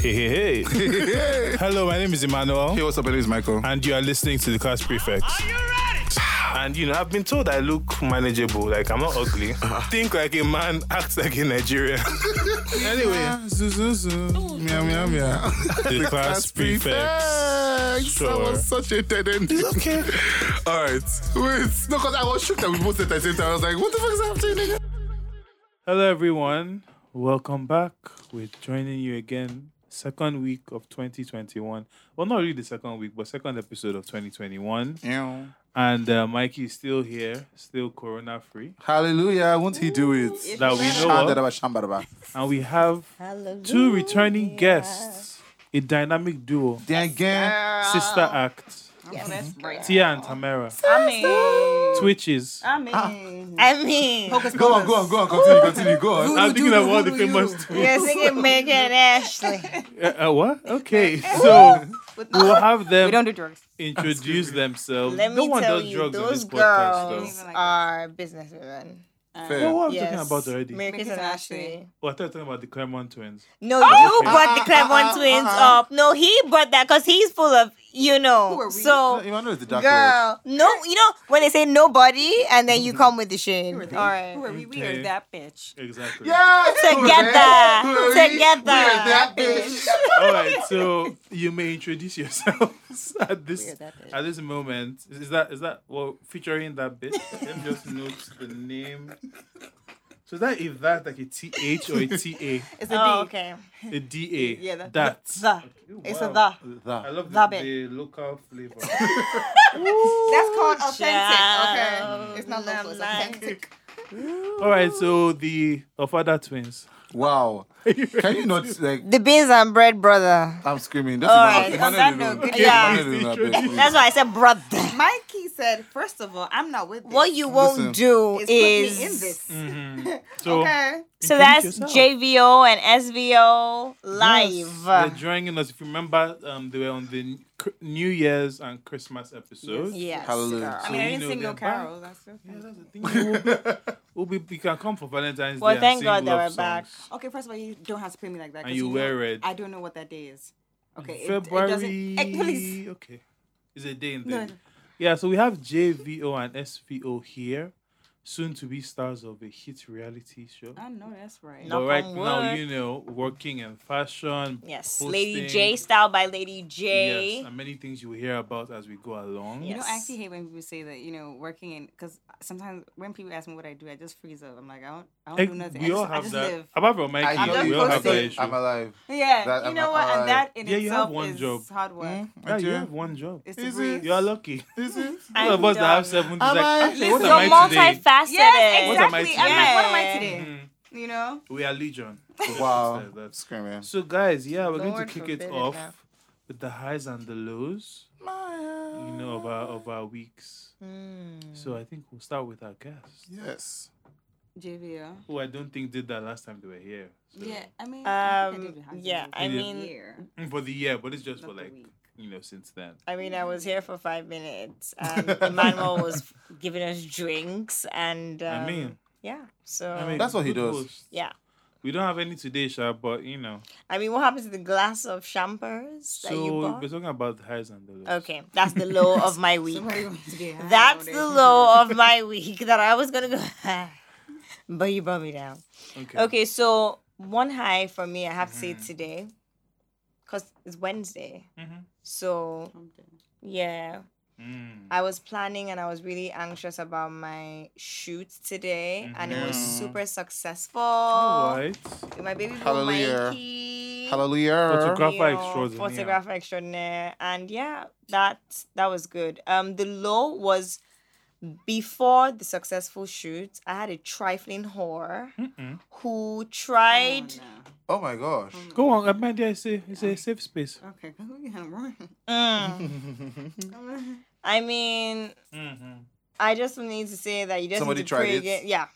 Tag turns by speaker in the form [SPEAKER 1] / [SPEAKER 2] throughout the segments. [SPEAKER 1] Hey, hey, hey. Hello, my name is Emmanuel,
[SPEAKER 2] Hey, what's up? My name is Michael.
[SPEAKER 1] and you are listening to the Class Prefect.
[SPEAKER 3] Are you ready?
[SPEAKER 1] And you know, I've been told I look manageable, like I'm not ugly. Think like a man, act like a Nigerian. anyway,
[SPEAKER 2] Ah, zoo, zoo, zoo. Meow, meow, meow.
[SPEAKER 1] the Class Prefect.
[SPEAKER 2] Prefects. That
[SPEAKER 1] Sure.
[SPEAKER 2] was such a dead end.
[SPEAKER 1] Okay.
[SPEAKER 2] All right. Wait. No, because I was shocked that we both said that at the same time. I was like, what the fuck is happening, nigga?
[SPEAKER 1] Hello, everyone. Welcome back. We're joining you again. Second week of 2021. Well, not really the second week, but second episode of 2021.
[SPEAKER 2] Meow.
[SPEAKER 1] And uh, Mikey is still here, still corona free.
[SPEAKER 2] Hallelujah. Won't he do it?
[SPEAKER 1] That we know of.
[SPEAKER 2] Shambaraba, shambaraba.
[SPEAKER 1] And we have two returning guests, a dynamic duo,
[SPEAKER 2] Then again.
[SPEAKER 1] Sister
[SPEAKER 4] Ah.
[SPEAKER 1] Act,
[SPEAKER 5] Mm-hmm.
[SPEAKER 1] Tia and Tamara,
[SPEAKER 5] Oh, I mean,
[SPEAKER 1] Twitches.
[SPEAKER 5] I mean,
[SPEAKER 4] I mean,
[SPEAKER 2] Go on, go on, go on. Continue, continue, go on.
[SPEAKER 1] I'm thinking of all the famous tweets.
[SPEAKER 4] you're singing Megan Ashley.
[SPEAKER 1] Uh, uh, what? Okay, so we'll have
[SPEAKER 5] we don't
[SPEAKER 1] them
[SPEAKER 5] do drugs.
[SPEAKER 1] introduce themselves.
[SPEAKER 4] Let
[SPEAKER 1] no
[SPEAKER 4] me
[SPEAKER 1] one
[SPEAKER 4] tell
[SPEAKER 1] does
[SPEAKER 4] you,
[SPEAKER 1] drugs on
[SPEAKER 4] those
[SPEAKER 1] this podcast, though.
[SPEAKER 4] girls
[SPEAKER 5] Even like
[SPEAKER 4] are businesswomen.
[SPEAKER 2] Fair.
[SPEAKER 1] No, what I'm
[SPEAKER 4] yes.
[SPEAKER 1] talking about already?
[SPEAKER 4] Mary Kate
[SPEAKER 5] Mary Kate
[SPEAKER 4] and
[SPEAKER 5] and
[SPEAKER 4] Ashley.
[SPEAKER 1] Oh, I thought you were talking about the Claremont twins.
[SPEAKER 4] No,
[SPEAKER 5] Oh!
[SPEAKER 4] you brought the
[SPEAKER 2] Uh-uh,
[SPEAKER 4] Claremont
[SPEAKER 2] uh-uh,
[SPEAKER 4] twins
[SPEAKER 2] uh-uh.
[SPEAKER 4] up. No, he brought that because he's full of, you
[SPEAKER 5] Who
[SPEAKER 4] know.
[SPEAKER 5] are we?
[SPEAKER 2] No,
[SPEAKER 4] So,
[SPEAKER 2] Emmanuel is the dark lord.
[SPEAKER 4] girl, no, you know when they say nobody and then you come with the shade.
[SPEAKER 5] Who are
[SPEAKER 4] All
[SPEAKER 5] they?
[SPEAKER 4] right.
[SPEAKER 5] Who are we? We are
[SPEAKER 1] Mm-hmm. Okay.
[SPEAKER 5] that bitch.
[SPEAKER 1] Exactly.
[SPEAKER 2] Yes!
[SPEAKER 4] Together,
[SPEAKER 2] who is that? Who are we?
[SPEAKER 4] together.
[SPEAKER 2] We are that bitch.
[SPEAKER 1] All right, so you may introduce yourselves at this
[SPEAKER 5] We're that bitch.
[SPEAKER 1] at this moment. Is, is that is that well featuring that bit? Let me just note the name. So is that if that like a T H or a T A,
[SPEAKER 5] It's a D.
[SPEAKER 4] Oh, okay.
[SPEAKER 1] a D A.
[SPEAKER 5] Yeah, that-
[SPEAKER 1] that.
[SPEAKER 5] The. It's a
[SPEAKER 1] Wow.
[SPEAKER 5] the.
[SPEAKER 1] I love the,
[SPEAKER 5] That bit.
[SPEAKER 1] the local flavor.
[SPEAKER 5] That's called
[SPEAKER 4] Child.
[SPEAKER 1] All right, so the Ofada twins.
[SPEAKER 2] Wow. Can you not, like,
[SPEAKER 4] The beans and bread, brother.
[SPEAKER 2] I'm screaming. That's
[SPEAKER 4] All right,
[SPEAKER 2] Emmanuel.
[SPEAKER 5] on
[SPEAKER 2] Emmanuel
[SPEAKER 5] that
[SPEAKER 2] alone.
[SPEAKER 5] note,
[SPEAKER 4] yeah.
[SPEAKER 2] Emmanuel alone, I
[SPEAKER 1] Mm.
[SPEAKER 2] bet.
[SPEAKER 4] That's why I said brother.
[SPEAKER 5] Mikey said, first of all, I'm not with this.
[SPEAKER 4] What you won't
[SPEAKER 2] Listen.
[SPEAKER 4] do
[SPEAKER 5] It's put me
[SPEAKER 4] is
[SPEAKER 5] in this.
[SPEAKER 1] Mm, So
[SPEAKER 5] Okay.
[SPEAKER 4] So that's
[SPEAKER 1] Introduce yourself.
[SPEAKER 4] JVO and SVO live.
[SPEAKER 1] Yes, they're joining us. If you remember, um, they were on the n- cr- New Year's and Christmas episode.
[SPEAKER 4] Yes,
[SPEAKER 2] Hallelujah.
[SPEAKER 4] girl.
[SPEAKER 5] I
[SPEAKER 1] So
[SPEAKER 5] mean, I
[SPEAKER 1] we
[SPEAKER 5] didn't
[SPEAKER 1] know
[SPEAKER 5] sing no
[SPEAKER 1] they're back.
[SPEAKER 5] carols. That's okay.
[SPEAKER 1] Yeah, that's the thing. We'll be, we'll be, we can come for Valentine's
[SPEAKER 4] Well,
[SPEAKER 1] Day.
[SPEAKER 4] thank
[SPEAKER 1] and sing
[SPEAKER 4] God they
[SPEAKER 1] love
[SPEAKER 4] were back.
[SPEAKER 1] songs.
[SPEAKER 5] Okay, first of all, you don't have to pay me like that.
[SPEAKER 1] And
[SPEAKER 5] 'cause
[SPEAKER 1] you
[SPEAKER 5] know
[SPEAKER 1] wear red.
[SPEAKER 5] I don't know what that day is. Okay. it- It,
[SPEAKER 1] February.
[SPEAKER 5] doesn't, eh, please.
[SPEAKER 1] Okay. It's a day in
[SPEAKER 5] No,
[SPEAKER 1] there.
[SPEAKER 5] no.
[SPEAKER 1] Yeah, so we have JVO and SVO here, soon to be stars of a hit reality show.
[SPEAKER 5] I know that's right.
[SPEAKER 1] But
[SPEAKER 4] No. Knock
[SPEAKER 1] right
[SPEAKER 4] on
[SPEAKER 1] now,
[SPEAKER 4] wood.
[SPEAKER 1] you know, working in fashion.
[SPEAKER 4] Yes,
[SPEAKER 1] hosting,
[SPEAKER 4] Lady J, style by Lady J.
[SPEAKER 1] Yes, and many things you will hear about as we go along.
[SPEAKER 5] You know, I
[SPEAKER 4] Yes.
[SPEAKER 5] actually hate when people say that, you know, working in, because sometimes when people ask me what I do, I just freeze up. I'm like, I don't, I don't
[SPEAKER 1] Eh,
[SPEAKER 5] do nothing. I
[SPEAKER 1] we all
[SPEAKER 5] just, I
[SPEAKER 1] have
[SPEAKER 5] just
[SPEAKER 1] that.
[SPEAKER 5] live.
[SPEAKER 1] Apart from Mikey,
[SPEAKER 2] I
[SPEAKER 5] I'm just
[SPEAKER 1] we all have that
[SPEAKER 5] posting.
[SPEAKER 1] issue.
[SPEAKER 2] I'm alive.
[SPEAKER 5] Yeah,
[SPEAKER 2] That-
[SPEAKER 5] you
[SPEAKER 2] I'm-
[SPEAKER 5] know what?
[SPEAKER 2] I-
[SPEAKER 5] and that in
[SPEAKER 1] Yeah, you have
[SPEAKER 5] itself
[SPEAKER 1] one
[SPEAKER 5] is
[SPEAKER 1] job.
[SPEAKER 5] had work.
[SPEAKER 1] Yeah, you have one job.
[SPEAKER 5] It's
[SPEAKER 2] Is
[SPEAKER 5] a
[SPEAKER 2] it?
[SPEAKER 5] breeze.
[SPEAKER 1] You are lucky.
[SPEAKER 2] Is it?
[SPEAKER 4] I
[SPEAKER 1] All of us that have
[SPEAKER 4] don't-
[SPEAKER 1] seven
[SPEAKER 2] Am
[SPEAKER 1] like,
[SPEAKER 2] I-
[SPEAKER 1] actually, what
[SPEAKER 2] Listen,
[SPEAKER 1] am
[SPEAKER 4] You're
[SPEAKER 1] I today?
[SPEAKER 4] multifaceted.
[SPEAKER 5] Yes,
[SPEAKER 1] What am I today?
[SPEAKER 5] exactly. I'm like, what am I
[SPEAKER 4] Yeah.
[SPEAKER 5] today?
[SPEAKER 1] Mm.
[SPEAKER 5] You know?
[SPEAKER 1] We are legion.
[SPEAKER 2] Wow.
[SPEAKER 1] That's-
[SPEAKER 2] Screaming.
[SPEAKER 1] So guys, yeah, we're going
[SPEAKER 4] Lord
[SPEAKER 1] to kick it
[SPEAKER 4] forbid it
[SPEAKER 1] off
[SPEAKER 4] now.
[SPEAKER 1] with the highs and the lows, you know, of our of our weeks.
[SPEAKER 4] Hmm. Mm.
[SPEAKER 1] So I think we'll start with our guests,
[SPEAKER 2] Yes.
[SPEAKER 5] JVL.
[SPEAKER 1] who I don't think did that last time they were here. So,
[SPEAKER 5] Yeah, I mean, I think I did
[SPEAKER 4] Um,
[SPEAKER 5] it half
[SPEAKER 4] yeah,
[SPEAKER 5] a
[SPEAKER 4] I
[SPEAKER 1] Yeah.
[SPEAKER 4] mean,
[SPEAKER 5] year,
[SPEAKER 1] Mm, For the year, but it's just
[SPEAKER 5] not
[SPEAKER 1] for
[SPEAKER 5] the
[SPEAKER 1] like
[SPEAKER 5] week.
[SPEAKER 1] you know since then.
[SPEAKER 4] I mean, I was here for five minutes. And Emmanuel was giving us drinks, and um,
[SPEAKER 1] I mean,
[SPEAKER 4] yeah. Um, So
[SPEAKER 1] I mean,
[SPEAKER 2] That's what he
[SPEAKER 1] good
[SPEAKER 2] does.
[SPEAKER 1] host.
[SPEAKER 4] yeah,
[SPEAKER 1] We don't have any today, Sha, but you know.
[SPEAKER 4] I mean, what happened to the glass of champers that you
[SPEAKER 1] So we're
[SPEAKER 4] bought?
[SPEAKER 1] talking about the highs and the lows.
[SPEAKER 4] Okay, that's the low of my week.
[SPEAKER 5] Somebody wants to be high
[SPEAKER 4] That's
[SPEAKER 5] all day.
[SPEAKER 4] the low of my week that I was gonna go, but you brought me down.
[SPEAKER 1] Okay.
[SPEAKER 4] Okay, so one high for me, I have to
[SPEAKER 1] Mm-hmm.
[SPEAKER 4] say today, because it's Wednesday.
[SPEAKER 1] Mhm.
[SPEAKER 4] So yeah,
[SPEAKER 1] Mm.
[SPEAKER 4] I was planning and I was really anxious about my shoot today, and it was
[SPEAKER 1] Mm-hmm.
[SPEAKER 2] Mhm.
[SPEAKER 4] super successful.
[SPEAKER 1] All right.
[SPEAKER 4] My baby boy
[SPEAKER 2] Hallelujah.
[SPEAKER 4] Mikey.
[SPEAKER 2] Hallelujah.
[SPEAKER 1] Photograph- Photographer
[SPEAKER 4] you know,
[SPEAKER 1] extraordinaire.
[SPEAKER 4] photographer extraordinaire. And yeah, that that was good. Um, the low was before the successful shoot. I had a trifling whore
[SPEAKER 1] Mm-mm. Oh,
[SPEAKER 4] who
[SPEAKER 5] Come
[SPEAKER 4] tried.
[SPEAKER 5] on now.
[SPEAKER 2] Oh my gosh.
[SPEAKER 1] Go on, I mean, I say it's a safe space.
[SPEAKER 5] Okay, we can run.
[SPEAKER 4] Mm. I mean,
[SPEAKER 1] Mm-hmm.
[SPEAKER 4] I just need to say that you just
[SPEAKER 2] Somebody
[SPEAKER 4] need to
[SPEAKER 2] tried
[SPEAKER 4] pray
[SPEAKER 2] it?
[SPEAKER 4] again. Yeah,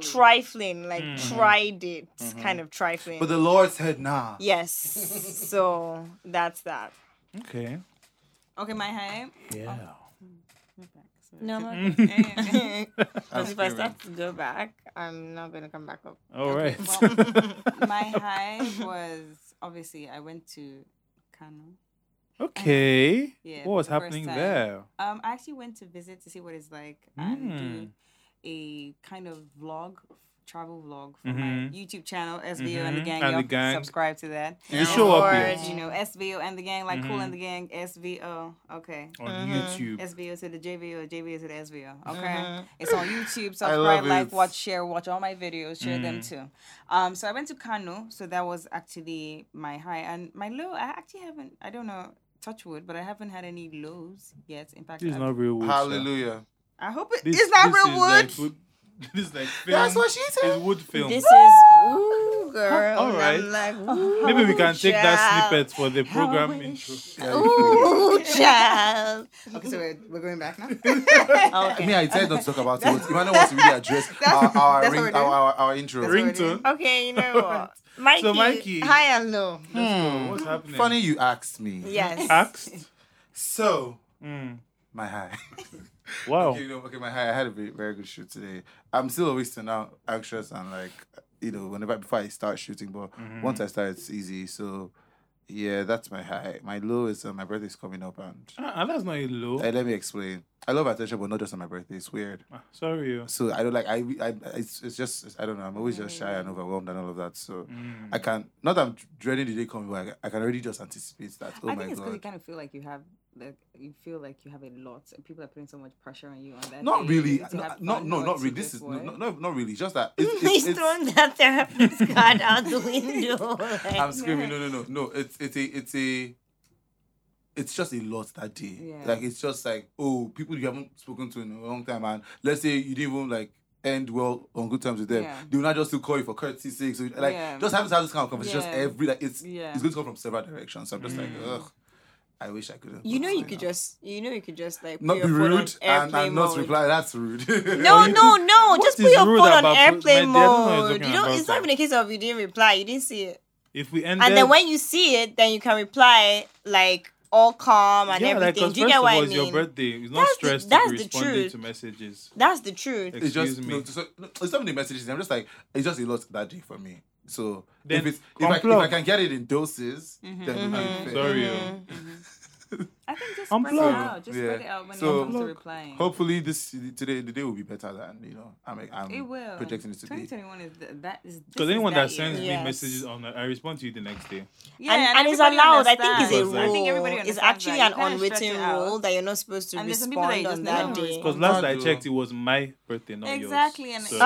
[SPEAKER 4] trifling, like tried it,
[SPEAKER 1] Mm-hmm.
[SPEAKER 4] kind of trifling.
[SPEAKER 2] But the Lord said, nah.
[SPEAKER 4] yes, so that's that.
[SPEAKER 1] Okay.
[SPEAKER 5] Okay, my high.
[SPEAKER 1] Yeah.
[SPEAKER 4] No,
[SPEAKER 5] Eh,
[SPEAKER 2] I'm
[SPEAKER 4] if I
[SPEAKER 2] screaming.
[SPEAKER 4] start to go
[SPEAKER 1] Oh.
[SPEAKER 4] back, I'm not gonna come back up.
[SPEAKER 1] All right.
[SPEAKER 5] My high was obviously I went to Kano.
[SPEAKER 1] Okay.
[SPEAKER 5] Yeah,
[SPEAKER 1] what was
[SPEAKER 5] the first
[SPEAKER 1] happening
[SPEAKER 5] time.
[SPEAKER 1] there?
[SPEAKER 5] Um, I actually went to visit to see what it's like and
[SPEAKER 1] Hmm.
[SPEAKER 5] do a kind of vlog, travel vlog for my
[SPEAKER 1] Mhm.
[SPEAKER 5] YouTube channel SBO and the
[SPEAKER 1] Mhm.
[SPEAKER 5] gang.
[SPEAKER 1] And the
[SPEAKER 5] y'all
[SPEAKER 1] gang.
[SPEAKER 5] Subscribe to that.
[SPEAKER 1] You
[SPEAKER 4] Yeah.
[SPEAKER 1] show up
[SPEAKER 4] Gorge.
[SPEAKER 1] here
[SPEAKER 5] You know SBO and the gang, like cool
[SPEAKER 1] Mhm.
[SPEAKER 5] and the gang. SBO, okay.
[SPEAKER 1] on
[SPEAKER 4] Mhm.
[SPEAKER 1] YouTube.
[SPEAKER 5] SBO to the JVO, JVO to the SBO. Okay,
[SPEAKER 4] Mhm.
[SPEAKER 5] it's on YouTube.
[SPEAKER 2] Mm-hmm. I
[SPEAKER 5] Subscribe,
[SPEAKER 2] love
[SPEAKER 5] like,
[SPEAKER 2] it. Mm.
[SPEAKER 5] watch, share, watch all my videos, share them too. Um, so I went to Kano, so that was actually my high and my low. I actually haven't, I don't know, touch wood, but I haven't had any lows yet. In fact,
[SPEAKER 1] This is
[SPEAKER 5] I-
[SPEAKER 1] not real wood. sir.
[SPEAKER 2] Hallelujah.
[SPEAKER 5] I hope it,
[SPEAKER 1] This,
[SPEAKER 5] it's not
[SPEAKER 1] this
[SPEAKER 5] real
[SPEAKER 1] is
[SPEAKER 5] wood.
[SPEAKER 1] Like wood. This is like film.
[SPEAKER 2] That's what she
[SPEAKER 1] It's
[SPEAKER 2] said.
[SPEAKER 1] wood film.
[SPEAKER 4] This is ooh, girl.
[SPEAKER 1] all right.
[SPEAKER 4] and I'm like, ooh,
[SPEAKER 1] Maybe we can take that
[SPEAKER 4] child.
[SPEAKER 1] snippet for the program
[SPEAKER 5] wish-
[SPEAKER 1] intro.
[SPEAKER 4] Ooh, child.
[SPEAKER 5] Okay, so we're, we're going back now.
[SPEAKER 4] Okay.
[SPEAKER 2] Me, I tell you not to talk about it. but Emmanuel wants to really address our, our,
[SPEAKER 5] that's
[SPEAKER 2] ring,
[SPEAKER 5] what we're
[SPEAKER 2] our,
[SPEAKER 5] doing.
[SPEAKER 2] our, our intro.
[SPEAKER 5] That's what we're
[SPEAKER 1] Ringtone.
[SPEAKER 4] Okay, you know what? Mikey,
[SPEAKER 1] Mikey-
[SPEAKER 4] high and low.
[SPEAKER 1] Let's go.
[SPEAKER 4] Hmm.
[SPEAKER 1] What's happening?
[SPEAKER 2] Funny you asked me.
[SPEAKER 4] Yes.
[SPEAKER 1] Axed.
[SPEAKER 2] So,
[SPEAKER 1] Mm.
[SPEAKER 2] my high.
[SPEAKER 1] Wow.
[SPEAKER 2] Okay, you know, okay, my high. I had a very, very good shoot today. I'm still always still now anxious and like, you know, whenever before I start shooting, but once I start, it's easy. So, yeah, that's my high. My low is uh, my birthday's coming up, and
[SPEAKER 1] Ah, that's not a low.
[SPEAKER 2] Hey, let me explain. I love attention, but not just on my birthday. It's weird.
[SPEAKER 1] Ah, Sorry. oh.
[SPEAKER 2] So I don't like. I, I it's, it's just it's- I don't know. I'm always just shy and overwhelmed and all of that. So I can not that I'm dreading the day coming, but I, I can already just anticipate that. Oh
[SPEAKER 5] I
[SPEAKER 2] my
[SPEAKER 5] think it's because you
[SPEAKER 2] god.
[SPEAKER 5] kind of feel like you have, like, you feel like you have a lot. and People are putting so much pressure on you on that.
[SPEAKER 2] Not
[SPEAKER 5] day,
[SPEAKER 2] really.
[SPEAKER 5] to
[SPEAKER 2] No,
[SPEAKER 5] have
[SPEAKER 2] no,
[SPEAKER 5] fun
[SPEAKER 2] no,
[SPEAKER 5] or
[SPEAKER 2] not
[SPEAKER 5] to
[SPEAKER 2] really. This
[SPEAKER 5] just
[SPEAKER 2] is no,
[SPEAKER 5] work.
[SPEAKER 2] no, no, not really. Just that. It's, it's,
[SPEAKER 4] He's
[SPEAKER 2] it's,
[SPEAKER 4] thrown that therapist card out the window.
[SPEAKER 2] I'm screaming. No, no, no, no. It's it's a it's a it's just a lot that day.
[SPEAKER 5] Yeah.
[SPEAKER 2] Like it's just like oh, people you haven't spoken to in a long time, and let's say you didn't even like end well on good terms with them.
[SPEAKER 5] Yeah.
[SPEAKER 2] They will not just still call you for courtesy sake. So like
[SPEAKER 5] Yeah.
[SPEAKER 2] just having to have this kind of conversation, just
[SPEAKER 5] Yeah.
[SPEAKER 2] every like it's
[SPEAKER 5] Yeah. Mm.
[SPEAKER 2] it's going to come from several directions. So I'm just like ugh, I wish I couldn't.
[SPEAKER 4] You know you
[SPEAKER 2] but,
[SPEAKER 4] could just you know you could just like put
[SPEAKER 2] not
[SPEAKER 4] your
[SPEAKER 2] be
[SPEAKER 4] phone on
[SPEAKER 2] rude and,
[SPEAKER 4] airplane
[SPEAKER 2] and not
[SPEAKER 4] mode.
[SPEAKER 2] reply. That's rude.
[SPEAKER 4] No,
[SPEAKER 1] Or you
[SPEAKER 4] no, no! Just
[SPEAKER 1] is
[SPEAKER 4] put your
[SPEAKER 1] rude
[SPEAKER 4] phone on
[SPEAKER 1] about put-
[SPEAKER 4] airplane
[SPEAKER 1] my- I don't know what you're
[SPEAKER 4] mode.
[SPEAKER 1] talking
[SPEAKER 4] You don't.
[SPEAKER 1] about
[SPEAKER 4] It's not
[SPEAKER 1] that.
[SPEAKER 4] even a case of you didn't reply. You didn't see it.
[SPEAKER 1] If we end
[SPEAKER 4] and then when you see it, then you can reply like all calm and
[SPEAKER 1] yeah, like,
[SPEAKER 4] everything.
[SPEAKER 1] 'cause
[SPEAKER 4] Do you
[SPEAKER 1] first
[SPEAKER 4] get
[SPEAKER 1] of
[SPEAKER 4] what
[SPEAKER 1] all,
[SPEAKER 4] I
[SPEAKER 1] it's
[SPEAKER 4] mean?
[SPEAKER 1] your birthday. It's not
[SPEAKER 4] That's the-
[SPEAKER 1] stressed
[SPEAKER 4] that's
[SPEAKER 1] to be
[SPEAKER 4] the
[SPEAKER 1] responding
[SPEAKER 4] truth.
[SPEAKER 1] to messages.
[SPEAKER 4] That's the truth.
[SPEAKER 1] Ex-
[SPEAKER 2] it's just
[SPEAKER 1] Excuse
[SPEAKER 2] no,
[SPEAKER 1] me.
[SPEAKER 2] so- no, it's not even the messages. I'm just like it's just a lot that day for me. So
[SPEAKER 1] Then
[SPEAKER 2] if it's if I, if
[SPEAKER 1] unplug.
[SPEAKER 2] I can get it in doses,
[SPEAKER 4] Mm-hmm.
[SPEAKER 2] then it'll be fair.
[SPEAKER 1] Sorry. oh.
[SPEAKER 5] I think just
[SPEAKER 1] I'm
[SPEAKER 5] spread it
[SPEAKER 1] plugged.
[SPEAKER 5] out. Just spread
[SPEAKER 2] Yeah.
[SPEAKER 5] it out when
[SPEAKER 2] So-
[SPEAKER 5] it comes to
[SPEAKER 2] Unplugged.
[SPEAKER 5] replying.
[SPEAKER 2] Hopefully this today the day will be better than you know I'm I'm
[SPEAKER 5] it will.
[SPEAKER 2] projecting it to be.
[SPEAKER 5] 2021 is th- that is. this
[SPEAKER 1] Because
[SPEAKER 5] is
[SPEAKER 1] anyone that,
[SPEAKER 5] that year.
[SPEAKER 1] sends
[SPEAKER 4] Yes.
[SPEAKER 1] me messages on, I respond to you the next day.
[SPEAKER 5] yeah,
[SPEAKER 4] and, and it's
[SPEAKER 5] everybody
[SPEAKER 4] allowed. I think it's a
[SPEAKER 5] understands.
[SPEAKER 4] rule.
[SPEAKER 1] I think
[SPEAKER 4] it's
[SPEAKER 5] understands that.
[SPEAKER 4] actually
[SPEAKER 5] You can't
[SPEAKER 4] an
[SPEAKER 5] stretch it
[SPEAKER 4] unwritten
[SPEAKER 5] out.
[SPEAKER 4] rule that you're not supposed to
[SPEAKER 5] And there's some people that
[SPEAKER 4] respond
[SPEAKER 5] you
[SPEAKER 4] on
[SPEAKER 5] just
[SPEAKER 4] that
[SPEAKER 5] never
[SPEAKER 4] day.
[SPEAKER 5] respond.
[SPEAKER 1] Because last I
[SPEAKER 2] Mad,
[SPEAKER 1] checked, it was my birthday, not
[SPEAKER 5] Exactly, and
[SPEAKER 1] yours.
[SPEAKER 5] it-
[SPEAKER 1] So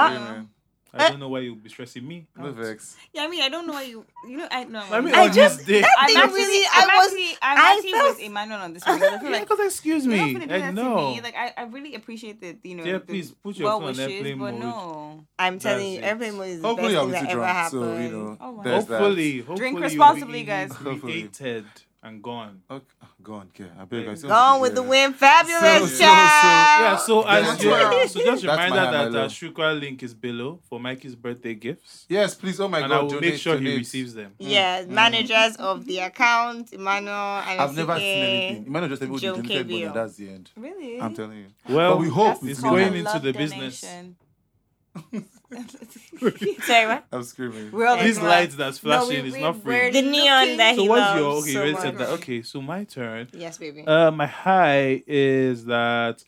[SPEAKER 4] Ah.
[SPEAKER 1] I don't know why you'd be stressing me.
[SPEAKER 2] No
[SPEAKER 1] out.
[SPEAKER 2] vex.
[SPEAKER 5] Yeah, I mean, I don't know why you. You know, I know.
[SPEAKER 1] I mean,
[SPEAKER 4] I
[SPEAKER 1] on
[SPEAKER 4] just-
[SPEAKER 1] this day.
[SPEAKER 4] that
[SPEAKER 5] I'm
[SPEAKER 4] thing
[SPEAKER 5] actually,
[SPEAKER 4] really-
[SPEAKER 5] I'm
[SPEAKER 4] I was-
[SPEAKER 5] actually, I'm
[SPEAKER 4] I
[SPEAKER 5] actually
[SPEAKER 4] felt-
[SPEAKER 5] with Emmanuel on this one. because I feel
[SPEAKER 1] Yeah,
[SPEAKER 5] like
[SPEAKER 1] because excuse
[SPEAKER 5] you're not
[SPEAKER 1] me.
[SPEAKER 5] gonna do
[SPEAKER 1] I
[SPEAKER 5] that
[SPEAKER 1] know.
[SPEAKER 5] to me. Like, I, I really appreciate the, you know,
[SPEAKER 1] Yeah,
[SPEAKER 5] the
[SPEAKER 1] please, put your
[SPEAKER 5] well
[SPEAKER 1] phone on
[SPEAKER 5] wishes,
[SPEAKER 1] airplane
[SPEAKER 5] but
[SPEAKER 1] mode.
[SPEAKER 5] no.
[SPEAKER 4] I'm
[SPEAKER 1] That's
[SPEAKER 4] telling you,
[SPEAKER 1] it.
[SPEAKER 4] everyone is the best
[SPEAKER 2] Hopefully I'll
[SPEAKER 4] thing
[SPEAKER 2] be too
[SPEAKER 4] that ever
[SPEAKER 2] drunk.
[SPEAKER 4] happened.
[SPEAKER 2] So you know
[SPEAKER 5] Oh, wow.
[SPEAKER 2] there's that.
[SPEAKER 1] hopefully, hopefully,
[SPEAKER 5] Drink
[SPEAKER 1] you'll be
[SPEAKER 5] responsibly, guys.
[SPEAKER 2] Hopefully.
[SPEAKER 1] Created and gone.
[SPEAKER 2] Okay. Ah, Go on, okay. I beg. I still want
[SPEAKER 4] Gone
[SPEAKER 2] to
[SPEAKER 4] with the
[SPEAKER 2] hear.
[SPEAKER 4] wind, fabulous
[SPEAKER 2] So- so- so-
[SPEAKER 1] Yeah,
[SPEAKER 4] child.
[SPEAKER 1] so as
[SPEAKER 2] That's
[SPEAKER 1] you,
[SPEAKER 2] my-
[SPEAKER 1] so just
[SPEAKER 2] that's my
[SPEAKER 1] reminder
[SPEAKER 2] high,
[SPEAKER 1] that
[SPEAKER 2] my
[SPEAKER 1] our
[SPEAKER 2] low.
[SPEAKER 1] Shukra link is below for Mikey's birthday gifts,
[SPEAKER 2] Yes, please. Oh my
[SPEAKER 1] and
[SPEAKER 2] God.
[SPEAKER 1] I will
[SPEAKER 2] donate,
[SPEAKER 1] make sure
[SPEAKER 2] donate.
[SPEAKER 1] he receives them.
[SPEAKER 4] yeah,
[SPEAKER 1] Mm-hmm.
[SPEAKER 4] managers of the account, Emmanuel. And
[SPEAKER 2] I've never seen anything. Emmanuel just said, "Oh,
[SPEAKER 4] Joe
[SPEAKER 2] you deleted, but
[SPEAKER 4] KBO.
[SPEAKER 2] then that's the end."
[SPEAKER 5] Really?
[SPEAKER 2] I'm telling you.
[SPEAKER 1] Well,
[SPEAKER 2] But we hope
[SPEAKER 1] it's
[SPEAKER 2] it's
[SPEAKER 1] going
[SPEAKER 2] going.
[SPEAKER 1] into the business.
[SPEAKER 4] Sorry, what?
[SPEAKER 2] I'm screaming.
[SPEAKER 5] We're all
[SPEAKER 1] these
[SPEAKER 4] Everyone-
[SPEAKER 1] lights that's
[SPEAKER 5] No, we-
[SPEAKER 1] flashing is
[SPEAKER 5] we-
[SPEAKER 1] not free.
[SPEAKER 5] we're-
[SPEAKER 4] The neon that
[SPEAKER 1] So
[SPEAKER 4] he
[SPEAKER 1] what's
[SPEAKER 4] loves
[SPEAKER 1] your okay? you
[SPEAKER 4] so
[SPEAKER 1] already
[SPEAKER 4] much.
[SPEAKER 1] said that. Okay, so my turn.
[SPEAKER 4] Yes, baby.
[SPEAKER 1] Uh, my high is that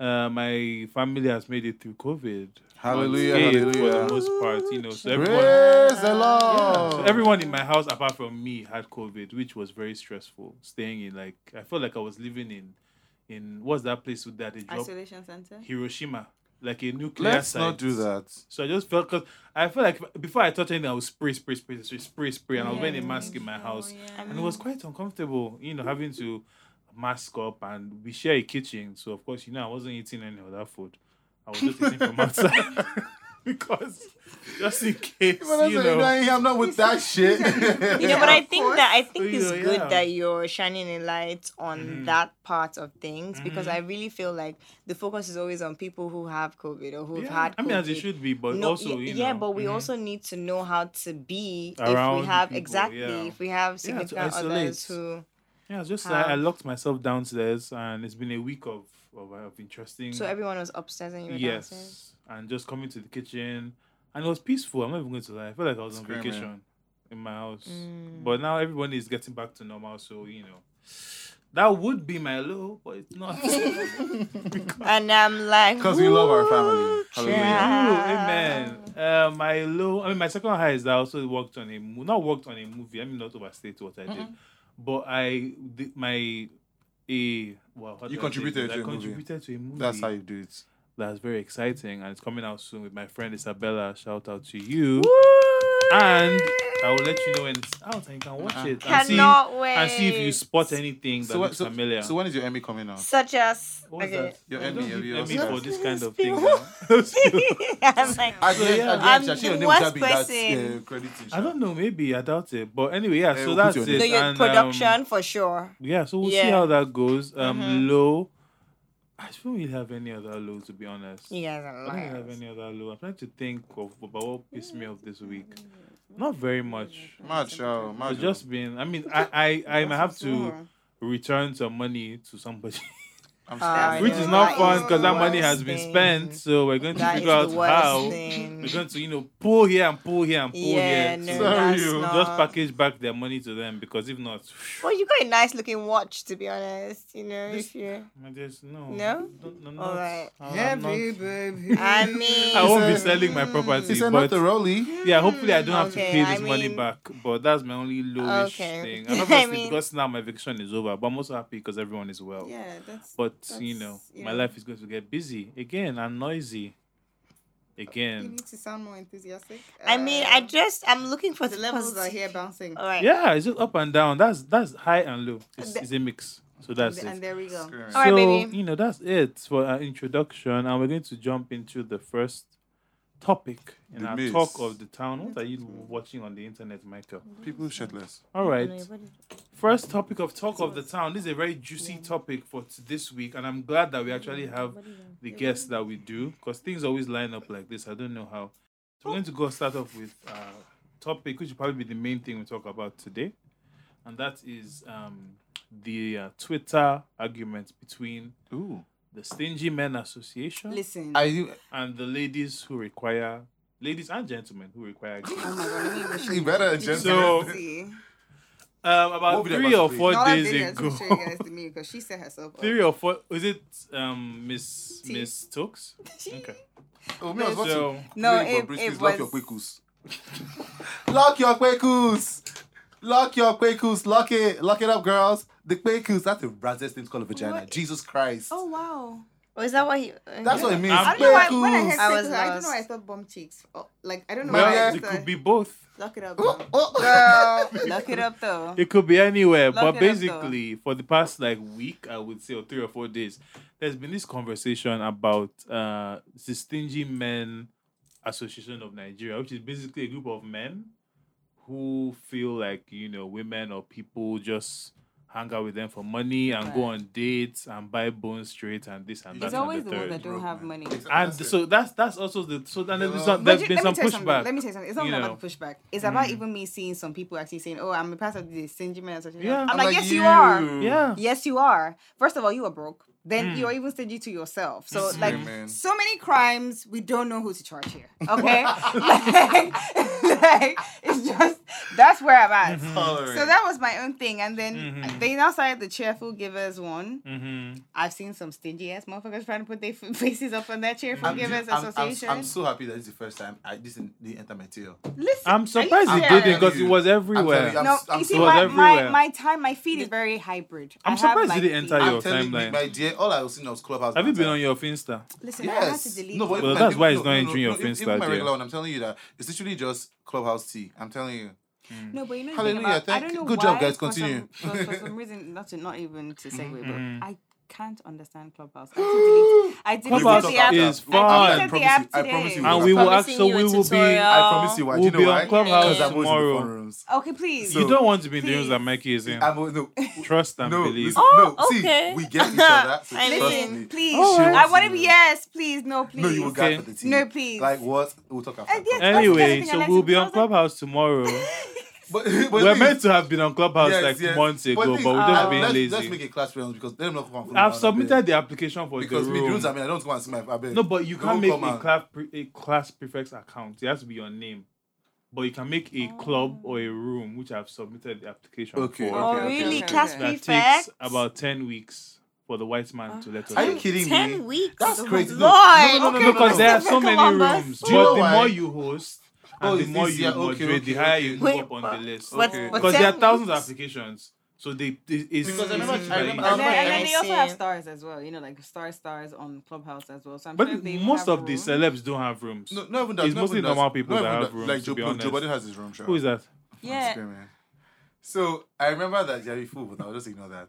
[SPEAKER 1] uh, my family has made it through COVID.
[SPEAKER 2] Hallelujah,
[SPEAKER 1] Yeah, For the
[SPEAKER 2] hallelujah.
[SPEAKER 1] most part, you know, so
[SPEAKER 2] Praise
[SPEAKER 1] everyone.
[SPEAKER 2] the Lord.
[SPEAKER 1] So everyone in my house apart from me had COVID, which was very stressful. Staying in like I felt like I was living in in what's that place with that they drop
[SPEAKER 5] Isolation center.
[SPEAKER 1] Hiroshima, like a nuclear
[SPEAKER 2] Let's
[SPEAKER 1] site.
[SPEAKER 2] not do that.
[SPEAKER 1] So I just felt because I felt like before I touched anything, I would spray, spray, spray, spray, spray, spray, and I was wearing a mask in my house,
[SPEAKER 5] yeah.
[SPEAKER 1] and it was quite uncomfortable, you know, having to mask up, and we share a kitchen, so of course, you know, I wasn't eating any of that food. I was just eating from outside because just in case,
[SPEAKER 2] Well,
[SPEAKER 1] you
[SPEAKER 2] that's
[SPEAKER 1] know.
[SPEAKER 2] what you're doing. I'm not with that shit.
[SPEAKER 4] You know, but I
[SPEAKER 5] Of
[SPEAKER 4] think that I
[SPEAKER 5] course.
[SPEAKER 4] think
[SPEAKER 1] You
[SPEAKER 4] it's
[SPEAKER 1] know,
[SPEAKER 4] good
[SPEAKER 1] yeah. Mm-hmm.
[SPEAKER 4] that you're shining a light on that part of things because I really feel like the focus is always on people who have COVID or who've
[SPEAKER 1] Yeah,
[SPEAKER 4] had COVID.
[SPEAKER 1] I mean, as it should be, but
[SPEAKER 4] No,
[SPEAKER 1] also,
[SPEAKER 4] y-
[SPEAKER 1] you
[SPEAKER 4] yeah,
[SPEAKER 1] know,
[SPEAKER 4] but we
[SPEAKER 1] mhm.
[SPEAKER 4] also need to know how to be if
[SPEAKER 1] Around
[SPEAKER 4] we have
[SPEAKER 1] people,
[SPEAKER 4] exactly
[SPEAKER 1] yeah.
[SPEAKER 4] if we
[SPEAKER 1] Yeah,
[SPEAKER 4] have
[SPEAKER 1] to
[SPEAKER 4] significant others
[SPEAKER 1] isolate.
[SPEAKER 4] who.
[SPEAKER 1] yeah, it's just I, I
[SPEAKER 4] have-
[SPEAKER 1] locked myself downstairs, and it's been a week of of, of interesting.
[SPEAKER 4] So everyone was upstairs and you were
[SPEAKER 1] yes,
[SPEAKER 4] downstairs.
[SPEAKER 1] and just coming to the kitchen, and it was peaceful. I'm not even going to lie. I felt like I was on
[SPEAKER 2] Screaming.
[SPEAKER 1] vacation. in my house.
[SPEAKER 4] Mm.
[SPEAKER 1] But now everyone is getting back to normal, so you know that would be my low, but it's not.
[SPEAKER 4] And I'm like,
[SPEAKER 2] Because we love our family.
[SPEAKER 4] "Ooh,
[SPEAKER 2] Hallelujah.
[SPEAKER 4] child."
[SPEAKER 1] Amen. Uh, my low. I mean, my second high is that I also worked on a mo- not worked on a movie. I mean, not overstate what I did,
[SPEAKER 4] Mm-hmm.
[SPEAKER 1] but I did my a well. how do I
[SPEAKER 2] You
[SPEAKER 1] say
[SPEAKER 2] contributed
[SPEAKER 1] this?
[SPEAKER 2] to
[SPEAKER 1] I
[SPEAKER 2] a movie.
[SPEAKER 1] contributed to a movie.
[SPEAKER 2] That's how you do it.
[SPEAKER 1] that's very exciting, and it's coming out soon with my friend Isabella. Shout out to you. And I will let you know when it's out, and you can watch it and see,
[SPEAKER 4] Cannot wait.
[SPEAKER 1] and see if you spot anything that
[SPEAKER 2] Ah. So, what,
[SPEAKER 1] looks
[SPEAKER 2] so,
[SPEAKER 1] familiar.
[SPEAKER 2] so when is your Emmy coming out?
[SPEAKER 4] Such as
[SPEAKER 1] What was
[SPEAKER 4] okay.
[SPEAKER 1] that?
[SPEAKER 2] Your
[SPEAKER 1] You
[SPEAKER 2] Emmy,
[SPEAKER 1] don't
[SPEAKER 2] your
[SPEAKER 1] give
[SPEAKER 2] viewers
[SPEAKER 1] Emmy for
[SPEAKER 2] back.
[SPEAKER 1] this kind of thing.
[SPEAKER 4] People-
[SPEAKER 1] now.
[SPEAKER 4] I'm like,
[SPEAKER 2] At the end, at the end,
[SPEAKER 4] I'm
[SPEAKER 2] Shashi, your
[SPEAKER 4] the
[SPEAKER 2] name
[SPEAKER 4] worst
[SPEAKER 2] Jabi, that's
[SPEAKER 4] person.
[SPEAKER 2] uh, credit.
[SPEAKER 1] I don't know. Maybe I doubt it. But anyway, yeah.
[SPEAKER 2] Eh,
[SPEAKER 1] So
[SPEAKER 2] we'll put
[SPEAKER 1] that's
[SPEAKER 2] you on
[SPEAKER 1] it.
[SPEAKER 4] so your
[SPEAKER 1] and, um,
[SPEAKER 4] uh, production for sure.
[SPEAKER 1] yeah. So we'll see
[SPEAKER 4] Yeah. Mm-hmm.
[SPEAKER 1] how that goes. Um, low. I don't really have any other low to be honest.
[SPEAKER 4] You guys
[SPEAKER 1] I
[SPEAKER 4] are
[SPEAKER 1] don't really have
[SPEAKER 4] liars.
[SPEAKER 1] any other low. I'm trying to think of about what pissed me off this week. Not very much.
[SPEAKER 2] Much, oh, much.
[SPEAKER 1] It's just been. I mean, I I I might have to return some money to somebody,
[SPEAKER 2] I'm
[SPEAKER 4] Uh,
[SPEAKER 2] sorry.
[SPEAKER 1] which is not
[SPEAKER 4] that
[SPEAKER 1] fun
[SPEAKER 4] is
[SPEAKER 1] because
[SPEAKER 4] the
[SPEAKER 1] that money has
[SPEAKER 4] worst
[SPEAKER 1] been
[SPEAKER 4] thing.
[SPEAKER 1] spent. So we're going to
[SPEAKER 4] That is
[SPEAKER 1] figure out
[SPEAKER 4] the worst
[SPEAKER 1] how
[SPEAKER 4] thing.
[SPEAKER 1] we're going to you know pull here and pull here and pull
[SPEAKER 4] Yeah,
[SPEAKER 1] here.
[SPEAKER 4] no,
[SPEAKER 1] so
[SPEAKER 4] that's
[SPEAKER 2] you
[SPEAKER 4] not.
[SPEAKER 1] just package back their money to them because if not,
[SPEAKER 4] Well, you got a nice looking watch, to be honest. You know, if you.
[SPEAKER 1] I just no.
[SPEAKER 4] No?
[SPEAKER 1] Don't- I'm
[SPEAKER 4] All
[SPEAKER 1] not-
[SPEAKER 4] right.
[SPEAKER 1] I'm not-
[SPEAKER 2] baby.
[SPEAKER 4] I mean,
[SPEAKER 1] I won't be
[SPEAKER 2] It's a-
[SPEAKER 1] selling my property,
[SPEAKER 2] It's not
[SPEAKER 1] but
[SPEAKER 2] the rolly.
[SPEAKER 1] yeah, hopefully I don't have to
[SPEAKER 4] Okay,
[SPEAKER 1] pay
[SPEAKER 4] I
[SPEAKER 1] this money
[SPEAKER 4] mean-
[SPEAKER 1] back. But that's my only lowish
[SPEAKER 4] Okay.
[SPEAKER 1] thing.
[SPEAKER 4] I
[SPEAKER 1] And obviously,
[SPEAKER 4] mean-
[SPEAKER 1] because now my vacation is over, but I'm also happy because everyone is well.
[SPEAKER 5] Yeah, that's.
[SPEAKER 1] But you know,
[SPEAKER 5] That's-
[SPEAKER 1] my
[SPEAKER 5] yeah.
[SPEAKER 1] life is going to get busy again and noisy
[SPEAKER 5] You
[SPEAKER 1] again.
[SPEAKER 5] need to sound more enthusiastic.
[SPEAKER 4] I mean, I
[SPEAKER 5] Uh,
[SPEAKER 4] just Oh, I'm looking for
[SPEAKER 5] the levels are
[SPEAKER 4] posit-
[SPEAKER 5] here bouncing.
[SPEAKER 4] All right.
[SPEAKER 1] Yeah, it's just up and down. That's that's high and low. It's, it's a mix. So that's it.
[SPEAKER 5] and there we go.
[SPEAKER 2] Screw it.
[SPEAKER 4] All right,
[SPEAKER 1] so,
[SPEAKER 4] baby.
[SPEAKER 1] You know, that's it for our introduction, and we're going to jump into the first topic in
[SPEAKER 2] The
[SPEAKER 1] our
[SPEAKER 2] Miz.
[SPEAKER 1] talk of the town. What are you watching on the internet, Michael?
[SPEAKER 2] People shirtless.
[SPEAKER 1] All right. First topic of talk of the town. This is a very juicy topic for t- this week, and I'm glad that we actually have the guests that we do because things always line up like this. I don't know how. So we're going to go start off with uh topic, which will probably be the main thing we talk about today, and that is um, the uh, Twitter argument between
[SPEAKER 2] Ooh.
[SPEAKER 1] the Stingy Men Association
[SPEAKER 5] Listen.
[SPEAKER 2] Are you?
[SPEAKER 1] and the ladies who require ladies and gentlemen who require gays.
[SPEAKER 5] oh my god, let me wish
[SPEAKER 2] You better just.
[SPEAKER 1] So-
[SPEAKER 5] See?
[SPEAKER 1] um
[SPEAKER 2] What
[SPEAKER 1] about
[SPEAKER 2] would that
[SPEAKER 1] three or
[SPEAKER 2] be?
[SPEAKER 1] four
[SPEAKER 5] Not that video,
[SPEAKER 1] days
[SPEAKER 5] I'm
[SPEAKER 1] ago
[SPEAKER 5] sure you guys the meme because she set herself up.
[SPEAKER 1] three or four is it um miss miss stokes okay
[SPEAKER 2] oh, me, I was about
[SPEAKER 1] so
[SPEAKER 2] to-
[SPEAKER 5] No,
[SPEAKER 2] Wait,
[SPEAKER 5] it-
[SPEAKER 2] but
[SPEAKER 5] it
[SPEAKER 2] please lock your
[SPEAKER 5] was-
[SPEAKER 2] quickus. lock your quickus. Lock your quickus. Lock it. Lock it up, girls. The quickus. That's the brassest thing to call a vagina.
[SPEAKER 4] What?
[SPEAKER 2] Jesus Christ.
[SPEAKER 5] Oh wow!
[SPEAKER 4] Oh, is that what you? okay.
[SPEAKER 2] That's what it means.
[SPEAKER 1] I
[SPEAKER 5] I don't know why when I
[SPEAKER 2] Quickus.
[SPEAKER 5] heard
[SPEAKER 4] I
[SPEAKER 5] I,
[SPEAKER 4] was
[SPEAKER 5] I don't
[SPEAKER 4] lost.
[SPEAKER 5] know why I thought bum cheeks. Oh, like I don't know
[SPEAKER 2] Well,
[SPEAKER 5] why. I
[SPEAKER 2] yeah,
[SPEAKER 1] it
[SPEAKER 5] just
[SPEAKER 1] could
[SPEAKER 5] thought-
[SPEAKER 1] be both
[SPEAKER 5] Lock it up.
[SPEAKER 2] Oh,
[SPEAKER 5] Girl.
[SPEAKER 2] oh,
[SPEAKER 5] Girl, lock it up though.
[SPEAKER 1] it could be anywhere
[SPEAKER 5] Lock
[SPEAKER 1] but
[SPEAKER 5] it up, though.
[SPEAKER 1] basically for the past like week i would say or three or four days there's been this conversation about uh the stingy men association of nigeria which is basically a group of men who feel like you know women or people just hang out with them for money and go on dates and buy bone straight and this and that
[SPEAKER 5] It's
[SPEAKER 1] and
[SPEAKER 5] always
[SPEAKER 1] the
[SPEAKER 5] the ones
[SPEAKER 1] third.
[SPEAKER 5] that don't
[SPEAKER 2] Broke,
[SPEAKER 5] have
[SPEAKER 2] man.
[SPEAKER 5] money.
[SPEAKER 2] Exactly.
[SPEAKER 1] and
[SPEAKER 2] That's it.
[SPEAKER 1] so that's that's also the so then there's been
[SPEAKER 2] Yeah.
[SPEAKER 1] some,
[SPEAKER 5] But
[SPEAKER 1] there's
[SPEAKER 5] you-
[SPEAKER 1] been
[SPEAKER 5] let
[SPEAKER 1] some
[SPEAKER 5] me tell you something.
[SPEAKER 1] pushback.
[SPEAKER 5] Let me tell you something. It's not
[SPEAKER 1] you
[SPEAKER 5] even
[SPEAKER 1] know. Mm.
[SPEAKER 5] about pushback. It's about even me seeing some people actually saying, "Oh, I'm a part of the Saint Jimmy Association."
[SPEAKER 1] Yeah.
[SPEAKER 5] I'm,
[SPEAKER 1] I'm
[SPEAKER 5] like, "Yes, you are.
[SPEAKER 1] Yeah,
[SPEAKER 5] Yes, you are. First of all, you are broke.
[SPEAKER 1] Mm.
[SPEAKER 5] Then you are even stingy to yourself. So
[SPEAKER 2] Yeah,
[SPEAKER 5] like,
[SPEAKER 2] man.
[SPEAKER 5] so many crimes. We don't know who to charge here. Okay, like, like, it's just that's where I'm at.
[SPEAKER 1] Mm-hmm.
[SPEAKER 2] Tolerate.
[SPEAKER 5] So that was my own thing, and then they now started the cheerful givers one.
[SPEAKER 1] mm-hmm.
[SPEAKER 5] I've seen some stingy ass motherfuckers trying to put their f- faces up on that cheerful
[SPEAKER 2] I'm,
[SPEAKER 5] givers
[SPEAKER 2] I'm- I'm-
[SPEAKER 5] association.
[SPEAKER 2] I'm so happy that this is the first time I this didn't enter my tail.
[SPEAKER 5] Listen, are
[SPEAKER 1] I'm
[SPEAKER 5] you
[SPEAKER 1] surprised it
[SPEAKER 5] serious?
[SPEAKER 1] didn't because it was everywhere.
[SPEAKER 2] I'm-
[SPEAKER 5] No,
[SPEAKER 2] I'm
[SPEAKER 5] you see,
[SPEAKER 2] sorry.
[SPEAKER 5] my,
[SPEAKER 1] It was
[SPEAKER 5] my,
[SPEAKER 1] everywhere.
[SPEAKER 5] my time, my feed is very hybrid.
[SPEAKER 1] I'm
[SPEAKER 5] I have,
[SPEAKER 1] surprised
[SPEAKER 5] like,
[SPEAKER 1] you didn't enter
[SPEAKER 5] the-
[SPEAKER 1] your
[SPEAKER 2] I'm telling you,
[SPEAKER 1] timeline.
[SPEAKER 2] my dear, all I was seeing was clubhouse.
[SPEAKER 1] Have you been
[SPEAKER 2] banter.
[SPEAKER 1] on your Finsta?
[SPEAKER 5] Listen, I had to
[SPEAKER 2] Yes.
[SPEAKER 5] delete.
[SPEAKER 2] No, but
[SPEAKER 5] it.
[SPEAKER 1] Well,
[SPEAKER 2] even-
[SPEAKER 1] that's why
[SPEAKER 2] even-
[SPEAKER 1] it's not entering your
[SPEAKER 2] even-
[SPEAKER 1] Finsta
[SPEAKER 2] Even my
[SPEAKER 1] there.
[SPEAKER 2] regular one, I'm telling you that it's literally just clubhouse tea. I'm telling you.
[SPEAKER 5] no, but you know, the
[SPEAKER 2] Hallelujah,
[SPEAKER 5] thing about, I
[SPEAKER 2] thank
[SPEAKER 5] don't
[SPEAKER 2] you.
[SPEAKER 5] know
[SPEAKER 2] Good
[SPEAKER 5] why,
[SPEAKER 2] job, guys.
[SPEAKER 5] for some-
[SPEAKER 2] Continue.
[SPEAKER 5] For, for some reason, not to, not even to segue,
[SPEAKER 1] Mm-hmm.
[SPEAKER 5] but I can't understand Clubhouse. I had to delete. it. I
[SPEAKER 1] Clubhouse
[SPEAKER 5] deleted the app.
[SPEAKER 1] is fun.
[SPEAKER 5] I deleted the
[SPEAKER 2] I
[SPEAKER 5] app
[SPEAKER 2] promise you- I
[SPEAKER 5] today.
[SPEAKER 2] promise you
[SPEAKER 1] And we will
[SPEAKER 4] Promising
[SPEAKER 1] actually
[SPEAKER 4] you
[SPEAKER 1] we
[SPEAKER 4] a
[SPEAKER 1] will be.
[SPEAKER 4] tutorial.
[SPEAKER 2] I promise you why.
[SPEAKER 1] We'll
[SPEAKER 2] Do
[SPEAKER 1] be
[SPEAKER 2] you know
[SPEAKER 1] on
[SPEAKER 2] why?
[SPEAKER 1] Clubhouse
[SPEAKER 2] Because I'm always in the
[SPEAKER 1] tomorrow.
[SPEAKER 2] fun rooms.
[SPEAKER 5] Okay, please.
[SPEAKER 1] You don't want to be in the
[SPEAKER 5] Please.
[SPEAKER 1] rooms that Mikey is in.
[SPEAKER 2] I'm always- no.
[SPEAKER 1] Trust and
[SPEAKER 2] No,
[SPEAKER 1] believe.
[SPEAKER 2] listen,
[SPEAKER 4] Oh,
[SPEAKER 2] no.
[SPEAKER 4] okay.
[SPEAKER 2] See, we get each other. So
[SPEAKER 4] I
[SPEAKER 2] trust
[SPEAKER 4] mean,
[SPEAKER 2] me.
[SPEAKER 5] Listen, please.
[SPEAKER 1] All right.
[SPEAKER 5] I want to be yes, please, no, please.
[SPEAKER 2] No, you will
[SPEAKER 1] Okay. Eh,
[SPEAKER 2] get for the tea.
[SPEAKER 5] No, please.
[SPEAKER 2] Like what? We'll talk after.
[SPEAKER 5] And yes,
[SPEAKER 2] Clubhouse.
[SPEAKER 1] Anyway,
[SPEAKER 5] That's the
[SPEAKER 1] so
[SPEAKER 5] thing I
[SPEAKER 1] we'll
[SPEAKER 5] like
[SPEAKER 1] be on
[SPEAKER 5] to-
[SPEAKER 1] Clubhouse tomorrow.
[SPEAKER 2] But, but
[SPEAKER 1] We're
[SPEAKER 2] please-
[SPEAKER 1] meant to have been on Clubhouse
[SPEAKER 2] yes,
[SPEAKER 1] like
[SPEAKER 2] yes.
[SPEAKER 1] months
[SPEAKER 2] But
[SPEAKER 1] ago, but
[SPEAKER 2] please,
[SPEAKER 1] we're
[SPEAKER 2] I-
[SPEAKER 1] just being
[SPEAKER 2] let's,
[SPEAKER 1] lazy.
[SPEAKER 2] Let's make it class rounds because they're not come from
[SPEAKER 1] I've submitted the application for
[SPEAKER 2] because
[SPEAKER 1] the
[SPEAKER 2] me, the
[SPEAKER 1] room.
[SPEAKER 2] rooms I mean, I don't go and see my. I beg.
[SPEAKER 1] No, but you
[SPEAKER 2] Don't
[SPEAKER 1] can't make
[SPEAKER 2] come
[SPEAKER 1] a
[SPEAKER 2] and-
[SPEAKER 1] class pre- a class prefix account. It has to be your name. but you can make a club or a room, which I've submitted the application
[SPEAKER 2] Okay,
[SPEAKER 1] for.
[SPEAKER 4] Oh,
[SPEAKER 2] okay, okay,
[SPEAKER 4] really?
[SPEAKER 5] okay.
[SPEAKER 4] Class
[SPEAKER 5] That
[SPEAKER 4] prefect?
[SPEAKER 1] That takes about 10 weeks for the white man to let us
[SPEAKER 2] Are you
[SPEAKER 1] in.
[SPEAKER 2] kidding me?
[SPEAKER 4] Ten weeks.
[SPEAKER 2] That's
[SPEAKER 4] Oh,
[SPEAKER 2] crazy. No,
[SPEAKER 4] Lord.
[SPEAKER 2] no, no, no,
[SPEAKER 4] Okay,
[SPEAKER 2] no,
[SPEAKER 1] because
[SPEAKER 4] Mr.
[SPEAKER 1] there are so many
[SPEAKER 4] Columbus.
[SPEAKER 1] rooms.
[SPEAKER 2] Do
[SPEAKER 1] But
[SPEAKER 2] you know
[SPEAKER 1] the
[SPEAKER 2] why?
[SPEAKER 1] more you host and
[SPEAKER 2] Oh,
[SPEAKER 1] the
[SPEAKER 2] it's
[SPEAKER 1] more you
[SPEAKER 2] easier. Okay,
[SPEAKER 1] moderate, the
[SPEAKER 2] okay,
[SPEAKER 1] higher
[SPEAKER 2] okay.
[SPEAKER 1] you go
[SPEAKER 4] Wait,
[SPEAKER 1] up on
[SPEAKER 4] but-
[SPEAKER 1] the list.
[SPEAKER 4] but-
[SPEAKER 2] Okay.
[SPEAKER 4] but
[SPEAKER 1] Because there are
[SPEAKER 4] ten
[SPEAKER 1] thousands of
[SPEAKER 4] weeks?
[SPEAKER 1] applications, so they it- it's
[SPEAKER 2] Because I
[SPEAKER 1] it's
[SPEAKER 2] remember-
[SPEAKER 1] easy
[SPEAKER 2] I
[SPEAKER 1] by easy.
[SPEAKER 2] remember- I
[SPEAKER 5] And then,
[SPEAKER 2] remember-
[SPEAKER 5] and then they also have
[SPEAKER 4] see.
[SPEAKER 5] stars as well, you know, like star stars on Clubhouse as well. So I'm sure
[SPEAKER 1] But
[SPEAKER 5] they
[SPEAKER 1] most
[SPEAKER 5] have
[SPEAKER 1] of the
[SPEAKER 5] rooms.
[SPEAKER 1] celebs don't have rooms.
[SPEAKER 2] No, not even that.
[SPEAKER 1] It's
[SPEAKER 2] not
[SPEAKER 1] mostly
[SPEAKER 2] even
[SPEAKER 1] normal
[SPEAKER 2] that.
[SPEAKER 1] people
[SPEAKER 2] Not
[SPEAKER 1] that
[SPEAKER 2] even
[SPEAKER 1] have rooms,
[SPEAKER 2] Like
[SPEAKER 1] to
[SPEAKER 2] Joe,
[SPEAKER 1] be
[SPEAKER 2] no, Joe
[SPEAKER 1] honest.
[SPEAKER 2] Biden has his room. Sure.
[SPEAKER 1] Who is that?
[SPEAKER 2] That's
[SPEAKER 5] Yeah,
[SPEAKER 2] great, man. So I remember that Jerry fool, but I'll just ignore that.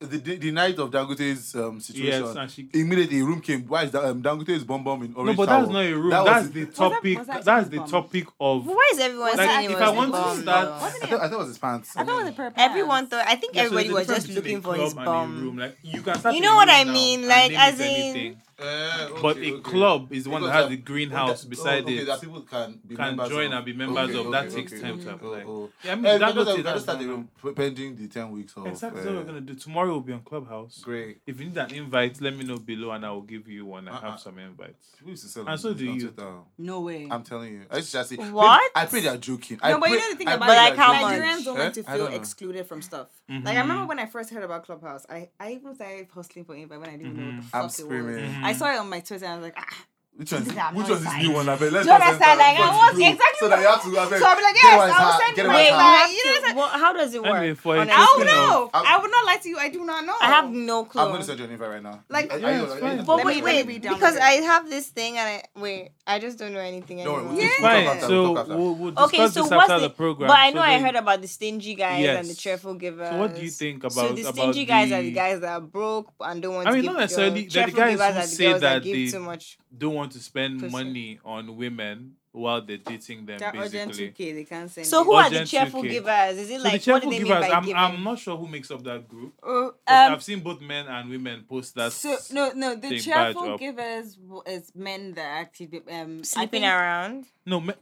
[SPEAKER 2] The, the, the night of Dangote's um, situation,
[SPEAKER 1] Yes, and she-
[SPEAKER 2] immediately a room came. Why is that, um, Dangote's bomb bomb in
[SPEAKER 1] No,
[SPEAKER 2] orange?
[SPEAKER 1] but that's
[SPEAKER 2] Tower?
[SPEAKER 1] not a room.
[SPEAKER 2] That was
[SPEAKER 1] that's
[SPEAKER 2] it.
[SPEAKER 1] the
[SPEAKER 5] that- was
[SPEAKER 1] topic.
[SPEAKER 5] that
[SPEAKER 1] that's the
[SPEAKER 5] Superbomb?
[SPEAKER 1] topic of.
[SPEAKER 4] But why is everyone
[SPEAKER 5] Was
[SPEAKER 1] Like,
[SPEAKER 4] saying it
[SPEAKER 1] if
[SPEAKER 4] was
[SPEAKER 1] I
[SPEAKER 4] a
[SPEAKER 1] want to
[SPEAKER 4] bomb,
[SPEAKER 1] start-
[SPEAKER 4] though?
[SPEAKER 5] Wasn't
[SPEAKER 2] I thought, I thought it was his pants.
[SPEAKER 5] I thought it was a purple.
[SPEAKER 4] Everyone thought. I think
[SPEAKER 1] Yeah, so
[SPEAKER 4] everybody
[SPEAKER 1] there's a
[SPEAKER 4] was
[SPEAKER 1] difference
[SPEAKER 4] just
[SPEAKER 1] between
[SPEAKER 4] looking
[SPEAKER 1] a
[SPEAKER 4] for
[SPEAKER 1] club
[SPEAKER 4] his
[SPEAKER 1] and a room.
[SPEAKER 4] bomb.
[SPEAKER 1] Like you can start
[SPEAKER 4] You
[SPEAKER 1] a
[SPEAKER 4] know what
[SPEAKER 1] room
[SPEAKER 4] I
[SPEAKER 1] now
[SPEAKER 4] mean,
[SPEAKER 1] and
[SPEAKER 4] like,
[SPEAKER 1] name
[SPEAKER 4] as
[SPEAKER 1] it
[SPEAKER 4] in-
[SPEAKER 1] anything.
[SPEAKER 2] Eh, okay,
[SPEAKER 1] But a
[SPEAKER 2] okay.
[SPEAKER 1] club is the one that
[SPEAKER 2] Because
[SPEAKER 1] has the
[SPEAKER 2] that-
[SPEAKER 1] greenhouse
[SPEAKER 2] oh,
[SPEAKER 1] beside
[SPEAKER 2] okay,
[SPEAKER 1] it.
[SPEAKER 2] That people can be
[SPEAKER 1] Can
[SPEAKER 2] members
[SPEAKER 1] join
[SPEAKER 2] of.
[SPEAKER 1] and be members of. That takes time to apply. Yeah, I Hmm, mean,
[SPEAKER 2] Eh, we
[SPEAKER 1] that
[SPEAKER 2] can just-
[SPEAKER 1] got
[SPEAKER 2] we
[SPEAKER 1] it
[SPEAKER 2] can
[SPEAKER 1] as
[SPEAKER 2] just start the
[SPEAKER 1] normal.
[SPEAKER 2] room p- pending the ten weeks of.
[SPEAKER 1] Exactly
[SPEAKER 2] eh,
[SPEAKER 1] what we're gonna do. Tomorrow will be on Clubhouse.
[SPEAKER 2] Great.
[SPEAKER 1] If you need an invite, let me know below and I will give you one. I
[SPEAKER 2] Uh-uh.
[SPEAKER 1] have some invites.
[SPEAKER 2] People used to sell
[SPEAKER 1] And so
[SPEAKER 2] on-
[SPEAKER 1] do
[SPEAKER 2] on
[SPEAKER 1] you.
[SPEAKER 2] Twitter.
[SPEAKER 5] No way.
[SPEAKER 2] I'm telling you. I used to just say, babe,
[SPEAKER 4] What?
[SPEAKER 2] I pray they're joking. I
[SPEAKER 5] no, but you
[SPEAKER 2] pray-
[SPEAKER 5] know the thing
[SPEAKER 2] I
[SPEAKER 5] about
[SPEAKER 2] pray
[SPEAKER 4] But, like,
[SPEAKER 2] they're
[SPEAKER 4] how
[SPEAKER 2] joking.
[SPEAKER 4] much?
[SPEAKER 5] Nigerians don't like
[SPEAKER 2] Eh?
[SPEAKER 5] to
[SPEAKER 2] I
[SPEAKER 5] feel
[SPEAKER 2] don't know.
[SPEAKER 5] excluded from stuff. Like I remember when I first heard about Clubhouse, I, I even started hustling for invite when I didn't know what the fuck
[SPEAKER 2] I'm
[SPEAKER 5] it was.
[SPEAKER 2] screaming.
[SPEAKER 5] I saw it on my Twitter and I was like, ah.
[SPEAKER 2] Which one's,
[SPEAKER 5] This is our
[SPEAKER 2] which one's this
[SPEAKER 5] noise
[SPEAKER 2] new one? I bet. Let's
[SPEAKER 5] Do you
[SPEAKER 2] just
[SPEAKER 5] understand?
[SPEAKER 2] enter.
[SPEAKER 5] Like, I
[SPEAKER 2] What's
[SPEAKER 5] was-
[SPEAKER 2] new?
[SPEAKER 5] exactly
[SPEAKER 2] So that you have to have
[SPEAKER 5] So I'll be like, yes, I will send my Like, you
[SPEAKER 4] Wait, like,
[SPEAKER 5] know what I'm saying?
[SPEAKER 4] what- how does it work?
[SPEAKER 1] Anyway, for
[SPEAKER 4] honestly?
[SPEAKER 5] I
[SPEAKER 1] interesting
[SPEAKER 5] don't know.
[SPEAKER 2] I'm-
[SPEAKER 5] I would not lie to you. I do not know.
[SPEAKER 4] I have no clue.
[SPEAKER 2] I'm going to send you an invite right now.
[SPEAKER 5] Like-
[SPEAKER 2] I- I-
[SPEAKER 1] Yeah, it's
[SPEAKER 2] I-
[SPEAKER 1] fine.
[SPEAKER 2] I-
[SPEAKER 4] But
[SPEAKER 5] Let
[SPEAKER 4] wait,
[SPEAKER 5] me- let
[SPEAKER 4] wait,
[SPEAKER 5] me download
[SPEAKER 4] because
[SPEAKER 5] it.
[SPEAKER 4] I have this thing and I wait, I just don't know anything
[SPEAKER 2] No,
[SPEAKER 4] anymore.
[SPEAKER 2] we'll- we'll talk
[SPEAKER 5] Yeah.
[SPEAKER 1] Fine.
[SPEAKER 2] after,
[SPEAKER 1] So
[SPEAKER 2] we'll talk after.
[SPEAKER 1] we'll, we'll discuss
[SPEAKER 4] Okay, so
[SPEAKER 1] this
[SPEAKER 4] what's
[SPEAKER 1] after
[SPEAKER 4] the,
[SPEAKER 1] the program.
[SPEAKER 4] But I know
[SPEAKER 1] So
[SPEAKER 4] I
[SPEAKER 1] then-
[SPEAKER 4] heard about the stingy guys and the
[SPEAKER 1] Yes.
[SPEAKER 4] cheerful givers.
[SPEAKER 1] So what do you think about
[SPEAKER 4] So the
[SPEAKER 1] about
[SPEAKER 4] stingy guys are the
[SPEAKER 1] the-
[SPEAKER 4] guys that are broke and don't want
[SPEAKER 1] I
[SPEAKER 4] to
[SPEAKER 1] mean,
[SPEAKER 4] give
[SPEAKER 1] not necessarily-
[SPEAKER 4] the
[SPEAKER 1] they're the
[SPEAKER 4] cheerful
[SPEAKER 1] guys
[SPEAKER 4] givers
[SPEAKER 1] who
[SPEAKER 4] are the
[SPEAKER 1] say
[SPEAKER 4] girls
[SPEAKER 1] that
[SPEAKER 4] give
[SPEAKER 1] they-
[SPEAKER 4] too much.
[SPEAKER 1] Don't want to spend
[SPEAKER 4] Pussy.
[SPEAKER 1] money on women while they're dating them,
[SPEAKER 5] They're urgent
[SPEAKER 1] basically.
[SPEAKER 5] 2K. They can't send.
[SPEAKER 4] So
[SPEAKER 5] it.
[SPEAKER 4] who are the
[SPEAKER 1] Urgent
[SPEAKER 4] cheerful
[SPEAKER 1] 2K.
[SPEAKER 4] givers? Is
[SPEAKER 1] So
[SPEAKER 4] it like
[SPEAKER 1] the
[SPEAKER 4] what do
[SPEAKER 1] cheerful
[SPEAKER 4] they mean
[SPEAKER 1] givers,
[SPEAKER 4] by
[SPEAKER 1] I'm,
[SPEAKER 4] giving?
[SPEAKER 1] I'm not sure who makes up that group.
[SPEAKER 5] Oh,
[SPEAKER 1] but
[SPEAKER 5] um,
[SPEAKER 1] I've seen both men and women post that.
[SPEAKER 5] so no, no. The
[SPEAKER 1] thing badge
[SPEAKER 5] cheerful
[SPEAKER 1] up.
[SPEAKER 5] givers w- is men that are active. Um,
[SPEAKER 4] Sleeping
[SPEAKER 5] I
[SPEAKER 4] around.
[SPEAKER 1] no, me-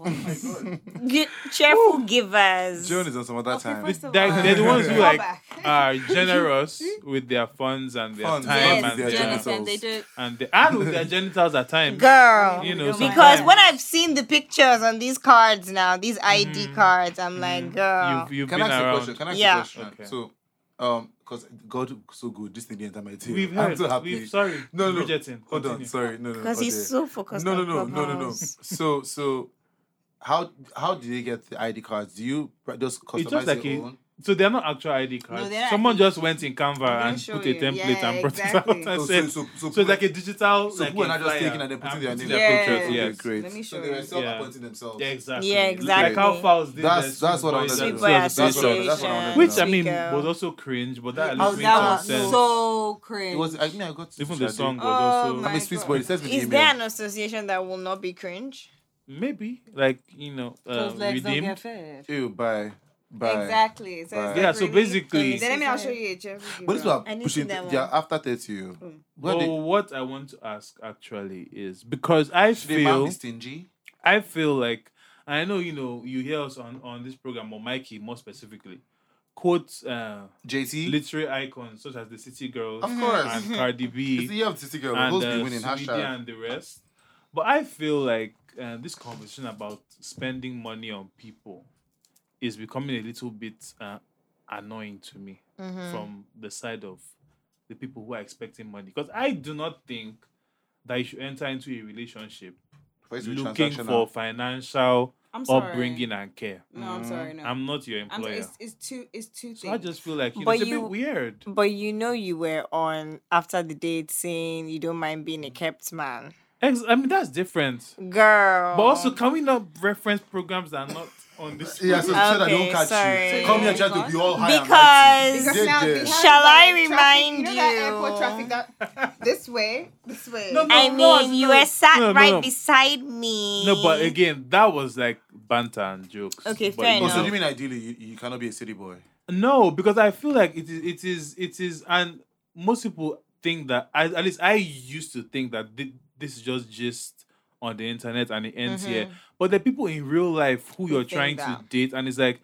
[SPEAKER 2] Oh
[SPEAKER 4] G- cheerful givers.
[SPEAKER 2] Joan is on some other
[SPEAKER 5] think, okay,
[SPEAKER 2] time.
[SPEAKER 5] first of
[SPEAKER 1] they're,
[SPEAKER 5] all-
[SPEAKER 1] they're the ones who
[SPEAKER 5] Go
[SPEAKER 1] like
[SPEAKER 5] back.
[SPEAKER 1] are generous with their funds and their
[SPEAKER 2] Funds,
[SPEAKER 1] time
[SPEAKER 2] yes,
[SPEAKER 1] and
[SPEAKER 2] their
[SPEAKER 1] their,
[SPEAKER 2] genitals.
[SPEAKER 5] Jonathan, they do.
[SPEAKER 1] and, the, and with their genitals at times.
[SPEAKER 4] Girl.
[SPEAKER 1] You know,
[SPEAKER 4] Because
[SPEAKER 1] sometimes
[SPEAKER 4] when I've seen the pictures on these cards now, these ID cards, I'm like, girl.
[SPEAKER 1] Mm-hmm. you've, you've
[SPEAKER 2] Can
[SPEAKER 1] been
[SPEAKER 2] I ask you a
[SPEAKER 1] around.
[SPEAKER 2] question? Can I ask
[SPEAKER 4] Yeah.
[SPEAKER 2] you a question?
[SPEAKER 1] Okay.
[SPEAKER 2] So, um, because God so good, this thing didn't enter my tail.
[SPEAKER 1] We've heard.
[SPEAKER 2] I'm so happy.
[SPEAKER 1] We've, sorry,
[SPEAKER 2] No, no,
[SPEAKER 1] Bridgerton.
[SPEAKER 2] Hold
[SPEAKER 1] continue.
[SPEAKER 2] on, sorry, no, no,
[SPEAKER 4] Because
[SPEAKER 2] okay.
[SPEAKER 4] he's so focused
[SPEAKER 2] no, no,
[SPEAKER 4] on
[SPEAKER 2] no, no, no, no.
[SPEAKER 4] Clubhouse.
[SPEAKER 2] So, so, how how do they get the ID cards? Do you pr- just customize
[SPEAKER 1] It's just like
[SPEAKER 2] your
[SPEAKER 1] a-
[SPEAKER 2] own?
[SPEAKER 1] So they're not actual ID cards.
[SPEAKER 5] they're not
[SPEAKER 1] Someone just went in Canva
[SPEAKER 5] gonna
[SPEAKER 1] and
[SPEAKER 5] show
[SPEAKER 1] put a
[SPEAKER 5] you.
[SPEAKER 1] template
[SPEAKER 5] Yeah,
[SPEAKER 1] and brought
[SPEAKER 5] exactly.
[SPEAKER 1] it out. And
[SPEAKER 2] Oh, so-
[SPEAKER 1] said,
[SPEAKER 2] so- so
[SPEAKER 1] so,
[SPEAKER 2] people-
[SPEAKER 1] it's like a digital.
[SPEAKER 2] So
[SPEAKER 1] like
[SPEAKER 2] people are
[SPEAKER 1] a
[SPEAKER 2] not just
[SPEAKER 1] flyer
[SPEAKER 2] taking and then putting
[SPEAKER 1] and
[SPEAKER 2] their
[SPEAKER 1] putting
[SPEAKER 2] name.
[SPEAKER 5] Yeah.
[SPEAKER 1] pictures.
[SPEAKER 5] Okay,
[SPEAKER 1] Yes.
[SPEAKER 2] great.
[SPEAKER 5] Let me show
[SPEAKER 2] So they were
[SPEAKER 5] you.
[SPEAKER 2] self-appointing themselves.
[SPEAKER 1] Yeah, exactly.
[SPEAKER 4] Yeah,
[SPEAKER 1] Like how
[SPEAKER 4] exactly.
[SPEAKER 1] Fowls did
[SPEAKER 2] That's-
[SPEAKER 1] the Sweet
[SPEAKER 2] that's what I
[SPEAKER 1] Boys
[SPEAKER 2] wanted to
[SPEAKER 4] Sweet
[SPEAKER 1] and
[SPEAKER 2] know.
[SPEAKER 4] Boy
[SPEAKER 1] Girls
[SPEAKER 2] That's what I wanted-
[SPEAKER 4] Association.
[SPEAKER 2] that's what I wanted to
[SPEAKER 1] Which I
[SPEAKER 2] Sweet
[SPEAKER 1] mean
[SPEAKER 4] Girl.
[SPEAKER 1] was also cringe, but that at
[SPEAKER 5] Oh,
[SPEAKER 1] least made
[SPEAKER 5] that
[SPEAKER 1] some
[SPEAKER 5] was
[SPEAKER 1] sense.
[SPEAKER 5] so cringe.
[SPEAKER 2] It was. I mean, I got.
[SPEAKER 1] Even the song was
[SPEAKER 5] Oh
[SPEAKER 1] also
[SPEAKER 5] my-
[SPEAKER 2] I'm a sweet boy. It says with
[SPEAKER 4] Is
[SPEAKER 2] email.
[SPEAKER 4] there an association that will not be cringe?
[SPEAKER 1] maybe like you know uh,
[SPEAKER 5] Those legs don't
[SPEAKER 1] redeemed.
[SPEAKER 5] get fed.
[SPEAKER 2] Ew, bye, bye.
[SPEAKER 5] Exactly. So it's
[SPEAKER 2] Bye.
[SPEAKER 1] Yeah,
[SPEAKER 5] like
[SPEAKER 1] so
[SPEAKER 5] really-
[SPEAKER 1] basically,
[SPEAKER 5] Then let me. I'll show you a cheerful giver.
[SPEAKER 2] But this one
[SPEAKER 4] I need to
[SPEAKER 2] pushing.
[SPEAKER 4] that Mm-hmm.
[SPEAKER 2] They're
[SPEAKER 4] one.
[SPEAKER 2] after thirty. you. What
[SPEAKER 1] well,
[SPEAKER 2] they,
[SPEAKER 1] what I want to ask actually is because I
[SPEAKER 2] should they man
[SPEAKER 1] feel
[SPEAKER 2] be stingy?
[SPEAKER 1] I feel like I know you know you hear us on on this program or Mikey more specifically quotes uh,
[SPEAKER 2] JT.
[SPEAKER 1] literary icons such as the City Girls
[SPEAKER 2] Of course.
[SPEAKER 1] and Cardi
[SPEAKER 2] It's
[SPEAKER 1] B
[SPEAKER 2] the year of the city girl.
[SPEAKER 1] Mm-hmm. and
[SPEAKER 2] Girls
[SPEAKER 1] uh,
[SPEAKER 2] be winning.
[SPEAKER 1] Sweetie
[SPEAKER 2] Hashtag.
[SPEAKER 1] and the rest. But I feel like uh, this conversation about spending money on people is becoming a little bit uh, annoying to me
[SPEAKER 5] Hmm.
[SPEAKER 4] Mm-hmm.
[SPEAKER 1] from the side of the people who are expecting money because I do not think that you should enter into a relationship
[SPEAKER 2] For it to be
[SPEAKER 1] looking
[SPEAKER 2] transactional.
[SPEAKER 1] for financial
[SPEAKER 5] I'm sorry.
[SPEAKER 1] upbringing and care.
[SPEAKER 5] No, I'm sorry. No.
[SPEAKER 1] mm, I'm not your
[SPEAKER 5] I'm.
[SPEAKER 1] employer.
[SPEAKER 5] It's, it's too. It's too.
[SPEAKER 1] so I just feel like you know,
[SPEAKER 4] But
[SPEAKER 1] it's a
[SPEAKER 4] you-
[SPEAKER 1] bit weird.
[SPEAKER 4] But you know you were on after the date saying you don't mind being a kept man.
[SPEAKER 1] Ex- I mean, that's different.
[SPEAKER 4] Girl.
[SPEAKER 1] But also, can we not reference programs that are not on this?
[SPEAKER 2] Yeah, so, so that they
[SPEAKER 4] Okay,
[SPEAKER 2] don't catch
[SPEAKER 4] sorry.
[SPEAKER 2] you. Come here, trying to be all high and
[SPEAKER 4] because
[SPEAKER 2] mighty.
[SPEAKER 5] Because now
[SPEAKER 2] Yeah,
[SPEAKER 5] they have
[SPEAKER 2] yeah.
[SPEAKER 4] Shall I
[SPEAKER 5] like traffic,
[SPEAKER 4] remind
[SPEAKER 5] you? Know that
[SPEAKER 4] you?
[SPEAKER 5] airport traffic that this way, this way.
[SPEAKER 1] No, no.
[SPEAKER 4] I mean you
[SPEAKER 1] no.
[SPEAKER 4] were sat
[SPEAKER 1] No, no,
[SPEAKER 4] right
[SPEAKER 1] no.
[SPEAKER 4] beside me.
[SPEAKER 1] No, but again, that was like banter and jokes.
[SPEAKER 4] Okay,
[SPEAKER 1] But
[SPEAKER 4] fair
[SPEAKER 1] no.
[SPEAKER 2] Oh, so
[SPEAKER 4] enough.
[SPEAKER 2] you mean ideally you, you cannot be a city boy?
[SPEAKER 1] No, because I feel like it is, it is, it is, and most people think that. I, at least I used to think that thi- this is just just on the internet and it ends here. But the people in real life who, you're
[SPEAKER 4] Mm-hmm.
[SPEAKER 1] trying
[SPEAKER 4] think
[SPEAKER 1] to
[SPEAKER 4] that.
[SPEAKER 1] date, and it's like,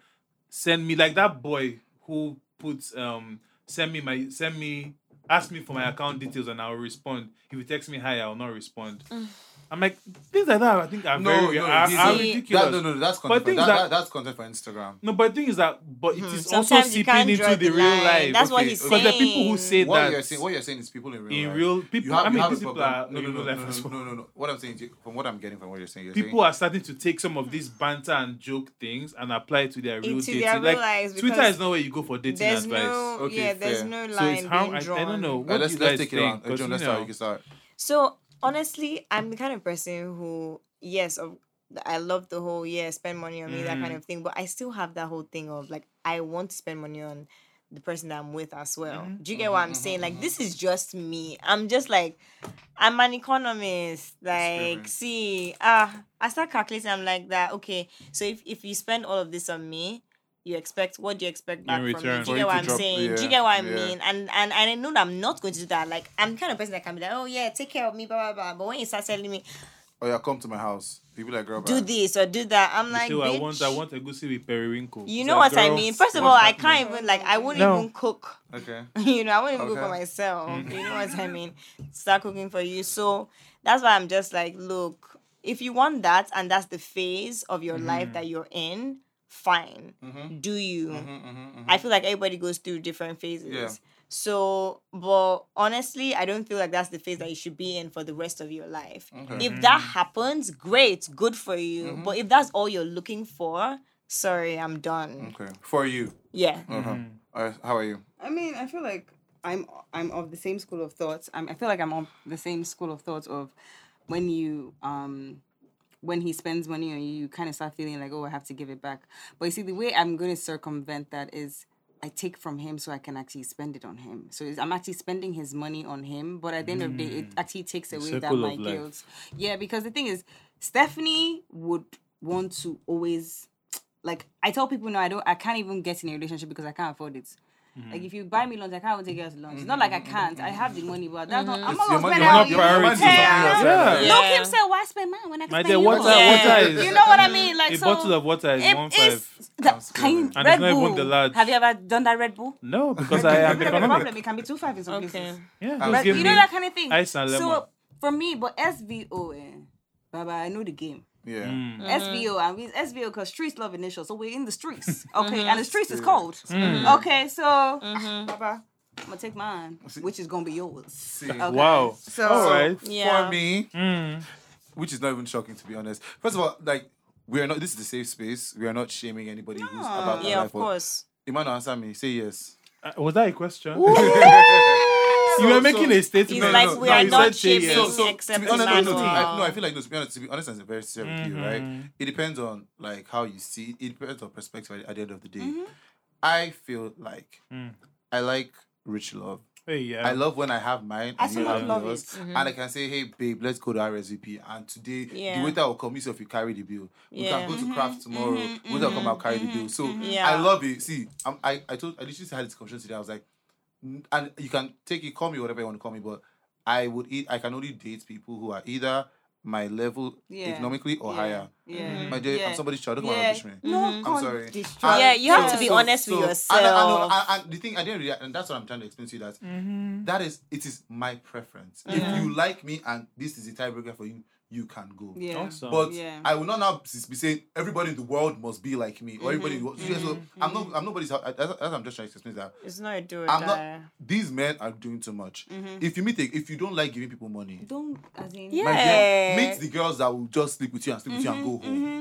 [SPEAKER 1] send me like that boy who puts um, send me my send
[SPEAKER 4] Mm.
[SPEAKER 1] me ask me for my account details and I'll respond. If you text me hi, I'll not respond. I'm like things like that. I think are
[SPEAKER 2] No,
[SPEAKER 1] very
[SPEAKER 2] no,
[SPEAKER 1] are,
[SPEAKER 2] these-
[SPEAKER 1] are
[SPEAKER 4] that-
[SPEAKER 1] ridiculous.
[SPEAKER 2] That, no, no, no, that's
[SPEAKER 1] But
[SPEAKER 2] content. For,
[SPEAKER 1] things
[SPEAKER 2] that,
[SPEAKER 1] that-
[SPEAKER 2] that, that's content for Instagram.
[SPEAKER 1] No, but the thing is that, but it is also
[SPEAKER 4] Hmm. Sometimes you
[SPEAKER 1] seeping
[SPEAKER 4] can't
[SPEAKER 1] into
[SPEAKER 4] draw
[SPEAKER 1] the,
[SPEAKER 4] the
[SPEAKER 1] real
[SPEAKER 4] line.
[SPEAKER 1] life.
[SPEAKER 4] That's what
[SPEAKER 2] Okay,
[SPEAKER 4] he's
[SPEAKER 2] okay.
[SPEAKER 4] saying.
[SPEAKER 1] Because the people who say
[SPEAKER 2] What
[SPEAKER 1] that
[SPEAKER 2] you're saying, what you're saying is people in real
[SPEAKER 1] in
[SPEAKER 2] life.
[SPEAKER 1] real
[SPEAKER 2] you
[SPEAKER 1] people,
[SPEAKER 2] have,
[SPEAKER 1] I
[SPEAKER 2] you
[SPEAKER 1] mean,
[SPEAKER 2] have a
[SPEAKER 1] these people
[SPEAKER 2] problem.
[SPEAKER 1] are
[SPEAKER 2] no, no,
[SPEAKER 1] in
[SPEAKER 2] no,
[SPEAKER 1] real
[SPEAKER 2] no,
[SPEAKER 1] life
[SPEAKER 2] no,
[SPEAKER 1] as
[SPEAKER 2] no,
[SPEAKER 1] well.
[SPEAKER 2] no, no, no. What I'm saying, is you- from what I'm getting from what you're saying, you're
[SPEAKER 1] People
[SPEAKER 2] saying
[SPEAKER 1] are starting to take some of these banter and joke things and apply it to their real
[SPEAKER 4] Into
[SPEAKER 1] dating.
[SPEAKER 4] their real
[SPEAKER 1] like
[SPEAKER 4] lives
[SPEAKER 1] Twitter
[SPEAKER 4] because
[SPEAKER 1] is not where you go for dating
[SPEAKER 4] There's
[SPEAKER 1] advice.
[SPEAKER 4] no,
[SPEAKER 2] Okay,
[SPEAKER 4] yeah, there's
[SPEAKER 2] fair.
[SPEAKER 4] no
[SPEAKER 1] so
[SPEAKER 4] line
[SPEAKER 1] it's how
[SPEAKER 4] being
[SPEAKER 1] I, I
[SPEAKER 4] drawn.
[SPEAKER 1] don't know. What
[SPEAKER 2] Alright, let's
[SPEAKER 1] do you
[SPEAKER 2] let's
[SPEAKER 1] guys
[SPEAKER 2] take it
[SPEAKER 1] think?
[SPEAKER 2] around. Uh,
[SPEAKER 1] 'Cause,
[SPEAKER 2] John, let's
[SPEAKER 1] you
[SPEAKER 2] start.
[SPEAKER 1] know,
[SPEAKER 2] You can start.
[SPEAKER 4] So honestly, I'm the kind of person who, yes, of, I love the whole yeah, spend money on me that kind
[SPEAKER 1] Mhm.
[SPEAKER 4] of thing. But I still have that whole thing of like I want to spend money on the person that I'm with as well.
[SPEAKER 1] Mhm.
[SPEAKER 4] Do you get what I'm
[SPEAKER 2] Mhm,
[SPEAKER 4] saying?
[SPEAKER 2] mhm,
[SPEAKER 4] Like
[SPEAKER 2] mhm.
[SPEAKER 4] this is just me. I'm just like I'm an economist. Like
[SPEAKER 2] Experiment.
[SPEAKER 4] see, ah, I start calculating. I'm like that. Okay, so if if you spend all of this on me. You expect what do you expect back from me?
[SPEAKER 1] return.
[SPEAKER 4] Do
[SPEAKER 1] For you
[SPEAKER 4] you get what
[SPEAKER 1] to
[SPEAKER 4] I'm
[SPEAKER 2] drop-
[SPEAKER 4] saying? do you
[SPEAKER 2] yeah,
[SPEAKER 4] get what I
[SPEAKER 2] yeah.
[SPEAKER 4] mean? and and and I know that I'm not going to do that. Like I'm the kind of person that can be like, oh yeah, take care of me, blah blah blah. But when you start telling me
[SPEAKER 2] Oh yeah, come to my house. People like girl.
[SPEAKER 4] do
[SPEAKER 2] bye.
[SPEAKER 4] this or do that, I'm
[SPEAKER 1] You
[SPEAKER 4] like,
[SPEAKER 1] say, "Oh, I want, I
[SPEAKER 4] "Bitch,
[SPEAKER 1] want a goosey with periwinkle.
[SPEAKER 4] You
[SPEAKER 1] It's
[SPEAKER 4] know
[SPEAKER 1] like,
[SPEAKER 4] what I
[SPEAKER 1] girl,
[SPEAKER 4] mean? First of all,
[SPEAKER 1] what's
[SPEAKER 4] I
[SPEAKER 1] happening?
[SPEAKER 4] can't even like I wouldn't
[SPEAKER 1] No.
[SPEAKER 4] even cook.
[SPEAKER 2] Okay.
[SPEAKER 4] You know, I wouldn't even cook for
[SPEAKER 2] Okay.
[SPEAKER 4] myself.
[SPEAKER 1] Mm.
[SPEAKER 4] You know what I mean? Start cooking for you. So that's why I'm just like, look, if you want that and that's the phase of your life
[SPEAKER 1] Mhm.
[SPEAKER 4] that you're in, fine.
[SPEAKER 2] Mm-hmm.
[SPEAKER 4] Do you?
[SPEAKER 2] Mm-hmm,
[SPEAKER 4] I feel like everybody goes through different phases.
[SPEAKER 2] Yeah.
[SPEAKER 4] So, but honestly, I don't feel like that's the phase that you should be in for the rest of your life.
[SPEAKER 2] Okay.
[SPEAKER 4] If that
[SPEAKER 5] Mm-hmm.
[SPEAKER 4] happens, great, good for you.
[SPEAKER 2] Mhm.
[SPEAKER 4] But if that's all you're looking for, sorry, I'm done.
[SPEAKER 2] Okay. For you.
[SPEAKER 4] Yeah.
[SPEAKER 2] Uh-huh.
[SPEAKER 1] Mhm.
[SPEAKER 2] Alright, how are you?
[SPEAKER 5] I mean, I feel like I'm I'm of the same school of thoughts. I'm, I feel like I'm of the same school of thoughts of when you um when he spends money on you, you kind of start feeling like, oh, I have to give it back. But you see, the way I'm going to circumvent that is I take from him so I can actually spend it on him. So it's, I'm actually spending his money on him, but at the end of the day, it actually takes away that
[SPEAKER 1] Mm. circle
[SPEAKER 5] my
[SPEAKER 1] of life.
[SPEAKER 5] guilt. Yeah, because the thing is, Stephanie would want to always like I tell people no, I don't I can't even get in a relationship because I can't afford it.
[SPEAKER 1] Mm-hmm.
[SPEAKER 5] Like if you buy me lunch, I can't even take you out to lunch. It's not like I can't. I have the money, but that's
[SPEAKER 1] Mm-hmm.
[SPEAKER 5] not I'm
[SPEAKER 4] Oh,
[SPEAKER 2] It's
[SPEAKER 5] not
[SPEAKER 2] your
[SPEAKER 5] gonna
[SPEAKER 2] money-
[SPEAKER 1] not priority is
[SPEAKER 2] your
[SPEAKER 5] spend that on you.
[SPEAKER 1] something
[SPEAKER 2] else,
[SPEAKER 1] Yeah.
[SPEAKER 2] right?
[SPEAKER 4] Yeah.
[SPEAKER 5] Look him say, why spend mine when I can
[SPEAKER 1] My
[SPEAKER 5] spend
[SPEAKER 1] dear,
[SPEAKER 5] yours?
[SPEAKER 1] water,
[SPEAKER 4] Yeah.
[SPEAKER 1] water is.
[SPEAKER 5] You know what I mean? Like
[SPEAKER 1] a
[SPEAKER 5] so
[SPEAKER 1] bottle of water is
[SPEAKER 5] it
[SPEAKER 1] one
[SPEAKER 5] is-
[SPEAKER 1] five.
[SPEAKER 5] the,
[SPEAKER 2] Sounds
[SPEAKER 5] can you,
[SPEAKER 2] good.
[SPEAKER 1] And
[SPEAKER 5] Red
[SPEAKER 1] it's not even
[SPEAKER 5] Bull.
[SPEAKER 1] the large.
[SPEAKER 5] Have you ever done that Red Bull?
[SPEAKER 1] No, because I am
[SPEAKER 5] That's the
[SPEAKER 1] economic.
[SPEAKER 5] problem. It can be two five in some
[SPEAKER 4] Okay.
[SPEAKER 5] places.
[SPEAKER 1] Yeah,
[SPEAKER 2] Red-
[SPEAKER 1] just
[SPEAKER 5] But
[SPEAKER 1] give
[SPEAKER 5] you
[SPEAKER 1] me
[SPEAKER 5] know that kind of thing.
[SPEAKER 1] ice and lemon.
[SPEAKER 5] So for me, but SVO, eh, Baba, I know the game.
[SPEAKER 2] Yeah.
[SPEAKER 1] Mm.
[SPEAKER 4] Mm-hmm.
[SPEAKER 5] SVO and we SVO because streets love initials, so we're in the streets,
[SPEAKER 4] Mm-hmm.
[SPEAKER 5] okay, and the streets is cold.
[SPEAKER 1] Mm.
[SPEAKER 5] Okay, so ah, Baba, I'm gonna take mine, which is gonna be yours.
[SPEAKER 2] See.
[SPEAKER 5] Okay.
[SPEAKER 1] Wow.
[SPEAKER 5] So
[SPEAKER 1] All right.
[SPEAKER 4] Yeah.
[SPEAKER 2] For me,
[SPEAKER 1] Mm.
[SPEAKER 2] which is not even shocking to be honest. First of all, like we are not. This is a safe space. We are not shaming anybody who's about their
[SPEAKER 4] Yeah,
[SPEAKER 2] life.
[SPEAKER 4] of course.
[SPEAKER 2] Emmanuel, answer me. Say yes.
[SPEAKER 1] Uh, was that a question?
[SPEAKER 2] So-
[SPEAKER 1] you were making
[SPEAKER 2] so-
[SPEAKER 1] a statement.
[SPEAKER 4] It's
[SPEAKER 2] No, no,
[SPEAKER 4] like
[SPEAKER 2] no,
[SPEAKER 4] we
[SPEAKER 2] no,
[SPEAKER 4] are
[SPEAKER 2] you
[SPEAKER 4] not
[SPEAKER 1] said say
[SPEAKER 4] shipping
[SPEAKER 1] yes.
[SPEAKER 2] So, so to
[SPEAKER 4] except
[SPEAKER 2] be honest, no, no,
[SPEAKER 4] Emmanuel.
[SPEAKER 2] to be, I, no, I feel like no. To be honest, to be honest, I'm very sincere with you, right?
[SPEAKER 1] Mhm.
[SPEAKER 2] It depends on like how you see. It depends on perspective at, at the end of the day.
[SPEAKER 4] Mm-hmm.
[SPEAKER 2] I feel like
[SPEAKER 1] Mm.
[SPEAKER 2] I like rich love.
[SPEAKER 1] Hey, yeah.
[SPEAKER 2] I love when I have mine
[SPEAKER 5] I
[SPEAKER 2] and
[SPEAKER 5] still
[SPEAKER 2] you have
[SPEAKER 5] love
[SPEAKER 2] yours,
[SPEAKER 5] it.
[SPEAKER 2] and I can say, "Hey, babe, let's go to RSVP." And today,
[SPEAKER 4] Yeah.
[SPEAKER 2] the waiter will come. You if you carry the bill, we
[SPEAKER 4] Yeah.
[SPEAKER 2] can go
[SPEAKER 5] Mm-hmm.
[SPEAKER 2] to craft tomorrow. waiter will come out carry the bill. So
[SPEAKER 4] Yeah.
[SPEAKER 2] I love it. See, I'm, I I told I literally had this discussion today. I was like, "N- and you can take it, call me whatever you want to call me, but I would eat. I can only date people who are either my level
[SPEAKER 5] Yeah.
[SPEAKER 2] economically or
[SPEAKER 5] Yeah.
[SPEAKER 2] higher.
[SPEAKER 4] Mm-hmm.
[SPEAKER 5] Yeah.
[SPEAKER 2] My dear,
[SPEAKER 5] Yeah.
[SPEAKER 2] I'm somebody's child. Don't come and
[SPEAKER 5] Yeah.
[SPEAKER 2] push me.
[SPEAKER 5] No,
[SPEAKER 4] Mhm.
[SPEAKER 5] God,
[SPEAKER 2] sorry.
[SPEAKER 5] destroy-
[SPEAKER 2] And
[SPEAKER 4] Yeah, you have
[SPEAKER 5] to be
[SPEAKER 4] honest with
[SPEAKER 2] And, I- I know-
[SPEAKER 4] yourself.
[SPEAKER 2] and- and the thing I didn't really, and that's what I'm trying to explain to you that
[SPEAKER 5] Mm-hmm.
[SPEAKER 1] Mhm.
[SPEAKER 2] that is it is my preference.
[SPEAKER 4] Yeah.
[SPEAKER 2] If you like me and this is a tiebreaker for you, you can go.
[SPEAKER 5] Yeah.
[SPEAKER 1] Awesome.
[SPEAKER 2] But
[SPEAKER 5] Yeah.
[SPEAKER 2] I will not now be saying everybody in the world must be like me or everybody. in the world-
[SPEAKER 5] Mm-hmm.
[SPEAKER 2] So I'm not. I'm nobody's. That's, that's what I'm just trying to explain that
[SPEAKER 4] It's not a do or
[SPEAKER 2] I'm not-
[SPEAKER 5] uh,
[SPEAKER 4] die.
[SPEAKER 2] these men are doing too much.
[SPEAKER 5] Mm-hmm.
[SPEAKER 2] If you meet, a, if you don't like giving people money,
[SPEAKER 5] Don't as in
[SPEAKER 4] Yeah.
[SPEAKER 2] my
[SPEAKER 4] Yeah.
[SPEAKER 2] dear, meet the girls that will just sleep with you and sleep with you and go home.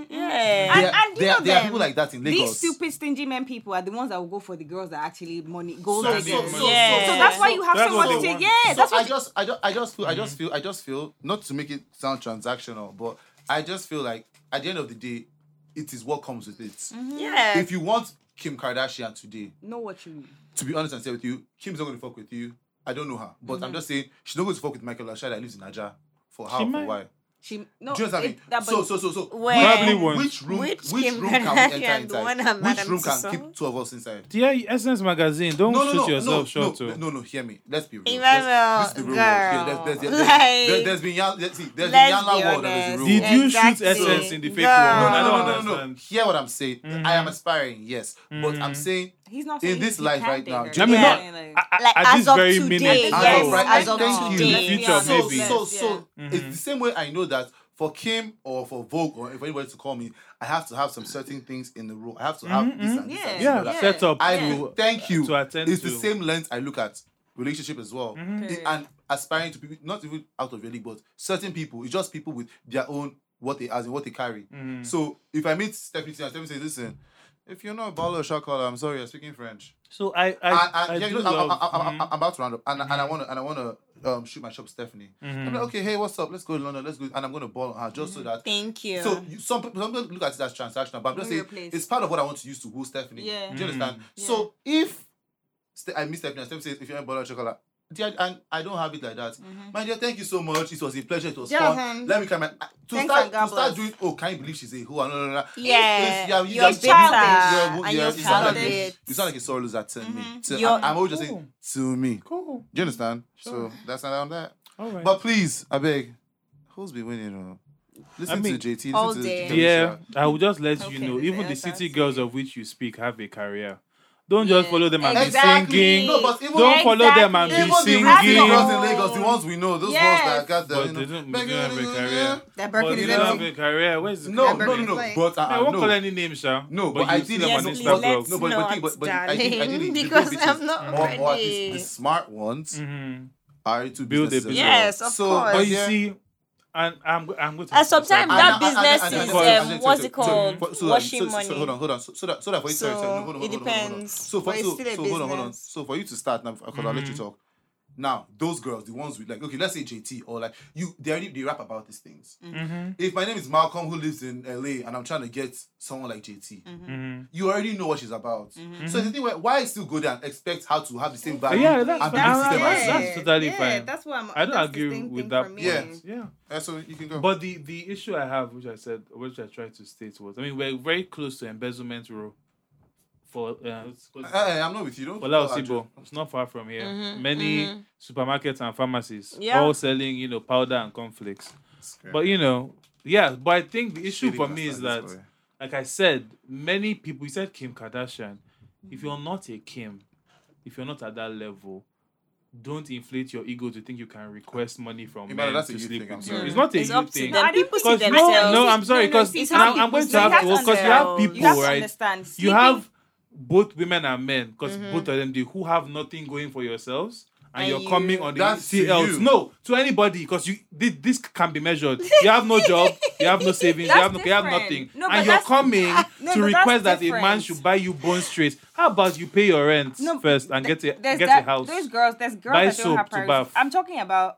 [SPEAKER 4] Yeah.
[SPEAKER 2] There,
[SPEAKER 5] Mm-hmm. And- and you
[SPEAKER 2] there,
[SPEAKER 5] know
[SPEAKER 2] there are
[SPEAKER 5] them.
[SPEAKER 2] people like that in
[SPEAKER 5] These
[SPEAKER 2] Lagos.
[SPEAKER 5] stupid stingy men people are the ones that will go for the girls that actually money go
[SPEAKER 2] So-
[SPEAKER 5] diggers.
[SPEAKER 2] so-
[SPEAKER 5] Oh, So,
[SPEAKER 2] so-
[SPEAKER 4] Yeah.
[SPEAKER 2] so-
[SPEAKER 5] that's why you have
[SPEAKER 1] That's
[SPEAKER 5] someone
[SPEAKER 1] what
[SPEAKER 5] to
[SPEAKER 1] they
[SPEAKER 5] take.
[SPEAKER 1] want.
[SPEAKER 5] Yeah,
[SPEAKER 2] So
[SPEAKER 5] that's
[SPEAKER 2] I just, I just, I just feel, I
[SPEAKER 1] Mm.
[SPEAKER 2] just feel, I just feel, not to make it sound transactional, but I just feel like at the end of the day, it is what comes with it.
[SPEAKER 4] Yeah.
[SPEAKER 2] If you want Kim Kardashian today,
[SPEAKER 5] know what you mean.
[SPEAKER 2] to be honest and say with you, Kim's not going to fuck with you. I don't know her, but
[SPEAKER 4] Mm-hmm.
[SPEAKER 2] I'm just saying she's not going to fuck with Michael Lashai that lives in Aja. For how?
[SPEAKER 1] She
[SPEAKER 2] For
[SPEAKER 1] might.
[SPEAKER 2] why?
[SPEAKER 5] She
[SPEAKER 4] Oh,
[SPEAKER 5] no.
[SPEAKER 2] Do you know what I
[SPEAKER 5] it-
[SPEAKER 2] mean?
[SPEAKER 5] that-
[SPEAKER 2] so,
[SPEAKER 5] but-
[SPEAKER 2] so, so, so.
[SPEAKER 4] Where- Probably
[SPEAKER 2] which,
[SPEAKER 1] won't.
[SPEAKER 2] which room?
[SPEAKER 4] Which
[SPEAKER 2] Which,
[SPEAKER 4] Kim
[SPEAKER 2] room can we
[SPEAKER 4] Kardashian,
[SPEAKER 2] enter
[SPEAKER 4] the one
[SPEAKER 2] inside?
[SPEAKER 4] I'm
[SPEAKER 2] Which
[SPEAKER 4] mad
[SPEAKER 2] room
[SPEAKER 4] I'm
[SPEAKER 2] can
[SPEAKER 4] so-
[SPEAKER 2] keep two of us inside?
[SPEAKER 1] Dear Essence Magazine, don't
[SPEAKER 2] No, no,
[SPEAKER 1] shoot
[SPEAKER 2] no,
[SPEAKER 1] yourself
[SPEAKER 2] no,
[SPEAKER 1] short.
[SPEAKER 2] no,
[SPEAKER 1] oh.
[SPEAKER 2] no, no, hear me. Let's be real.
[SPEAKER 4] Emmanuel,
[SPEAKER 2] Let's- this is the real world. Yeah,
[SPEAKER 4] girl,
[SPEAKER 2] there's, there's, there's,
[SPEAKER 4] like,
[SPEAKER 2] there- there's been yan- let's see, there's been
[SPEAKER 4] Let's be
[SPEAKER 2] Yanla world and there's the real
[SPEAKER 4] honest.
[SPEAKER 1] Did
[SPEAKER 2] world.
[SPEAKER 1] you shoot
[SPEAKER 4] Exactly.
[SPEAKER 1] Essence in the fake
[SPEAKER 4] Girl.
[SPEAKER 1] world? I
[SPEAKER 2] No,
[SPEAKER 1] don't
[SPEAKER 2] no, no, no, no, no.
[SPEAKER 1] understand. Mm-hmm.
[SPEAKER 2] Hear what I'm saying. I am aspiring, yes, but I'm saying
[SPEAKER 5] He's not
[SPEAKER 2] In
[SPEAKER 5] saying
[SPEAKER 2] this
[SPEAKER 5] he
[SPEAKER 2] life
[SPEAKER 5] can't
[SPEAKER 2] right
[SPEAKER 5] date
[SPEAKER 2] now,
[SPEAKER 5] her.
[SPEAKER 1] I mean,
[SPEAKER 4] Yeah.
[SPEAKER 1] not
[SPEAKER 5] Like-
[SPEAKER 1] I- I-
[SPEAKER 4] Like,
[SPEAKER 1] at
[SPEAKER 4] as
[SPEAKER 1] this
[SPEAKER 4] of
[SPEAKER 1] very
[SPEAKER 4] today,
[SPEAKER 1] minute.
[SPEAKER 4] yes,
[SPEAKER 1] I know,
[SPEAKER 2] right?
[SPEAKER 4] as
[SPEAKER 2] I
[SPEAKER 4] of
[SPEAKER 2] thank you.
[SPEAKER 4] today.
[SPEAKER 1] In the future,
[SPEAKER 2] so,
[SPEAKER 1] maybe. Mm-hmm.
[SPEAKER 2] so, so,
[SPEAKER 5] Yeah.
[SPEAKER 2] it's the same way I know that for Kim or for Vogue or if anybody to call me, I have to have some certain things in the role. I have to have
[SPEAKER 1] Mm-hmm,
[SPEAKER 2] this and this and this.
[SPEAKER 1] yeah,
[SPEAKER 2] and that.
[SPEAKER 1] set up.
[SPEAKER 2] I
[SPEAKER 4] mm-hmm. Yeah.
[SPEAKER 2] will thank you.
[SPEAKER 1] To attend
[SPEAKER 2] it's the
[SPEAKER 1] to.
[SPEAKER 2] same lens I look at relationship as well,
[SPEAKER 1] Mhm.
[SPEAKER 2] It- and aspiring to people, not even out of your league, but certain people. It's just people with their own what they as in what they carry.
[SPEAKER 1] Mhm.
[SPEAKER 2] So if I meet Stephanie and Stephanie says, "Listen, if you're not a baller or shot caller, I'm sorry, you're speaking French."
[SPEAKER 1] So I, I,
[SPEAKER 2] I,
[SPEAKER 1] I,
[SPEAKER 2] I, yeah, you
[SPEAKER 1] do
[SPEAKER 2] know, I,
[SPEAKER 1] love.
[SPEAKER 2] I, I, I,
[SPEAKER 1] mhm.
[SPEAKER 2] I'm about to round up, and, and I want to, and I want to um, shoot my shot with Stephanie. I'm
[SPEAKER 1] Mm-hmm.
[SPEAKER 2] like, okay, hey, what's up? Let's go to London. Let's go, and I'm going to ball on her just so that.
[SPEAKER 4] Thank you.
[SPEAKER 2] So you, some people some people look at it as transactional, but I'm just
[SPEAKER 5] Know your
[SPEAKER 2] saying
[SPEAKER 5] place.
[SPEAKER 2] it's part of what I want to use to woo Stephanie.
[SPEAKER 5] Yeah. Mm-hmm.
[SPEAKER 2] Do you understand?
[SPEAKER 5] Yeah.
[SPEAKER 2] So if Ste- I meet Stephanie, and Stephanie says, "If you're in Bola Chocolate," dear, and I don't have it like that.
[SPEAKER 5] Mm-hmm.
[SPEAKER 2] My dear, thank you so much. It was a pleasure. It was
[SPEAKER 5] Yeah,
[SPEAKER 2] fun.
[SPEAKER 5] hun.
[SPEAKER 2] Let me come. and- To
[SPEAKER 5] Thanks
[SPEAKER 2] start,
[SPEAKER 5] and God
[SPEAKER 2] to start
[SPEAKER 5] bless.
[SPEAKER 2] doing. Oh, can you believe she's a who? No, no, no, no.
[SPEAKER 4] yeah,
[SPEAKER 2] Yeah, you
[SPEAKER 4] you're
[SPEAKER 2] just-
[SPEAKER 4] bitter
[SPEAKER 2] you just- yeah,
[SPEAKER 4] and you're
[SPEAKER 2] you sound
[SPEAKER 4] proud of
[SPEAKER 2] like a-
[SPEAKER 4] it.
[SPEAKER 2] You sound like a sore loser to
[SPEAKER 5] Mm-hmm.
[SPEAKER 2] me. To,
[SPEAKER 4] You're-
[SPEAKER 2] I, am always just
[SPEAKER 1] Cool.
[SPEAKER 2] saying
[SPEAKER 5] Oh.
[SPEAKER 2] to me.
[SPEAKER 1] Cool.
[SPEAKER 2] Do you understand?
[SPEAKER 1] Sure.
[SPEAKER 2] So that's not on that.
[SPEAKER 1] All right.
[SPEAKER 2] But please, I beg, who's been winning? oh? Listen
[SPEAKER 1] mean,
[SPEAKER 2] to JT. Listen
[SPEAKER 4] all
[SPEAKER 2] to
[SPEAKER 4] day.
[SPEAKER 2] Keisha.
[SPEAKER 1] yeah, I will just let
[SPEAKER 5] Okay,
[SPEAKER 1] you know.
[SPEAKER 5] they
[SPEAKER 1] Even the
[SPEAKER 5] have
[SPEAKER 1] city
[SPEAKER 5] that.
[SPEAKER 1] girls of which you speak have a career. Don't just
[SPEAKER 5] Yeah.
[SPEAKER 1] follow them and
[SPEAKER 4] Exactly.
[SPEAKER 1] be singing.
[SPEAKER 2] No, but even
[SPEAKER 1] Don't follow them and
[SPEAKER 2] even
[SPEAKER 1] be
[SPEAKER 2] the
[SPEAKER 1] singing.
[SPEAKER 2] rest
[SPEAKER 4] singing.
[SPEAKER 2] girls in Lagos, the ones we know, those
[SPEAKER 4] Yes.
[SPEAKER 2] ones that
[SPEAKER 1] But
[SPEAKER 2] got the you know,
[SPEAKER 1] they don't- they don't have a career.
[SPEAKER 5] That
[SPEAKER 1] But
[SPEAKER 5] Birkin
[SPEAKER 1] you
[SPEAKER 5] is
[SPEAKER 1] don't have
[SPEAKER 5] empty.
[SPEAKER 1] a career. Where's the
[SPEAKER 2] No,
[SPEAKER 1] career?
[SPEAKER 2] no, no, no.
[SPEAKER 5] Like-
[SPEAKER 2] But uh,
[SPEAKER 1] I won't
[SPEAKER 2] no.
[SPEAKER 1] call any names, sha.
[SPEAKER 2] No, but
[SPEAKER 1] you
[SPEAKER 2] ideally,
[SPEAKER 1] see them
[SPEAKER 2] Yes,
[SPEAKER 1] on
[SPEAKER 2] please,
[SPEAKER 1] Instagram.
[SPEAKER 4] let's-
[SPEAKER 2] no, but, but,
[SPEAKER 4] not,
[SPEAKER 2] but, but ideally,
[SPEAKER 4] darling,
[SPEAKER 2] ideally the big
[SPEAKER 4] because I'm
[SPEAKER 2] bitches
[SPEAKER 4] not
[SPEAKER 2] or, or at
[SPEAKER 4] ready.
[SPEAKER 2] least the smart ones
[SPEAKER 1] Mhm.
[SPEAKER 2] are to
[SPEAKER 1] Build a
[SPEAKER 2] businesses.
[SPEAKER 1] business.
[SPEAKER 4] Yes, of
[SPEAKER 2] So,
[SPEAKER 4] course.
[SPEAKER 1] But you
[SPEAKER 2] Yeah.
[SPEAKER 1] see, and I'm I'm going to.
[SPEAKER 4] And sometimes
[SPEAKER 1] I'm-
[SPEAKER 2] And- and-
[SPEAKER 4] that business
[SPEAKER 2] and-
[SPEAKER 1] is,
[SPEAKER 2] and- and-
[SPEAKER 1] um,
[SPEAKER 2] and-
[SPEAKER 4] what's
[SPEAKER 2] so-
[SPEAKER 4] it called?
[SPEAKER 2] so- so- so-
[SPEAKER 4] Washing
[SPEAKER 2] so- so-
[SPEAKER 4] money.
[SPEAKER 2] Hold on, hold on. So, so that, so that for you, sorry, sorry, no, hold on,
[SPEAKER 4] So, it
[SPEAKER 2] hold on, hold on, hold on, hold on.
[SPEAKER 4] depends.
[SPEAKER 2] So for
[SPEAKER 4] But
[SPEAKER 2] you,
[SPEAKER 4] it's
[SPEAKER 2] so,
[SPEAKER 4] still a
[SPEAKER 2] so hold on, hold on.
[SPEAKER 4] business.
[SPEAKER 2] So for you to start now, because I'll let you talk. Now, those girls, the ones with like, okay, let's say JT or like you, they already they rap about these things.
[SPEAKER 1] Mhm,
[SPEAKER 2] If my name is Malcolm who lives in LA and I'm trying to get someone like JT,
[SPEAKER 1] mhm.
[SPEAKER 2] you already know what she's about. So the thing where why still go there and expect her to have the same value?
[SPEAKER 1] Yeah, that's fine.
[SPEAKER 2] and be the
[SPEAKER 1] That's-
[SPEAKER 2] same
[SPEAKER 1] that's-
[SPEAKER 2] as you?
[SPEAKER 1] that's totally
[SPEAKER 5] yeah,
[SPEAKER 1] fine.
[SPEAKER 5] That's why I'm.
[SPEAKER 1] I don't
[SPEAKER 5] that's the
[SPEAKER 1] agree
[SPEAKER 5] same
[SPEAKER 1] with
[SPEAKER 5] thing
[SPEAKER 1] that.
[SPEAKER 5] for me.
[SPEAKER 2] Yes.
[SPEAKER 1] Yeah.
[SPEAKER 2] Uh, so you can go.
[SPEAKER 1] But the the issue I have, which I said, which I tried to state was, I mean, we're very close to embezzlement rule. For uh, it's-
[SPEAKER 2] Hey, I'm not with you. Don't.
[SPEAKER 1] Ola
[SPEAKER 2] don't
[SPEAKER 1] Osibo,
[SPEAKER 2] argue.
[SPEAKER 1] it's not far from here.
[SPEAKER 5] Mm-hmm.
[SPEAKER 4] Mhm,
[SPEAKER 1] Many
[SPEAKER 4] mhm.
[SPEAKER 1] supermarkets and pharmacies
[SPEAKER 4] Yeah.
[SPEAKER 1] all selling, you know, powder and cornflakes. But you know, yeah. But I think the issue
[SPEAKER 2] Really
[SPEAKER 1] for
[SPEAKER 2] can't
[SPEAKER 1] me is
[SPEAKER 2] stand
[SPEAKER 1] that,
[SPEAKER 2] this boy.
[SPEAKER 1] like I said, many people. You said Kim Kardashian. If you're not a Kim, if you're not at that level, don't inflate your ego to think you can request money from
[SPEAKER 2] Emmanuel,
[SPEAKER 1] men
[SPEAKER 2] that's a
[SPEAKER 1] to
[SPEAKER 2] you
[SPEAKER 1] sleep
[SPEAKER 2] thing, I'm
[SPEAKER 1] with
[SPEAKER 2] sorry.
[SPEAKER 1] you. It's not a
[SPEAKER 4] It's
[SPEAKER 1] you
[SPEAKER 4] up to
[SPEAKER 1] thing.
[SPEAKER 4] them.
[SPEAKER 5] I didn't
[SPEAKER 1] Because no, no, I'm sorry.
[SPEAKER 5] No, no,
[SPEAKER 1] Because
[SPEAKER 5] see, it's
[SPEAKER 1] now
[SPEAKER 5] how
[SPEAKER 1] I'm going
[SPEAKER 5] people
[SPEAKER 1] to have
[SPEAKER 5] see it.
[SPEAKER 1] because you have people,
[SPEAKER 5] You have to
[SPEAKER 1] right?
[SPEAKER 5] understand.
[SPEAKER 1] You
[SPEAKER 5] Sleeping- Mm-hmm.
[SPEAKER 1] have both women and men because both of them do who have nothing going for yourselves. And,
[SPEAKER 4] And
[SPEAKER 1] you're
[SPEAKER 4] you-
[SPEAKER 1] coming on the
[SPEAKER 2] That's
[SPEAKER 1] see
[SPEAKER 2] to
[SPEAKER 1] else.
[SPEAKER 2] you.
[SPEAKER 1] No, to anybody, because you thi- this can be measured. You have no job, you have no savings, you
[SPEAKER 5] That's
[SPEAKER 1] have no, you have
[SPEAKER 5] different.
[SPEAKER 1] nothing,
[SPEAKER 5] No, but
[SPEAKER 1] and you're
[SPEAKER 5] that's-
[SPEAKER 1] coming to
[SPEAKER 5] no, but that's
[SPEAKER 1] request that a man
[SPEAKER 5] different.
[SPEAKER 1] should buy you bone straight. How about you pay your rent
[SPEAKER 5] No,
[SPEAKER 1] first and
[SPEAKER 5] th-
[SPEAKER 1] get a
[SPEAKER 5] there's
[SPEAKER 1] get
[SPEAKER 5] that-
[SPEAKER 1] a house?
[SPEAKER 5] There's girls. There's girls
[SPEAKER 1] Buy
[SPEAKER 5] that don't
[SPEAKER 1] soap
[SPEAKER 5] have
[SPEAKER 1] to
[SPEAKER 5] priorities.
[SPEAKER 1] bath.
[SPEAKER 5] I'm talking about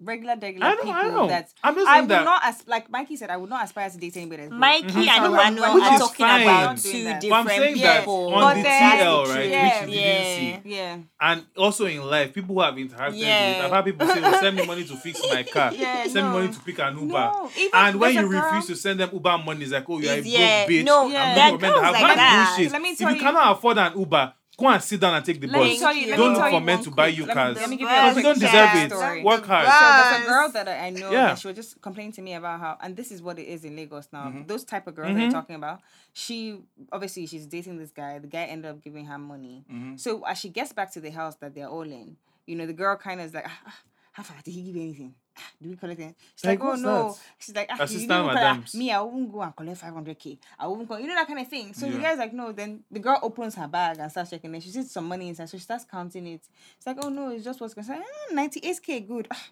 [SPEAKER 5] regular, regular
[SPEAKER 1] I know, I
[SPEAKER 5] people
[SPEAKER 1] know.
[SPEAKER 5] that
[SPEAKER 1] I'm just
[SPEAKER 5] I
[SPEAKER 1] saying
[SPEAKER 5] would
[SPEAKER 1] that-
[SPEAKER 5] not as like Mikey said. I would not aspire to date anybody. that's broke.
[SPEAKER 4] Mikey
[SPEAKER 1] Mm-hmm.
[SPEAKER 5] Mhm.
[SPEAKER 4] and
[SPEAKER 5] Sorry,
[SPEAKER 4] Emmanuel
[SPEAKER 5] which
[SPEAKER 4] are
[SPEAKER 5] is
[SPEAKER 4] talking
[SPEAKER 1] fine.
[SPEAKER 4] about
[SPEAKER 5] But
[SPEAKER 4] two
[SPEAKER 5] I'm
[SPEAKER 4] different
[SPEAKER 1] But I'm saying that
[SPEAKER 4] people.
[SPEAKER 1] on
[SPEAKER 5] But
[SPEAKER 1] the
[SPEAKER 5] that's
[SPEAKER 1] TL,
[SPEAKER 5] the
[SPEAKER 1] right,
[SPEAKER 5] truth.
[SPEAKER 1] which you
[SPEAKER 4] Yeah.
[SPEAKER 1] didn't see,
[SPEAKER 5] Yeah.
[SPEAKER 1] and also in life, people who have interacted
[SPEAKER 4] Yeah.
[SPEAKER 1] with, I've had people say, oh, "Send me money to fix my car,
[SPEAKER 5] Yeah,
[SPEAKER 1] send me
[SPEAKER 5] no.
[SPEAKER 1] money to pick an Uber,"
[SPEAKER 5] No, even
[SPEAKER 1] and when
[SPEAKER 5] there's
[SPEAKER 1] you
[SPEAKER 5] a girl-
[SPEAKER 1] refuse to send them Uber money, it's like, "Oh, you're a broke
[SPEAKER 4] Yeah,
[SPEAKER 1] bitch."
[SPEAKER 4] no,
[SPEAKER 1] I'm
[SPEAKER 5] yeah.
[SPEAKER 1] looking for
[SPEAKER 4] There
[SPEAKER 1] men
[SPEAKER 4] are
[SPEAKER 1] have
[SPEAKER 4] girls
[SPEAKER 1] money
[SPEAKER 4] like that.
[SPEAKER 1] bullshit.
[SPEAKER 5] Let me
[SPEAKER 1] if
[SPEAKER 5] tell
[SPEAKER 1] you
[SPEAKER 5] you-
[SPEAKER 1] cannot afford an Uber, go and sit down and take the
[SPEAKER 5] Let me
[SPEAKER 1] bus.
[SPEAKER 5] tell you. Let
[SPEAKER 1] Don't
[SPEAKER 5] me
[SPEAKER 1] look
[SPEAKER 5] tell
[SPEAKER 1] for
[SPEAKER 5] you
[SPEAKER 1] men
[SPEAKER 5] one
[SPEAKER 1] to buy
[SPEAKER 5] quick-
[SPEAKER 1] you
[SPEAKER 5] let me-
[SPEAKER 1] cars
[SPEAKER 5] Let me give you a
[SPEAKER 1] because you
[SPEAKER 4] quick
[SPEAKER 1] don't
[SPEAKER 5] quick
[SPEAKER 1] deserve
[SPEAKER 4] sad
[SPEAKER 1] it.
[SPEAKER 5] story.
[SPEAKER 1] Work hard.
[SPEAKER 4] Right.
[SPEAKER 5] So there's
[SPEAKER 4] Yes.
[SPEAKER 5] a girl that I know
[SPEAKER 1] Yeah.
[SPEAKER 5] that she was just complaining to me about how, and this is what it is in Lagos now.
[SPEAKER 1] Mm-hmm.
[SPEAKER 5] Those type of girls that you're talking about. She obviously she's dating this guy. The guy ended up giving her money.
[SPEAKER 1] Mm-hmm.
[SPEAKER 5] So as she gets back to the house that they're all in, you know, the girl kind of is like, "Ah, ah, how far did he give you anything? Ah, Did we collect anything? She's
[SPEAKER 1] Like,
[SPEAKER 5] like, oh
[SPEAKER 1] what's
[SPEAKER 5] no.
[SPEAKER 1] that?
[SPEAKER 5] She's like, ah, you
[SPEAKER 1] Assistant
[SPEAKER 5] didn't collect- ah,
[SPEAKER 1] madams.
[SPEAKER 5] me, I won't go and collect 500k. I won't go, you know, that kind of thing. So the
[SPEAKER 2] Yeah.
[SPEAKER 5] guy's like, no. Then the girl opens her bag and starts checking it. She sees some money inside. So she starts counting it. It's like, oh no, it's just what's concerned. Ah, 98k, good. Ah,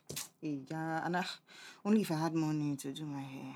[SPEAKER 5] eh, yeah, and ah, only if I had money to do my hair.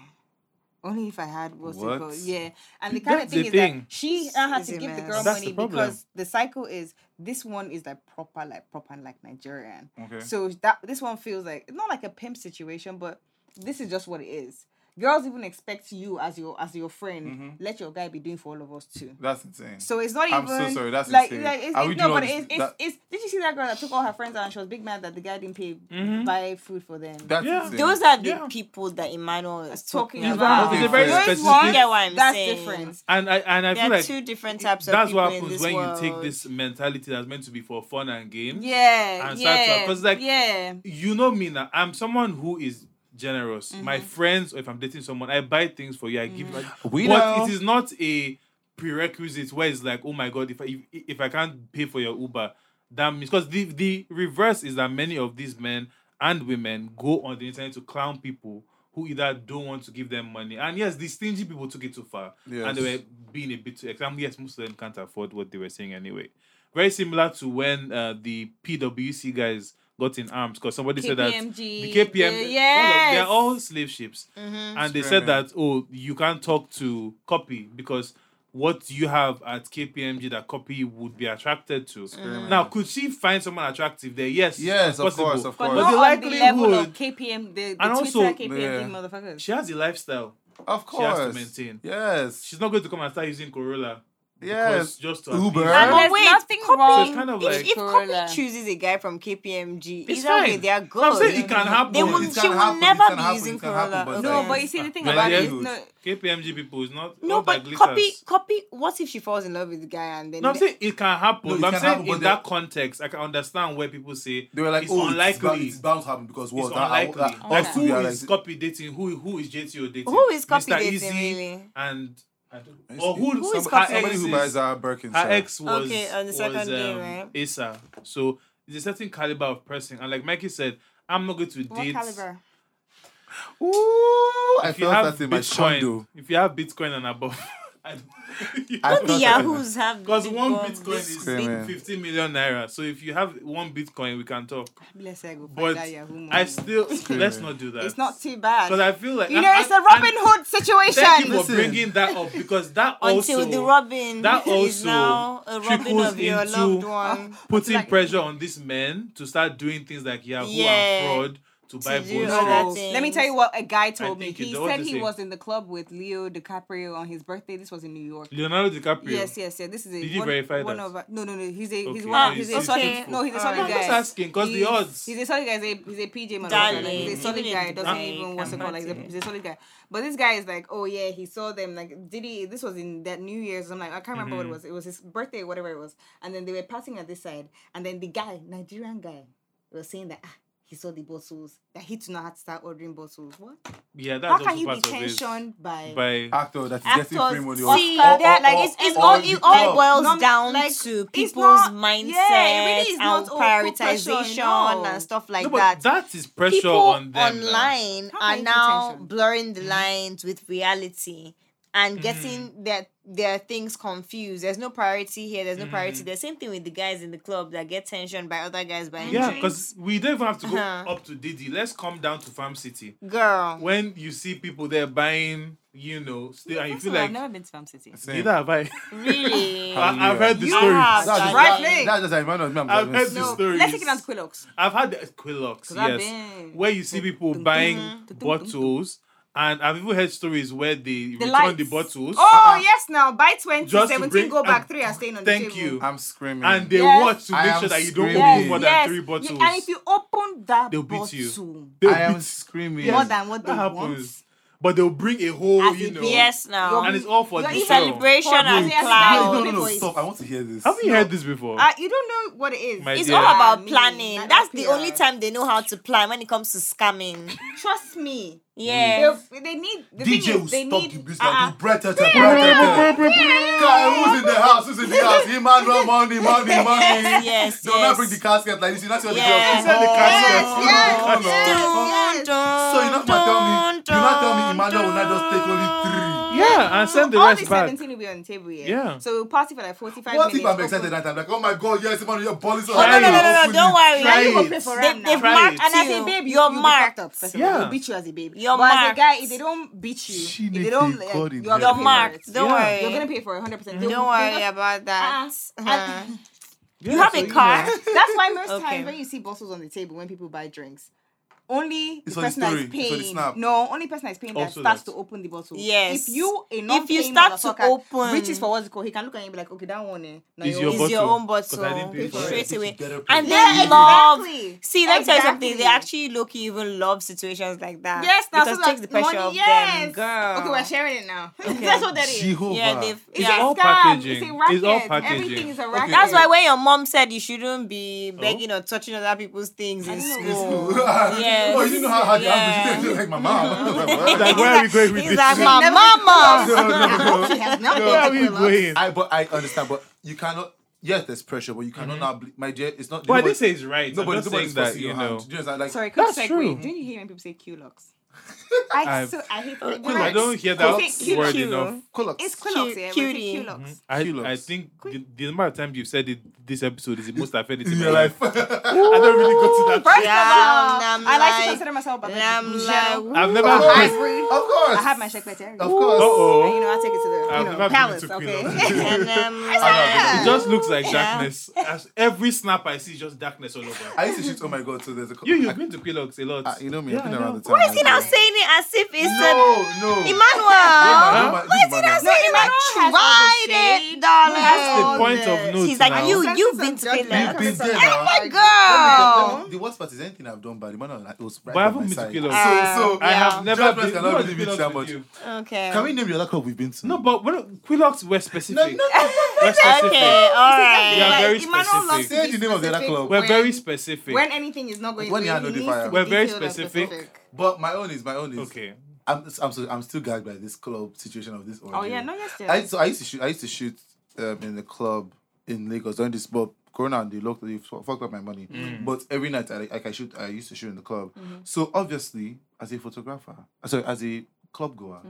[SPEAKER 5] Only if I had what's
[SPEAKER 2] What?
[SPEAKER 5] it called? Yeah. And the kind
[SPEAKER 1] That's
[SPEAKER 5] of thing
[SPEAKER 1] the
[SPEAKER 5] is
[SPEAKER 1] thing.
[SPEAKER 5] that she now had
[SPEAKER 4] It's
[SPEAKER 5] to
[SPEAKER 4] a
[SPEAKER 5] give the
[SPEAKER 4] mess.
[SPEAKER 5] girl
[SPEAKER 1] That's the
[SPEAKER 5] money
[SPEAKER 1] problem.
[SPEAKER 5] because the cycle is this one is like proper, like proper, like Nigerian.
[SPEAKER 2] Okay.
[SPEAKER 5] So that this one feels like it's not like a pimp situation, but this is just what it is. Girls even expect you as your as your friend,
[SPEAKER 1] Mm-hmm.
[SPEAKER 5] let your guy be doing for all of us too.
[SPEAKER 2] That's insane.
[SPEAKER 5] So it's not
[SPEAKER 2] I'm
[SPEAKER 5] even.
[SPEAKER 2] so sorry, that's
[SPEAKER 5] like,
[SPEAKER 2] insane.
[SPEAKER 5] like it's,
[SPEAKER 2] Are we
[SPEAKER 5] it's, no,
[SPEAKER 2] doing all
[SPEAKER 5] but
[SPEAKER 2] this-
[SPEAKER 5] it's, it's,
[SPEAKER 2] that-
[SPEAKER 5] it's. Did you see that girl that took all her friends out and she was big mad that the guy didn't pay
[SPEAKER 1] Mm-hmm.
[SPEAKER 5] buy food for them?
[SPEAKER 2] That's
[SPEAKER 1] Yeah.
[SPEAKER 2] insane.
[SPEAKER 4] Those are the
[SPEAKER 1] Yeah.
[SPEAKER 4] people that Emmanuel is
[SPEAKER 5] talking
[SPEAKER 4] talking
[SPEAKER 5] about.
[SPEAKER 4] about.
[SPEAKER 2] It's a very
[SPEAKER 5] Those
[SPEAKER 1] specific-
[SPEAKER 5] ones,
[SPEAKER 4] You get what I'm
[SPEAKER 5] that's
[SPEAKER 4] saying.
[SPEAKER 5] different.
[SPEAKER 1] And I and I
[SPEAKER 4] There
[SPEAKER 1] feel
[SPEAKER 4] are
[SPEAKER 1] like
[SPEAKER 4] two different types of
[SPEAKER 1] that's
[SPEAKER 4] people
[SPEAKER 1] what
[SPEAKER 4] in
[SPEAKER 1] happens
[SPEAKER 4] this
[SPEAKER 1] when
[SPEAKER 4] world.
[SPEAKER 1] you take this mentality that's meant to be for fun and games.
[SPEAKER 5] Yeah,
[SPEAKER 1] And start to-
[SPEAKER 5] yeah,
[SPEAKER 1] 'cause, like,
[SPEAKER 5] yeah.
[SPEAKER 1] you know me now. I'm someone who is generous. My friends, or if I'm dating someone, I buy things for you. I give. Like,
[SPEAKER 2] We
[SPEAKER 1] but
[SPEAKER 2] know.
[SPEAKER 1] it is not a prerequisite where it's like, oh my god, if I if, if I can't pay for your Uber, that means because the the reverse is that many of these men and women go on the internet to clown people who either don't want to give them money. And yes, the stingy people took it too far. And they
[SPEAKER 2] Yes.
[SPEAKER 1] were being a bit too example. Yes, most of them can't afford what they were saying anyway. Very similar to when uh, the PWC guys got in arms because somebody said that the
[SPEAKER 5] KPMG,
[SPEAKER 1] KPM,
[SPEAKER 5] the-
[SPEAKER 1] all of-
[SPEAKER 5] yes. Mm-hmm.
[SPEAKER 1] they're all slave ships,
[SPEAKER 4] Mhm.
[SPEAKER 1] and they said
[SPEAKER 2] Screaming.
[SPEAKER 1] that oh, you can't talk to copy because what you have at KPMG that copy would be attracted to.
[SPEAKER 5] Mm.
[SPEAKER 2] Screaming.
[SPEAKER 1] Now, could she find someone attractive there? Yes,
[SPEAKER 2] Yes, of
[SPEAKER 1] possible.
[SPEAKER 2] course, of
[SPEAKER 5] But
[SPEAKER 2] course.
[SPEAKER 1] the
[SPEAKER 5] not on the level of
[SPEAKER 1] likelihood-
[SPEAKER 5] KPM, the, the
[SPEAKER 1] And
[SPEAKER 5] Twitter
[SPEAKER 1] also-
[SPEAKER 5] KPMG
[SPEAKER 2] Yeah.
[SPEAKER 5] motherfuckers.
[SPEAKER 1] She has a lifestyle.
[SPEAKER 2] Of
[SPEAKER 1] She has
[SPEAKER 2] course.
[SPEAKER 1] to maintain.
[SPEAKER 2] Yes.
[SPEAKER 1] She's not going to come and start using Corolla.
[SPEAKER 2] yes.
[SPEAKER 1] because just to
[SPEAKER 2] Uber.
[SPEAKER 1] appease-
[SPEAKER 4] And
[SPEAKER 5] And
[SPEAKER 4] there's
[SPEAKER 5] wait,
[SPEAKER 4] nothing
[SPEAKER 5] Copy-
[SPEAKER 4] wrong.
[SPEAKER 1] So it's kind of
[SPEAKER 4] if,
[SPEAKER 1] like-
[SPEAKER 4] if
[SPEAKER 5] Corolla.
[SPEAKER 4] Copy chooses a guy from KPMG,
[SPEAKER 1] It's
[SPEAKER 4] either way,
[SPEAKER 1] fine.
[SPEAKER 4] they are good.
[SPEAKER 1] I'm saying it can happen.
[SPEAKER 4] They will,
[SPEAKER 2] It can
[SPEAKER 4] she will
[SPEAKER 2] happen, it
[SPEAKER 4] never
[SPEAKER 2] can
[SPEAKER 4] be
[SPEAKER 2] happen,
[SPEAKER 4] using
[SPEAKER 2] it can happen,
[SPEAKER 4] Corolla.
[SPEAKER 2] but
[SPEAKER 5] No,
[SPEAKER 2] Yeah.
[SPEAKER 5] but you see, the thing
[SPEAKER 1] Yeah,
[SPEAKER 5] about
[SPEAKER 1] yeah.
[SPEAKER 5] it is, no,
[SPEAKER 1] KPMG people is not.
[SPEAKER 4] No,
[SPEAKER 1] all that
[SPEAKER 4] but
[SPEAKER 1] glitters.
[SPEAKER 4] copy, copy. What if she falls in love with the guy and then?
[SPEAKER 1] No, I'm saying it can happen.
[SPEAKER 3] No, it
[SPEAKER 1] but I'm
[SPEAKER 3] can
[SPEAKER 1] saying
[SPEAKER 3] happen,
[SPEAKER 1] in
[SPEAKER 3] but
[SPEAKER 1] that context, I can understand where people say
[SPEAKER 3] They were like,
[SPEAKER 1] it's
[SPEAKER 3] oh, it's,
[SPEAKER 1] unlikely.
[SPEAKER 3] bound, it's bound to happen because what?
[SPEAKER 1] It's
[SPEAKER 3] that-
[SPEAKER 1] unlikely.
[SPEAKER 3] that-
[SPEAKER 1] like
[SPEAKER 3] us to be
[SPEAKER 1] who
[SPEAKER 3] like-
[SPEAKER 1] is copy dating? Who who is JTO dating?
[SPEAKER 4] Who is copy
[SPEAKER 1] Mr.
[SPEAKER 4] dating
[SPEAKER 1] Easy
[SPEAKER 4] really?
[SPEAKER 1] And I don't,
[SPEAKER 2] It's-
[SPEAKER 1] or who,
[SPEAKER 4] Who is
[SPEAKER 1] some- her
[SPEAKER 4] copy
[SPEAKER 2] Somebody
[SPEAKER 1] ex
[SPEAKER 2] who
[SPEAKER 1] is-
[SPEAKER 2] buys a Birkin.
[SPEAKER 1] her
[SPEAKER 2] shirt.
[SPEAKER 1] ex was
[SPEAKER 4] Okay, on the
[SPEAKER 1] was,
[SPEAKER 4] second day,
[SPEAKER 1] um,
[SPEAKER 4] right?
[SPEAKER 1] Asa. So it's a certain caliber of person, and like Mikey said, I'm not going to
[SPEAKER 4] what
[SPEAKER 1] date.
[SPEAKER 4] caliber?
[SPEAKER 2] Ooh, I
[SPEAKER 1] If you
[SPEAKER 2] felt
[SPEAKER 1] have
[SPEAKER 2] that in my
[SPEAKER 1] Bitcoin,
[SPEAKER 2] condo.
[SPEAKER 1] if you have Bitcoin and above, I don't,
[SPEAKER 2] I
[SPEAKER 4] Not the
[SPEAKER 2] felt that in my-
[SPEAKER 4] Yahoos have
[SPEAKER 1] Because
[SPEAKER 4] the
[SPEAKER 1] one
[SPEAKER 4] bomb,
[SPEAKER 1] Bitcoin
[SPEAKER 4] this
[SPEAKER 1] is
[SPEAKER 4] big-
[SPEAKER 2] Screaming.
[SPEAKER 1] 15 million naira. So if you have one Bitcoin, we can talk.
[SPEAKER 5] bless her, go find
[SPEAKER 1] But
[SPEAKER 5] that Yahoo
[SPEAKER 1] I
[SPEAKER 5] money.
[SPEAKER 1] still, let's not do that.
[SPEAKER 5] It's not too bad.
[SPEAKER 1] Because I feel like.
[SPEAKER 5] you know,
[SPEAKER 1] and-
[SPEAKER 5] it's a
[SPEAKER 1] and-
[SPEAKER 5] Robin
[SPEAKER 1] and
[SPEAKER 5] Hood
[SPEAKER 1] Thank you
[SPEAKER 5] situation.
[SPEAKER 1] for
[SPEAKER 2] Listen.
[SPEAKER 1] bringing that up because that also
[SPEAKER 4] Until the Robin
[SPEAKER 1] that
[SPEAKER 4] is
[SPEAKER 1] also
[SPEAKER 4] now a Robin
[SPEAKER 1] trickles
[SPEAKER 4] of your
[SPEAKER 1] into-
[SPEAKER 4] loved one.
[SPEAKER 1] putting
[SPEAKER 5] like-
[SPEAKER 1] pressure on these men to start doing things like Yahoo
[SPEAKER 4] Yeah.
[SPEAKER 1] and fraud to buy
[SPEAKER 4] do
[SPEAKER 1] bullshit.
[SPEAKER 4] all that
[SPEAKER 5] No,
[SPEAKER 4] things.
[SPEAKER 5] Oh, let me tell you what a guy
[SPEAKER 1] I
[SPEAKER 5] told me.
[SPEAKER 1] think you
[SPEAKER 5] He
[SPEAKER 1] don't
[SPEAKER 5] said
[SPEAKER 1] the
[SPEAKER 5] he
[SPEAKER 1] same.
[SPEAKER 5] was in the club with Leo DiCaprio on his birthday. This was in New York.
[SPEAKER 1] Leonardo DiCaprio.
[SPEAKER 5] Yes, yes, yeah. This is a
[SPEAKER 1] Did you
[SPEAKER 5] one,
[SPEAKER 1] verify
[SPEAKER 5] one
[SPEAKER 1] that?
[SPEAKER 5] of our- no, no, no. He's a he's
[SPEAKER 1] Okay,
[SPEAKER 5] one.
[SPEAKER 1] so
[SPEAKER 5] He's
[SPEAKER 1] it's-
[SPEAKER 5] a
[SPEAKER 1] it's
[SPEAKER 5] solid.
[SPEAKER 4] okay.
[SPEAKER 5] No, he's a
[SPEAKER 4] Alright.
[SPEAKER 5] solid
[SPEAKER 1] I'm
[SPEAKER 5] guy.
[SPEAKER 1] just asking because the
[SPEAKER 5] He's-
[SPEAKER 1] odds.
[SPEAKER 5] He's a solid guy. He's a, he's a PJ man.
[SPEAKER 4] Darling.
[SPEAKER 5] He's a solid
[SPEAKER 4] Even in
[SPEAKER 5] guy. Doesn't
[SPEAKER 4] Dubai,
[SPEAKER 5] even what's it called? Like he's a,
[SPEAKER 4] Kamati.
[SPEAKER 5] he's a solid guy. But this guy is like, oh yeah, he saw them. Like did he? This was in that New Year's. I'm like, I can't
[SPEAKER 1] Mm-hmm.
[SPEAKER 5] remember what it was. It was his birthday, whatever it was. And then they were passing at this side, and then the guy, Nigerian guy, was saying that. Ah, he saw the bottles. That he too now had to start ordering bottles. What?
[SPEAKER 1] Yeah,
[SPEAKER 5] How
[SPEAKER 1] that's
[SPEAKER 5] can
[SPEAKER 1] also
[SPEAKER 5] you be
[SPEAKER 1] part of it.
[SPEAKER 5] tensioned by
[SPEAKER 1] By
[SPEAKER 2] Actor that is
[SPEAKER 5] Actors,
[SPEAKER 2] getting free money.
[SPEAKER 4] See,
[SPEAKER 2] Or- or-
[SPEAKER 4] that,
[SPEAKER 2] or-
[SPEAKER 4] like, it's,
[SPEAKER 2] or-
[SPEAKER 4] it's
[SPEAKER 2] or
[SPEAKER 4] all,
[SPEAKER 2] you
[SPEAKER 4] it all
[SPEAKER 2] talk.
[SPEAKER 4] boils
[SPEAKER 5] Num-
[SPEAKER 4] down
[SPEAKER 5] like,
[SPEAKER 4] to
[SPEAKER 5] it's
[SPEAKER 4] people's
[SPEAKER 5] not-
[SPEAKER 4] mindset
[SPEAKER 5] yeah, it really is not
[SPEAKER 4] and
[SPEAKER 5] all good pressure,
[SPEAKER 4] prioritization
[SPEAKER 5] no.
[SPEAKER 4] and stuff like
[SPEAKER 1] no,
[SPEAKER 4] that.
[SPEAKER 1] but that is pressure
[SPEAKER 4] people
[SPEAKER 1] on them. Mm-hmm. now.
[SPEAKER 4] online
[SPEAKER 5] How
[SPEAKER 4] are
[SPEAKER 5] can you do
[SPEAKER 4] now
[SPEAKER 5] tension?
[SPEAKER 4] blurring the lines with reality
[SPEAKER 1] Mm-hmm.
[SPEAKER 4] and getting their their things confused. There's no priority here. There's no priority
[SPEAKER 1] Mm-hmm.
[SPEAKER 4] there. Same thing with the guys in the club that get tensioned by other guys buying
[SPEAKER 1] Yeah,
[SPEAKER 4] drinks.
[SPEAKER 1] because we don't even have to go
[SPEAKER 4] Uh-huh.
[SPEAKER 1] up to Didi. Let's come down to Farm City.
[SPEAKER 4] Girl,
[SPEAKER 1] When you see people there buying, you know, still, and you
[SPEAKER 5] First
[SPEAKER 1] feel
[SPEAKER 5] of all,
[SPEAKER 1] like
[SPEAKER 5] never been to Farm City.
[SPEAKER 2] Same.
[SPEAKER 1] neither have I.
[SPEAKER 4] really.
[SPEAKER 1] I- I've heard the
[SPEAKER 4] You
[SPEAKER 1] story.
[SPEAKER 4] have.
[SPEAKER 2] That's just-
[SPEAKER 5] Right leg.
[SPEAKER 2] That's just a reminder of me. I'm
[SPEAKER 1] I've
[SPEAKER 2] like,
[SPEAKER 1] heard
[SPEAKER 2] "Yes."
[SPEAKER 1] the
[SPEAKER 5] No,
[SPEAKER 1] stories.
[SPEAKER 5] let's take it down to Quillox.
[SPEAKER 1] I've had the Quillox,
[SPEAKER 5] 'Cause I've
[SPEAKER 1] yes,
[SPEAKER 5] been-
[SPEAKER 1] where you see people buying bottles, and I've even heard stories where they return the
[SPEAKER 5] lights.
[SPEAKER 1] bottles, Ah,
[SPEAKER 2] Ah.
[SPEAKER 5] Oh yes, now buy twenty,
[SPEAKER 1] Just to
[SPEAKER 5] 17,
[SPEAKER 1] bring-
[SPEAKER 5] go back
[SPEAKER 1] um,
[SPEAKER 5] three and staying on the
[SPEAKER 1] thank
[SPEAKER 5] table.
[SPEAKER 1] you.
[SPEAKER 2] I'm screaming.
[SPEAKER 1] and they
[SPEAKER 5] Yes.
[SPEAKER 1] watch to
[SPEAKER 2] I
[SPEAKER 1] make
[SPEAKER 2] am
[SPEAKER 1] sure that you don't
[SPEAKER 2] screaming.
[SPEAKER 1] open more than
[SPEAKER 5] Yes,
[SPEAKER 1] three
[SPEAKER 5] yes.
[SPEAKER 1] bottles.
[SPEAKER 5] And if you open that
[SPEAKER 1] They'll beat
[SPEAKER 5] bottle
[SPEAKER 1] you. They'll
[SPEAKER 2] I am
[SPEAKER 1] beat-
[SPEAKER 2] screaming.
[SPEAKER 5] more than what they
[SPEAKER 1] that
[SPEAKER 5] want,
[SPEAKER 1] happens. But they'll bring a whole,
[SPEAKER 5] As
[SPEAKER 1] you
[SPEAKER 5] it
[SPEAKER 1] know,
[SPEAKER 5] be,
[SPEAKER 4] Yes, now.
[SPEAKER 1] and it's all for
[SPEAKER 5] You're
[SPEAKER 1] the
[SPEAKER 5] eating
[SPEAKER 1] sale.
[SPEAKER 4] Celebration
[SPEAKER 5] Fuck
[SPEAKER 4] and
[SPEAKER 5] you. Yes,
[SPEAKER 4] cloud.
[SPEAKER 2] No, no, no,
[SPEAKER 5] Voice.
[SPEAKER 2] stop. I want to hear this.
[SPEAKER 1] Haven't you heard this before?
[SPEAKER 5] uh, you don't know what it is.
[SPEAKER 1] My
[SPEAKER 4] It's
[SPEAKER 1] Yeah.
[SPEAKER 4] all about
[SPEAKER 5] Me,
[SPEAKER 4] planning.
[SPEAKER 5] not
[SPEAKER 4] That's
[SPEAKER 5] the
[SPEAKER 4] the
[SPEAKER 5] PR.
[SPEAKER 4] only time they know how to plan when it comes to scamming.
[SPEAKER 5] Trust me.
[SPEAKER 4] Yeah.
[SPEAKER 5] They, they need the thing
[SPEAKER 3] DJ will
[SPEAKER 5] is, they
[SPEAKER 3] stop
[SPEAKER 5] need
[SPEAKER 3] the business.
[SPEAKER 5] uh-uh.
[SPEAKER 3] Uh, Brett, Brett, Brett. Guy, who's in the house? Who's in the house? Emmanuel, money, money, money.
[SPEAKER 4] Yes,
[SPEAKER 3] Don't not
[SPEAKER 4] yes.
[SPEAKER 3] bring the casket like this. You not see all the girls.
[SPEAKER 4] Yeah.
[SPEAKER 3] Send the casket.
[SPEAKER 5] Yes, yes,
[SPEAKER 3] Come on,
[SPEAKER 5] yes.
[SPEAKER 3] come on. So you're not gonna tell me. You're not tell me Emmanuel will not just take only three.
[SPEAKER 1] yeah, and send the
[SPEAKER 5] uh, All the
[SPEAKER 1] rest back.
[SPEAKER 5] seventeen will be on the table here.
[SPEAKER 1] Yeah.
[SPEAKER 5] So we'll party for like forty-five
[SPEAKER 3] What if
[SPEAKER 5] minutes.
[SPEAKER 3] I'm excited
[SPEAKER 5] open-
[SPEAKER 3] that time? Like, oh my god, yes, Emmanuel, you're balling so
[SPEAKER 4] Oh, no,
[SPEAKER 1] Try
[SPEAKER 4] no, no, no, no,
[SPEAKER 3] Hopefully-
[SPEAKER 4] don't worry.
[SPEAKER 1] Try
[SPEAKER 5] You go
[SPEAKER 1] it.
[SPEAKER 5] pay for
[SPEAKER 4] They,
[SPEAKER 5] ram now.
[SPEAKER 4] they've
[SPEAKER 1] Try
[SPEAKER 4] marked
[SPEAKER 1] it.
[SPEAKER 4] and
[SPEAKER 5] And
[SPEAKER 4] I
[SPEAKER 5] as
[SPEAKER 4] say,
[SPEAKER 5] a babe,
[SPEAKER 4] babe,
[SPEAKER 5] you,
[SPEAKER 4] you're
[SPEAKER 5] you be
[SPEAKER 4] marked.
[SPEAKER 5] fucked up. First
[SPEAKER 1] Yeah.
[SPEAKER 5] yeah. They'll beat you as a babe.
[SPEAKER 4] You're
[SPEAKER 5] but as
[SPEAKER 4] marked.
[SPEAKER 5] a guy, if they don't beat you,
[SPEAKER 2] She
[SPEAKER 5] if
[SPEAKER 2] need
[SPEAKER 5] they don't,
[SPEAKER 2] the
[SPEAKER 5] like,
[SPEAKER 2] God in
[SPEAKER 5] you're,
[SPEAKER 2] heaven.
[SPEAKER 4] You're
[SPEAKER 5] gonna pay for
[SPEAKER 4] marked.
[SPEAKER 5] it.
[SPEAKER 4] Don't
[SPEAKER 1] Yeah.
[SPEAKER 4] worry.
[SPEAKER 5] You're gonna pay for it 100%.
[SPEAKER 4] Don't worry about that.
[SPEAKER 5] Uh-uh.
[SPEAKER 4] Uh,
[SPEAKER 1] Yeah,
[SPEAKER 4] you have
[SPEAKER 1] so,
[SPEAKER 4] a
[SPEAKER 1] know,
[SPEAKER 4] car.
[SPEAKER 5] That's why most
[SPEAKER 4] Okay.
[SPEAKER 5] times when you see bottles on the table when people buy drinks, only
[SPEAKER 2] It's
[SPEAKER 5] the
[SPEAKER 2] on the
[SPEAKER 5] person that
[SPEAKER 2] story.
[SPEAKER 5] is
[SPEAKER 2] It's on the
[SPEAKER 5] paying.
[SPEAKER 2] snap.
[SPEAKER 5] No, only person that is paying that
[SPEAKER 1] Also
[SPEAKER 5] starts
[SPEAKER 1] that.
[SPEAKER 5] to open the bottle.
[SPEAKER 4] Yes.
[SPEAKER 5] If you a
[SPEAKER 4] If you
[SPEAKER 5] non-paying
[SPEAKER 4] start to
[SPEAKER 5] motherfucker
[SPEAKER 4] open-
[SPEAKER 5] reaches for what's it called, he can look at you and be like, okay, that one eh, now
[SPEAKER 1] Is
[SPEAKER 4] It's
[SPEAKER 1] your
[SPEAKER 4] your
[SPEAKER 1] bottle,
[SPEAKER 4] own
[SPEAKER 1] 'cause I didn't
[SPEAKER 4] bottle
[SPEAKER 1] pay for it.
[SPEAKER 4] straight away.
[SPEAKER 3] Better pay.
[SPEAKER 4] And they
[SPEAKER 5] Yeah,
[SPEAKER 4] love.
[SPEAKER 5] exactly.
[SPEAKER 4] See, let me tell you something. They
[SPEAKER 5] Exactly.
[SPEAKER 4] actually look even love situations like that.
[SPEAKER 5] Yes, now
[SPEAKER 4] because
[SPEAKER 5] so
[SPEAKER 4] it takes
[SPEAKER 5] that
[SPEAKER 4] the pressure
[SPEAKER 5] money-
[SPEAKER 4] off
[SPEAKER 5] yes.
[SPEAKER 4] them, girl.
[SPEAKER 5] Okay, we're sharing it now. That's what that is.
[SPEAKER 2] Jehovah.
[SPEAKER 4] yeah, they've.
[SPEAKER 5] It's
[SPEAKER 4] yeah.
[SPEAKER 5] a
[SPEAKER 1] all
[SPEAKER 5] scam.
[SPEAKER 1] packaging.
[SPEAKER 5] It's a racket.
[SPEAKER 1] It's all packaging.
[SPEAKER 5] Everything is a
[SPEAKER 1] Okay.
[SPEAKER 5] racket.
[SPEAKER 4] That's why when your mom said you shouldn't be
[SPEAKER 1] Oh.
[SPEAKER 4] begging or touching other people's things in
[SPEAKER 5] know.
[SPEAKER 4] school. Yes.
[SPEAKER 3] Oh, you didn't know how hard
[SPEAKER 4] Yeah.
[SPEAKER 3] yeah. like my mom. Like, what?
[SPEAKER 1] Like, where are we going with
[SPEAKER 4] He's
[SPEAKER 1] this?
[SPEAKER 4] like,
[SPEAKER 1] Where
[SPEAKER 4] my
[SPEAKER 5] Never-
[SPEAKER 4] mama.
[SPEAKER 5] I hope she has not
[SPEAKER 1] are we
[SPEAKER 5] been to Quillox.
[SPEAKER 1] going?
[SPEAKER 2] I but I understand, but you cannot. Yes, there's pressure, but you cannot now.
[SPEAKER 5] Mm-hmm.
[SPEAKER 2] Ble- my dear, it's not.
[SPEAKER 1] Well, I
[SPEAKER 2] nobody-
[SPEAKER 1] didn't say it's right. I'm
[SPEAKER 2] nobody-
[SPEAKER 1] just saying
[SPEAKER 2] nobody's
[SPEAKER 1] that
[SPEAKER 2] forcing
[SPEAKER 1] you
[SPEAKER 2] your
[SPEAKER 1] know.
[SPEAKER 2] hand. Do you understand? Like,
[SPEAKER 5] Sorry, quick
[SPEAKER 1] That's
[SPEAKER 5] segue.
[SPEAKER 1] true.
[SPEAKER 5] Didn't you hear when people say Q-Lux? I,
[SPEAKER 1] I've-
[SPEAKER 5] so, I hate
[SPEAKER 4] Wait,
[SPEAKER 1] I don't hear
[SPEAKER 5] Quillox.
[SPEAKER 1] that
[SPEAKER 5] Is it
[SPEAKER 1] word
[SPEAKER 4] Q-Q?
[SPEAKER 1] enough.
[SPEAKER 2] Colox.
[SPEAKER 5] It's Quillox, yeah.
[SPEAKER 4] Cutie.
[SPEAKER 5] Cutie. Quillox.
[SPEAKER 1] Mhm. I, I
[SPEAKER 2] Culox.
[SPEAKER 1] think the, the number of times you've said it this episode is the most I've heard it in my
[SPEAKER 3] You're like,
[SPEAKER 1] life. I don't really go to that.
[SPEAKER 5] First
[SPEAKER 4] Yeah,
[SPEAKER 5] of all,
[SPEAKER 4] I'm
[SPEAKER 5] I like to
[SPEAKER 4] like-
[SPEAKER 5] consider myself a
[SPEAKER 4] I'm
[SPEAKER 5] Nigerian.
[SPEAKER 4] like,
[SPEAKER 1] I've never
[SPEAKER 3] Of
[SPEAKER 1] had
[SPEAKER 3] course.
[SPEAKER 5] Ivory.
[SPEAKER 3] Of course.
[SPEAKER 5] I have my secretary.
[SPEAKER 3] Of course.
[SPEAKER 1] Uh-oh.
[SPEAKER 5] And, you know, I take it to the
[SPEAKER 1] I've
[SPEAKER 5] you know,
[SPEAKER 1] never been
[SPEAKER 5] palace,
[SPEAKER 1] to
[SPEAKER 5] okay?
[SPEAKER 1] Quillox.
[SPEAKER 4] and I'm
[SPEAKER 1] It
[SPEAKER 4] like,
[SPEAKER 1] just looks like
[SPEAKER 4] Yeah.
[SPEAKER 1] darkness. As every snap I see is just darkness all over.
[SPEAKER 3] I used to shoot, oh my god, so there's a couple.
[SPEAKER 1] You you've been to Quillox a lot.
[SPEAKER 2] Ah, you know me,
[SPEAKER 1] Yeah,
[SPEAKER 2] I've been
[SPEAKER 1] I
[SPEAKER 2] around
[SPEAKER 1] know.
[SPEAKER 2] the time.
[SPEAKER 4] why is he now
[SPEAKER 2] I-
[SPEAKER 4] saying it as if it's
[SPEAKER 3] No, no.
[SPEAKER 4] a Emmanuel?
[SPEAKER 1] Huh?
[SPEAKER 3] Why is
[SPEAKER 4] That's
[SPEAKER 5] No,
[SPEAKER 4] what
[SPEAKER 5] Emmanuel has all the
[SPEAKER 4] tried
[SPEAKER 5] shade.
[SPEAKER 4] it, darling.
[SPEAKER 1] That's the point of note
[SPEAKER 4] He's like,
[SPEAKER 1] now.
[SPEAKER 4] you,
[SPEAKER 5] Senses
[SPEAKER 4] you've
[SPEAKER 5] of
[SPEAKER 4] been to
[SPEAKER 5] judgment
[SPEAKER 4] Finland.
[SPEAKER 5] coming
[SPEAKER 3] Been
[SPEAKER 5] from
[SPEAKER 3] there
[SPEAKER 5] the
[SPEAKER 3] now.
[SPEAKER 5] outside.
[SPEAKER 4] My girl.
[SPEAKER 3] The, the worst part is anything I've done, but the man was like, it was right
[SPEAKER 1] But I
[SPEAKER 3] by
[SPEAKER 1] haven't
[SPEAKER 3] my
[SPEAKER 1] been to
[SPEAKER 3] side.
[SPEAKER 1] Quillox.
[SPEAKER 3] So, so
[SPEAKER 1] I
[SPEAKER 4] Yeah.
[SPEAKER 1] have never
[SPEAKER 3] Judgment
[SPEAKER 1] been.
[SPEAKER 3] cannot
[SPEAKER 1] Who has
[SPEAKER 3] really
[SPEAKER 1] been
[SPEAKER 3] reach
[SPEAKER 1] to
[SPEAKER 3] that
[SPEAKER 1] Quillox
[SPEAKER 3] much.
[SPEAKER 1] with you?
[SPEAKER 4] Okay.
[SPEAKER 3] can we name the other club we've been to?
[SPEAKER 1] No, but when Quillox were
[SPEAKER 3] no,
[SPEAKER 1] specific.
[SPEAKER 3] no.
[SPEAKER 1] We're specific.
[SPEAKER 4] Okay, all
[SPEAKER 1] We are
[SPEAKER 4] right.
[SPEAKER 1] very
[SPEAKER 5] Emmanuel loves
[SPEAKER 1] specific.
[SPEAKER 3] Say
[SPEAKER 5] to be
[SPEAKER 3] the name of the other
[SPEAKER 5] specific
[SPEAKER 3] club.
[SPEAKER 1] We're
[SPEAKER 5] when-
[SPEAKER 1] very specific.
[SPEAKER 5] When anything is not going
[SPEAKER 3] When
[SPEAKER 5] well,
[SPEAKER 3] you
[SPEAKER 5] he
[SPEAKER 3] handle the
[SPEAKER 5] needs
[SPEAKER 3] fire.
[SPEAKER 5] to be
[SPEAKER 1] We're very
[SPEAKER 5] detailed and
[SPEAKER 1] specific.
[SPEAKER 3] But my own is my own is.
[SPEAKER 1] Okay.
[SPEAKER 3] I'm, I'm, so, I'm still gagged by this club situation of this.
[SPEAKER 5] Oh
[SPEAKER 3] ordeal.
[SPEAKER 5] yeah, no, yes, yes.
[SPEAKER 2] I, so I used to shoot. I used to shoot um, in the club in Lagos during this but Corona and they locked they fu- fucked up my money. But every night I like I shoot. I used to shoot in the club.
[SPEAKER 4] Mm-hmm.
[SPEAKER 2] So obviously, as a photographer, uh, sorry, as a club goer,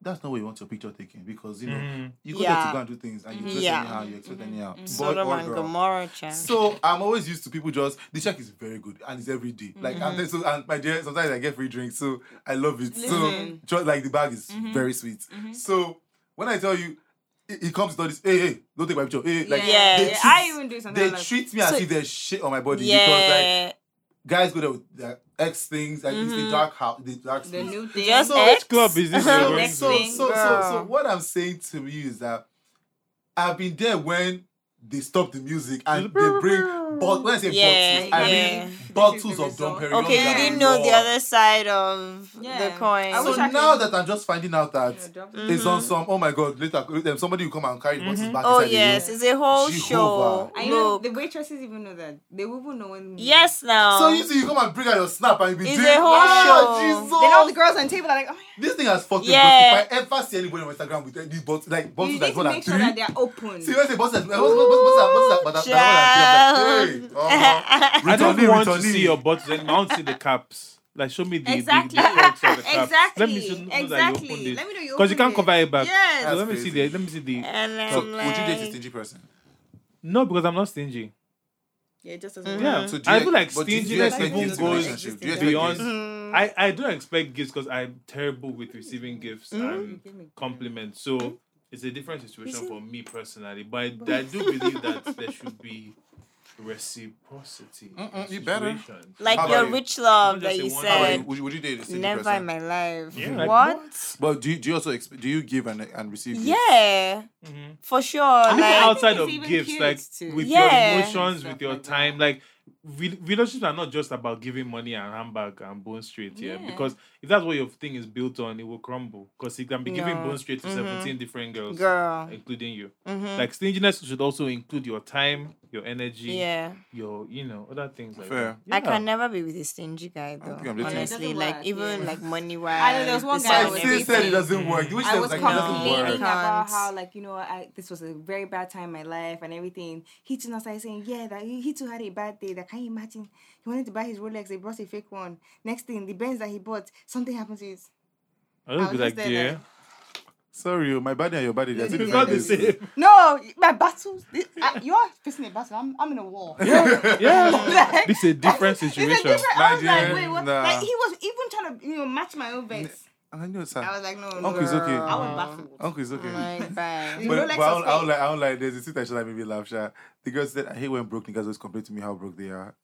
[SPEAKER 2] that's not what you want your picture taken because you know
[SPEAKER 1] Mhm.
[SPEAKER 2] you go there
[SPEAKER 4] Mm-hmm. Yeah. Mm-hmm.
[SPEAKER 2] to go and do things and you dress
[SPEAKER 4] Yeah.
[SPEAKER 2] anyhow, you expect anyhow, boy
[SPEAKER 4] Sodom
[SPEAKER 2] or
[SPEAKER 4] and
[SPEAKER 2] girl.
[SPEAKER 4] Gomorrah, child.
[SPEAKER 2] So I'm always used to people just the check is very good and it's every day. Like and
[SPEAKER 4] Mm-hmm.
[SPEAKER 2] then, so and my dear sometimes I get free drinks, so I love it. So
[SPEAKER 4] Listen. Mm-hmm.
[SPEAKER 2] just like the bag is very sweet. So when I tell you it, it comes to all this, hey, hey, don't take my picture. Hey, hey," like
[SPEAKER 4] Yeah.
[SPEAKER 2] they
[SPEAKER 4] Yeah,
[SPEAKER 2] treat,
[SPEAKER 5] I even do something
[SPEAKER 2] they
[SPEAKER 5] like
[SPEAKER 2] treat me as
[SPEAKER 4] So-
[SPEAKER 2] if there's shit on my body because like
[SPEAKER 4] yeah. Mm-hmm.
[SPEAKER 2] guys go there with their ex things, like it's the dark house, the dark
[SPEAKER 5] the
[SPEAKER 2] space.
[SPEAKER 5] new thing.
[SPEAKER 4] Just
[SPEAKER 1] So which club is this? you're
[SPEAKER 2] so,
[SPEAKER 1] going
[SPEAKER 4] Next
[SPEAKER 1] to?
[SPEAKER 2] so,
[SPEAKER 4] thing,
[SPEAKER 2] so, so, so
[SPEAKER 4] girl.
[SPEAKER 2] what I'm saying to you is that I've been there when they stop the music and they bring but when I say
[SPEAKER 4] Yeah,
[SPEAKER 2] bottles, I
[SPEAKER 4] yeah.
[SPEAKER 2] mean bottles
[SPEAKER 5] This
[SPEAKER 2] of
[SPEAKER 5] is the
[SPEAKER 2] Dom Perignon.
[SPEAKER 5] result.
[SPEAKER 4] Okay,
[SPEAKER 2] that
[SPEAKER 4] you
[SPEAKER 5] Yeah.
[SPEAKER 4] didn't know the
[SPEAKER 2] raw.
[SPEAKER 4] other side of
[SPEAKER 5] Yeah.
[SPEAKER 4] the coin.
[SPEAKER 5] I wish
[SPEAKER 2] So
[SPEAKER 5] I could-
[SPEAKER 2] now that I'm just finding out that
[SPEAKER 5] Mhm.
[SPEAKER 2] it's on some oh my god, later um, somebody will come and carry the bottles back.
[SPEAKER 4] oh
[SPEAKER 2] inside the
[SPEAKER 4] yes,
[SPEAKER 2] room.
[SPEAKER 4] it's a whole
[SPEAKER 2] Jehovah.
[SPEAKER 4] show.
[SPEAKER 5] I know
[SPEAKER 4] Look,
[SPEAKER 5] the waitresses even know that. They will know when.
[SPEAKER 4] yes, now.
[SPEAKER 2] So you see, you come and bring out your snap and you be
[SPEAKER 4] um, It's
[SPEAKER 2] doing-
[SPEAKER 4] a whole
[SPEAKER 2] Ah,
[SPEAKER 4] show.
[SPEAKER 2] Jesus.
[SPEAKER 5] Then all the girls on the table are like, oh, yeah.
[SPEAKER 2] This thing has fucked me.
[SPEAKER 4] Yeah.
[SPEAKER 2] up. If I ever see anybody on Instagram with these bottles, like
[SPEAKER 5] you
[SPEAKER 2] bottles
[SPEAKER 5] need
[SPEAKER 2] like
[SPEAKER 5] to
[SPEAKER 2] one and
[SPEAKER 5] make
[SPEAKER 2] three.
[SPEAKER 5] sure that they're open.
[SPEAKER 2] See, when I say bottles, like, what's- what's- what's- what's that- what's that- what's that- what's that- hey, uh-huh.
[SPEAKER 1] I don't
[SPEAKER 2] Returning,
[SPEAKER 1] want to
[SPEAKER 2] returning.
[SPEAKER 1] see your buttons anymore. I want to see the caps. Like, show me the the-
[SPEAKER 4] Exactly.
[SPEAKER 1] the, corks or the caps.
[SPEAKER 4] Exactly.
[SPEAKER 1] Let me see, know that you
[SPEAKER 4] Exactly.
[SPEAKER 1] opened it.
[SPEAKER 5] Let me know you
[SPEAKER 1] Because you can't
[SPEAKER 5] opened
[SPEAKER 1] cover it back.
[SPEAKER 4] Yes.
[SPEAKER 1] So
[SPEAKER 2] That's
[SPEAKER 1] let me see
[SPEAKER 2] crazy.
[SPEAKER 1] the. Let me see the.
[SPEAKER 4] and I'm
[SPEAKER 2] So,
[SPEAKER 4] like,
[SPEAKER 2] would you date a stingy person?
[SPEAKER 1] No, because I'm not stingy.
[SPEAKER 5] it. Yeah, it just doesn't.
[SPEAKER 1] Yeah.
[SPEAKER 5] work.
[SPEAKER 2] So do
[SPEAKER 1] I
[SPEAKER 2] you-
[SPEAKER 1] feel like
[SPEAKER 2] but do you- do you
[SPEAKER 1] stinginess
[SPEAKER 2] expect
[SPEAKER 1] even
[SPEAKER 2] gifts in
[SPEAKER 1] goes
[SPEAKER 2] relationship? Do you expect
[SPEAKER 1] beyond.
[SPEAKER 2] gifts?
[SPEAKER 1] I, I don't expect gifts because I'm terrible with receiving gifts and
[SPEAKER 5] Give me-
[SPEAKER 1] compliments. So it's a different situation for me personally. But I, I do believe that there should be reciprocity. in
[SPEAKER 2] Mm-mm, you better.
[SPEAKER 1] situations.
[SPEAKER 2] How
[SPEAKER 4] like
[SPEAKER 2] about
[SPEAKER 4] your
[SPEAKER 2] you?
[SPEAKER 4] rich love
[SPEAKER 1] Let
[SPEAKER 4] that
[SPEAKER 1] me
[SPEAKER 4] you
[SPEAKER 1] just say one-
[SPEAKER 2] How about you?
[SPEAKER 4] said.
[SPEAKER 2] Would you- would you date a stingy
[SPEAKER 4] Never
[SPEAKER 2] person?
[SPEAKER 4] in my life.
[SPEAKER 1] Yeah, like,
[SPEAKER 4] what?
[SPEAKER 2] But do you, do you also exp- do you give and and receive? gifts?
[SPEAKER 4] Yeah,
[SPEAKER 1] Mhm.
[SPEAKER 4] for sure.
[SPEAKER 1] Even
[SPEAKER 4] Like,
[SPEAKER 1] outside
[SPEAKER 5] it's
[SPEAKER 1] of
[SPEAKER 5] even
[SPEAKER 1] gifts,
[SPEAKER 5] cute
[SPEAKER 1] like
[SPEAKER 5] to-
[SPEAKER 1] with
[SPEAKER 4] Yeah.
[SPEAKER 1] your emotions,
[SPEAKER 5] Stuff
[SPEAKER 1] with your
[SPEAKER 5] like that.
[SPEAKER 1] time, like re- relationships are not just about giving money and handbag and bone straight here.
[SPEAKER 5] Yeah.
[SPEAKER 1] Because if that's what your thing is built on, it will crumble. Because it can be giving
[SPEAKER 4] No.
[SPEAKER 1] bone straight to
[SPEAKER 4] Mhm.
[SPEAKER 1] seventeen different girls,
[SPEAKER 4] girl.
[SPEAKER 1] including you.
[SPEAKER 4] Mhm.
[SPEAKER 1] Like stinginess should also include your time, your energy,
[SPEAKER 4] yeah.
[SPEAKER 1] your you know other things like
[SPEAKER 2] Fair.
[SPEAKER 1] that.
[SPEAKER 4] I
[SPEAKER 1] Yeah.
[SPEAKER 4] can never be with a stingy guy though.
[SPEAKER 2] think I'm dating-
[SPEAKER 4] Honestly,
[SPEAKER 5] Doesn't
[SPEAKER 4] like
[SPEAKER 5] work,
[SPEAKER 4] even
[SPEAKER 5] yeah.
[SPEAKER 4] like money wise.
[SPEAKER 5] I know there was one guy
[SPEAKER 2] I
[SPEAKER 4] despite
[SPEAKER 5] I would
[SPEAKER 2] still
[SPEAKER 5] never
[SPEAKER 2] said it
[SPEAKER 5] say-
[SPEAKER 2] doesn't work. Which
[SPEAKER 5] I was
[SPEAKER 2] like, it doesn't
[SPEAKER 4] work.
[SPEAKER 5] complaining
[SPEAKER 2] work.
[SPEAKER 5] about
[SPEAKER 4] Can't.
[SPEAKER 5] how, like, you know, I this was a very bad time in my life and everything. He too now started saying, yeah, that he, he too had a bad day. That can you imagine? He wanted to buy his Rolex, they brought a fake one. Next thing, the Benz that he bought, something happened to it.
[SPEAKER 1] I'll just be
[SPEAKER 5] I was
[SPEAKER 1] like,
[SPEAKER 5] just there,
[SPEAKER 1] dear,
[SPEAKER 5] like,
[SPEAKER 2] Sorry, oh, my body and your body. They're
[SPEAKER 1] it's not the same.
[SPEAKER 5] No, my battles. thi- I- you are facing a battle. I'm, I'm in a war.
[SPEAKER 1] Yeah,
[SPEAKER 5] Like-
[SPEAKER 1] this is a different
[SPEAKER 5] It's a
[SPEAKER 1] situation.
[SPEAKER 5] different. I was like,
[SPEAKER 2] Nigerian,
[SPEAKER 5] wait, what?
[SPEAKER 2] nah.
[SPEAKER 5] Like he was even trying to, you know, match my own veins.
[SPEAKER 2] I know, sir.
[SPEAKER 5] I was like, no, no.
[SPEAKER 2] Uncle is okay.
[SPEAKER 5] I was baffled.
[SPEAKER 2] Uncle is okay.
[SPEAKER 4] Like, bye.
[SPEAKER 5] You
[SPEAKER 2] But,
[SPEAKER 5] know,
[SPEAKER 2] but
[SPEAKER 5] like
[SPEAKER 2] I, don't, I,
[SPEAKER 5] suspect.
[SPEAKER 2] don't like, I don't like, there's a situation that made me laugh, Sha. The girl said, I hate when broke niggas always complain to me how broke they are.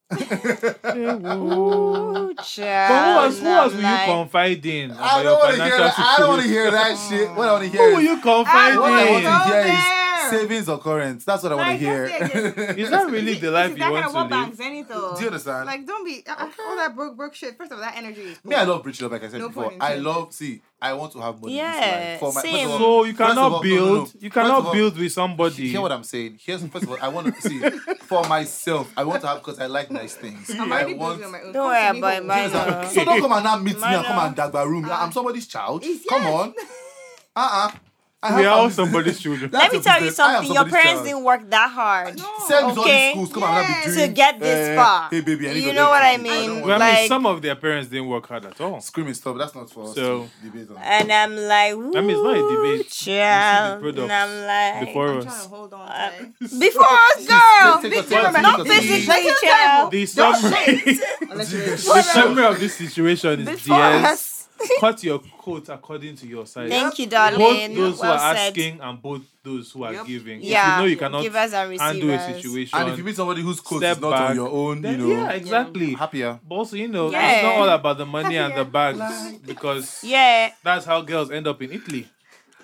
[SPEAKER 4] Ooh,
[SPEAKER 1] But who
[SPEAKER 4] child,
[SPEAKER 1] else, who else will you
[SPEAKER 4] like-
[SPEAKER 1] confide in?
[SPEAKER 2] I
[SPEAKER 1] about
[SPEAKER 2] don't
[SPEAKER 1] your
[SPEAKER 2] want to hear
[SPEAKER 1] financial
[SPEAKER 2] that. I don't want to
[SPEAKER 1] situation?
[SPEAKER 2] hear that shit. What I want to
[SPEAKER 1] Who will
[SPEAKER 2] hear is,
[SPEAKER 1] you confide
[SPEAKER 4] Ah,
[SPEAKER 2] what I want
[SPEAKER 1] in?
[SPEAKER 5] Go
[SPEAKER 2] to
[SPEAKER 5] there.
[SPEAKER 2] hear is savings or currents. That's what I want
[SPEAKER 5] Like,
[SPEAKER 2] to
[SPEAKER 5] that's it,
[SPEAKER 2] hear.
[SPEAKER 1] Is that really the life you want to live?
[SPEAKER 5] anything.
[SPEAKER 2] Do you understand?
[SPEAKER 5] Like, don't be uh, uh, all that broke, broke shit. First of all, that energy. is
[SPEAKER 2] Me, I love rich love, like I said
[SPEAKER 5] No
[SPEAKER 2] before.
[SPEAKER 5] point in
[SPEAKER 2] I
[SPEAKER 5] saying
[SPEAKER 2] love, see, I want to have money. in this
[SPEAKER 4] Yeah,
[SPEAKER 2] life. For my, first of
[SPEAKER 4] same.
[SPEAKER 2] all-
[SPEAKER 1] So you
[SPEAKER 2] first of
[SPEAKER 1] cannot
[SPEAKER 2] all- no, no,
[SPEAKER 1] build.
[SPEAKER 2] no.
[SPEAKER 1] You
[SPEAKER 2] First of
[SPEAKER 1] cannot
[SPEAKER 2] all,
[SPEAKER 1] build with somebody.
[SPEAKER 2] Hear what I'm saying. Here's first of all, I want to see for myself. I want to have because I like nice things.
[SPEAKER 5] I'm
[SPEAKER 2] I
[SPEAKER 5] already
[SPEAKER 2] want.
[SPEAKER 5] building on my own. Come to
[SPEAKER 4] Don't worry
[SPEAKER 5] me,
[SPEAKER 4] about
[SPEAKER 5] go.
[SPEAKER 4] mine.
[SPEAKER 2] Yes, I-
[SPEAKER 4] Yeah.
[SPEAKER 2] So don't come and now meet me and
[SPEAKER 4] Mine,
[SPEAKER 2] come and dag my room. I'm somebody's child.
[SPEAKER 5] It's-
[SPEAKER 2] Come
[SPEAKER 5] yes.
[SPEAKER 2] on. Uh uh I
[SPEAKER 1] we
[SPEAKER 2] have
[SPEAKER 1] are all
[SPEAKER 2] family-
[SPEAKER 1] somebody's children.
[SPEAKER 2] That's
[SPEAKER 4] Let me
[SPEAKER 2] a
[SPEAKER 4] tell you
[SPEAKER 2] business. I have
[SPEAKER 4] something. Your
[SPEAKER 2] somebody's
[SPEAKER 4] parents
[SPEAKER 2] child.
[SPEAKER 4] didn't work that
[SPEAKER 2] Send
[SPEAKER 4] hard.
[SPEAKER 2] me to all
[SPEAKER 4] Okay.
[SPEAKER 2] these schools. Come on, I'll be
[SPEAKER 4] To
[SPEAKER 2] doing.
[SPEAKER 4] get this
[SPEAKER 2] eh,
[SPEAKER 4] far.
[SPEAKER 2] Hey, baby, I need
[SPEAKER 4] You
[SPEAKER 2] your
[SPEAKER 4] know what
[SPEAKER 2] dentist.
[SPEAKER 4] I mean?
[SPEAKER 1] Well,
[SPEAKER 2] don't
[SPEAKER 1] I
[SPEAKER 2] want-
[SPEAKER 1] mean,
[SPEAKER 4] like-
[SPEAKER 1] some of their parents didn't work hard at all.
[SPEAKER 2] Screaming stuff. That's not for us.
[SPEAKER 1] So-
[SPEAKER 2] to debate on.
[SPEAKER 4] And I'm like, Ooh,
[SPEAKER 1] mean, it's not a debate. You see the
[SPEAKER 4] Child. And
[SPEAKER 1] products Before
[SPEAKER 4] I'm like,
[SPEAKER 5] I'm trying
[SPEAKER 1] us,
[SPEAKER 5] to hold on. to it.
[SPEAKER 4] before us, girl.
[SPEAKER 2] Take your
[SPEAKER 1] Before us,
[SPEAKER 2] time, take
[SPEAKER 4] Not
[SPEAKER 2] your
[SPEAKER 1] Because
[SPEAKER 2] time.
[SPEAKER 4] physically,
[SPEAKER 5] it's
[SPEAKER 4] child.
[SPEAKER 1] the summary,
[SPEAKER 5] Unless you
[SPEAKER 1] the summary of this situation is
[SPEAKER 4] Before
[SPEAKER 1] DS.
[SPEAKER 4] us.
[SPEAKER 1] Cut your coat according to your size.
[SPEAKER 4] Thank you,
[SPEAKER 1] both
[SPEAKER 4] darling.
[SPEAKER 1] those who
[SPEAKER 4] well
[SPEAKER 1] are
[SPEAKER 4] said.
[SPEAKER 1] asking and both those who are
[SPEAKER 5] Yep.
[SPEAKER 1] giving.
[SPEAKER 4] Yeah.
[SPEAKER 1] If you know you cannot
[SPEAKER 4] Givers and
[SPEAKER 1] handle a
[SPEAKER 4] receivers.
[SPEAKER 1] situation,
[SPEAKER 2] And if you meet somebody whose coat
[SPEAKER 1] Step
[SPEAKER 2] is not
[SPEAKER 1] back.
[SPEAKER 2] on your own, you
[SPEAKER 1] then,
[SPEAKER 2] know,
[SPEAKER 1] yeah, exactly.
[SPEAKER 2] happier.
[SPEAKER 1] But also, you know, it's
[SPEAKER 4] Yeah.
[SPEAKER 1] not all about the money and the bags because
[SPEAKER 4] Yeah.
[SPEAKER 1] that's how girls end up in Italy.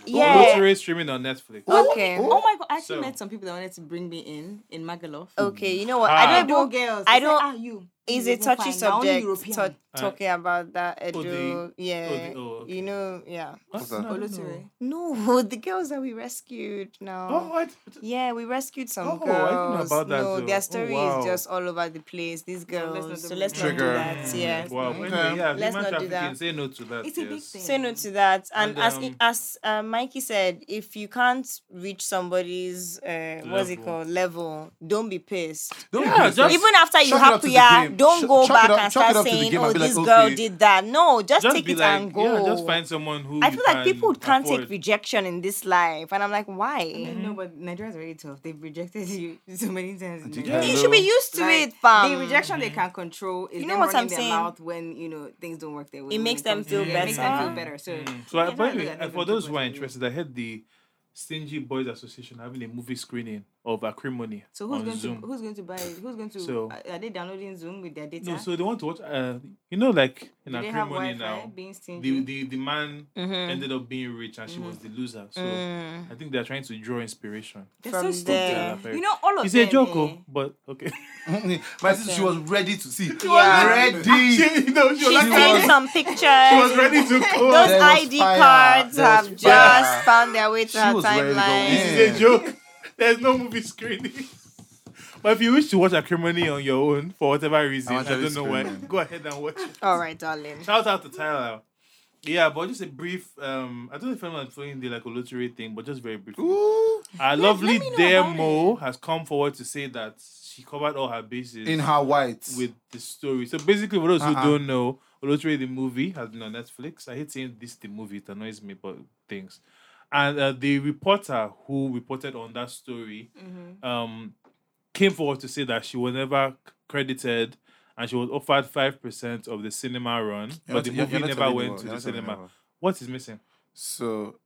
[SPEAKER 4] Yeah.
[SPEAKER 1] Literally streaming on Netflix.
[SPEAKER 4] Okay.
[SPEAKER 5] Oh my god! I actually
[SPEAKER 1] So-
[SPEAKER 5] met some people that wanted to bring me in in Magaluf.
[SPEAKER 4] Okay. You know what?
[SPEAKER 1] Ah.
[SPEAKER 4] I
[SPEAKER 5] I
[SPEAKER 4] don't
[SPEAKER 5] know
[SPEAKER 4] even
[SPEAKER 5] Oh, girls. They
[SPEAKER 4] I
[SPEAKER 5] say,
[SPEAKER 4] don't-
[SPEAKER 5] Ah, you.
[SPEAKER 4] is
[SPEAKER 5] you
[SPEAKER 4] a
[SPEAKER 5] go
[SPEAKER 4] touchy
[SPEAKER 5] find. They're only
[SPEAKER 4] subject
[SPEAKER 5] European.
[SPEAKER 4] to-
[SPEAKER 1] Uh,
[SPEAKER 4] talking about that
[SPEAKER 1] oh,
[SPEAKER 4] edu yeah
[SPEAKER 1] oh, okay.
[SPEAKER 4] you know yeah
[SPEAKER 1] What's that?
[SPEAKER 2] What's that?
[SPEAKER 5] Olutiri.
[SPEAKER 4] no the girls that we rescued now
[SPEAKER 1] Oh, what?
[SPEAKER 4] yeah we rescued some
[SPEAKER 1] Oh, I didn't know
[SPEAKER 4] girls
[SPEAKER 1] about that,
[SPEAKER 4] no
[SPEAKER 1] though. Oh,
[SPEAKER 4] their story
[SPEAKER 1] wow.
[SPEAKER 4] is just all over the place these
[SPEAKER 5] No, let's
[SPEAKER 4] girls
[SPEAKER 5] not do
[SPEAKER 4] so let's
[SPEAKER 5] that.
[SPEAKER 4] not do
[SPEAKER 2] Trigger.
[SPEAKER 4] that yeah
[SPEAKER 1] Wow.
[SPEAKER 2] Okay.
[SPEAKER 1] Anyway, yeah,
[SPEAKER 4] Let's
[SPEAKER 1] human
[SPEAKER 4] not do
[SPEAKER 1] trafficking.
[SPEAKER 4] that.
[SPEAKER 1] Say no to that.
[SPEAKER 5] It's a big
[SPEAKER 1] yes.
[SPEAKER 5] thing.
[SPEAKER 4] say no to that and,
[SPEAKER 1] And,
[SPEAKER 4] as
[SPEAKER 1] um,
[SPEAKER 4] as uh, mikey said if you can't reach somebody's uh, what's it
[SPEAKER 1] Level.
[SPEAKER 4] called level don't be pissed
[SPEAKER 2] Don't
[SPEAKER 1] Yeah,
[SPEAKER 2] be-
[SPEAKER 1] just-
[SPEAKER 4] even after you
[SPEAKER 2] Chalk it up to
[SPEAKER 4] happy,
[SPEAKER 2] the
[SPEAKER 4] yeah,
[SPEAKER 2] game.
[SPEAKER 4] don't
[SPEAKER 2] Ch-
[SPEAKER 4] go
[SPEAKER 2] chalk
[SPEAKER 4] back
[SPEAKER 2] it up-
[SPEAKER 4] and
[SPEAKER 2] chalk it
[SPEAKER 4] start
[SPEAKER 2] up to the
[SPEAKER 4] saying,
[SPEAKER 2] game and
[SPEAKER 4] "Oh,
[SPEAKER 2] be like,
[SPEAKER 4] this girl
[SPEAKER 2] okay.
[SPEAKER 4] did that." No, just,
[SPEAKER 1] Just
[SPEAKER 4] take
[SPEAKER 1] be
[SPEAKER 4] it
[SPEAKER 1] like,
[SPEAKER 4] and go.
[SPEAKER 1] yeah, just find someone who.
[SPEAKER 4] I
[SPEAKER 1] you
[SPEAKER 4] feel like
[SPEAKER 1] can
[SPEAKER 4] people can't
[SPEAKER 1] afford.
[SPEAKER 4] take rejection in this life, and I'm like, why?
[SPEAKER 5] No, but Nigeria's already tough. They've rejected you so many times. in
[SPEAKER 2] you
[SPEAKER 5] Nigeria.
[SPEAKER 2] can't
[SPEAKER 4] You should be used to
[SPEAKER 5] Like,
[SPEAKER 4] it, fam.
[SPEAKER 5] The rejection they can control is
[SPEAKER 4] Um, You
[SPEAKER 5] you
[SPEAKER 4] know
[SPEAKER 5] them
[SPEAKER 4] what
[SPEAKER 5] running
[SPEAKER 4] I'm
[SPEAKER 5] their
[SPEAKER 4] saying?
[SPEAKER 5] mouth when you know things don't work their way.
[SPEAKER 4] It
[SPEAKER 5] when
[SPEAKER 4] makes them
[SPEAKER 5] comes to
[SPEAKER 4] feel
[SPEAKER 5] you. It makes them feel better.
[SPEAKER 4] better.
[SPEAKER 5] So
[SPEAKER 1] Mm-hmm. Mm. So, I, by
[SPEAKER 5] Yeah, no,
[SPEAKER 1] the
[SPEAKER 5] I
[SPEAKER 1] way,
[SPEAKER 5] think I
[SPEAKER 1] for
[SPEAKER 5] do
[SPEAKER 1] those who
[SPEAKER 5] what
[SPEAKER 1] are
[SPEAKER 5] you do.
[SPEAKER 1] interested, I heard the Stingy Boys Association having a movie screening of Acrimony
[SPEAKER 5] so who's
[SPEAKER 1] on
[SPEAKER 5] going
[SPEAKER 1] Zoom.
[SPEAKER 5] to who's going to buy? Who's going to?
[SPEAKER 1] So-
[SPEAKER 5] are- are they downloading Zoom with their data?
[SPEAKER 1] no, so they want to watch. Uh, you know, like in
[SPEAKER 5] Do they have
[SPEAKER 1] Acrimony
[SPEAKER 5] Wi-Fi?
[SPEAKER 1] now,
[SPEAKER 5] Being
[SPEAKER 1] the,
[SPEAKER 5] stingy.
[SPEAKER 1] the the man
[SPEAKER 4] Mhm.
[SPEAKER 1] ended up being rich and she was the loser. So
[SPEAKER 4] Mm.
[SPEAKER 1] I think they're trying to draw inspiration.
[SPEAKER 5] They're
[SPEAKER 4] from
[SPEAKER 5] so
[SPEAKER 4] there.
[SPEAKER 5] stupid. You know all of
[SPEAKER 1] It's
[SPEAKER 5] them.
[SPEAKER 1] a joke,
[SPEAKER 5] eh,
[SPEAKER 1] oh, but okay.
[SPEAKER 2] My sister, she was ready to see.
[SPEAKER 4] Yeah.
[SPEAKER 2] Ready.
[SPEAKER 1] you know, she was
[SPEAKER 4] She's
[SPEAKER 1] like,
[SPEAKER 4] seen
[SPEAKER 2] was-
[SPEAKER 4] some
[SPEAKER 1] she was
[SPEAKER 4] pictures.
[SPEAKER 1] ready to
[SPEAKER 4] Those
[SPEAKER 1] go.
[SPEAKER 2] There was
[SPEAKER 4] ID
[SPEAKER 2] fire.
[SPEAKER 4] cards
[SPEAKER 2] There was
[SPEAKER 4] have
[SPEAKER 2] fire.
[SPEAKER 4] just found their way to
[SPEAKER 2] She
[SPEAKER 4] her
[SPEAKER 2] was ready to go
[SPEAKER 4] timeline.
[SPEAKER 2] in.
[SPEAKER 1] It's a joke. There's no movie screening. But if you wish to watch Acrimony on your own for whatever reason, I
[SPEAKER 2] I'm actually
[SPEAKER 1] don't know why,
[SPEAKER 2] screaming.
[SPEAKER 1] go ahead and watch it.
[SPEAKER 4] All right, darling.
[SPEAKER 1] Shout out to Tyler. Yeah, but just a brief. Um, I don't know if anyone's following the like literary thing, but just very briefly.
[SPEAKER 2] Ooh,
[SPEAKER 1] Our lovely
[SPEAKER 5] me know
[SPEAKER 1] dear
[SPEAKER 5] about
[SPEAKER 1] Mo has come forward to say that she covered all her bases
[SPEAKER 2] in her white.
[SPEAKER 1] with the story. So basically, for those
[SPEAKER 2] Uh-uh.
[SPEAKER 1] who don't know, Olotri the movie has been on Netflix. I hate saying this the movie; it annoys me, but things. And uh, the reporter who reported on that story um, came forward to say that she was never c- credited, and she was offered five percent of the cinema run,
[SPEAKER 2] You're
[SPEAKER 1] but
[SPEAKER 2] not-
[SPEAKER 1] the
[SPEAKER 2] you're-
[SPEAKER 1] movie
[SPEAKER 2] you're not
[SPEAKER 1] never
[SPEAKER 2] telling me
[SPEAKER 1] went
[SPEAKER 2] what-
[SPEAKER 1] to
[SPEAKER 2] you're
[SPEAKER 1] the
[SPEAKER 2] not telling me
[SPEAKER 1] cinema.
[SPEAKER 2] what.
[SPEAKER 1] What is missing?
[SPEAKER 2] So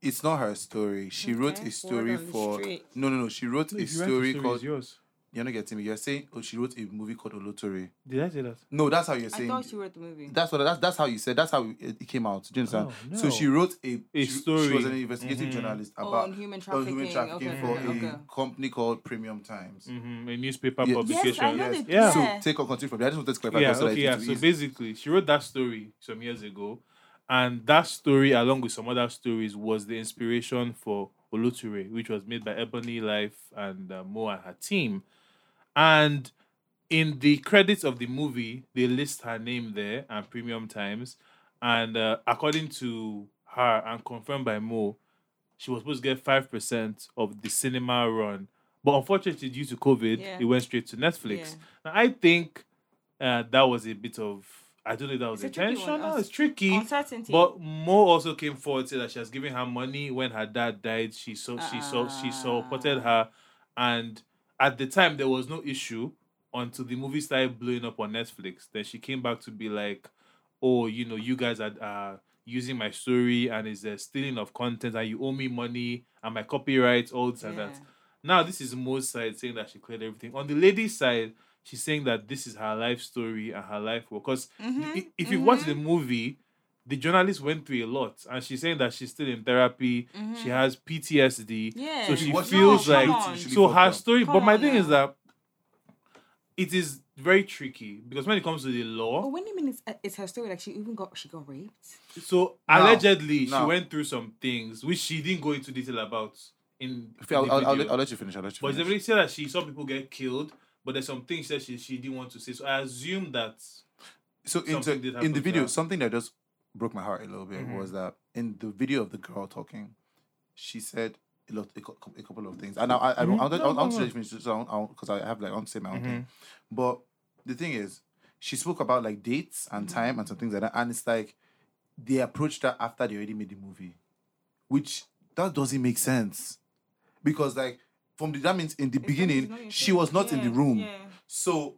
[SPEAKER 2] it's not her story. She wrote
[SPEAKER 4] Okay,
[SPEAKER 2] a story
[SPEAKER 4] word on the
[SPEAKER 2] for
[SPEAKER 4] street.
[SPEAKER 2] no, no, no. She wrote a
[SPEAKER 1] If you write the
[SPEAKER 2] story
[SPEAKER 1] it's
[SPEAKER 2] called.
[SPEAKER 1] yours.
[SPEAKER 2] You're not getting me. You're saying oh, she wrote a movie called Olotori.
[SPEAKER 1] Did I say that?
[SPEAKER 2] No, that's how you're
[SPEAKER 5] I
[SPEAKER 2] saying.
[SPEAKER 5] thought you wrote the movie.
[SPEAKER 2] That's what that's that's how you said. That's how it, it came out. Do you understand?
[SPEAKER 1] Oh,
[SPEAKER 2] So
[SPEAKER 1] no.
[SPEAKER 2] she wrote a,
[SPEAKER 1] A
[SPEAKER 2] she, She
[SPEAKER 1] story.
[SPEAKER 2] was an investigative
[SPEAKER 1] Mhm.
[SPEAKER 2] journalist
[SPEAKER 5] Oh,
[SPEAKER 2] about
[SPEAKER 5] on human
[SPEAKER 2] on
[SPEAKER 5] trafficking.
[SPEAKER 2] human trafficking
[SPEAKER 5] okay,
[SPEAKER 2] for
[SPEAKER 5] okay, okay.
[SPEAKER 2] a company called Premium Times.
[SPEAKER 1] hmm A newspaper
[SPEAKER 2] Yes. Yes, I
[SPEAKER 1] publication.
[SPEAKER 5] know the-
[SPEAKER 1] Yeah.
[SPEAKER 2] So
[SPEAKER 5] Yeah.
[SPEAKER 2] take on continue from there. I just wanted to clarify
[SPEAKER 1] yeah,
[SPEAKER 2] that so that
[SPEAKER 1] okay,
[SPEAKER 2] it
[SPEAKER 1] yeah.
[SPEAKER 2] will
[SPEAKER 1] So
[SPEAKER 2] ease.
[SPEAKER 1] basically, she wrote that story some years ago, and that story, along with some other stories, was the inspiration for Oluture, which was made by Ebony Life and uh, Mo and her team. And in the credits of the movie, they list her name there and Premium Times, and uh, according to her and confirmed by Mo, she was supposed to get five percent of the cinema run. But unfortunately, due to COVID,
[SPEAKER 5] Yeah.
[SPEAKER 1] it went straight to Netflix.
[SPEAKER 5] Yeah.
[SPEAKER 1] Now, I think uh, that was a bit of I don't know if that was
[SPEAKER 5] It's a tricky one,
[SPEAKER 1] intentional.
[SPEAKER 5] us-
[SPEAKER 1] It's tricky.
[SPEAKER 5] Uncertainty.
[SPEAKER 1] But Mo also came forward to say that she has given her money when her dad died. She so she so she supported
[SPEAKER 5] Ah.
[SPEAKER 1] her, and at the time there was no issue until the movie started blowing up on Netflix. Then she came back to be like, "Oh, you know, you guys are uh, using my story and it's a stealing of content, and you owe me money and my copyrights, all this and that."
[SPEAKER 5] Yeah.
[SPEAKER 1] Now this is Mo's side saying that she cleared everything. On the lady's side, she's saying that this is her life story and her life work. Because
[SPEAKER 5] Mm-hmm,
[SPEAKER 1] if you watch the movie, the journalist went through a lot, and she's saying that she's still in therapy.
[SPEAKER 5] Mm-hmm.
[SPEAKER 1] She has PTSD,
[SPEAKER 5] Yeah.
[SPEAKER 1] so she
[SPEAKER 2] What she
[SPEAKER 1] feels
[SPEAKER 5] No,
[SPEAKER 1] like
[SPEAKER 5] come
[SPEAKER 2] usually-
[SPEAKER 5] on.
[SPEAKER 2] usually
[SPEAKER 1] so
[SPEAKER 2] fucked
[SPEAKER 1] her
[SPEAKER 2] up.
[SPEAKER 1] story.
[SPEAKER 5] Come
[SPEAKER 1] but my
[SPEAKER 5] on
[SPEAKER 1] thing
[SPEAKER 5] now.
[SPEAKER 1] is that it is very tricky because when it comes to the
[SPEAKER 5] Oh,
[SPEAKER 1] law,
[SPEAKER 5] when you mean it's, uh, it's her story, like she even got she got raped.
[SPEAKER 1] so
[SPEAKER 2] Now,
[SPEAKER 1] allegedly she
[SPEAKER 2] now.
[SPEAKER 1] went through some things which she didn't go into detail about in,
[SPEAKER 2] If
[SPEAKER 1] in
[SPEAKER 2] I'll,
[SPEAKER 1] the
[SPEAKER 2] I'll, I'll,
[SPEAKER 1] video.
[SPEAKER 2] let- I'll let you finish. I'll let you
[SPEAKER 1] But
[SPEAKER 2] finish.
[SPEAKER 1] it's really said that she saw people get killed, but there's some things that she, she didn't want to say. So I assume that
[SPEAKER 2] so in,
[SPEAKER 1] something did
[SPEAKER 2] the-
[SPEAKER 1] happen
[SPEAKER 2] in the
[SPEAKER 1] to
[SPEAKER 2] video,
[SPEAKER 1] her.
[SPEAKER 4] Mm-hmm.
[SPEAKER 2] something that just broke my heart a little bit
[SPEAKER 1] Mhm.
[SPEAKER 2] was that in the video of the girl talking, she said a lot, a, cou- a couple of things. And I, I, I, I, I, I want
[SPEAKER 4] Mm-hmm.
[SPEAKER 2] to finish this because I have like I want to say my own thing. But the thing is, she spoke about like dates
[SPEAKER 4] Mm-hmm.
[SPEAKER 2] and time and some things like that, and it's like they approached that after they already made the movie, which that doesn't make sense because like from the that means in the beginning
[SPEAKER 5] not your
[SPEAKER 2] she
[SPEAKER 5] thing.
[SPEAKER 2] was not in the
[SPEAKER 4] Yeah,
[SPEAKER 2] room.
[SPEAKER 4] yeah.
[SPEAKER 2] So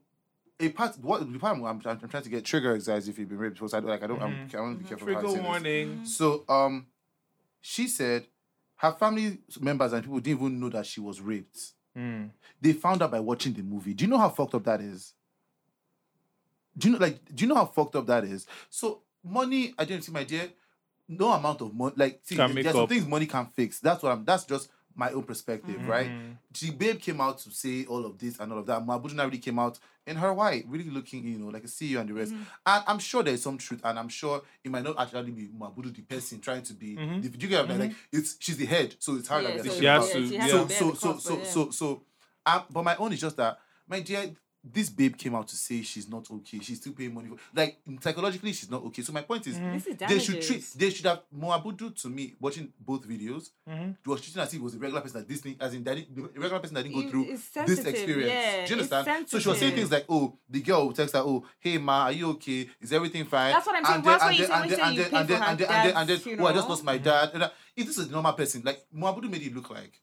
[SPEAKER 2] a part what the part I'm, I'm, I'm trying to get trigger anxiety if you've been raped because I don't like I don't I'm, I want to be careful. how I
[SPEAKER 1] Mm-hmm. Trigger
[SPEAKER 2] say this.
[SPEAKER 1] warning.
[SPEAKER 2] So um, she said her family members and people didn't even know that she was raped.
[SPEAKER 1] Hmm.
[SPEAKER 2] They found out by watching the movie. Do you know how fucked up that is? Do you know like do you know how fucked up that is? So money, I didn't see my dear. No amount of money, like see,
[SPEAKER 1] Can
[SPEAKER 2] there's
[SPEAKER 1] make
[SPEAKER 2] some
[SPEAKER 1] up.
[SPEAKER 2] things money can fix. That's what I'm. That's just my own perspective, right?
[SPEAKER 1] Mm-hmm.
[SPEAKER 2] The babe came out to say all of this and all of that. Mabuduna really came out in her white, really looking, you know, like a CEO and the rest.
[SPEAKER 5] Mm-hmm.
[SPEAKER 2] And I'm sure there's some truth, and I'm sure it might not actually be Mabudu the person trying to be. the- do you get what I'm saying? Like it's she's the head, so it's her that
[SPEAKER 5] Mm-hmm. Yeah,
[SPEAKER 2] we are
[SPEAKER 5] so
[SPEAKER 2] thinking
[SPEAKER 1] Mm-hmm. she has to- yeah.
[SPEAKER 2] about so
[SPEAKER 5] bear
[SPEAKER 2] so
[SPEAKER 5] the
[SPEAKER 2] so
[SPEAKER 5] cost,
[SPEAKER 2] so
[SPEAKER 5] but yeah.
[SPEAKER 2] so so um, but my own is just that my dear this babe came out to say she's not okay she's still paying money for like psychologically she's not okay so my point is
[SPEAKER 5] Mm. This is
[SPEAKER 2] they should
[SPEAKER 5] damages.
[SPEAKER 2] treat they should have Moabudu to me watching both videos was treating as if he was a regular person that this thing as in that didn't- a regular person that didn't go
[SPEAKER 5] You-
[SPEAKER 2] through
[SPEAKER 5] it's
[SPEAKER 2] this
[SPEAKER 5] sensitive,
[SPEAKER 2] experience
[SPEAKER 5] yeah,
[SPEAKER 2] do you
[SPEAKER 5] it's
[SPEAKER 2] understand so she was saying
[SPEAKER 5] sensitive.
[SPEAKER 2] things like oh the girl will text her oh hey ma are you okay is everything fine
[SPEAKER 4] That's what I'm saying.
[SPEAKER 2] and
[SPEAKER 4] That's
[SPEAKER 2] then
[SPEAKER 4] why you
[SPEAKER 2] and
[SPEAKER 4] say
[SPEAKER 2] then
[SPEAKER 4] when you
[SPEAKER 2] and
[SPEAKER 4] say
[SPEAKER 2] then
[SPEAKER 4] you
[SPEAKER 2] and
[SPEAKER 4] pay
[SPEAKER 2] then
[SPEAKER 4] for
[SPEAKER 2] and
[SPEAKER 4] her
[SPEAKER 2] then and then and
[SPEAKER 4] dad's
[SPEAKER 2] then oh I just
[SPEAKER 4] funeral.
[SPEAKER 2] lost my dad And that- if this is a normal person like Moabudu made it look like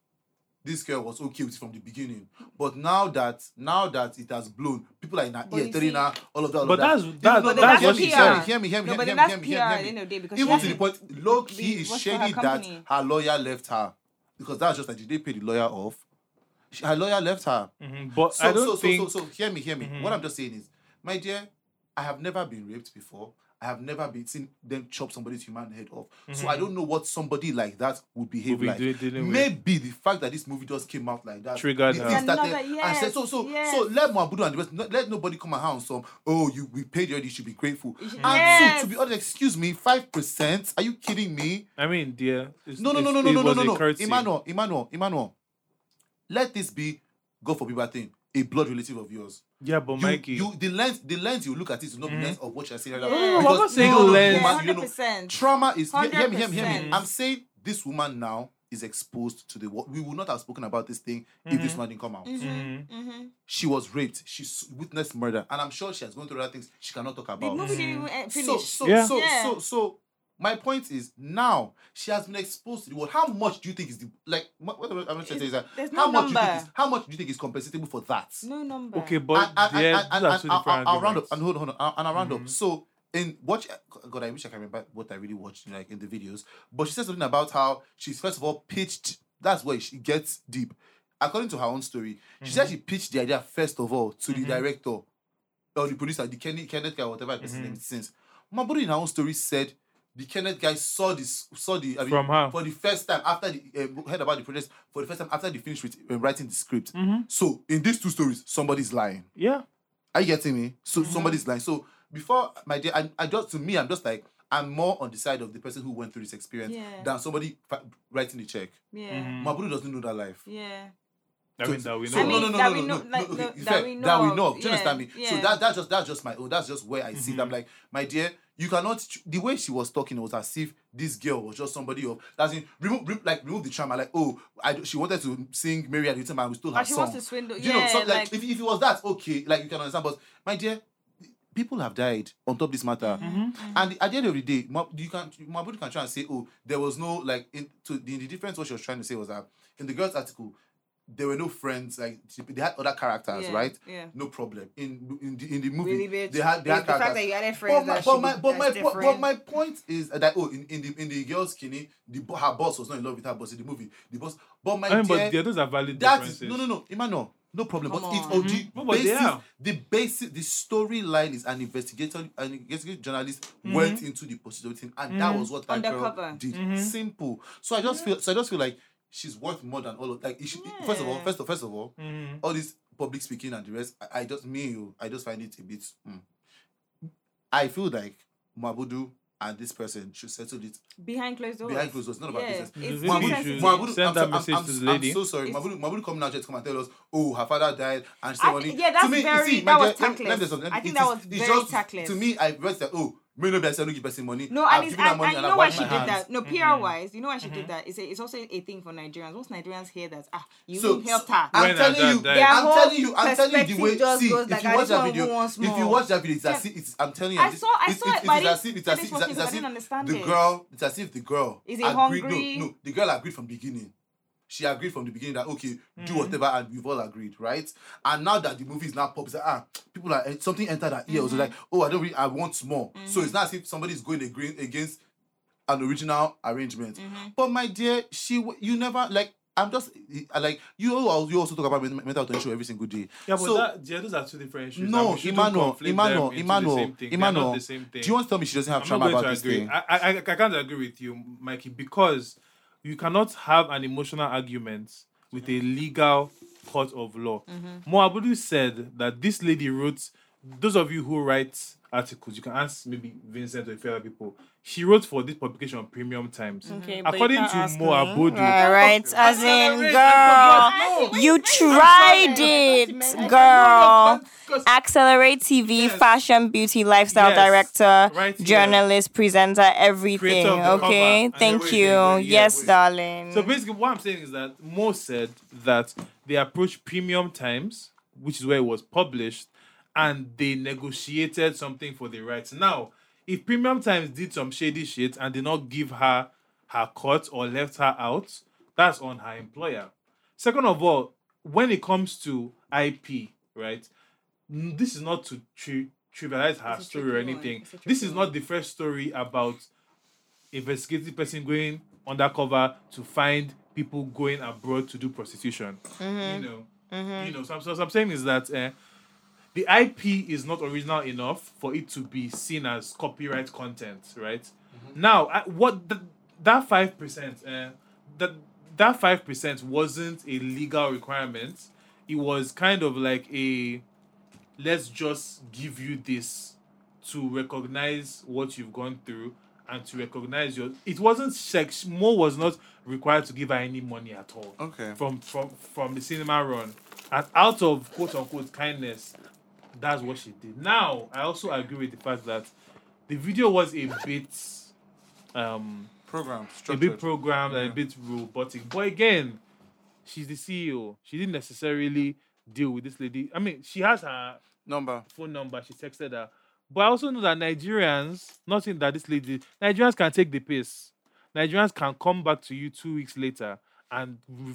[SPEAKER 2] this girl was okay with it from the beginning. But now that now that it has blown, people are in her
[SPEAKER 5] you
[SPEAKER 2] ear telling
[SPEAKER 5] see-
[SPEAKER 2] her all of that. All
[SPEAKER 1] But
[SPEAKER 2] of
[SPEAKER 1] that's-
[SPEAKER 2] that.
[SPEAKER 1] that-
[SPEAKER 2] Even though-
[SPEAKER 1] that's what she
[SPEAKER 2] Sorry,
[SPEAKER 1] said.
[SPEAKER 2] Hear me, hear me,
[SPEAKER 5] No,
[SPEAKER 2] hear
[SPEAKER 5] but
[SPEAKER 2] me,
[SPEAKER 5] then
[SPEAKER 2] hear
[SPEAKER 5] that's
[SPEAKER 2] me,
[SPEAKER 5] PR
[SPEAKER 2] hear me,
[SPEAKER 5] at the
[SPEAKER 2] hear
[SPEAKER 5] end
[SPEAKER 2] me.
[SPEAKER 5] of the day because
[SPEAKER 2] Even
[SPEAKER 5] she
[SPEAKER 2] to the
[SPEAKER 5] has
[SPEAKER 2] point, low key is
[SPEAKER 5] works for her
[SPEAKER 2] shady that
[SPEAKER 5] company.
[SPEAKER 2] her lawyer left her because that's just like did they pay the lawyer off? She- Her lawyer left her.
[SPEAKER 1] Mhm. But
[SPEAKER 2] So,
[SPEAKER 1] I don't
[SPEAKER 2] so, so,
[SPEAKER 1] think. Mm-hmm.
[SPEAKER 2] so, so, hear me, hear me. What I'm just saying is, my dear, I have never been raped before. I have never been seen them chop somebody's human head off. So I don't know what somebody like that would behave
[SPEAKER 1] Mm-hmm. Would be
[SPEAKER 2] like.
[SPEAKER 1] doing- dealing with.
[SPEAKER 2] Maybe the fact that this movie just came out like that
[SPEAKER 1] Triggered
[SPEAKER 2] it-
[SPEAKER 1] her.
[SPEAKER 2] it started
[SPEAKER 5] Another-
[SPEAKER 2] and said,
[SPEAKER 5] yes,
[SPEAKER 2] so, so, so
[SPEAKER 5] yes.
[SPEAKER 2] let Mabudu and the rest, not- let nobody come and hound some. Oh, you we paid you already, you should be grateful. And
[SPEAKER 4] Yes.
[SPEAKER 2] so, to be honest, excuse me, five percent. Are you kidding me?
[SPEAKER 1] I mean, dear. It's,
[SPEAKER 2] No, no, no,
[SPEAKER 1] it's-
[SPEAKER 2] no, no,
[SPEAKER 1] it
[SPEAKER 2] no, no,
[SPEAKER 1] was
[SPEAKER 2] no,
[SPEAKER 1] a
[SPEAKER 2] no.
[SPEAKER 1] courtesy.
[SPEAKER 2] Emmanuel, Emmanuel, Emmanuel. Let this be, God forbid, I think, a blood relative of yours.
[SPEAKER 1] Yeah, but
[SPEAKER 2] You,
[SPEAKER 1] Oh, Mikey. Mm-hmm.
[SPEAKER 2] you, the lens, the lens you look at is not the lens of what you're saying.
[SPEAKER 5] No, no, no, I'm
[SPEAKER 1] not saying lens.
[SPEAKER 2] Woman, you don't know,
[SPEAKER 5] 100%.
[SPEAKER 2] trauma is. Hear, hear me, hear me, hear me.
[SPEAKER 5] 100%.
[SPEAKER 2] I'm saying this woman now is exposed to the world. We would not have spoken about this thing if
[SPEAKER 1] Mm-hmm.
[SPEAKER 2] this man didn't come out
[SPEAKER 5] Mm-hmm.
[SPEAKER 2] she was raped. She s- witnessed murder, and I'm sure she has gone through other things she cannot talk
[SPEAKER 5] The
[SPEAKER 2] about.
[SPEAKER 5] movie didn't even eh, end-
[SPEAKER 2] mm. So,
[SPEAKER 5] finish.
[SPEAKER 2] so,
[SPEAKER 1] Yeah.
[SPEAKER 2] so,
[SPEAKER 5] Yeah.
[SPEAKER 2] so, so, my point is now she has been exposed to the world. How much do you think is the like? What, what I'm trying to say is that
[SPEAKER 5] There's no
[SPEAKER 2] how much do you think
[SPEAKER 5] number.
[SPEAKER 2] is how much do you think is compensatable for that?
[SPEAKER 5] no number.
[SPEAKER 1] Mm-hmm. okay, but dear, those are
[SPEAKER 2] and,
[SPEAKER 1] two
[SPEAKER 2] and I'll-
[SPEAKER 1] different
[SPEAKER 2] I'll round up
[SPEAKER 1] arguments. Mm-hmm.
[SPEAKER 2] and hold on, hold on, I'll- and I'll round up. So in watch, God, I wish I can remember what I really watched like in the videos. But she said something about how she's first of all pitched. That's where she gets deep. According to her own story, she
[SPEAKER 1] Mm-hmm.
[SPEAKER 2] said she pitched the idea first of all to the director or the producer, the Kenny Kenneth guy, whatever the
[SPEAKER 1] Mm-hmm.
[SPEAKER 2] person name is since. Mabudu in her own story said the Kenneth guy saw this saw the I mean,
[SPEAKER 1] From her.
[SPEAKER 2] for the first time after the uh, heard about the project for the first time after they finished with, uh, writing the script. So in these two stories, somebody's lying.
[SPEAKER 1] Mm-hmm. Yeah.
[SPEAKER 2] Are you getting me? So
[SPEAKER 5] Mm-hmm.
[SPEAKER 2] somebody's lying. So before my dear, I, I just to me, I'm just like I'm more on the side of the person who went through this experience
[SPEAKER 5] Yeah.
[SPEAKER 2] than somebody fa- writing the check.
[SPEAKER 5] Yeah.
[SPEAKER 4] mm-hmm.
[SPEAKER 2] Mabudu doesn't know that life.
[SPEAKER 5] Yeah.
[SPEAKER 1] Mm-hmm. I mean, Mm. that we know.
[SPEAKER 2] So,
[SPEAKER 5] I mean,
[SPEAKER 2] no, no, no,
[SPEAKER 5] that
[SPEAKER 2] no,
[SPEAKER 5] we
[SPEAKER 2] no,
[SPEAKER 5] know-
[SPEAKER 2] no,
[SPEAKER 5] like,
[SPEAKER 2] no,
[SPEAKER 5] no,
[SPEAKER 2] in
[SPEAKER 5] that
[SPEAKER 2] fact,
[SPEAKER 5] we know
[SPEAKER 2] That we
[SPEAKER 5] of.
[SPEAKER 2] know. of. Do you
[SPEAKER 5] Yeah,
[SPEAKER 2] understand me? So
[SPEAKER 5] yeah.
[SPEAKER 2] that that's just that's just my own. That's just where I see
[SPEAKER 1] Mm-hmm.
[SPEAKER 2] them. Like, my dear, you cannot. tr- The way she was talking was as if this girl was just somebody of. That's in remove re- like remove the trauma. Like, oh, I don't- she wanted to sing Mary and Little Man. We stole her
[SPEAKER 5] But she
[SPEAKER 2] song.
[SPEAKER 5] wants to swindle.
[SPEAKER 2] You
[SPEAKER 5] Yeah.
[SPEAKER 2] know, so, like,
[SPEAKER 5] like,
[SPEAKER 2] if, if it was that, okay, like you can understand. But my dear, people have died on top of this matter.
[SPEAKER 4] Mm-hmm.
[SPEAKER 2] And at the end of the day, Ma- you can Mabudu can try and say, oh, there was no like in to the, the difference. What she was trying to say was that in the girl's article, there were no friends. Like she- they had other characters,
[SPEAKER 5] Yeah,
[SPEAKER 2] right?
[SPEAKER 5] yeah.
[SPEAKER 2] No problem. In in the in the movie,
[SPEAKER 4] Really, bitch?
[SPEAKER 2] they had they had
[SPEAKER 4] The fact
[SPEAKER 2] characters.
[SPEAKER 4] that you added
[SPEAKER 2] but
[SPEAKER 4] friends
[SPEAKER 2] my
[SPEAKER 4] that
[SPEAKER 2] but
[SPEAKER 4] should-
[SPEAKER 2] my but my,
[SPEAKER 4] that's
[SPEAKER 2] po- but
[SPEAKER 4] different.
[SPEAKER 2] my point is that oh in, in the in the girl's skinny, the bo- her boss was not in love with her boss in the movie. The boss, but my
[SPEAKER 1] I mean,
[SPEAKER 2] dear-
[SPEAKER 1] but dear, those are valid
[SPEAKER 2] that is
[SPEAKER 1] differences.
[SPEAKER 2] no, no, no, Emmanuel, no problem. but
[SPEAKER 5] Come
[SPEAKER 2] it's
[SPEAKER 5] on.
[SPEAKER 2] on the
[SPEAKER 1] No, but they
[SPEAKER 2] basis,
[SPEAKER 1] are.
[SPEAKER 2] the basis, the storyline is an investigator, an investigative journalist
[SPEAKER 1] Mm-hmm.
[SPEAKER 2] went into the pursuit of everything, and that was what that girl
[SPEAKER 5] Undercover.
[SPEAKER 2] did. Simple. So I just feel, so I just feel like she's worth more than all of like. It should, First of all, first of first of all,
[SPEAKER 1] Mm-hmm.
[SPEAKER 2] all this public speaking and the rest, I, I just me, you, I just find it a bit. mm. I feel like Mabudu and this person should settle it
[SPEAKER 5] behind closed doors.
[SPEAKER 2] behind closed doors. It's not about
[SPEAKER 5] yeah.
[SPEAKER 2] business.
[SPEAKER 5] It's
[SPEAKER 1] Maybe
[SPEAKER 2] Mabudu,
[SPEAKER 1] you
[SPEAKER 5] insensitive.
[SPEAKER 1] should
[SPEAKER 2] Mabudu,
[SPEAKER 1] send that
[SPEAKER 2] I'm, so- I'm-
[SPEAKER 1] message
[SPEAKER 2] I'm-
[SPEAKER 1] to the lady.
[SPEAKER 2] I'm so sorry.
[SPEAKER 5] It's-
[SPEAKER 2] Mabudu, Mabudu come now just come and tell us, oh, her father died and she
[SPEAKER 5] I
[SPEAKER 2] money.
[SPEAKER 5] think- yeah, that's
[SPEAKER 2] to me, you
[SPEAKER 5] very-
[SPEAKER 2] see,
[SPEAKER 5] that
[SPEAKER 2] my
[SPEAKER 5] was
[SPEAKER 2] dear, let me- let me tell
[SPEAKER 5] tactless.
[SPEAKER 2] you something.
[SPEAKER 5] I think
[SPEAKER 2] It
[SPEAKER 5] that
[SPEAKER 2] is-
[SPEAKER 5] was
[SPEAKER 2] it's
[SPEAKER 5] very
[SPEAKER 2] just-
[SPEAKER 5] tactless.
[SPEAKER 2] To me, I read that, oh,
[SPEAKER 3] Me no be I say I no give person money.
[SPEAKER 5] No,
[SPEAKER 3] I've
[SPEAKER 5] and, it's,
[SPEAKER 3] given her
[SPEAKER 5] and, and you know
[SPEAKER 3] I've
[SPEAKER 5] why
[SPEAKER 3] wiped
[SPEAKER 5] she
[SPEAKER 3] my Mm-hmm.
[SPEAKER 5] did
[SPEAKER 3] hands.
[SPEAKER 1] Mm-hmm.
[SPEAKER 5] that? No, PR wise, you know why she did that? It's, a, it's also a thing for Nigerians. Once Nigerians hear that, ah, you
[SPEAKER 3] So,
[SPEAKER 5] helped her.
[SPEAKER 1] I-
[SPEAKER 3] I'm
[SPEAKER 1] When
[SPEAKER 3] telling
[SPEAKER 1] Ada
[SPEAKER 3] you,
[SPEAKER 1] died.
[SPEAKER 3] I'm
[SPEAKER 4] Their
[SPEAKER 3] telling you, I'm
[SPEAKER 4] whole
[SPEAKER 3] telling you the way.
[SPEAKER 4] perspective just
[SPEAKER 3] See,
[SPEAKER 4] goes
[SPEAKER 3] if
[SPEAKER 4] like,
[SPEAKER 3] you
[SPEAKER 4] I
[SPEAKER 3] watch
[SPEAKER 4] just
[SPEAKER 3] that
[SPEAKER 4] want
[SPEAKER 3] video,
[SPEAKER 4] who wants
[SPEAKER 3] if you
[SPEAKER 4] more.
[SPEAKER 3] watch that video, it's as
[SPEAKER 5] Yeah.
[SPEAKER 3] if it's. I'm telling you,
[SPEAKER 5] I
[SPEAKER 3] this-
[SPEAKER 5] saw- I
[SPEAKER 3] it's-
[SPEAKER 5] saw
[SPEAKER 3] it's-
[SPEAKER 5] it, but I
[SPEAKER 3] It's as if
[SPEAKER 5] didn't
[SPEAKER 3] it's
[SPEAKER 5] finish
[SPEAKER 3] as if
[SPEAKER 5] watching
[SPEAKER 3] it's
[SPEAKER 5] because I
[SPEAKER 3] as
[SPEAKER 5] didn't
[SPEAKER 3] if
[SPEAKER 5] understand
[SPEAKER 3] the
[SPEAKER 5] it.
[SPEAKER 3] girl. It's as if the girl
[SPEAKER 5] Is he
[SPEAKER 3] agreed.
[SPEAKER 5] hungry?
[SPEAKER 3] No, no, the girl agreed from beginning. She agreed from the beginning that okay, do
[SPEAKER 5] Hmm.
[SPEAKER 3] whatever, and we've all agreed, right? And now that the movie is now pop, it's like, ah, people are something entered her ear. Also
[SPEAKER 5] Hmm.
[SPEAKER 3] like, oh, I don't, really, I want more. So it's not as if somebody's going agree- against an original arrangement.
[SPEAKER 5] Hmm.
[SPEAKER 3] But my dear, she, w- you never like. I'm just like you. all You also talk about men- mental health issue every single day.
[SPEAKER 1] Yeah, but
[SPEAKER 3] so,
[SPEAKER 1] that, yeah, those are two different issues.
[SPEAKER 3] No,
[SPEAKER 1] and we shouldn't
[SPEAKER 3] Emmanuel,
[SPEAKER 1] conflate them
[SPEAKER 3] Emmanuel,
[SPEAKER 1] into the
[SPEAKER 3] Emmanuel,
[SPEAKER 1] same thing. They are
[SPEAKER 3] Emmanuel,
[SPEAKER 1] not the same thing.
[SPEAKER 3] do you want to tell me she doesn't have
[SPEAKER 1] I'm
[SPEAKER 3] trauma
[SPEAKER 1] not going
[SPEAKER 3] about
[SPEAKER 1] to
[SPEAKER 3] this
[SPEAKER 1] agree.
[SPEAKER 3] thing?
[SPEAKER 1] I, I, I, I can't agree with you, Mikey, because you cannot have an emotional argument with a legal court of law.
[SPEAKER 4] Mm-hmm.
[SPEAKER 1] Moabudu said that this lady wrote, those of you who write articles, you can ask maybe Vincent or a few other people. She wrote for this publication on Premium Times.
[SPEAKER 4] Okay, Mm-hmm. but you
[SPEAKER 1] According
[SPEAKER 4] can't
[SPEAKER 1] to
[SPEAKER 4] ask me.
[SPEAKER 1] Moabudu,
[SPEAKER 3] Ah,
[SPEAKER 4] All right, as in, girl,
[SPEAKER 1] No,
[SPEAKER 4] you tried it, girl. Accelerate TV,
[SPEAKER 1] Yes.
[SPEAKER 4] fashion, beauty, lifestyle
[SPEAKER 1] Yes,
[SPEAKER 4] director,
[SPEAKER 1] right here.
[SPEAKER 4] journalist, presenter, everything.
[SPEAKER 1] Creator of the cover
[SPEAKER 4] Okay,
[SPEAKER 1] and
[SPEAKER 4] thank
[SPEAKER 1] everything.
[SPEAKER 4] you.
[SPEAKER 1] Yeah,
[SPEAKER 4] yes,
[SPEAKER 1] wait.
[SPEAKER 5] Mm.
[SPEAKER 4] darling.
[SPEAKER 1] So basically, what I'm saying is that Mo said that they approached Premium Times, which is where it was published, and they negotiated something for the rights. Now, if Premium Times did some shady shit and did not give her her cut or left her out, that's on her employer. Second of all, when it comes to IP, right? n- This is not to tri- trivialize her
[SPEAKER 5] It's a
[SPEAKER 1] story or
[SPEAKER 5] tricky one.
[SPEAKER 1] anything.
[SPEAKER 5] It's a tricky
[SPEAKER 1] This is
[SPEAKER 5] one.
[SPEAKER 1] not the first story about investigative person going undercover to find people going abroad to do prostitution. You know, you know. So, I'm- so what I'm saying is that uh, the IP is not original enough for it to be seen as copyright content, right? Now, I, what the, that five percent, uh, that that five percent wasn't a legal requirement. It was kind of like a let's just give you this to recognize what you've gone through and to recognize your it wasn't sex Mo was not required to give her any money at all
[SPEAKER 2] Okay.
[SPEAKER 1] from from from the cinema run and out of quote unquote kindness that's what she did now i also agree with the fact that the video was a bit um
[SPEAKER 2] Program
[SPEAKER 1] a
[SPEAKER 2] structure.
[SPEAKER 1] bit programmed and a bit robotic but again she's the ceo she didn't necessarily deal with this lady i mean she has her
[SPEAKER 2] Number.
[SPEAKER 1] phone number. She texted her. But I also know that Nigerians, nothing that this lady, Nigerians can take the piss. Nigerians can come back to you two weeks later and re-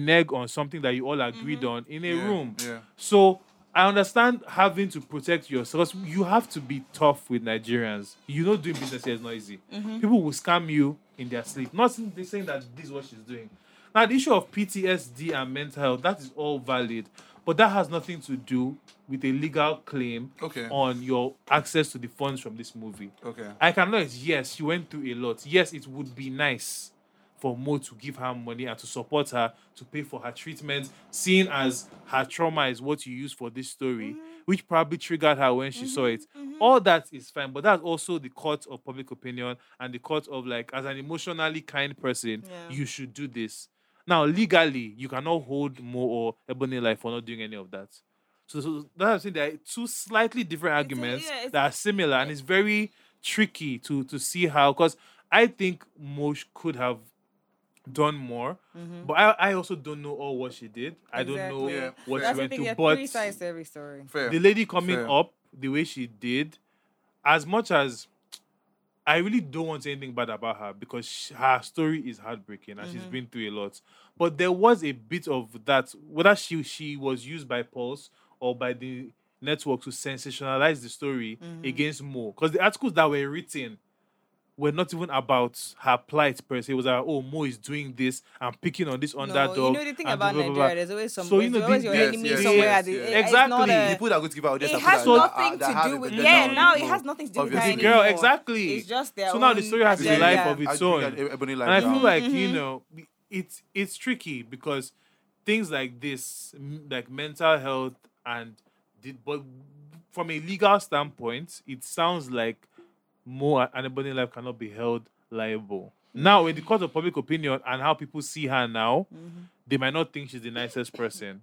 [SPEAKER 1] renege on something that you all agreed on in a
[SPEAKER 2] Mm-hmm. Yeah,
[SPEAKER 1] room.
[SPEAKER 2] yeah.
[SPEAKER 1] So I understand having to protect yourselves. You have to be tough with Nigerians. You know, doing business here is not easy.
[SPEAKER 2] Mm-hmm.
[SPEAKER 1] People will scam you in their sleep. Not saying- they're saying that this is what she's doing. Now, the issue of PTSD and mental health, that is all valid, but that has nothing to do with a legal claim
[SPEAKER 2] Okay.
[SPEAKER 1] on your access to the funds from this movie.
[SPEAKER 2] Okay.
[SPEAKER 1] I can acknowledge, yes, she went through a lot. Yes, it would be nice for Mo to give her money and to support her to pay for her treatment, seeing as her trauma is what you use for this story, which probably triggered her when she saw it. All that is fine, but that's also the court of public opinion and the court of like, as an emotionally kind person,
[SPEAKER 4] Yeah.
[SPEAKER 1] you should do this. Now, legally, you cannot hold Mo or Ebony Life for not doing any of that. So, so that's what I'm saying. There are two slightly different arguments
[SPEAKER 4] yeah, it's-
[SPEAKER 1] that are similar, and it's very tricky to to see how. Because I think Mosh could have done more,
[SPEAKER 4] Mm-hmm.
[SPEAKER 1] but I, I also don't know all what she did. I don't know
[SPEAKER 5] Exactly. Yeah,
[SPEAKER 1] what
[SPEAKER 2] fair.
[SPEAKER 1] she went through. But
[SPEAKER 5] to every story.
[SPEAKER 2] Fair.
[SPEAKER 1] the lady coming
[SPEAKER 2] Fair.
[SPEAKER 1] up the way she did, as much as I really don't want to say anything bad about her because sh her story is heartbreaking and she's
[SPEAKER 5] Mm-hmm.
[SPEAKER 1] been through a lot. But there was a bit of that, whether she she was used by Pulse or by the network to sensationalize the story
[SPEAKER 5] Mm-hmm.
[SPEAKER 1] against Mo, because the articles that were written were not even about her plight per se. It was like, oh, Mo is doing this, I'm picking on this underdog.
[SPEAKER 5] you know the thing
[SPEAKER 1] and
[SPEAKER 5] about
[SPEAKER 1] blah, blah, blah."
[SPEAKER 5] Nigeria, there's always some.
[SPEAKER 1] So, you
[SPEAKER 5] there's
[SPEAKER 1] know,
[SPEAKER 5] always
[SPEAKER 1] the-
[SPEAKER 5] your
[SPEAKER 1] yes,
[SPEAKER 5] enemy
[SPEAKER 1] yes,
[SPEAKER 5] somewhere.
[SPEAKER 1] yes,
[SPEAKER 5] at the,
[SPEAKER 2] yes.
[SPEAKER 5] it's not
[SPEAKER 1] Exactly.
[SPEAKER 2] the
[SPEAKER 5] a,
[SPEAKER 2] people that go to give out this.
[SPEAKER 4] It has
[SPEAKER 1] nothing
[SPEAKER 5] to do with-
[SPEAKER 1] yeah, now
[SPEAKER 5] it has nothing to do with
[SPEAKER 1] The
[SPEAKER 5] Exactly.
[SPEAKER 1] girl,
[SPEAKER 5] anymore.
[SPEAKER 1] exactly.
[SPEAKER 5] It's just their
[SPEAKER 1] So now the
[SPEAKER 5] own
[SPEAKER 1] story has a
[SPEAKER 5] agenda.
[SPEAKER 1] life of its own.
[SPEAKER 2] Ebony
[SPEAKER 1] and I
[SPEAKER 2] like
[SPEAKER 1] feel
[SPEAKER 2] now.
[SPEAKER 1] like you know it's it's tricky because things like this, m- like mental health and did, but from a legal standpoint, it sounds like more anybody life cannot be held liable. Now, in the court of public opinion and how people see her now, they might not think she's the nicest person.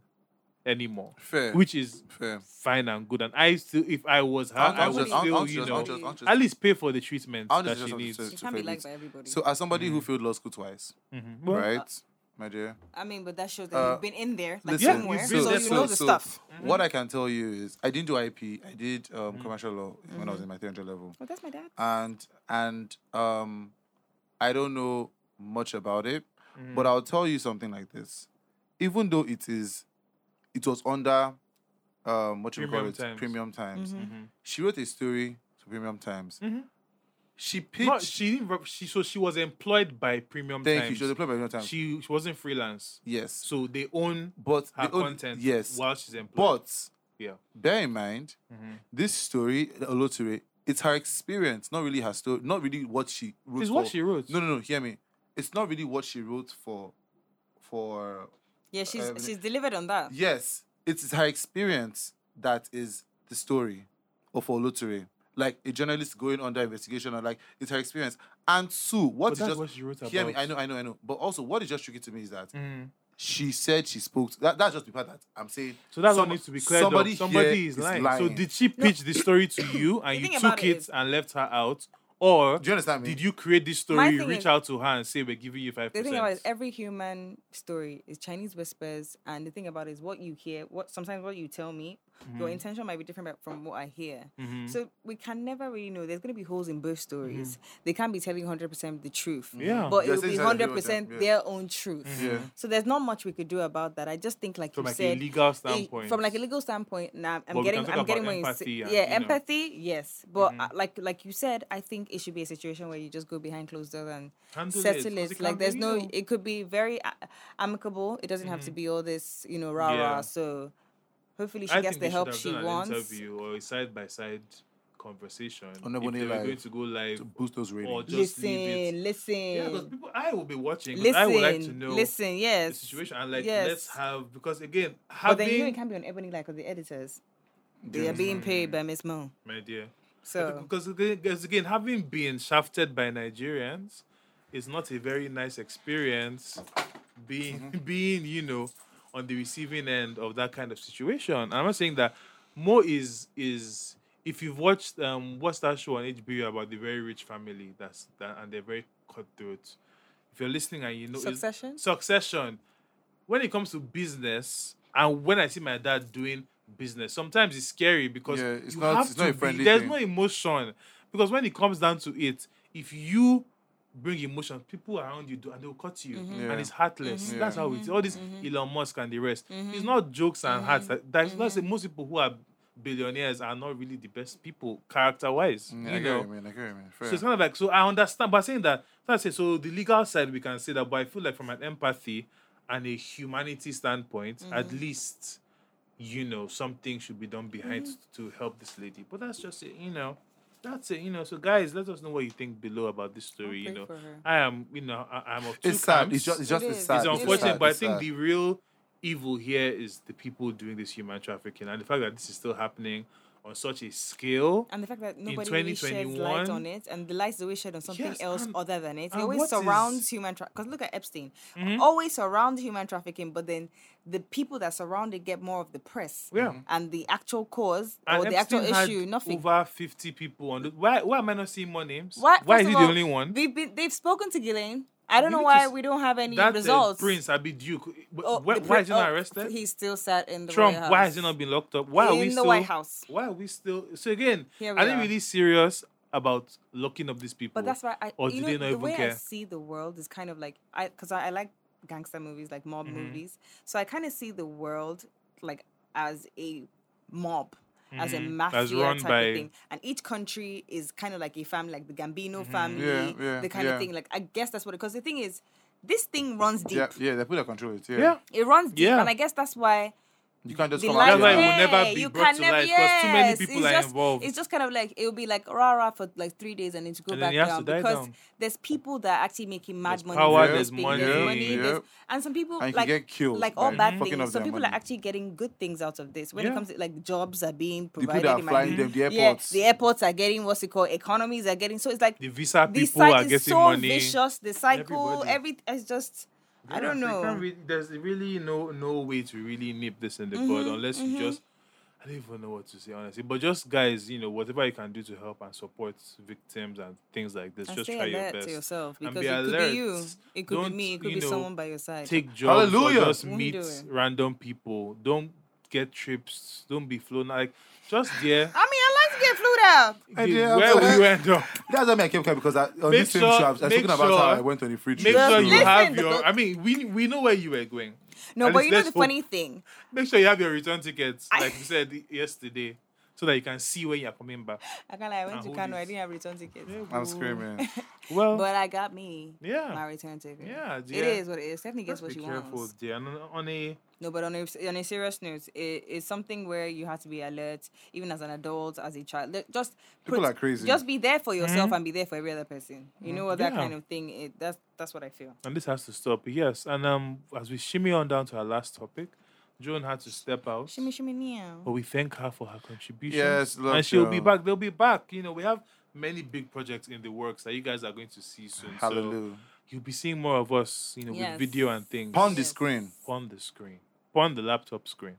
[SPEAKER 1] anymore,
[SPEAKER 2] Fair.
[SPEAKER 1] which is
[SPEAKER 2] fair.
[SPEAKER 1] fine and good. And I still, if I was her,
[SPEAKER 2] I'll-
[SPEAKER 1] I
[SPEAKER 2] I'll
[SPEAKER 1] would
[SPEAKER 2] just-
[SPEAKER 1] still,
[SPEAKER 2] I'll- I'll
[SPEAKER 1] you
[SPEAKER 2] just-
[SPEAKER 1] know,
[SPEAKER 2] I'll just- I'll just-
[SPEAKER 1] at least pay for the treatment
[SPEAKER 2] I'll
[SPEAKER 1] that
[SPEAKER 2] just-
[SPEAKER 1] she
[SPEAKER 2] just-
[SPEAKER 1] needs.
[SPEAKER 2] just-
[SPEAKER 5] She
[SPEAKER 2] So
[SPEAKER 5] can't be
[SPEAKER 2] fair
[SPEAKER 5] liked
[SPEAKER 2] bits.
[SPEAKER 5] by everybody.
[SPEAKER 2] So as somebody who failed law school twice,
[SPEAKER 1] Mhm. Mm. Well,
[SPEAKER 2] right, my dear.
[SPEAKER 5] I mean, but that shows that
[SPEAKER 2] Uh,
[SPEAKER 5] you've been in there, like
[SPEAKER 1] listen,
[SPEAKER 5] somewhere,
[SPEAKER 1] you've
[SPEAKER 5] so
[SPEAKER 1] been there,
[SPEAKER 5] you know the
[SPEAKER 2] so
[SPEAKER 5] stuff.
[SPEAKER 1] Mm-hmm.
[SPEAKER 2] What I can tell you is, I didn't do IP. I did um,
[SPEAKER 1] Mm.
[SPEAKER 2] commercial law when I
[SPEAKER 5] Mm-hmm.
[SPEAKER 2] was in my 300 level.
[SPEAKER 5] Well, that's my dad.
[SPEAKER 2] and and um i don't know much about it
[SPEAKER 1] Mm-hmm.
[SPEAKER 2] but i'll tell you something like this even though it is it was under um what you call
[SPEAKER 1] Premium
[SPEAKER 2] it
[SPEAKER 1] Times.
[SPEAKER 2] premium times
[SPEAKER 1] Mhm.
[SPEAKER 2] she wrote a story to premium times
[SPEAKER 1] Mhm.
[SPEAKER 2] she pitched
[SPEAKER 1] Not, she didn't. rep- She so she was employed by Premium
[SPEAKER 2] thank you
[SPEAKER 1] Times.
[SPEAKER 2] she was employed by premium times
[SPEAKER 1] she, she wasn't freelance,
[SPEAKER 2] yes
[SPEAKER 1] so they own
[SPEAKER 2] but
[SPEAKER 1] her
[SPEAKER 2] the only-
[SPEAKER 1] content.
[SPEAKER 2] yes
[SPEAKER 1] while she's employed.
[SPEAKER 2] but
[SPEAKER 1] yeah,
[SPEAKER 2] bear in mind
[SPEAKER 1] Mhm.
[SPEAKER 2] this story Olotire, it's her experience not really her story not really what she wrote
[SPEAKER 1] it's what
[SPEAKER 2] for.
[SPEAKER 1] she wrote.
[SPEAKER 2] No, no, no. Hear me. It's not really what she wrote for. For
[SPEAKER 5] Yeah, she's
[SPEAKER 2] everything.
[SPEAKER 5] she's delivered on that.
[SPEAKER 2] yes, it's her experience that is the story of Olutere. Like a journalist going under investigation, or like it's her experience. And two, what
[SPEAKER 1] but
[SPEAKER 2] is
[SPEAKER 1] that's
[SPEAKER 2] just
[SPEAKER 1] what she wrote about.
[SPEAKER 2] hear me? I know, I know, I know. But also, what is just tricky to me is that
[SPEAKER 1] Mhm.
[SPEAKER 2] she said she spoke. To, that that's just the part that I'm saying.
[SPEAKER 1] So that
[SPEAKER 2] Some-
[SPEAKER 1] one needs to be cleared
[SPEAKER 2] somebody
[SPEAKER 1] up. Somebody
[SPEAKER 2] here
[SPEAKER 1] is
[SPEAKER 2] is
[SPEAKER 1] lying. So
[SPEAKER 2] lying.
[SPEAKER 1] did she pitch the story to you
[SPEAKER 5] The
[SPEAKER 1] and you
[SPEAKER 5] thing
[SPEAKER 1] took
[SPEAKER 5] about it
[SPEAKER 1] it
[SPEAKER 5] is-
[SPEAKER 1] and left her out, or
[SPEAKER 2] Do you understand me?
[SPEAKER 1] did you create this
[SPEAKER 5] My
[SPEAKER 1] story,
[SPEAKER 5] thing
[SPEAKER 1] reach
[SPEAKER 5] is-
[SPEAKER 1] out to her, and say we're giving you five
[SPEAKER 5] The thing about it
[SPEAKER 1] percent?
[SPEAKER 5] is every human story is Chinese whispers, and the thing about it is what you hear, what sometimes what you tell me,
[SPEAKER 1] Mm-hmm.
[SPEAKER 5] your intention might be different but from what I hear. So we can never really know. There's gonna be holes in both stories. They can't be telling 100 percent the truth.
[SPEAKER 1] Mm-hmm. Yeah. Mm-hmm.
[SPEAKER 5] But
[SPEAKER 2] Yeah,
[SPEAKER 5] it will
[SPEAKER 2] since
[SPEAKER 5] be
[SPEAKER 2] I agree with
[SPEAKER 5] 100 percent
[SPEAKER 2] that, yeah.
[SPEAKER 5] their own truth.
[SPEAKER 2] Yeah.
[SPEAKER 5] So there's not much we could do about that. I just think like
[SPEAKER 1] From
[SPEAKER 5] you
[SPEAKER 1] like
[SPEAKER 5] said,
[SPEAKER 1] a legal
[SPEAKER 5] eh,
[SPEAKER 1] standpoint.
[SPEAKER 5] from like a legal standpoint, now I'm
[SPEAKER 1] But we can
[SPEAKER 5] getting
[SPEAKER 1] talk
[SPEAKER 5] I'm
[SPEAKER 1] about
[SPEAKER 5] getting what you're
[SPEAKER 1] empathy
[SPEAKER 5] saying.
[SPEAKER 1] and,
[SPEAKER 5] yeah,
[SPEAKER 1] you know. Mm-hmm.
[SPEAKER 5] empathy, yes. But uh, like like you said, I think it should be a situation where you just go behind closed doors and
[SPEAKER 1] Handle it,
[SPEAKER 5] settle
[SPEAKER 1] 'cause
[SPEAKER 5] it.
[SPEAKER 1] it can
[SPEAKER 5] Like
[SPEAKER 1] be,
[SPEAKER 5] there's
[SPEAKER 1] you
[SPEAKER 5] no,
[SPEAKER 1] know. Mm-hmm.
[SPEAKER 5] it could be very uh, amicable. It doesn't have to be all this, you know, rah
[SPEAKER 1] Yeah.
[SPEAKER 5] rah. So hopefully she gets
[SPEAKER 1] they
[SPEAKER 5] the
[SPEAKER 1] should
[SPEAKER 5] help
[SPEAKER 1] have
[SPEAKER 5] she
[SPEAKER 1] done an
[SPEAKER 5] wants.
[SPEAKER 1] Interview or a side by side conversation. If
[SPEAKER 2] Honorable
[SPEAKER 1] they were
[SPEAKER 2] Live.
[SPEAKER 1] going to go live
[SPEAKER 2] to boost those
[SPEAKER 1] or
[SPEAKER 2] ratings?
[SPEAKER 1] just leave it.
[SPEAKER 5] Listen, listen,
[SPEAKER 1] Yeah, because people, I will be watching. 'cause
[SPEAKER 5] listen,
[SPEAKER 1] I would like to know
[SPEAKER 5] listen.
[SPEAKER 1] the
[SPEAKER 5] Yes,
[SPEAKER 1] situation and like
[SPEAKER 5] Yes.
[SPEAKER 1] let's have because again
[SPEAKER 5] but then you know
[SPEAKER 1] having
[SPEAKER 5] it can't be on Ebony like the editors. They are being paid
[SPEAKER 1] mm-hmm.
[SPEAKER 5] by Miss Moon.
[SPEAKER 1] my dear
[SPEAKER 5] So
[SPEAKER 1] because again, because again having been shafted by Nigerians is not a very nice experience. Being
[SPEAKER 5] Mm-hmm.
[SPEAKER 1] being you know on the receiving end of that kind of situation. And I'm not saying that Mo is is if you've watched um what's that show on HBO about the very rich family that's that and they're very cutthroat. If you're listening and you know it's-
[SPEAKER 5] Succession?
[SPEAKER 1] Succession. When it comes to business, and when I see my dad doing business, sometimes it's scary because
[SPEAKER 2] Yeah, it's
[SPEAKER 1] you
[SPEAKER 2] not-
[SPEAKER 1] have
[SPEAKER 2] it's
[SPEAKER 1] to
[SPEAKER 2] not a
[SPEAKER 1] be-
[SPEAKER 2] friendly
[SPEAKER 1] there's
[SPEAKER 2] thing.
[SPEAKER 1] no emotion. Because when it comes down to it, if you bring emotion, people around you do and they'll cut you.
[SPEAKER 2] Yeah.
[SPEAKER 1] And it's heartless.
[SPEAKER 2] Mhm.
[SPEAKER 1] That's how it's all this Elon Musk and the rest. It's not jokes and hearts. That, that's that's most people who are billionaires are not really the best people character wise.
[SPEAKER 2] Mm,
[SPEAKER 1] you
[SPEAKER 2] I get
[SPEAKER 1] know.
[SPEAKER 2] what you mean. I get what you mean. Fair.
[SPEAKER 1] So it's kind of like so I understand, but saying that that's it. So the legal side we can say that, but I feel like from an empathy and a humanity standpoint, at least you know something should be done behind to help this lady. But that's just it, you know. That's it, you know. So guys, let us know what you think below about this story. You
[SPEAKER 5] pray
[SPEAKER 1] know,
[SPEAKER 5] for her.
[SPEAKER 1] I am, you know, I, I'm of two
[SPEAKER 2] it's sad.
[SPEAKER 1] camps.
[SPEAKER 2] It's just, it's just
[SPEAKER 5] It
[SPEAKER 2] it's
[SPEAKER 5] is.
[SPEAKER 2] sad.
[SPEAKER 5] It's
[SPEAKER 2] It's
[SPEAKER 1] unfortunate,
[SPEAKER 2] sad.
[SPEAKER 1] but I
[SPEAKER 2] It's
[SPEAKER 1] think
[SPEAKER 2] sad.
[SPEAKER 1] the real evil here is the people doing this human trafficking and the fact that this is still happening on such a scale.
[SPEAKER 5] and the fact that nobody really sheds light
[SPEAKER 1] 2021
[SPEAKER 5] on it, and the light's always shed on something
[SPEAKER 1] Yes,
[SPEAKER 5] else
[SPEAKER 1] and-
[SPEAKER 5] other than it. It
[SPEAKER 1] and
[SPEAKER 5] always
[SPEAKER 1] what
[SPEAKER 5] surrounds
[SPEAKER 1] is- Mm-hmm.
[SPEAKER 5] human trafficking. Because look at Epstein, always surround human trafficking, but then the people that surround it get more of the press.
[SPEAKER 1] Yeah. Mhm.
[SPEAKER 5] and the actual cause
[SPEAKER 1] And
[SPEAKER 5] or Oh, the
[SPEAKER 1] Epstein
[SPEAKER 5] actual
[SPEAKER 1] had
[SPEAKER 5] issue, nothing.
[SPEAKER 1] Over fifty people on. The, why? Why am I not seeing more names?
[SPEAKER 5] Why-
[SPEAKER 1] Why is
[SPEAKER 5] first
[SPEAKER 1] he
[SPEAKER 5] of
[SPEAKER 1] the
[SPEAKER 5] all,
[SPEAKER 1] only one?
[SPEAKER 5] They've been, they've spoken to Ghislaine. I don't
[SPEAKER 1] You
[SPEAKER 5] know
[SPEAKER 1] need
[SPEAKER 5] why
[SPEAKER 1] to s-
[SPEAKER 5] we don't have any
[SPEAKER 1] that uh,
[SPEAKER 5] results.
[SPEAKER 1] Prince Abi Duke.
[SPEAKER 5] Oh,
[SPEAKER 1] why,
[SPEAKER 5] the
[SPEAKER 1] why
[SPEAKER 5] Prin-
[SPEAKER 1] is he not
[SPEAKER 5] oh,
[SPEAKER 1] arrested?
[SPEAKER 5] He's still sat in the
[SPEAKER 1] Trump.
[SPEAKER 5] White House.
[SPEAKER 1] Why has he not been locked up? Why are we
[SPEAKER 5] In the
[SPEAKER 1] still,
[SPEAKER 5] White House.
[SPEAKER 1] Why are we still? So again,
[SPEAKER 5] Here we
[SPEAKER 1] are they
[SPEAKER 5] are.
[SPEAKER 1] really serious about locking up these people?
[SPEAKER 5] But that's why I
[SPEAKER 1] Or
[SPEAKER 5] you
[SPEAKER 1] do
[SPEAKER 5] know,
[SPEAKER 1] they not
[SPEAKER 5] the
[SPEAKER 1] even
[SPEAKER 5] way I
[SPEAKER 1] care?
[SPEAKER 5] see the world is kind of like I because I, I like gangster movies, like mob
[SPEAKER 1] Mm-hmm.
[SPEAKER 5] movies. So I kind of see the world like as a mob. As a mafia
[SPEAKER 1] Mm-hmm. run
[SPEAKER 5] type
[SPEAKER 1] by-
[SPEAKER 5] of thing, and each country is kind of like a family, like the Gambino
[SPEAKER 1] Mm-hmm.
[SPEAKER 5] family,
[SPEAKER 2] Yeah, yeah,
[SPEAKER 5] the kind
[SPEAKER 2] yeah.
[SPEAKER 5] of thing. Like I guess that's what. Because the thing is, this thing runs deep.
[SPEAKER 2] Yeah, yeah, they put a control it. Yeah.
[SPEAKER 1] Yeah.
[SPEAKER 5] It runs deep,
[SPEAKER 1] Yeah.
[SPEAKER 5] and I guess that's why
[SPEAKER 2] You can't just
[SPEAKER 5] the
[SPEAKER 2] come
[SPEAKER 5] light-
[SPEAKER 2] out
[SPEAKER 1] That's why it
[SPEAKER 2] here.
[SPEAKER 1] will
[SPEAKER 2] and-
[SPEAKER 1] never
[SPEAKER 5] Yeah,
[SPEAKER 1] be
[SPEAKER 5] you
[SPEAKER 1] brought
[SPEAKER 5] can
[SPEAKER 1] to
[SPEAKER 5] never-
[SPEAKER 1] light 'cause too many
[SPEAKER 5] yes,
[SPEAKER 1] people
[SPEAKER 5] it's
[SPEAKER 1] are
[SPEAKER 5] just,
[SPEAKER 1] involved.
[SPEAKER 5] It's just kind of like it'll be like rah rah for like three days and then to go
[SPEAKER 1] And then
[SPEAKER 5] back
[SPEAKER 1] it has
[SPEAKER 5] down
[SPEAKER 1] to die
[SPEAKER 5] because
[SPEAKER 1] down.
[SPEAKER 5] there's people that are actually making mad
[SPEAKER 1] There's
[SPEAKER 5] money.
[SPEAKER 1] power,
[SPEAKER 5] from
[SPEAKER 1] there's
[SPEAKER 5] this thing, there's
[SPEAKER 1] money,
[SPEAKER 5] money, there's-
[SPEAKER 2] yeah.
[SPEAKER 5] and some people
[SPEAKER 2] And you can
[SPEAKER 5] like
[SPEAKER 2] get killed
[SPEAKER 5] like
[SPEAKER 2] by
[SPEAKER 5] all bad
[SPEAKER 2] fucking up
[SPEAKER 5] things. Some
[SPEAKER 2] their
[SPEAKER 5] people
[SPEAKER 2] money.
[SPEAKER 5] are actually getting good things out of this when
[SPEAKER 1] Yeah.
[SPEAKER 5] it comes to like jobs are being
[SPEAKER 2] people
[SPEAKER 5] provided.
[SPEAKER 2] that are
[SPEAKER 5] in
[SPEAKER 2] flying
[SPEAKER 5] Miami.
[SPEAKER 2] them, the airports.
[SPEAKER 5] Yeah, the airports are getting what's it called? Economies are getting so it's like
[SPEAKER 1] The visa
[SPEAKER 5] this
[SPEAKER 1] people are
[SPEAKER 5] cycle is
[SPEAKER 1] getting
[SPEAKER 5] so
[SPEAKER 1] money.
[SPEAKER 5] vicious. The cycle,
[SPEAKER 1] Everybody.
[SPEAKER 5] every it's just I don't
[SPEAKER 1] so you can't
[SPEAKER 5] know.
[SPEAKER 1] re- there's really no no way to really nip this in the
[SPEAKER 4] Mm-hmm,
[SPEAKER 1] bud unless you just. I don't even know what to say honestly, but just guys, you know, whatever you can do to help and support victims and things like this,
[SPEAKER 5] And
[SPEAKER 1] just
[SPEAKER 5] stay
[SPEAKER 1] try your
[SPEAKER 5] alert
[SPEAKER 1] best.
[SPEAKER 5] to yourself
[SPEAKER 1] and
[SPEAKER 5] because
[SPEAKER 1] be
[SPEAKER 5] it could
[SPEAKER 1] alert.
[SPEAKER 5] be you, it could
[SPEAKER 1] Don't,
[SPEAKER 5] be me, it
[SPEAKER 1] you
[SPEAKER 5] could be
[SPEAKER 1] know,
[SPEAKER 5] somenes by your side.
[SPEAKER 1] Take jobs
[SPEAKER 3] Hallelujah.
[SPEAKER 1] or just
[SPEAKER 5] Won't
[SPEAKER 1] meet
[SPEAKER 5] do it.
[SPEAKER 1] random people. Don't get trips. Don't be flown like just there.
[SPEAKER 4] I mean, I like to get flued out.
[SPEAKER 2] I
[SPEAKER 1] the-
[SPEAKER 2] did, I'm
[SPEAKER 1] where
[SPEAKER 2] sorry.
[SPEAKER 1] will you end up?
[SPEAKER 2] That's why me I came here because I, on
[SPEAKER 1] Make
[SPEAKER 2] this same
[SPEAKER 1] sure-
[SPEAKER 2] show, I was I
[SPEAKER 1] make
[SPEAKER 2] was talking about how
[SPEAKER 1] sure-
[SPEAKER 2] I went on a free trip.
[SPEAKER 1] Make sure you
[SPEAKER 4] listen,
[SPEAKER 1] have
[SPEAKER 4] the
[SPEAKER 1] your.
[SPEAKER 4] book-
[SPEAKER 1] I mean, we we know where you were going.
[SPEAKER 4] No,
[SPEAKER 1] At
[SPEAKER 4] but
[SPEAKER 1] least
[SPEAKER 4] you know
[SPEAKER 1] let's
[SPEAKER 4] the
[SPEAKER 1] hope.
[SPEAKER 4] funny thing.
[SPEAKER 1] Make sure you have your return tickets,
[SPEAKER 4] I-
[SPEAKER 1] like we said yesterday, so that you can see when you're coming back.
[SPEAKER 5] I can't lie, I went
[SPEAKER 1] Ah,
[SPEAKER 5] to
[SPEAKER 1] hold
[SPEAKER 5] Kano, I
[SPEAKER 1] this.
[SPEAKER 5] didn't have return tickets.
[SPEAKER 2] I'm screaming.
[SPEAKER 1] Well,
[SPEAKER 5] But I got me my
[SPEAKER 1] yeah,
[SPEAKER 5] return ticket.
[SPEAKER 1] yeah,
[SPEAKER 5] It is what it is. Stephanie gets
[SPEAKER 1] Just
[SPEAKER 5] what
[SPEAKER 1] be
[SPEAKER 5] she
[SPEAKER 1] careful,
[SPEAKER 5] wants.
[SPEAKER 1] dear. And uh, on- on a
[SPEAKER 5] No, but on a, on a serious note, it, it's something where you have to be alert, even as an adult, as a child. Look, Just
[SPEAKER 2] People
[SPEAKER 5] prot-
[SPEAKER 2] are crazy.
[SPEAKER 5] Just be there for yourself
[SPEAKER 1] Mhm.
[SPEAKER 5] and be there for every other person. You know what that
[SPEAKER 1] Hmm? Yeah.
[SPEAKER 5] kind of thing. It, that's that's what I feel.
[SPEAKER 1] and this has to stop. Yes, and um, as we shimmy on down to our last topic, Joan had to step out.
[SPEAKER 5] Shimmy shimmy meow.
[SPEAKER 1] But we thank her for her contribution.
[SPEAKER 2] Yes, love
[SPEAKER 1] and she'll be
[SPEAKER 2] Joan.
[SPEAKER 1] back. They'll be back. You know, we have many big projects in the works that you guys are going to see soon. So
[SPEAKER 2] Hallelujah.
[SPEAKER 1] you'll be seeing more of us, you know, with
[SPEAKER 5] Yes.
[SPEAKER 1] video and things.
[SPEAKER 2] Pon the
[SPEAKER 5] Yes.
[SPEAKER 2] screen.
[SPEAKER 1] Pon the screen. Pon the laptop screen.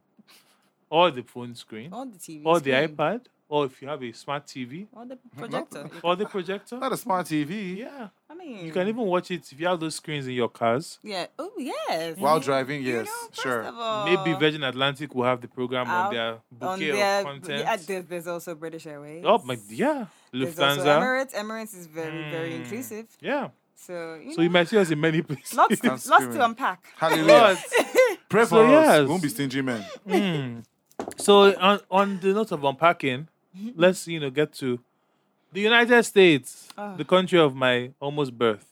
[SPEAKER 1] Or the phone screen.
[SPEAKER 5] All Oh, the TV.
[SPEAKER 1] Or the
[SPEAKER 5] screen,
[SPEAKER 1] iPad. Or if you have a smart TV.
[SPEAKER 5] Or the projector.
[SPEAKER 1] Or the projector.
[SPEAKER 2] Not a smart TV.
[SPEAKER 1] Yeah.
[SPEAKER 5] I mean,
[SPEAKER 1] You can even watch it if you have those screens in your cars.
[SPEAKER 5] Yeah. Oh yes.
[SPEAKER 2] While driving,
[SPEAKER 5] You know,
[SPEAKER 2] yes,
[SPEAKER 5] first
[SPEAKER 2] sure.
[SPEAKER 5] of all,
[SPEAKER 1] Maybe Virgin Atlantic will have the program on
[SPEAKER 5] Out
[SPEAKER 1] their
[SPEAKER 5] Oh. on
[SPEAKER 1] bouquet
[SPEAKER 5] their,
[SPEAKER 1] of content.
[SPEAKER 5] yeah, there's, there's also British Airways.
[SPEAKER 1] oh my yeah.
[SPEAKER 5] There's also
[SPEAKER 1] Lufthansa.
[SPEAKER 5] Emirates. Emirates is very very
[SPEAKER 1] Mm.
[SPEAKER 5] inclusive.
[SPEAKER 1] Yeah.
[SPEAKER 5] So you
[SPEAKER 1] So
[SPEAKER 5] know,
[SPEAKER 1] you might see us in many places.
[SPEAKER 5] lots
[SPEAKER 2] I'm
[SPEAKER 5] lots
[SPEAKER 2] screaming.
[SPEAKER 5] to unpack.
[SPEAKER 2] Hallelujah. Pray for
[SPEAKER 1] So,
[SPEAKER 2] us.
[SPEAKER 1] yes.
[SPEAKER 2] Won't be stingy men.
[SPEAKER 1] Mm. So on, on the note of unpacking,
[SPEAKER 5] Mm-hmm.
[SPEAKER 1] let's you know get to the United States,
[SPEAKER 5] Ah.
[SPEAKER 1] the country of my almost birth,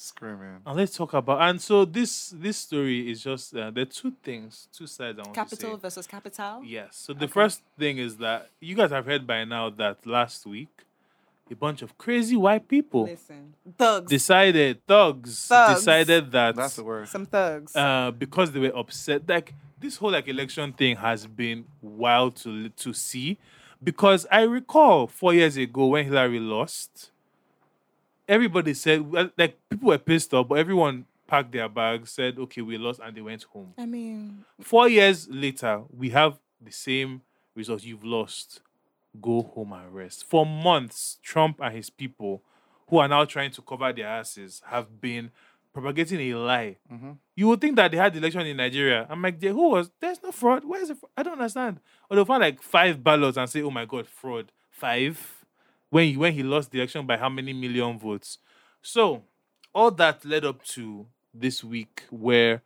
[SPEAKER 2] Screaming.
[SPEAKER 1] and let's talk about. And so this this story is just uh, there are two things, two sides. I want
[SPEAKER 5] Capital
[SPEAKER 1] to say.
[SPEAKER 5] versus capital.
[SPEAKER 1] Yes. So the first thing is that you guys have heard by now that last week, a bunch of crazy white people
[SPEAKER 5] Listen,
[SPEAKER 4] Thugs.
[SPEAKER 1] decided thugs,
[SPEAKER 5] Thugs.
[SPEAKER 1] decided that
[SPEAKER 2] That's the word.
[SPEAKER 5] some thugs.
[SPEAKER 1] uh, because they were upset. Like this whole like election thing has been wild to to see, because I recall four years ago when Hillary lost, everybody said well, like people were pissed off, but everyone packed their bags, said okay we lost, and they went home.
[SPEAKER 5] I mean,
[SPEAKER 1] Four years later, we have the same results. You've lost. Go home and rest. For months, Trump and his people, who are now trying to cover their asses, have been propagating a lie. You would think that they had the election in Nigeria. I'm like, "There- who was? There's no fraud. Where's the fraud? I don't understand. Or they'll find like five ballots and say, oh my God, fraud. Five? When he, when he lost the election by how many million votes? So, all that led up to this week where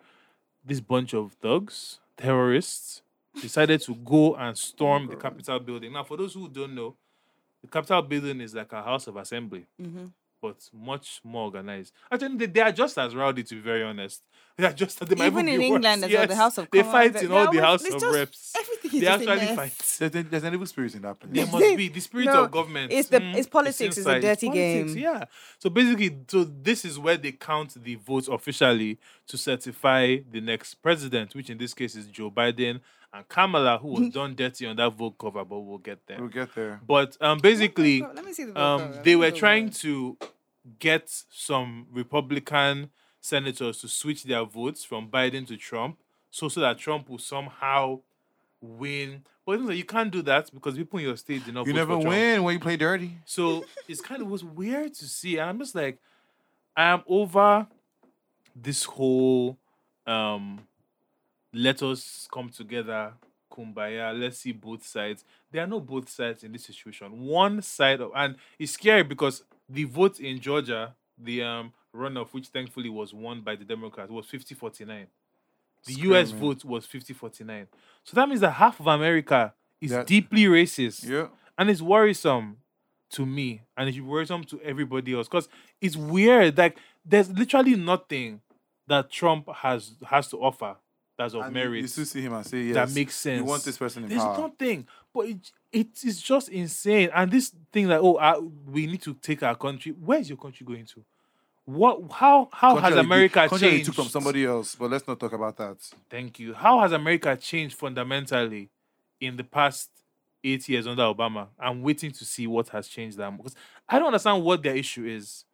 [SPEAKER 1] this bunch of thugs, terrorists, decided to go and storm the Capitol building. Now, for those who don't know, the Capitol building is like a house of assembly,
[SPEAKER 5] mhm.
[SPEAKER 1] but much more organized. Actually, they, they are just as rowdy, to be very honest. They are just they might
[SPEAKER 5] even in
[SPEAKER 1] be
[SPEAKER 5] England
[SPEAKER 1] worse.
[SPEAKER 5] as well, the
[SPEAKER 1] Yes,
[SPEAKER 5] House of
[SPEAKER 1] They
[SPEAKER 5] Commons,
[SPEAKER 1] fight
[SPEAKER 5] they-
[SPEAKER 1] in
[SPEAKER 5] they
[SPEAKER 1] all the
[SPEAKER 5] always-
[SPEAKER 1] House
[SPEAKER 5] it's
[SPEAKER 1] of
[SPEAKER 5] just-
[SPEAKER 1] Reps.
[SPEAKER 5] everything is
[SPEAKER 1] They
[SPEAKER 5] just a
[SPEAKER 1] actually
[SPEAKER 5] mess.
[SPEAKER 1] fight.
[SPEAKER 2] There's, there's an evil spirit in that place.
[SPEAKER 1] There must be the spirit
[SPEAKER 5] No,
[SPEAKER 1] of government.
[SPEAKER 5] it's the-
[SPEAKER 1] Mm,
[SPEAKER 5] it's politics, it's a
[SPEAKER 1] inside.
[SPEAKER 5] dirty
[SPEAKER 1] politics,
[SPEAKER 5] game.
[SPEAKER 1] Yeah. So basically, so this is where they count the votes officially to certify the next president, which in this case is Joe Biden and Kamala, who was done dirty on that vote cover, but we'll get there.
[SPEAKER 2] We'll get there.
[SPEAKER 1] But um, basically,
[SPEAKER 5] Let me see the
[SPEAKER 1] um,
[SPEAKER 5] vote.
[SPEAKER 1] they were trying to get some Republican senators to switch their votes from Biden to Trump, so so that Trump will somehow win. But you, know, you can't do that because people in your state did not.
[SPEAKER 2] You
[SPEAKER 1] vote
[SPEAKER 2] never
[SPEAKER 1] for Trump.
[SPEAKER 2] win when you play dirty.
[SPEAKER 1] So it's kind of was weird to see. And I'm just like, I'm over this whole um let us come together, kumbaya, let's see both sides. There are no both sides in this situation. One side of and it's scary because the vote in Georgia, the um runoff, which thankfully was won by the Democrats, was 50 49. The US
[SPEAKER 2] Screaming.
[SPEAKER 1] vote was 50 49. So that means that half of America is
[SPEAKER 2] That-
[SPEAKER 1] deeply racist
[SPEAKER 2] Yeah.
[SPEAKER 1] and it's worrisome to me and it's worrisome to everybody else because it's weird like there's literally nothing that trump has has to offer that's of
[SPEAKER 2] And you-
[SPEAKER 1] merit
[SPEAKER 2] You still see him and say, yes.
[SPEAKER 1] that makes sense
[SPEAKER 2] You want this person in
[SPEAKER 1] there's
[SPEAKER 2] power.
[SPEAKER 1] nothing but it, it is just insane and this thing like oh I, we need to take our country where's your country going to what how how
[SPEAKER 2] Contrary,
[SPEAKER 1] has america
[SPEAKER 2] contrary
[SPEAKER 1] changed
[SPEAKER 2] took from somebody else, but let's not talk about that.
[SPEAKER 1] Thank you. How has America changed fundamentally in the past eight years under Obama? I'm waiting to see what has changed them because I don't understand what their issue is,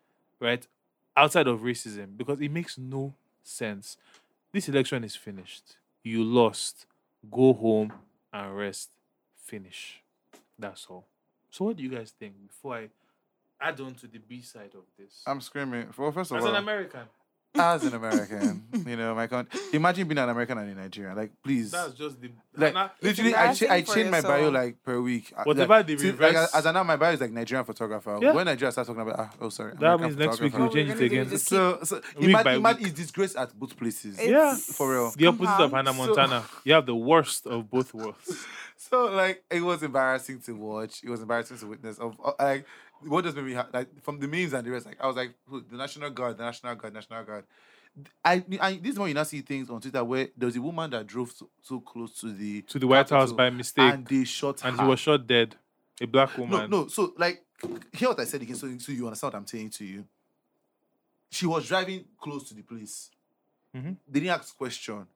[SPEAKER 1] right? Outside of racism, because it makes no sense. This election is finished. You lost. Go home and rest. Finish. That's all. So what do you guys think before I add on to the B side of this?
[SPEAKER 2] I'm screaming. Well, first of
[SPEAKER 1] As an
[SPEAKER 2] all,
[SPEAKER 1] American,
[SPEAKER 2] as an American, you know, my country. Imagine being an American and a Nigerian. Like, please.
[SPEAKER 1] that's just the
[SPEAKER 2] like
[SPEAKER 1] Nah,
[SPEAKER 2] literally, I, cha-
[SPEAKER 4] embarrassing
[SPEAKER 2] I
[SPEAKER 4] for
[SPEAKER 2] change my bio
[SPEAKER 4] yourself.
[SPEAKER 2] like per week. I-
[SPEAKER 1] Whatever
[SPEAKER 2] like,
[SPEAKER 1] the
[SPEAKER 2] see, like,
[SPEAKER 1] reverse-
[SPEAKER 2] as I know, my bio is like Nigerian photographer.
[SPEAKER 1] Yeah.
[SPEAKER 2] When Nigeria starts talking about, ah, oh sorry,
[SPEAKER 1] that
[SPEAKER 2] American
[SPEAKER 1] means next week
[SPEAKER 2] photographer.
[SPEAKER 1] we'll
[SPEAKER 4] we're
[SPEAKER 1] change it
[SPEAKER 4] gonna do
[SPEAKER 1] again.
[SPEAKER 4] this.
[SPEAKER 2] So, so
[SPEAKER 1] Week
[SPEAKER 2] imagine,
[SPEAKER 1] by
[SPEAKER 2] imagine
[SPEAKER 1] week.
[SPEAKER 2] is disgrace at both places.
[SPEAKER 4] It's
[SPEAKER 1] Yeah.
[SPEAKER 2] For real.
[SPEAKER 1] The opposite of Hannah
[SPEAKER 4] compound.
[SPEAKER 2] So-
[SPEAKER 1] Montana. You have the worst of both worlds.
[SPEAKER 2] So like, it was embarrassing to watch. It was embarrassing to witness. Of of- like, what just made me ha- like from the memes and the rest. Like, I was like, who- the national guard, the national guard, national guard. I, I this is when you now see things on Twitter where there was a woman that drove so, so close to the
[SPEAKER 1] To the White House
[SPEAKER 2] Capitol
[SPEAKER 1] by mistake.
[SPEAKER 2] and they shot
[SPEAKER 1] and
[SPEAKER 2] her.
[SPEAKER 1] he was shot dead. A black
[SPEAKER 2] No,
[SPEAKER 1] woman.
[SPEAKER 2] no. So, like, hear what I said again, so, so you understand what I'm saying to you. She was driving close to the police.
[SPEAKER 1] Mhm.
[SPEAKER 2] They didn't ask question.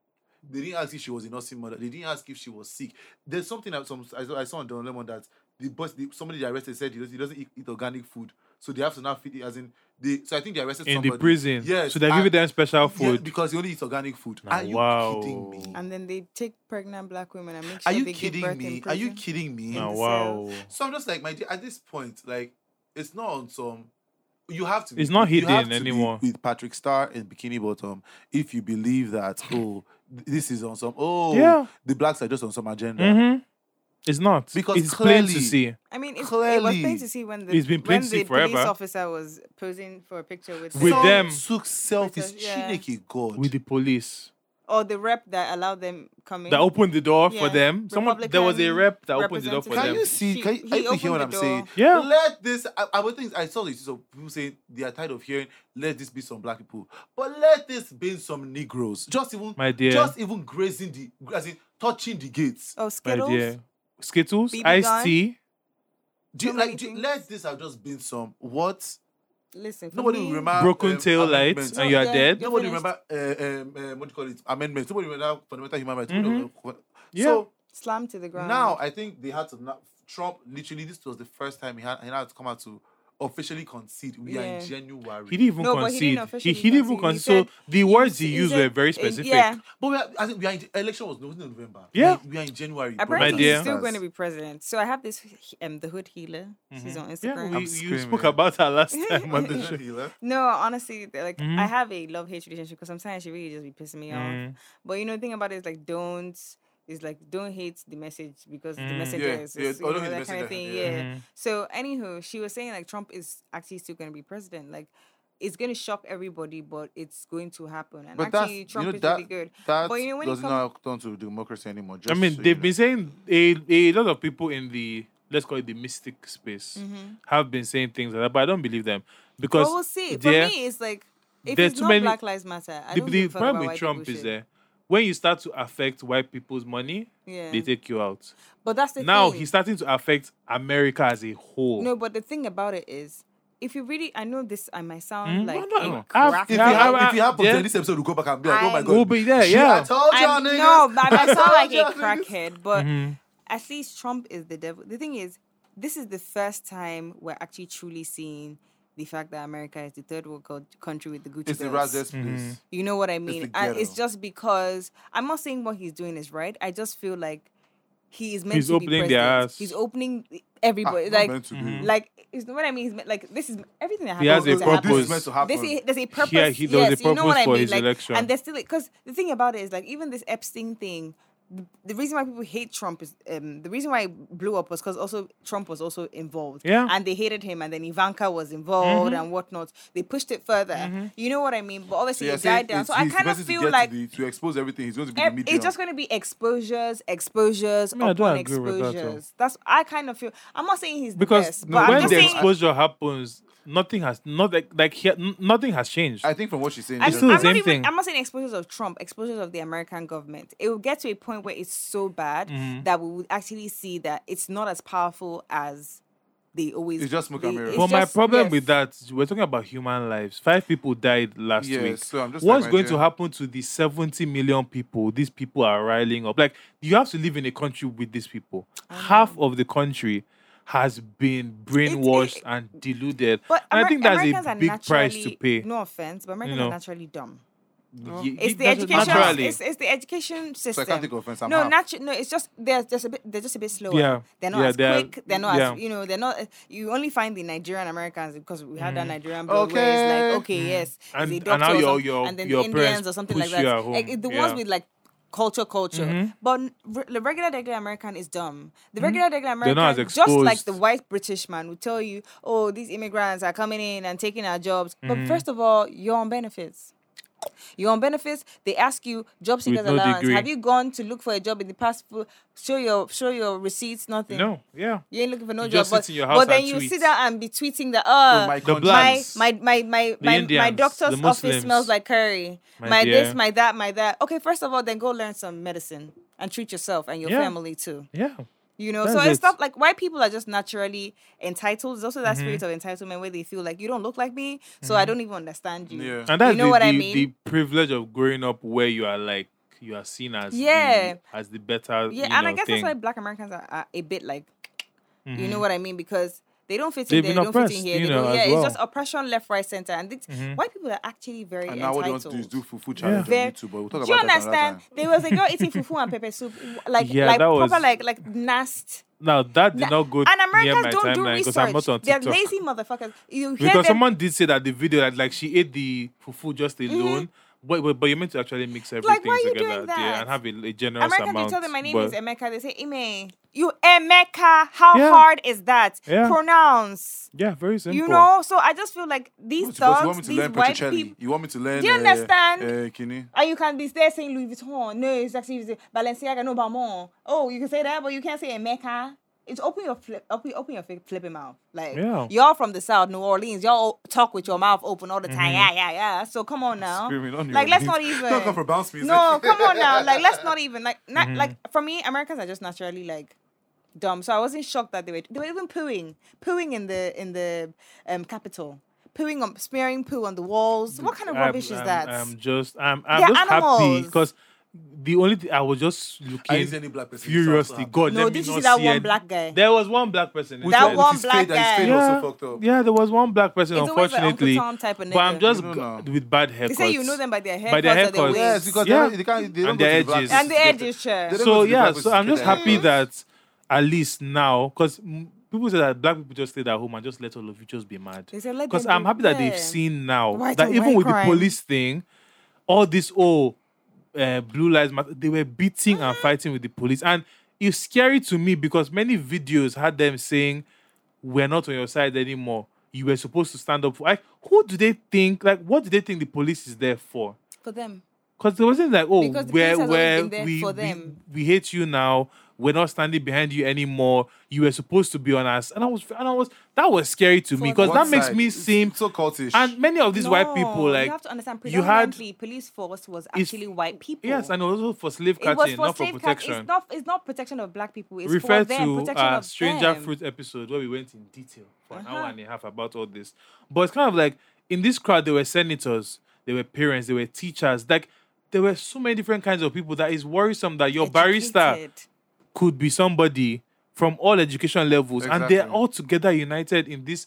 [SPEAKER 2] They didn't ask if she was a nursing mother. They didn't ask if she was sick. There's something that some I saw, I saw on Don Lemon that the boss, the, somebody they arrested said he doesn't, he doesn't eat, eat organic food, so they have to now feed it as in they. So I think they arrested
[SPEAKER 1] in
[SPEAKER 2] somebody
[SPEAKER 1] the prison.
[SPEAKER 2] Yes,
[SPEAKER 1] So they're
[SPEAKER 2] and-
[SPEAKER 1] giving them special
[SPEAKER 2] Yeah,
[SPEAKER 1] food.
[SPEAKER 2] because he only eats organic food.
[SPEAKER 1] Now,
[SPEAKER 2] Are you
[SPEAKER 1] wow.
[SPEAKER 2] kidding me?
[SPEAKER 5] And then they take pregnant black women and make
[SPEAKER 2] Are
[SPEAKER 5] sure
[SPEAKER 2] you
[SPEAKER 5] they give
[SPEAKER 2] kidding
[SPEAKER 5] birth in
[SPEAKER 2] me? Are
[SPEAKER 5] prison.
[SPEAKER 2] you kidding me?
[SPEAKER 1] Now,
[SPEAKER 5] the
[SPEAKER 1] wow.
[SPEAKER 2] So I'm just like, my dear, at this point, like, it's not on some. You have to.
[SPEAKER 1] It's not
[SPEAKER 2] you have
[SPEAKER 1] hidden
[SPEAKER 2] to be
[SPEAKER 1] anymore.
[SPEAKER 2] with Patrick Star and Bikini Bottom, if you believe that, oh, th- this is on some. Oh,
[SPEAKER 1] Yeah.
[SPEAKER 2] the blacks are just on some agenda.
[SPEAKER 1] hmm It's not.
[SPEAKER 2] Because
[SPEAKER 1] it's plain
[SPEAKER 2] clearly-
[SPEAKER 1] to see.
[SPEAKER 5] I mean, it's, it was
[SPEAKER 2] Clearly.
[SPEAKER 5] plain to see when the
[SPEAKER 1] It's been plain
[SPEAKER 5] when
[SPEAKER 1] to see
[SPEAKER 5] the police
[SPEAKER 1] forever.
[SPEAKER 5] officer was posing for a picture with,
[SPEAKER 1] With them.
[SPEAKER 2] Some
[SPEAKER 5] them,
[SPEAKER 2] took selfies.
[SPEAKER 5] Because, yeah.
[SPEAKER 2] Chineke God.
[SPEAKER 1] With the police.
[SPEAKER 5] or the rep that allowed them coming.
[SPEAKER 1] That opened the door for
[SPEAKER 5] Yeah.
[SPEAKER 1] them. Someone there was a
[SPEAKER 5] Republican
[SPEAKER 1] rep that opened the door for
[SPEAKER 5] representative.
[SPEAKER 2] can
[SPEAKER 1] them.
[SPEAKER 2] you see?
[SPEAKER 5] She-
[SPEAKER 2] can
[SPEAKER 5] he
[SPEAKER 2] you, are you
[SPEAKER 5] opened
[SPEAKER 2] hear what
[SPEAKER 5] the
[SPEAKER 2] I'm
[SPEAKER 5] door.
[SPEAKER 2] saying?
[SPEAKER 1] Yeah.
[SPEAKER 2] Let this. I, I would think I saw this. So people saying they are tired of hearing. Let this be some black people, but let this be some Negroes. Just even,
[SPEAKER 1] My dear.
[SPEAKER 2] just even grazing the, as in touching the gates.
[SPEAKER 5] oh,
[SPEAKER 1] My
[SPEAKER 5] Skittles.
[SPEAKER 1] dear. Skittles,
[SPEAKER 5] BB
[SPEAKER 1] iced
[SPEAKER 5] gun.
[SPEAKER 1] tea.
[SPEAKER 2] Do you,
[SPEAKER 5] So many
[SPEAKER 2] like, do you-
[SPEAKER 5] things.
[SPEAKER 2] let this have just been some what
[SPEAKER 5] Listen, for
[SPEAKER 2] nobody
[SPEAKER 5] me,
[SPEAKER 2] will remember
[SPEAKER 1] Broken
[SPEAKER 2] um,
[SPEAKER 1] tail lights
[SPEAKER 2] amendments.
[SPEAKER 1] and
[SPEAKER 5] No,
[SPEAKER 1] you're
[SPEAKER 5] yeah,
[SPEAKER 1] dead.
[SPEAKER 5] yeah.
[SPEAKER 2] nobody
[SPEAKER 5] finished.
[SPEAKER 2] remember uh, um, um, what do you call it amendments nobody remember fundamental human rights
[SPEAKER 1] Mhm. Yeah.
[SPEAKER 2] so
[SPEAKER 5] slammed to the ground.
[SPEAKER 2] now I think they had to now, Trump literally this was the first time he had he had to come out to officially concede we are
[SPEAKER 5] Yeah.
[SPEAKER 2] in January
[SPEAKER 1] He didn't even
[SPEAKER 5] No, but he
[SPEAKER 1] concede.
[SPEAKER 5] didn't
[SPEAKER 1] He,
[SPEAKER 5] officially
[SPEAKER 1] he didn't even
[SPEAKER 5] concede.
[SPEAKER 1] concede.
[SPEAKER 5] He
[SPEAKER 1] So
[SPEAKER 5] said-
[SPEAKER 1] the words he
[SPEAKER 5] he
[SPEAKER 1] used
[SPEAKER 5] said-
[SPEAKER 1] were very
[SPEAKER 5] uh,
[SPEAKER 1] specific.
[SPEAKER 5] Yeah,
[SPEAKER 2] but we are, I think we are in election was in November
[SPEAKER 1] Yeah.
[SPEAKER 2] we, we are in January brothers
[SPEAKER 1] My
[SPEAKER 5] apparently
[SPEAKER 1] dear.
[SPEAKER 5] he's
[SPEAKER 2] and
[SPEAKER 5] still going to
[SPEAKER 2] sisters.
[SPEAKER 5] be president. So I have this um the hood healer.
[SPEAKER 2] Mm-hmm.
[SPEAKER 5] She's on
[SPEAKER 1] Yeah,
[SPEAKER 5] Instagram.
[SPEAKER 1] we,
[SPEAKER 2] I'm
[SPEAKER 1] you
[SPEAKER 2] screaming.
[SPEAKER 1] spoke about her last time on the show.
[SPEAKER 5] No, honestly, they're like
[SPEAKER 2] Mm-hmm.
[SPEAKER 1] Mhm.
[SPEAKER 5] I have a love hate relationship because sometimes she really just be pissing me off.
[SPEAKER 1] Mm.
[SPEAKER 5] But you know, the thing about it is like don't is like don't hate the message because the
[SPEAKER 1] Mm.
[SPEAKER 5] message
[SPEAKER 2] Mm-hmm. Yeah,
[SPEAKER 5] is,
[SPEAKER 2] yeah,
[SPEAKER 5] is, you
[SPEAKER 2] although the Mm-hmm.
[SPEAKER 5] know, that
[SPEAKER 2] message
[SPEAKER 5] kind of
[SPEAKER 2] that-
[SPEAKER 5] thing.
[SPEAKER 2] yeah.
[SPEAKER 5] Yeah.
[SPEAKER 1] Mhm.
[SPEAKER 5] So anywho, she was saying like Trump is actually still going to be president. Like it's going to shock everybody, but it's going to happen. And
[SPEAKER 2] But that's-
[SPEAKER 5] actually,
[SPEAKER 2] you
[SPEAKER 5] Trump
[SPEAKER 2] know,
[SPEAKER 5] is
[SPEAKER 2] that-
[SPEAKER 5] really good.
[SPEAKER 2] that
[SPEAKER 5] But you know, when it
[SPEAKER 2] does
[SPEAKER 5] comes-
[SPEAKER 2] not turn to democracy anymore just
[SPEAKER 1] I
[SPEAKER 2] so
[SPEAKER 1] mean,
[SPEAKER 2] you
[SPEAKER 1] they've
[SPEAKER 2] know.
[SPEAKER 1] been saying a, a lot of people in the let's call it the mystic space have been saying things like that, but I don't believe them because
[SPEAKER 5] Mm-hmm. But we'll see. For
[SPEAKER 1] there-
[SPEAKER 5] me, it's like if
[SPEAKER 1] there are
[SPEAKER 5] it's
[SPEAKER 1] too
[SPEAKER 5] not
[SPEAKER 1] many-
[SPEAKER 5] Black Lives Matter, I
[SPEAKER 1] the,
[SPEAKER 5] don't
[SPEAKER 1] the
[SPEAKER 5] give a fuck about
[SPEAKER 1] problem with
[SPEAKER 5] white
[SPEAKER 1] Trump
[SPEAKER 5] people
[SPEAKER 1] is
[SPEAKER 5] shit.
[SPEAKER 1] there when you start to affect white people's money,
[SPEAKER 5] Yeah.
[SPEAKER 1] they take you out.
[SPEAKER 5] But that's the
[SPEAKER 1] now
[SPEAKER 5] thing.
[SPEAKER 1] he's starting to affect America as a whole.
[SPEAKER 5] No, but the thing about it is, if you really, I know this, I might sound
[SPEAKER 1] Hmm?
[SPEAKER 5] like
[SPEAKER 1] No, no,
[SPEAKER 5] a
[SPEAKER 1] I've-
[SPEAKER 5] crack-
[SPEAKER 2] if,
[SPEAKER 1] Yeah,
[SPEAKER 2] it hap-
[SPEAKER 1] I-
[SPEAKER 2] if it happens
[SPEAKER 1] yeah.
[SPEAKER 2] in this episode, we'll go back and be like, oh my
[SPEAKER 5] I-
[SPEAKER 2] god.
[SPEAKER 1] We'll be there,
[SPEAKER 2] Shit,
[SPEAKER 1] yeah.
[SPEAKER 2] I told y'all
[SPEAKER 5] I'm-
[SPEAKER 2] niggas.
[SPEAKER 5] no, but I
[SPEAKER 2] told
[SPEAKER 5] sound like
[SPEAKER 2] y'all
[SPEAKER 5] a
[SPEAKER 2] niggas.
[SPEAKER 5] crackhead, but
[SPEAKER 1] Mhm.
[SPEAKER 5] at least Trump is the devil. The thing is, this is the first time we're actually truly seeing the fact that America is the third world co- country with the Gucci
[SPEAKER 2] It's the
[SPEAKER 5] belts.
[SPEAKER 2] razzest place.
[SPEAKER 5] You know what I mean?
[SPEAKER 2] the
[SPEAKER 5] and it's
[SPEAKER 2] ghetto.
[SPEAKER 5] just because I'm not saying what he's doing is right. I just feel like he is meant
[SPEAKER 1] He's
[SPEAKER 5] to be
[SPEAKER 1] opening
[SPEAKER 5] president.
[SPEAKER 1] their ass.
[SPEAKER 5] He's opening
[SPEAKER 2] Ah,
[SPEAKER 5] everybody.
[SPEAKER 2] not
[SPEAKER 5] like,
[SPEAKER 2] meant to be.
[SPEAKER 5] like, is what I mean? He's meant, like, this is everything that
[SPEAKER 1] He
[SPEAKER 5] happens.
[SPEAKER 1] has
[SPEAKER 5] is
[SPEAKER 1] a
[SPEAKER 5] meant to happen.
[SPEAKER 2] This
[SPEAKER 1] purpose.
[SPEAKER 2] is meant to happen.
[SPEAKER 5] There's a, there's a purpose.
[SPEAKER 1] Yeah, he- there was a
[SPEAKER 5] yes, you know what
[SPEAKER 1] purpose
[SPEAKER 5] I
[SPEAKER 1] for
[SPEAKER 5] mean.
[SPEAKER 1] his
[SPEAKER 5] like,
[SPEAKER 1] election.
[SPEAKER 5] And there's still because the thing about it is like even this Epstein thing. The, the reason why people hate Trump is um, the reason why it blew up was because also Trump was also involved.
[SPEAKER 1] Yeah. Mm-hmm.
[SPEAKER 5] And they hated him, and then Ivanka was involved and whatnot. They pushed it further. You know what I mean? But obviously
[SPEAKER 2] you're
[SPEAKER 5] it
[SPEAKER 2] saying
[SPEAKER 5] died down.
[SPEAKER 2] it's
[SPEAKER 5] So I
[SPEAKER 2] his
[SPEAKER 5] kind of
[SPEAKER 2] message to
[SPEAKER 5] feel
[SPEAKER 2] get to
[SPEAKER 5] like
[SPEAKER 2] the- to expose everything, he's going to be the
[SPEAKER 5] Ev-
[SPEAKER 2] media.
[SPEAKER 5] it's just going to be exposures, exposures
[SPEAKER 1] No, I don't
[SPEAKER 5] upon
[SPEAKER 1] agree with that, though.
[SPEAKER 5] exposures. That's I kind of feel. I'm not saying he's
[SPEAKER 1] because
[SPEAKER 5] the best,
[SPEAKER 1] when
[SPEAKER 5] but I'm just
[SPEAKER 1] the
[SPEAKER 5] saying
[SPEAKER 1] exposure happens, nothing has not like like here, n- nothing has changed.
[SPEAKER 2] I think from what she's saying,
[SPEAKER 5] I,
[SPEAKER 2] it's
[SPEAKER 1] still the
[SPEAKER 5] am
[SPEAKER 2] just-
[SPEAKER 1] same
[SPEAKER 5] not even,
[SPEAKER 1] thing.
[SPEAKER 5] I'm not saying exposures of Trump, exposures of the American government. It will get to a point where it's so bad
[SPEAKER 1] Mm-hmm.
[SPEAKER 5] that we would actually see that it's not as powerful as they always.
[SPEAKER 2] It's just smoke and
[SPEAKER 5] they-
[SPEAKER 2] mirrors.
[SPEAKER 5] it's
[SPEAKER 1] But my
[SPEAKER 5] just-
[SPEAKER 1] problem
[SPEAKER 5] yes.
[SPEAKER 1] with that, is we're talking about human lives. Five people died last
[SPEAKER 2] Yeah,
[SPEAKER 1] week.
[SPEAKER 2] so I'm just
[SPEAKER 1] What's
[SPEAKER 2] like, my
[SPEAKER 1] going
[SPEAKER 2] dear-
[SPEAKER 1] to happen to the 70 million people these people are riling up? Like, you have to live in a country with these people. Half of the country has been brainwashed
[SPEAKER 5] it-
[SPEAKER 1] and deluded.
[SPEAKER 5] But
[SPEAKER 1] and I
[SPEAKER 5] Amer-
[SPEAKER 1] think that's
[SPEAKER 5] Americans
[SPEAKER 1] a
[SPEAKER 5] are
[SPEAKER 1] big price to
[SPEAKER 5] naturally-
[SPEAKER 1] pay.
[SPEAKER 5] No offense, but Americans
[SPEAKER 1] know.
[SPEAKER 5] are naturally dumb.
[SPEAKER 1] Ye-
[SPEAKER 5] It's the
[SPEAKER 1] that's
[SPEAKER 5] education.
[SPEAKER 1] naturally.
[SPEAKER 5] It's, it's the education system.
[SPEAKER 2] Psychotic offense. I'm
[SPEAKER 5] no,
[SPEAKER 2] half.
[SPEAKER 5] natu- No, it's just they're just a bit. They're just a bit slower.
[SPEAKER 1] Yeah.
[SPEAKER 5] They're not
[SPEAKER 1] Yeah,
[SPEAKER 5] as
[SPEAKER 1] they're-
[SPEAKER 5] quick. They're not
[SPEAKER 1] yeah.
[SPEAKER 5] as you know. They're not. You only find the Nigerian Americans because we had that Nigerian blood where it's like okay yes,
[SPEAKER 1] And-
[SPEAKER 5] he's a
[SPEAKER 1] Mm. and now
[SPEAKER 5] doctor or
[SPEAKER 1] your-
[SPEAKER 5] some-
[SPEAKER 1] your-
[SPEAKER 5] and then
[SPEAKER 1] your
[SPEAKER 5] the
[SPEAKER 1] parents
[SPEAKER 5] Indians or something like
[SPEAKER 1] push you
[SPEAKER 5] that.
[SPEAKER 1] at home.
[SPEAKER 5] Like, the
[SPEAKER 1] Yeah. Mm-hmm.
[SPEAKER 5] ones with like culture culture but re- the regular regular american is dumb the regular regular
[SPEAKER 1] They're
[SPEAKER 5] american
[SPEAKER 1] not as
[SPEAKER 5] just like the
[SPEAKER 1] exposed.
[SPEAKER 5] white british man would tell you oh these immigrants are coming in and taking our jobs
[SPEAKER 1] Mm-hmm.
[SPEAKER 5] but first of all you're on benefits you're on benefits. They ask you job seekers
[SPEAKER 1] no
[SPEAKER 5] allowance.
[SPEAKER 1] degree.
[SPEAKER 5] Have you gone to look for a job in the past? fu- Show your show your receipts. Nothing.
[SPEAKER 1] No, yeah.
[SPEAKER 5] You ain't looking for no
[SPEAKER 1] You
[SPEAKER 5] job.
[SPEAKER 1] just
[SPEAKER 5] but,
[SPEAKER 1] sit in your house
[SPEAKER 5] but then
[SPEAKER 1] and
[SPEAKER 5] you
[SPEAKER 1] tweet.
[SPEAKER 5] sit down and be tweeting that oh
[SPEAKER 2] my
[SPEAKER 1] The
[SPEAKER 2] country.
[SPEAKER 5] my
[SPEAKER 1] blacks.
[SPEAKER 5] my my my my, my
[SPEAKER 1] Indians,
[SPEAKER 5] doctor's
[SPEAKER 1] the
[SPEAKER 5] office
[SPEAKER 1] Muslims.
[SPEAKER 5] smells like curry.
[SPEAKER 1] My
[SPEAKER 5] My,
[SPEAKER 1] dear.
[SPEAKER 5] this, my that, my that. Okay, first of all, then go learn some medicine and treat yourself and your
[SPEAKER 1] Yeah.
[SPEAKER 5] family too.
[SPEAKER 1] yeah.
[SPEAKER 5] You know,
[SPEAKER 1] That's
[SPEAKER 5] so
[SPEAKER 1] it.
[SPEAKER 5] it's stuff like white people are just naturally entitled. There's also that
[SPEAKER 1] Mm-hmm.
[SPEAKER 5] spirit of entitlement where they feel like you don't look like me, so I don't even understand you.
[SPEAKER 2] Yeah.
[SPEAKER 1] And that's
[SPEAKER 5] you know
[SPEAKER 1] the,
[SPEAKER 5] what
[SPEAKER 1] the,
[SPEAKER 5] I mean?
[SPEAKER 1] the privilege of growing up where you are like you are seen as
[SPEAKER 5] Yeah.
[SPEAKER 1] the, as the better.
[SPEAKER 5] Yeah,
[SPEAKER 1] you
[SPEAKER 5] and I
[SPEAKER 1] know,
[SPEAKER 5] guess
[SPEAKER 1] thing. Mm-hmm.
[SPEAKER 5] that's why black Americans are, are a bit like, you know what I mean? Because they don't fit in
[SPEAKER 1] They've
[SPEAKER 5] there,
[SPEAKER 1] been
[SPEAKER 5] they don't fit
[SPEAKER 1] oppressed,
[SPEAKER 5] in here.
[SPEAKER 1] you
[SPEAKER 5] they don't-
[SPEAKER 1] know, as
[SPEAKER 5] yeah,
[SPEAKER 1] well. Mm-hmm.
[SPEAKER 5] it's just oppression left, right, center. And it's, white people are actually very
[SPEAKER 2] And now what they want to
[SPEAKER 5] entitled.
[SPEAKER 2] do is do fufu challenge
[SPEAKER 5] Very-
[SPEAKER 2] on YouTube, but we'll talk
[SPEAKER 5] do you
[SPEAKER 2] about that
[SPEAKER 5] understand?
[SPEAKER 2] another time.
[SPEAKER 5] There was a girl eating fufu and pepper soup, like
[SPEAKER 1] Yeah,
[SPEAKER 5] like
[SPEAKER 1] that was-
[SPEAKER 5] proper like like nasty.
[SPEAKER 1] Now that did not go
[SPEAKER 5] and
[SPEAKER 1] near my
[SPEAKER 5] Americans don't do
[SPEAKER 1] timeline because
[SPEAKER 5] research.
[SPEAKER 1] I'm not on
[SPEAKER 5] They're
[SPEAKER 1] TikTok.
[SPEAKER 5] lazy motherfuckers. You hear
[SPEAKER 1] because
[SPEAKER 5] them
[SPEAKER 1] someone did say that the video that like she ate the fufu just alone, but, but but you're meant to actually mix everything
[SPEAKER 5] Mm-hmm. why are you
[SPEAKER 1] together
[SPEAKER 5] doing
[SPEAKER 1] yeah, and
[SPEAKER 5] that?
[SPEAKER 1] have a, a generous
[SPEAKER 5] Americans,
[SPEAKER 1] amount.
[SPEAKER 5] they tell them my name
[SPEAKER 1] but
[SPEAKER 5] is Emeka. They say Ime. You Emeka. How
[SPEAKER 1] Yeah.
[SPEAKER 5] hard is that?
[SPEAKER 1] Yeah.
[SPEAKER 5] Pronounce.
[SPEAKER 1] yeah, very simple.
[SPEAKER 5] You know,
[SPEAKER 4] Oh,
[SPEAKER 5] so I just feel like these
[SPEAKER 2] But you want
[SPEAKER 5] thugs,
[SPEAKER 2] me to
[SPEAKER 5] these
[SPEAKER 2] learn
[SPEAKER 5] white
[SPEAKER 2] Petricelli?
[SPEAKER 5] people,
[SPEAKER 2] You want me to learn?
[SPEAKER 5] Do you understand?
[SPEAKER 2] Uh, Kini?
[SPEAKER 5] and you can be there saying Louis Vuitton. No, it's actually it's Balenciaga. No, Balmain. Oh, you can say that, but you can't say Emeka. It's open your flip, open, open your flip, flipping mouth. Like
[SPEAKER 1] Yeah.
[SPEAKER 5] y'all from the south, New Orleans, y'all talk with your mouth open all the time. Yeah, yeah, yeah. So come on now.
[SPEAKER 2] Screaming on your
[SPEAKER 5] like let's
[SPEAKER 2] lips.
[SPEAKER 5] not even.
[SPEAKER 2] Don't come for Mm-hmm. bounce music.
[SPEAKER 5] No, come on now. Like, let's not even like not like for me, Americans are just naturally like dumb. So I wasn't shocked that they were they were even pooing, pooing in the in the um capital, pooing on smearing poo on the walls.
[SPEAKER 1] Mm-hmm.
[SPEAKER 5] What kind of
[SPEAKER 1] I'm-
[SPEAKER 5] rubbish
[SPEAKER 1] I'm-
[SPEAKER 5] is that?
[SPEAKER 1] I'm just I'm I'm
[SPEAKER 5] They're
[SPEAKER 1] just happy
[SPEAKER 5] animals.
[SPEAKER 1] because the only thing I was just
[SPEAKER 6] I didn't see
[SPEAKER 1] looking
[SPEAKER 6] any black person.
[SPEAKER 1] furiously. God, let
[SPEAKER 5] No,
[SPEAKER 1] me
[SPEAKER 5] did you
[SPEAKER 1] not
[SPEAKER 5] see that
[SPEAKER 1] see
[SPEAKER 5] one
[SPEAKER 1] any-
[SPEAKER 5] black guy?
[SPEAKER 1] There was one black person. in
[SPEAKER 5] That
[SPEAKER 1] there.
[SPEAKER 5] one
[SPEAKER 2] His
[SPEAKER 5] black
[SPEAKER 2] fade- his fade
[SPEAKER 5] guy.
[SPEAKER 1] yeah,
[SPEAKER 2] also fucked up.
[SPEAKER 1] yeah, there was one black person.
[SPEAKER 5] It's always like Uncle
[SPEAKER 1] unfortunately,
[SPEAKER 5] Tom type of
[SPEAKER 1] but I'm
[SPEAKER 5] nigga.
[SPEAKER 1] just
[SPEAKER 2] You don't
[SPEAKER 1] g-
[SPEAKER 2] know.
[SPEAKER 1] with bad haircuts.
[SPEAKER 5] They say you know them by their haircuts,
[SPEAKER 1] By their
[SPEAKER 5] or their
[SPEAKER 1] haircuts.
[SPEAKER 5] waist.
[SPEAKER 2] Yes, because
[SPEAKER 1] Yeah.
[SPEAKER 2] yeah. they can't. They
[SPEAKER 1] And
[SPEAKER 2] don't
[SPEAKER 1] the
[SPEAKER 2] go to the
[SPEAKER 1] edges.
[SPEAKER 2] black.
[SPEAKER 5] and the
[SPEAKER 2] They-
[SPEAKER 5] edges, sure.
[SPEAKER 2] they don't
[SPEAKER 1] so
[SPEAKER 2] go to the
[SPEAKER 1] yeah,
[SPEAKER 2] black
[SPEAKER 1] so
[SPEAKER 2] places to
[SPEAKER 1] I'm
[SPEAKER 2] get
[SPEAKER 1] just
[SPEAKER 2] their
[SPEAKER 1] happy
[SPEAKER 2] haircuts.
[SPEAKER 1] that at least now, because people say that black people just stayed at home and just let all of you just be mad.
[SPEAKER 5] They say let
[SPEAKER 1] Because
[SPEAKER 5] them
[SPEAKER 1] I'm
[SPEAKER 5] do-
[SPEAKER 1] happy that
[SPEAKER 5] yeah.
[SPEAKER 1] they've seen now
[SPEAKER 5] White
[SPEAKER 1] that
[SPEAKER 5] on
[SPEAKER 1] even
[SPEAKER 5] white
[SPEAKER 1] with
[SPEAKER 5] crime.
[SPEAKER 1] the police thing, all this oh, uh, blue lives matter. They were beating and
[SPEAKER 5] Mm-hmm.
[SPEAKER 1] fighting with the police, and it's scary to me because many videos had them saying we're not on your side anymore. You were supposed to stand up for. Like, who do they think? Like, what do they think the police is there for?
[SPEAKER 5] for them.
[SPEAKER 1] Because there wasn't like, oh,
[SPEAKER 5] Because the
[SPEAKER 1] where
[SPEAKER 5] police has
[SPEAKER 1] where
[SPEAKER 5] always been there
[SPEAKER 1] we,
[SPEAKER 5] for
[SPEAKER 1] we-
[SPEAKER 5] them.
[SPEAKER 1] we hate you now. We're not standing behind you anymore. You were supposed to be on us, and I was, and I was. That was scary to me because
[SPEAKER 2] One
[SPEAKER 1] that makes
[SPEAKER 2] side.
[SPEAKER 1] me
[SPEAKER 2] It's
[SPEAKER 1] seem.
[SPEAKER 2] so cultish.
[SPEAKER 1] And many of these white people,
[SPEAKER 5] you
[SPEAKER 1] like
[SPEAKER 5] have to understand.
[SPEAKER 1] you had-
[SPEAKER 5] Predominantly, police force was
[SPEAKER 1] It's-
[SPEAKER 5] actually white people.
[SPEAKER 1] yes, and also for slave
[SPEAKER 5] it was
[SPEAKER 1] catching,
[SPEAKER 5] for
[SPEAKER 1] not for
[SPEAKER 5] slave catch. It's
[SPEAKER 1] protection.
[SPEAKER 5] not. It's not protection of black people. It's
[SPEAKER 1] Refer
[SPEAKER 5] for them,
[SPEAKER 1] to
[SPEAKER 5] protection
[SPEAKER 1] uh,
[SPEAKER 5] of
[SPEAKER 1] Stranger
[SPEAKER 5] them. Uh-huh.
[SPEAKER 1] Fruit episode where we went in detail for an hour and a half about all this. But it's kind of like in this crowd, there were senators, there were parents, there were teachers. Like there were so many different kinds of people that is worrisome that your barrister
[SPEAKER 5] Educated.
[SPEAKER 1] could be somebody from all education levels, and they're
[SPEAKER 2] Exactly.
[SPEAKER 1] all together united in this.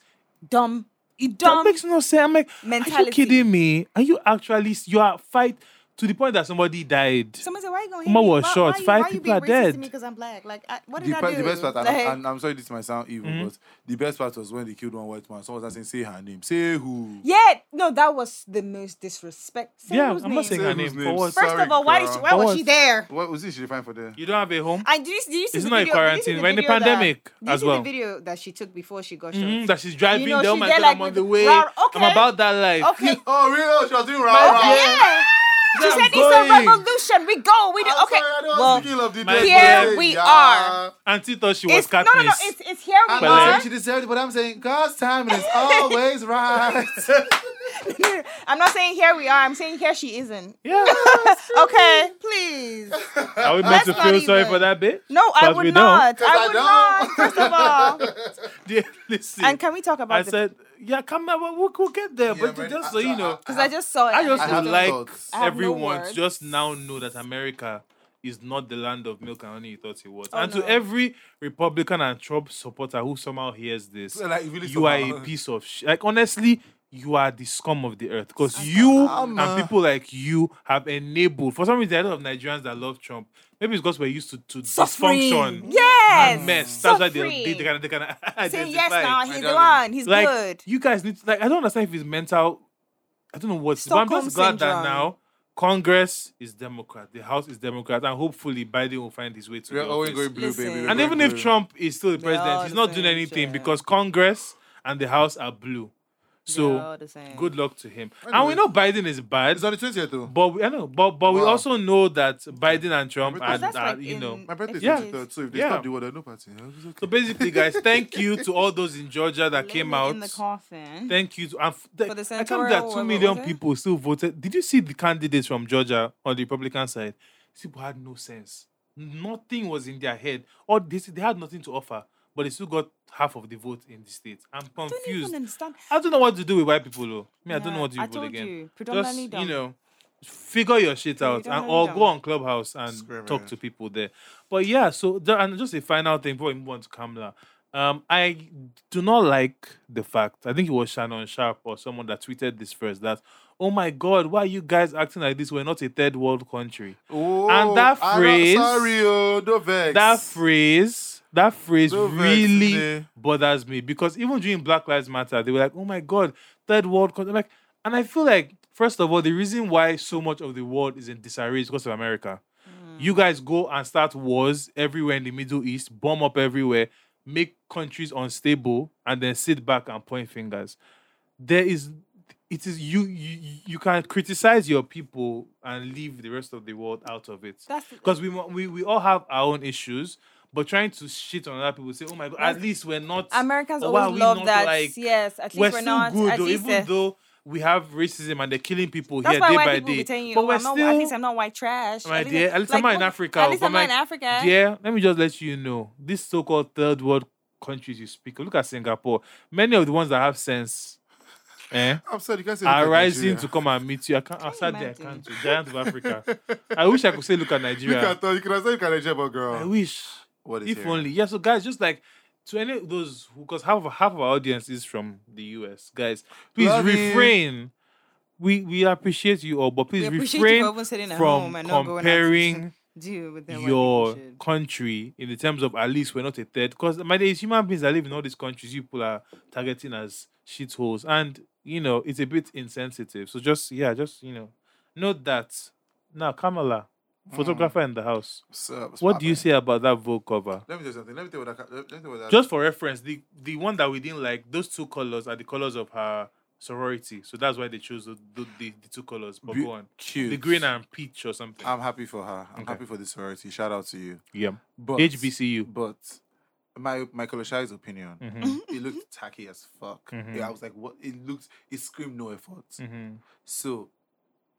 [SPEAKER 5] dumb.
[SPEAKER 1] It
[SPEAKER 5] Dumb
[SPEAKER 1] that makes no sense. I'm like, are you
[SPEAKER 5] mentality.
[SPEAKER 1] kidding me? Are you actually you are fight to the point that somebody died?
[SPEAKER 5] Someone said, "Why are you going?"
[SPEAKER 1] Uma was shot. Five people are dead.
[SPEAKER 5] Because I'm black. Like, I, what
[SPEAKER 2] The,
[SPEAKER 5] did I
[SPEAKER 2] pe-
[SPEAKER 5] do?
[SPEAKER 2] the best part, and,
[SPEAKER 5] Like,
[SPEAKER 2] and I'm sorry this might sound evil,
[SPEAKER 1] Mm-hmm.
[SPEAKER 2] but the best part was when they killed one white man. Someone was asking, "Say her name. Say who."
[SPEAKER 5] yeah, no, that was the most disrespect. Say
[SPEAKER 1] yeah,
[SPEAKER 5] whose
[SPEAKER 1] I'm not
[SPEAKER 5] name?
[SPEAKER 1] saying
[SPEAKER 2] Say
[SPEAKER 1] her
[SPEAKER 2] whose
[SPEAKER 1] name.
[SPEAKER 2] name?
[SPEAKER 1] For what?
[SPEAKER 5] First
[SPEAKER 2] Sorry,
[SPEAKER 5] of all, why did
[SPEAKER 2] girl.
[SPEAKER 5] she? Why was
[SPEAKER 1] What?
[SPEAKER 5] she there?
[SPEAKER 2] What was it? She find for there.
[SPEAKER 1] You don't have a home.
[SPEAKER 5] And did you, did you see
[SPEAKER 1] It's
[SPEAKER 5] the
[SPEAKER 1] not a
[SPEAKER 5] video? Did you see
[SPEAKER 1] quarantine, we're in the
[SPEAKER 5] video that-
[SPEAKER 1] pandemic
[SPEAKER 5] did you
[SPEAKER 1] as
[SPEAKER 5] see
[SPEAKER 1] well.
[SPEAKER 5] The video that she took before she got
[SPEAKER 1] Mm,
[SPEAKER 5] shot.
[SPEAKER 1] that she's driving
[SPEAKER 5] know,
[SPEAKER 1] down
[SPEAKER 5] she's
[SPEAKER 1] my
[SPEAKER 5] there,
[SPEAKER 1] God,
[SPEAKER 5] like,
[SPEAKER 1] I'm on
[SPEAKER 5] with-
[SPEAKER 1] the way.
[SPEAKER 5] Wow,
[SPEAKER 1] I'm
[SPEAKER 5] okay.
[SPEAKER 1] about that life.
[SPEAKER 5] Okay.
[SPEAKER 2] Oh, really? Oh, she was doing round.
[SPEAKER 5] Okay,
[SPEAKER 2] round.
[SPEAKER 5] yeah. She
[SPEAKER 1] I'm
[SPEAKER 5] said
[SPEAKER 1] going.
[SPEAKER 5] it's a revolution. We go. We do.
[SPEAKER 2] I'm
[SPEAKER 5] Okay.
[SPEAKER 2] sorry, I don't
[SPEAKER 5] well,
[SPEAKER 2] want to kill of the
[SPEAKER 1] my
[SPEAKER 2] dead,
[SPEAKER 1] here
[SPEAKER 2] but-
[SPEAKER 5] we
[SPEAKER 2] Yeah.
[SPEAKER 5] are.
[SPEAKER 1] Auntie thought she was
[SPEAKER 5] it's no,
[SPEAKER 1] Katniss.
[SPEAKER 5] no, no. It's it's here we
[SPEAKER 2] I'm
[SPEAKER 1] But
[SPEAKER 2] not
[SPEAKER 5] are.
[SPEAKER 1] like-
[SPEAKER 2] saying she deserved it, but I'm saying God's timing is always right.
[SPEAKER 5] I'm not saying here we are. I'm saying here she isn't.
[SPEAKER 1] yeah.
[SPEAKER 5] Okay, please.
[SPEAKER 1] Are we meant to
[SPEAKER 5] That's
[SPEAKER 1] feel
[SPEAKER 5] not
[SPEAKER 1] sorry
[SPEAKER 5] even-
[SPEAKER 1] for that bit?
[SPEAKER 5] No, I
[SPEAKER 1] But we
[SPEAKER 5] would
[SPEAKER 1] don't.
[SPEAKER 5] not. I
[SPEAKER 2] I
[SPEAKER 5] would
[SPEAKER 2] don't.
[SPEAKER 5] not. First of all,
[SPEAKER 1] Yeah, listen.
[SPEAKER 5] and can we talk about
[SPEAKER 1] I
[SPEAKER 5] the-
[SPEAKER 1] said, yeah, come on, we'll, we'll get there. but
[SPEAKER 2] man,
[SPEAKER 1] just
[SPEAKER 2] I-
[SPEAKER 1] so you know,
[SPEAKER 5] Because I just saw it.
[SPEAKER 1] I
[SPEAKER 5] and
[SPEAKER 1] just
[SPEAKER 5] I
[SPEAKER 2] have
[SPEAKER 1] would
[SPEAKER 2] no
[SPEAKER 5] don't-
[SPEAKER 1] like
[SPEAKER 2] thoughts. I
[SPEAKER 5] have no
[SPEAKER 1] everyone to
[SPEAKER 5] words.
[SPEAKER 1] just now know that America is not the land of milk and honey you thought it was.
[SPEAKER 5] Oh,
[SPEAKER 1] and
[SPEAKER 5] no.
[SPEAKER 1] to every Republican and Trump supporter who somehow hears this,
[SPEAKER 2] Like, really
[SPEAKER 1] you are
[SPEAKER 2] somehow.
[SPEAKER 1] a piece of shit. Like honestly, you are the scum of the earth because you
[SPEAKER 2] Sama.
[SPEAKER 1] and people like you have enabled. For some reason, I know of Nigerians that love Trump. Maybe it's because we're used to, to
[SPEAKER 5] Suffering.
[SPEAKER 1] dysfunction
[SPEAKER 4] Yes.
[SPEAKER 1] and mess. That's why they
[SPEAKER 4] Suffering.
[SPEAKER 1] they, they kind of they kind of
[SPEAKER 4] Say yes now. He's the
[SPEAKER 2] darling.
[SPEAKER 4] one. He's
[SPEAKER 1] like
[SPEAKER 4] good.
[SPEAKER 1] you guys need to, like I don't understand if it's mental. I don't know what's. But I'm just glad
[SPEAKER 4] Stockholm
[SPEAKER 1] that
[SPEAKER 4] syndrome.
[SPEAKER 1] now Congress is Democrat, the House is Democrat, and hopefully Biden will find his way to. the
[SPEAKER 2] We're always
[SPEAKER 1] office.
[SPEAKER 2] going blue,
[SPEAKER 5] Listen.
[SPEAKER 2] baby. We're
[SPEAKER 1] And
[SPEAKER 2] going
[SPEAKER 1] even if
[SPEAKER 2] blue.
[SPEAKER 1] Trump is still the
[SPEAKER 4] They're all
[SPEAKER 1] president, he's
[SPEAKER 4] the
[SPEAKER 1] not doing
[SPEAKER 4] same
[SPEAKER 1] anything
[SPEAKER 4] shit.
[SPEAKER 1] because Congress and the House are blue. So "Oh, good luck to him. And we
[SPEAKER 2] Anyway.
[SPEAKER 1] know Biden is bad,
[SPEAKER 2] It's on the 20th, though.
[SPEAKER 1] but we, I know, but but we
[SPEAKER 2] Wow.
[SPEAKER 1] also know that Biden and Trump
[SPEAKER 2] Because
[SPEAKER 1] are,
[SPEAKER 4] that's
[SPEAKER 1] are
[SPEAKER 4] like
[SPEAKER 1] you know.
[SPEAKER 4] in-
[SPEAKER 2] My birthday's
[SPEAKER 1] Yeah.
[SPEAKER 2] yeah. 23rd, so if they
[SPEAKER 1] Yeah.
[SPEAKER 2] stop the world, I no party. Yeah, it's okay.
[SPEAKER 1] So basically, guys, thank you to all those in Georgia that came out.
[SPEAKER 4] in the
[SPEAKER 5] Mm-hmm.
[SPEAKER 4] coffin.
[SPEAKER 1] Thank you. To, and f- the, I
[SPEAKER 4] For the
[SPEAKER 1] can't believe
[SPEAKER 4] senatorial,
[SPEAKER 1] that
[SPEAKER 4] what-
[SPEAKER 1] two
[SPEAKER 4] what
[SPEAKER 1] million
[SPEAKER 4] was it?
[SPEAKER 1] people still voted. Did you see the candidates from Georgia on the Republican side? These people had no sense. Nothing was in their head. Or they, s- they had nothing to offer, but they still got half of the vote in the state. I'm
[SPEAKER 4] I don't
[SPEAKER 1] confused.
[SPEAKER 4] even understand.
[SPEAKER 1] I don't know what to do with white people, though. Me, I don't
[SPEAKER 4] Yeah,
[SPEAKER 1] know what to do
[SPEAKER 4] I
[SPEAKER 1] with people
[SPEAKER 4] told
[SPEAKER 1] again.
[SPEAKER 4] you,
[SPEAKER 1] Just,
[SPEAKER 4] predominantly
[SPEAKER 1] you
[SPEAKER 4] dumb.
[SPEAKER 1] know, figure your shit out and
[SPEAKER 4] predominantly
[SPEAKER 1] or
[SPEAKER 4] dumb.
[SPEAKER 1] go on Clubhouse and
[SPEAKER 2] Scribble.
[SPEAKER 1] talk to people there. But yeah, so the, and just a final thing before we move on to Kamala. Um, I do not like the fact. I think it was Shannon Sharp or someone that tweeted this first. That oh my god, why are you guys acting like this? We're not a third world country.
[SPEAKER 2] Oh,
[SPEAKER 1] And that
[SPEAKER 2] I don't-
[SPEAKER 1] phrase-
[SPEAKER 2] Sorry, oh, don't vex.
[SPEAKER 1] That phrase, that phrase
[SPEAKER 2] No vex,
[SPEAKER 1] really
[SPEAKER 2] Nne.
[SPEAKER 1] bothers me because even during Black Lives Matter, they were like, "Oh my God, third world country." Like, and I feel like first of all, the reason why so much of the world is in disarray is because of America. You guys go and start wars everywhere in the Middle East, bomb up everywhere, make countries unstable, and then sit back and point fingers. There is, it is you you you can criticize your people and leave the rest of the world out of it
[SPEAKER 4] That's
[SPEAKER 1] because we, mo- we we all have our own issues, but trying to shit on other people say, oh my god, at least we're not
[SPEAKER 4] Americans
[SPEAKER 1] or why are
[SPEAKER 4] always
[SPEAKER 1] Oh, we
[SPEAKER 4] love
[SPEAKER 1] not
[SPEAKER 4] that.
[SPEAKER 1] like-
[SPEAKER 4] yes, at least
[SPEAKER 1] we're
[SPEAKER 4] we're,
[SPEAKER 1] still
[SPEAKER 4] not.
[SPEAKER 1] good
[SPEAKER 4] at
[SPEAKER 1] though,
[SPEAKER 4] least
[SPEAKER 1] even
[SPEAKER 4] uh,
[SPEAKER 1] though we have racism and they're killing people
[SPEAKER 4] that's
[SPEAKER 1] here
[SPEAKER 4] why
[SPEAKER 1] day
[SPEAKER 4] white
[SPEAKER 1] by
[SPEAKER 4] people
[SPEAKER 1] day.
[SPEAKER 4] be telling you,
[SPEAKER 1] but
[SPEAKER 4] oh,
[SPEAKER 1] we're
[SPEAKER 4] I'm
[SPEAKER 1] still
[SPEAKER 4] not, at least I'm not white trash.
[SPEAKER 1] my
[SPEAKER 4] at least,
[SPEAKER 1] dear,
[SPEAKER 4] I-
[SPEAKER 1] at least
[SPEAKER 4] like,
[SPEAKER 1] I'm not in
[SPEAKER 4] no,
[SPEAKER 1] Africa,
[SPEAKER 4] At least
[SPEAKER 1] but
[SPEAKER 4] I'm
[SPEAKER 1] my-
[SPEAKER 4] not eh? in Africa.
[SPEAKER 1] Yeah, let me just let you know. These so-called third world countries you speak, of, look at Singapore. Many of the ones that have sense eh,
[SPEAKER 2] I'm sorry, you can't say
[SPEAKER 1] are
[SPEAKER 2] look at
[SPEAKER 1] rising
[SPEAKER 2] Nigeria.
[SPEAKER 1] to come and meet you. I can't I sadly I
[SPEAKER 4] imagine?
[SPEAKER 1] can't. oh, Giant of Africa. I wish I could say look at Nigeria.
[SPEAKER 2] Look at her, you can say you can Nigeria, but girl.
[SPEAKER 1] I wish.
[SPEAKER 2] What is
[SPEAKER 1] if
[SPEAKER 2] here?
[SPEAKER 1] only. Yeah, so guys, just like to any of those because half half of our audience is from the US, guys. Please
[SPEAKER 2] Love you.
[SPEAKER 1] refrain. We we appreciate you all, but please
[SPEAKER 4] We appreciate you
[SPEAKER 1] refrain
[SPEAKER 4] for even sitting at
[SPEAKER 1] from
[SPEAKER 4] home and not going out to-
[SPEAKER 1] comparing
[SPEAKER 4] Do with the white people
[SPEAKER 1] your
[SPEAKER 4] shit.
[SPEAKER 1] country in the terms of at least we're not a third. Because my dear, it's human beings that live in all these countries you people are targeting as shitholes. And you know, it's a bit insensitive. So just yeah, just you know, note that. Now Kamala, photographer in the house.
[SPEAKER 2] So, what's
[SPEAKER 1] What do you
[SPEAKER 2] poppin'?
[SPEAKER 1] say about that Vogue cover?
[SPEAKER 2] Let me tell you something. Let me tell you what I ca- let let me tell you what I
[SPEAKER 1] just for reference, the the one that we didn't like, those two colors are the colors of her sorority, so that's why they chose the the, the, the two colors. But
[SPEAKER 2] Be-
[SPEAKER 1] go on,
[SPEAKER 2] cute.
[SPEAKER 1] the green and peach or something.
[SPEAKER 2] I'm happy for her. I'm
[SPEAKER 1] Okay.
[SPEAKER 2] happy for the sorority. Shout out to you.
[SPEAKER 1] yeah,
[SPEAKER 2] But
[SPEAKER 1] HBCU.
[SPEAKER 2] But my my Koloshai's opinion,
[SPEAKER 1] Mhm.
[SPEAKER 2] it looked tacky as fuck.
[SPEAKER 1] Mhm.
[SPEAKER 2] Yeah, I was like, what? It looked. It screamed no effort.
[SPEAKER 1] Mhm.
[SPEAKER 2] Mm-hmm. So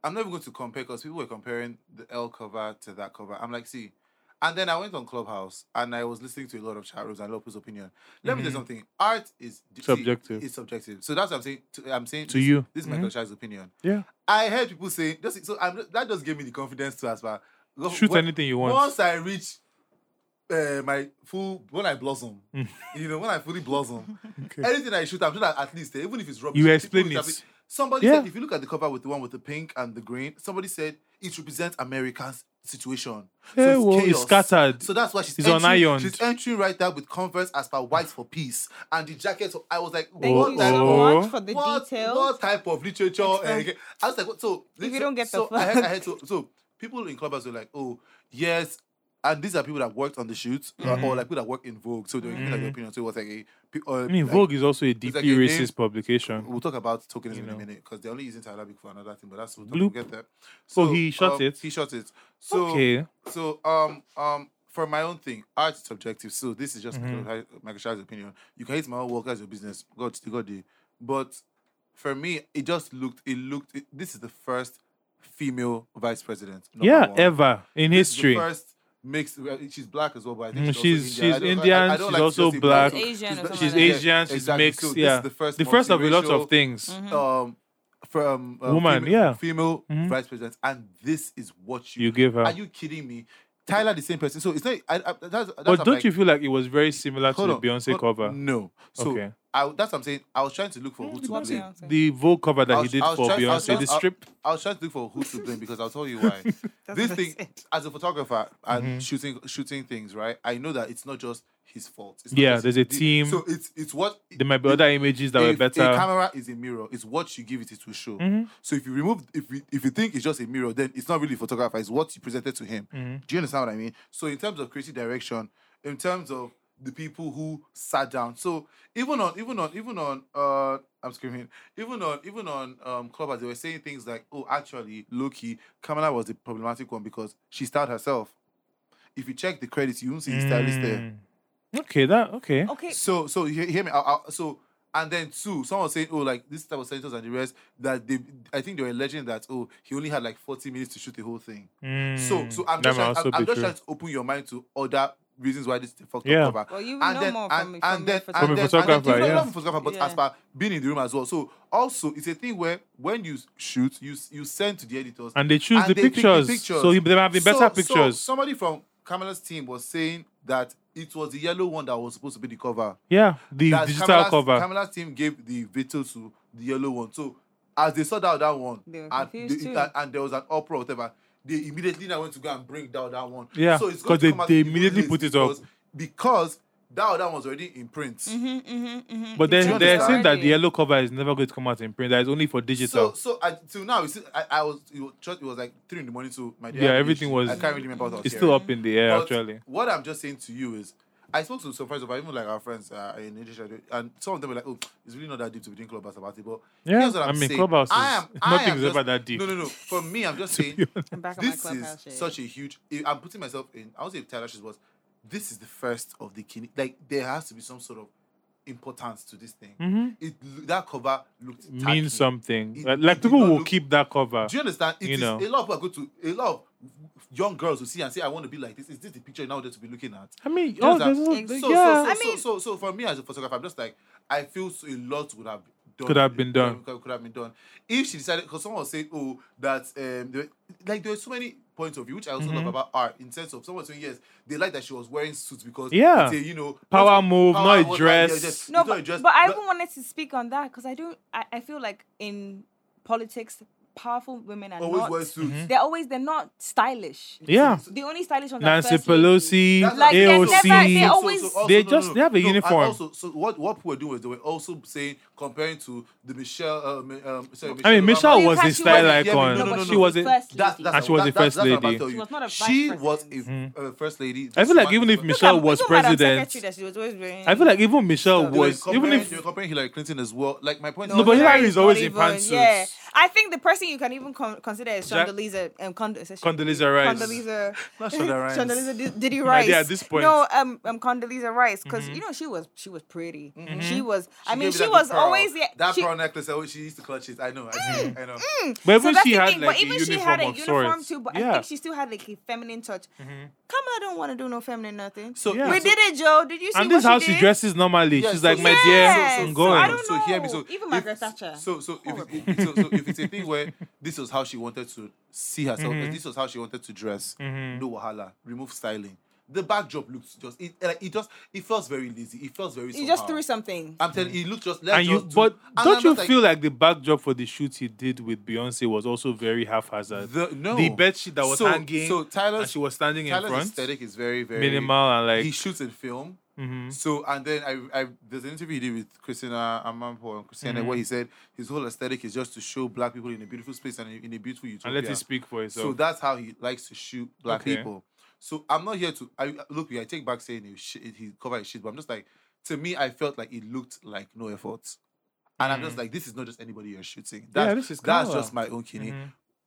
[SPEAKER 2] I'm not even going to compare because people were comparing the L cover to that cover. I'm like, see. And then I went on Clubhouse and I was listening to a lot of chat rooms and a lot of people's opinion. Let me tell
[SPEAKER 1] Mhm.
[SPEAKER 2] you something. Art is see,
[SPEAKER 1] Subjective.
[SPEAKER 2] It's subjective. So that's what I'm saying. To, I'm saying
[SPEAKER 1] To
[SPEAKER 2] this-
[SPEAKER 1] you.
[SPEAKER 2] This is my
[SPEAKER 1] Mhm.
[SPEAKER 2] Koloshai's opinion.
[SPEAKER 1] Yeah,
[SPEAKER 2] I heard people saying just so I'm that just gave me the confidence to as well. Go-
[SPEAKER 1] shoot
[SPEAKER 2] when-
[SPEAKER 1] anything you want.
[SPEAKER 2] Once I reach uh, my full when I blossom,
[SPEAKER 1] Mm.
[SPEAKER 2] you know, when I fully blossom, anything I shoot, I'm sure that at least eh, even if it's rubbish,
[SPEAKER 1] You
[SPEAKER 2] people
[SPEAKER 1] explain
[SPEAKER 2] will
[SPEAKER 1] it.
[SPEAKER 2] interpret- Somebody
[SPEAKER 1] Yeah.
[SPEAKER 2] said if you look at the cover with the one with the pink and the green, somebody said it represents America's situation.
[SPEAKER 1] Yeah, well, it's
[SPEAKER 2] chaos.
[SPEAKER 1] scattered.
[SPEAKER 2] So that's why she's
[SPEAKER 1] It's
[SPEAKER 2] entering,
[SPEAKER 1] unironed.
[SPEAKER 2] She's entering right there with Converse as per Whites for Peace and the jacket. So I was like,
[SPEAKER 4] Thank
[SPEAKER 1] Oh,
[SPEAKER 2] what
[SPEAKER 4] you
[SPEAKER 2] type of
[SPEAKER 1] oh.
[SPEAKER 4] so much for the
[SPEAKER 2] what,
[SPEAKER 4] details.
[SPEAKER 2] What type of literature? eh, I was like, what? so
[SPEAKER 4] If you don't get the
[SPEAKER 2] so I had, I
[SPEAKER 4] fuck.
[SPEAKER 2] had to, so people in clubhouse were like, oh yes, and these are people that worked on the shoots or- or, like people that work in Vogue, so they were giving like their opinion. So it was like a. pe- Uh,
[SPEAKER 1] Mm-hmm. I mean,
[SPEAKER 2] like-
[SPEAKER 1] Vogue is also a
[SPEAKER 2] like
[SPEAKER 1] deeply
[SPEAKER 2] a name-
[SPEAKER 1] racist publication.
[SPEAKER 2] We'll talk about tokenism
[SPEAKER 1] You
[SPEAKER 2] in
[SPEAKER 1] know.
[SPEAKER 2] a minute because they're only using Tylabic for another thing, but that's we'll, talk,
[SPEAKER 1] Bloop.
[SPEAKER 2] we'll get there.
[SPEAKER 1] So he shot
[SPEAKER 2] um,
[SPEAKER 1] it?
[SPEAKER 2] He shot it. So
[SPEAKER 1] okay,
[SPEAKER 2] so um um for my own thing, art is subjective. So this is just
[SPEAKER 1] Mm-hmm.
[SPEAKER 2] Michael Shai- Michael Shai's opinion. You can hate my own work that's your business. God, to God, day. But for me, it just looked. It looked. It, this is the first female vice president. number
[SPEAKER 1] yeah,
[SPEAKER 2] one.
[SPEAKER 1] ever in
[SPEAKER 2] This is
[SPEAKER 1] history.
[SPEAKER 2] The first mixed. well, She's black as well, but I think
[SPEAKER 1] Mm,
[SPEAKER 2] she's
[SPEAKER 1] she's-
[SPEAKER 2] also Indian. I
[SPEAKER 1] she's
[SPEAKER 2] don't- I-
[SPEAKER 1] Indian,
[SPEAKER 2] I, I don't
[SPEAKER 1] she's
[SPEAKER 2] like to just
[SPEAKER 1] also
[SPEAKER 2] say
[SPEAKER 1] black.
[SPEAKER 4] She's Asian
[SPEAKER 2] She's-
[SPEAKER 4] or something
[SPEAKER 1] She's
[SPEAKER 4] like that.
[SPEAKER 2] yeah,
[SPEAKER 1] Asian. She's
[SPEAKER 2] exactly.
[SPEAKER 1] mixed.
[SPEAKER 2] So this
[SPEAKER 1] yeah,
[SPEAKER 2] is the first,
[SPEAKER 1] of a lot of
[SPEAKER 2] multiracial,
[SPEAKER 1] things.
[SPEAKER 2] Um, from uh,
[SPEAKER 1] Woman,
[SPEAKER 2] female,
[SPEAKER 1] yeah.
[SPEAKER 2] female
[SPEAKER 1] Mhm.
[SPEAKER 2] vice president, and this is what you
[SPEAKER 1] You give her,
[SPEAKER 2] are you kidding me? Tyler, the same person. So it's not. I, I, that's, that's
[SPEAKER 1] but
[SPEAKER 2] I'm
[SPEAKER 1] don't
[SPEAKER 2] like,
[SPEAKER 1] you feel like it was very similar to
[SPEAKER 2] hold
[SPEAKER 1] the
[SPEAKER 2] on,
[SPEAKER 1] Beyonce
[SPEAKER 2] hold-
[SPEAKER 1] cover?
[SPEAKER 2] No. So
[SPEAKER 1] Okay.
[SPEAKER 2] I, that's what I'm saying. I was trying to look for who to
[SPEAKER 4] What's
[SPEAKER 2] blame.
[SPEAKER 4] your answer?
[SPEAKER 1] The Vogue cover that
[SPEAKER 2] I
[SPEAKER 1] he
[SPEAKER 2] was-
[SPEAKER 1] did
[SPEAKER 2] I was
[SPEAKER 1] for
[SPEAKER 2] trying- I was
[SPEAKER 1] Beyonce,
[SPEAKER 2] trying-
[SPEAKER 1] the
[SPEAKER 2] I-
[SPEAKER 1] strip.
[SPEAKER 2] I was trying to look for who to blame because I'll tell you why. this
[SPEAKER 4] what I
[SPEAKER 2] thing,
[SPEAKER 4] said.
[SPEAKER 2] as a photographer and
[SPEAKER 1] Mm-hmm.
[SPEAKER 2] shooting shooting things, right? I know that it's not just his fault. It's not
[SPEAKER 1] Yeah,
[SPEAKER 2] just
[SPEAKER 1] there's
[SPEAKER 2] his-
[SPEAKER 1] a team.
[SPEAKER 2] So it's it's what
[SPEAKER 1] There might be other images that
[SPEAKER 2] a,
[SPEAKER 1] were
[SPEAKER 2] a
[SPEAKER 1] better. Mm-hmm.
[SPEAKER 2] camera is a mirror. It's what you give it, it will show. So if you remove, if you, if you think it's just a mirror, then it's not really a photographer. It's what you presented to him.
[SPEAKER 1] Mm-hmm.
[SPEAKER 2] Do you understand what I mean? So in terms of creative direction, in terms of the people who sat down. So even on, even on, even on, uh, I'm screaming. Even on, even on, um, clubbers, they were saying things like, "Oh, actually, Loki, Kamala was the problematic one because she styled herself." If you check the credits, you won't see the stylist there.
[SPEAKER 1] Mm. Hmm. Okay, that
[SPEAKER 2] Oh.
[SPEAKER 1] okay.
[SPEAKER 4] Okay.
[SPEAKER 2] So, so you hear me? I, I, so, and then two, someone was saying, oh, like this type of senators and the rest that they, I think they were alleging that oh, he only had like forty minutes to shoot the whole thing. So, so I'm
[SPEAKER 1] Hmm. That might
[SPEAKER 2] just, trying,
[SPEAKER 1] also
[SPEAKER 2] I'm, I'm
[SPEAKER 1] be
[SPEAKER 2] just
[SPEAKER 1] true.
[SPEAKER 2] trying to open your mind to other reasons why this is the fucked
[SPEAKER 1] Yeah.
[SPEAKER 2] up cover.
[SPEAKER 4] Well, you will
[SPEAKER 2] and
[SPEAKER 4] know
[SPEAKER 2] then,
[SPEAKER 4] more
[SPEAKER 2] and,
[SPEAKER 4] from-
[SPEAKER 2] and
[SPEAKER 4] from your
[SPEAKER 2] then,
[SPEAKER 4] photographer.
[SPEAKER 2] and
[SPEAKER 1] From a
[SPEAKER 2] then, and
[SPEAKER 1] photographer,
[SPEAKER 2] then,
[SPEAKER 1] yeah.
[SPEAKER 2] not from photographer, but as
[SPEAKER 4] Yeah.
[SPEAKER 2] per being in the room as well. So also, it's a thing where when you shoot, you you send to the editors
[SPEAKER 1] and they choose the,
[SPEAKER 2] they pick
[SPEAKER 1] pictures. So he- there might be better
[SPEAKER 2] So- so
[SPEAKER 1] pictures.
[SPEAKER 2] somebody from Kamala's team was saying that it was the yellow one that was supposed to be the cover.
[SPEAKER 1] yeah, the
[SPEAKER 2] That
[SPEAKER 1] digital
[SPEAKER 2] Kamala's-
[SPEAKER 1] cover.
[SPEAKER 2] Kamala's team gave the veto to the yellow one. So as they saw that, that one,
[SPEAKER 5] They were
[SPEAKER 2] and,
[SPEAKER 5] confused
[SPEAKER 2] they-
[SPEAKER 5] too.
[SPEAKER 2] and- and there was an uproar, whatever, they immediately now went to go and bring down that one.
[SPEAKER 1] Yeah,
[SPEAKER 2] So it's
[SPEAKER 1] 'cause
[SPEAKER 2] going to
[SPEAKER 1] they-
[SPEAKER 2] come out
[SPEAKER 1] they
[SPEAKER 2] in the
[SPEAKER 1] immediately
[SPEAKER 2] release
[SPEAKER 1] put it up.
[SPEAKER 2] because- because that other one was already in print.
[SPEAKER 5] Mm-hmm.
[SPEAKER 1] But
[SPEAKER 2] Do
[SPEAKER 1] they're,
[SPEAKER 2] you
[SPEAKER 1] they're
[SPEAKER 2] understand?
[SPEAKER 1] saying that the yellow cover is never going to come out in print. That is only for
[SPEAKER 2] So,
[SPEAKER 1] digital.
[SPEAKER 2] so I, till now, it's, I, I was, it was, it was like three in the morning. So my dear,
[SPEAKER 1] Yeah, everything was-
[SPEAKER 2] I can't really remember. What I was
[SPEAKER 1] it's
[SPEAKER 2] hearing.
[SPEAKER 1] still up in the air
[SPEAKER 2] But
[SPEAKER 1] actually.
[SPEAKER 2] What I'm just saying to you is, I spoke to some friends of mine, even like our friends uh, in Asia, and some of them were like, "Oh, it's really not that deep to be doing clubhouse about it." But
[SPEAKER 1] Yeah,
[SPEAKER 2] here's what I'm
[SPEAKER 1] I mean,
[SPEAKER 2] saying.
[SPEAKER 1] Clubhouse
[SPEAKER 2] I
[SPEAKER 1] is-
[SPEAKER 2] am, I
[SPEAKER 1] nothing
[SPEAKER 2] am
[SPEAKER 1] is
[SPEAKER 2] just-
[SPEAKER 1] ever that deep.
[SPEAKER 2] No, no, no. For me, I'm just saying
[SPEAKER 5] I'm back on my
[SPEAKER 2] this
[SPEAKER 5] clubhouse.
[SPEAKER 2] is
[SPEAKER 5] shit.
[SPEAKER 2] such a huge. eh, I'm putting myself in. I was if Taylor shoes was. This is the first of the kin. Like there has to be some sort of importance to this thing. It lo- that cover looked tacky.
[SPEAKER 1] Mm-hmm. Means something.
[SPEAKER 2] It-
[SPEAKER 1] Like-
[SPEAKER 2] it
[SPEAKER 1] like
[SPEAKER 2] did
[SPEAKER 1] people
[SPEAKER 2] not
[SPEAKER 1] will
[SPEAKER 2] look-
[SPEAKER 1] keep that cover.
[SPEAKER 2] Do you understand? It
[SPEAKER 1] You
[SPEAKER 2] is
[SPEAKER 1] know.
[SPEAKER 2] a lot of people go to a lot of young girls who see and say, "I want to be like this." Is this the picture you now want to be looking at?
[SPEAKER 1] I mean,
[SPEAKER 2] Do you
[SPEAKER 1] oh, there's,
[SPEAKER 2] understand?
[SPEAKER 1] also-
[SPEAKER 2] so,
[SPEAKER 1] yeah.
[SPEAKER 2] so, so,
[SPEAKER 4] I mean-
[SPEAKER 2] so, so, so for me as a photographer, I'm just like, I feel so a lot would have done,
[SPEAKER 1] Could have been done.
[SPEAKER 2] could, could have been done. If she decided, because someone was saying, oh, that um, there, like there were so many points of view, which I also
[SPEAKER 1] Mm-hmm.
[SPEAKER 2] love about art. In sense of someone saying, yes, they like that she was wearing suits because
[SPEAKER 1] Yeah.
[SPEAKER 2] it's a, you know,
[SPEAKER 1] Power move, not a
[SPEAKER 2] what-
[SPEAKER 1] dress.
[SPEAKER 2] yeah, just-
[SPEAKER 4] No,
[SPEAKER 2] it's not a
[SPEAKER 4] but,
[SPEAKER 2] dress,
[SPEAKER 4] but I even wanted to speak on that because I don't. I, I feel like in politics, powerful women are
[SPEAKER 2] always
[SPEAKER 4] not. Mm-hmm.
[SPEAKER 2] wear suits.
[SPEAKER 1] Mm-hmm.
[SPEAKER 4] They're always they're not stylish.
[SPEAKER 1] yeah.
[SPEAKER 4] The only stylish ones
[SPEAKER 1] Nancy
[SPEAKER 4] are first ladies.
[SPEAKER 1] Pelosi,
[SPEAKER 2] That's
[SPEAKER 4] Like, they're
[SPEAKER 1] AOC.
[SPEAKER 4] never- they always-
[SPEAKER 1] they just- they have a
[SPEAKER 2] and
[SPEAKER 1] uniform.
[SPEAKER 2] Also, so what what people were doing was they were also saying comparing to the Michelle. Uh, Mi- um, sorry,
[SPEAKER 1] I mean,
[SPEAKER 2] Obama.
[SPEAKER 1] Michelle
[SPEAKER 4] you
[SPEAKER 1] was
[SPEAKER 4] can't-
[SPEAKER 1] a
[SPEAKER 4] she
[SPEAKER 1] style
[SPEAKER 4] wasn't-
[SPEAKER 2] yeah,
[SPEAKER 1] icon.
[SPEAKER 2] no, no, no,
[SPEAKER 1] she
[SPEAKER 2] no.
[SPEAKER 1] was a.
[SPEAKER 4] First
[SPEAKER 2] That's-
[SPEAKER 4] lady.
[SPEAKER 2] that's
[SPEAKER 1] And she was
[SPEAKER 2] that-
[SPEAKER 1] the first
[SPEAKER 2] that's what I'm about to
[SPEAKER 1] lady.
[SPEAKER 2] tell
[SPEAKER 4] She
[SPEAKER 2] you.
[SPEAKER 4] was not a vice
[SPEAKER 2] She was a
[SPEAKER 4] president.
[SPEAKER 2] uh, first lady.
[SPEAKER 1] I feel like even if
[SPEAKER 2] Michelle.
[SPEAKER 4] Look at-
[SPEAKER 1] Michelle was
[SPEAKER 4] look at Madam
[SPEAKER 1] president,
[SPEAKER 4] Secretary that she was always wearing-
[SPEAKER 1] I feel like even Michelle
[SPEAKER 2] They were
[SPEAKER 1] was, even
[SPEAKER 2] comparing- they were
[SPEAKER 1] if
[SPEAKER 2] comparing Hillary Clinton as well. Like my point.
[SPEAKER 1] No, but Hillary is
[SPEAKER 4] not
[SPEAKER 1] always in
[SPEAKER 4] even-
[SPEAKER 1] pantsuits.
[SPEAKER 4] Yeah, I think the person you can even con- consider is
[SPEAKER 1] Jack-
[SPEAKER 4] Condoleezza um, Cond- is it
[SPEAKER 1] Condoleezza Rice.
[SPEAKER 4] Condoleezza,
[SPEAKER 2] Not Shonda Rhimes.
[SPEAKER 4] Condoleezza Did- Diddy
[SPEAKER 1] My
[SPEAKER 4] Rice.
[SPEAKER 1] dear, at this point- Mm-hmm.
[SPEAKER 4] no, um, um Condoleezza Rice, because you know she was she was pretty. Mm-hmm. She was. I
[SPEAKER 2] Mm-hmm. gave
[SPEAKER 4] mean,
[SPEAKER 2] you
[SPEAKER 4] she
[SPEAKER 2] that
[SPEAKER 4] was
[SPEAKER 2] pearl-
[SPEAKER 4] always yeah.
[SPEAKER 2] that
[SPEAKER 4] she, Mm,
[SPEAKER 2] pearl necklace. oh, She used to clutch it. I know. I see. I know.
[SPEAKER 1] but
[SPEAKER 4] so
[SPEAKER 1] even
[SPEAKER 4] that's
[SPEAKER 1] she
[SPEAKER 4] the
[SPEAKER 1] had
[SPEAKER 4] thing,
[SPEAKER 1] like
[SPEAKER 4] but
[SPEAKER 1] a
[SPEAKER 4] even she
[SPEAKER 1] uniform
[SPEAKER 4] had a
[SPEAKER 1] of
[SPEAKER 4] uniform
[SPEAKER 1] sorts.
[SPEAKER 4] too. But I
[SPEAKER 1] Yeah, Mm-hmm.
[SPEAKER 4] think she still had like a feminine touch. Kamala don't want to do no feminine nothing.
[SPEAKER 2] So
[SPEAKER 1] Yeah.
[SPEAKER 4] we
[SPEAKER 2] so-
[SPEAKER 4] did it, Joe. Did you see
[SPEAKER 1] and
[SPEAKER 4] what
[SPEAKER 1] this is how she
[SPEAKER 4] did?
[SPEAKER 1] dresses normally.
[SPEAKER 2] Yeah,
[SPEAKER 1] She's
[SPEAKER 2] so-
[SPEAKER 1] like, my
[SPEAKER 4] Yes,
[SPEAKER 1] dear, I'm
[SPEAKER 4] so
[SPEAKER 1] going.
[SPEAKER 4] I don't
[SPEAKER 2] So hear me.
[SPEAKER 4] know.
[SPEAKER 2] So
[SPEAKER 4] Even
[SPEAKER 2] if-
[SPEAKER 4] Margaret Thatcher.
[SPEAKER 2] So so if, it's- if- so so if it's a thing where this was how she wanted to see herself,
[SPEAKER 1] Mm-hmm.
[SPEAKER 2] this was how she wanted to dress. No wahala. Remove styling. The backdrop looks just it like it just it feels very lazy. It feels very.
[SPEAKER 4] You just
[SPEAKER 2] somehow.
[SPEAKER 4] threw something.
[SPEAKER 2] I'm telling you, it looked just. Let's
[SPEAKER 1] and you,
[SPEAKER 2] just do-
[SPEAKER 1] but
[SPEAKER 2] and
[SPEAKER 1] don't
[SPEAKER 2] I'm
[SPEAKER 1] you
[SPEAKER 2] just
[SPEAKER 1] feel like the backdrop for the shoot he did with Beyonce was also very haphazard?
[SPEAKER 2] The- no.
[SPEAKER 1] the bed sheet that was
[SPEAKER 2] So-
[SPEAKER 1] hanging,
[SPEAKER 2] so Tyler's-
[SPEAKER 1] and she was standing
[SPEAKER 2] Tyler's
[SPEAKER 1] in front,
[SPEAKER 2] aesthetic is very very
[SPEAKER 1] minimal and like Mm-hmm.
[SPEAKER 2] he shoots in film. So and then I, I there's an interview he did with Christina Amampo and Christina
[SPEAKER 1] Mm-hmm.
[SPEAKER 2] where he said his whole aesthetic is just to show black people in a beautiful space and in a beautiful utopia.
[SPEAKER 1] and let it speak for itself.
[SPEAKER 2] So that's how he likes to shoot black
[SPEAKER 1] Okay.
[SPEAKER 2] people. So I'm not here to I look. I take back saying he shi he covered his shit, but I'm just like to me I felt like it looked like no effort, and I'm just like this is not just anybody you're shooting. That's,
[SPEAKER 1] Mm. this is Mm-hmm.
[SPEAKER 2] that's
[SPEAKER 1] Kamala.
[SPEAKER 2] just my own kidney.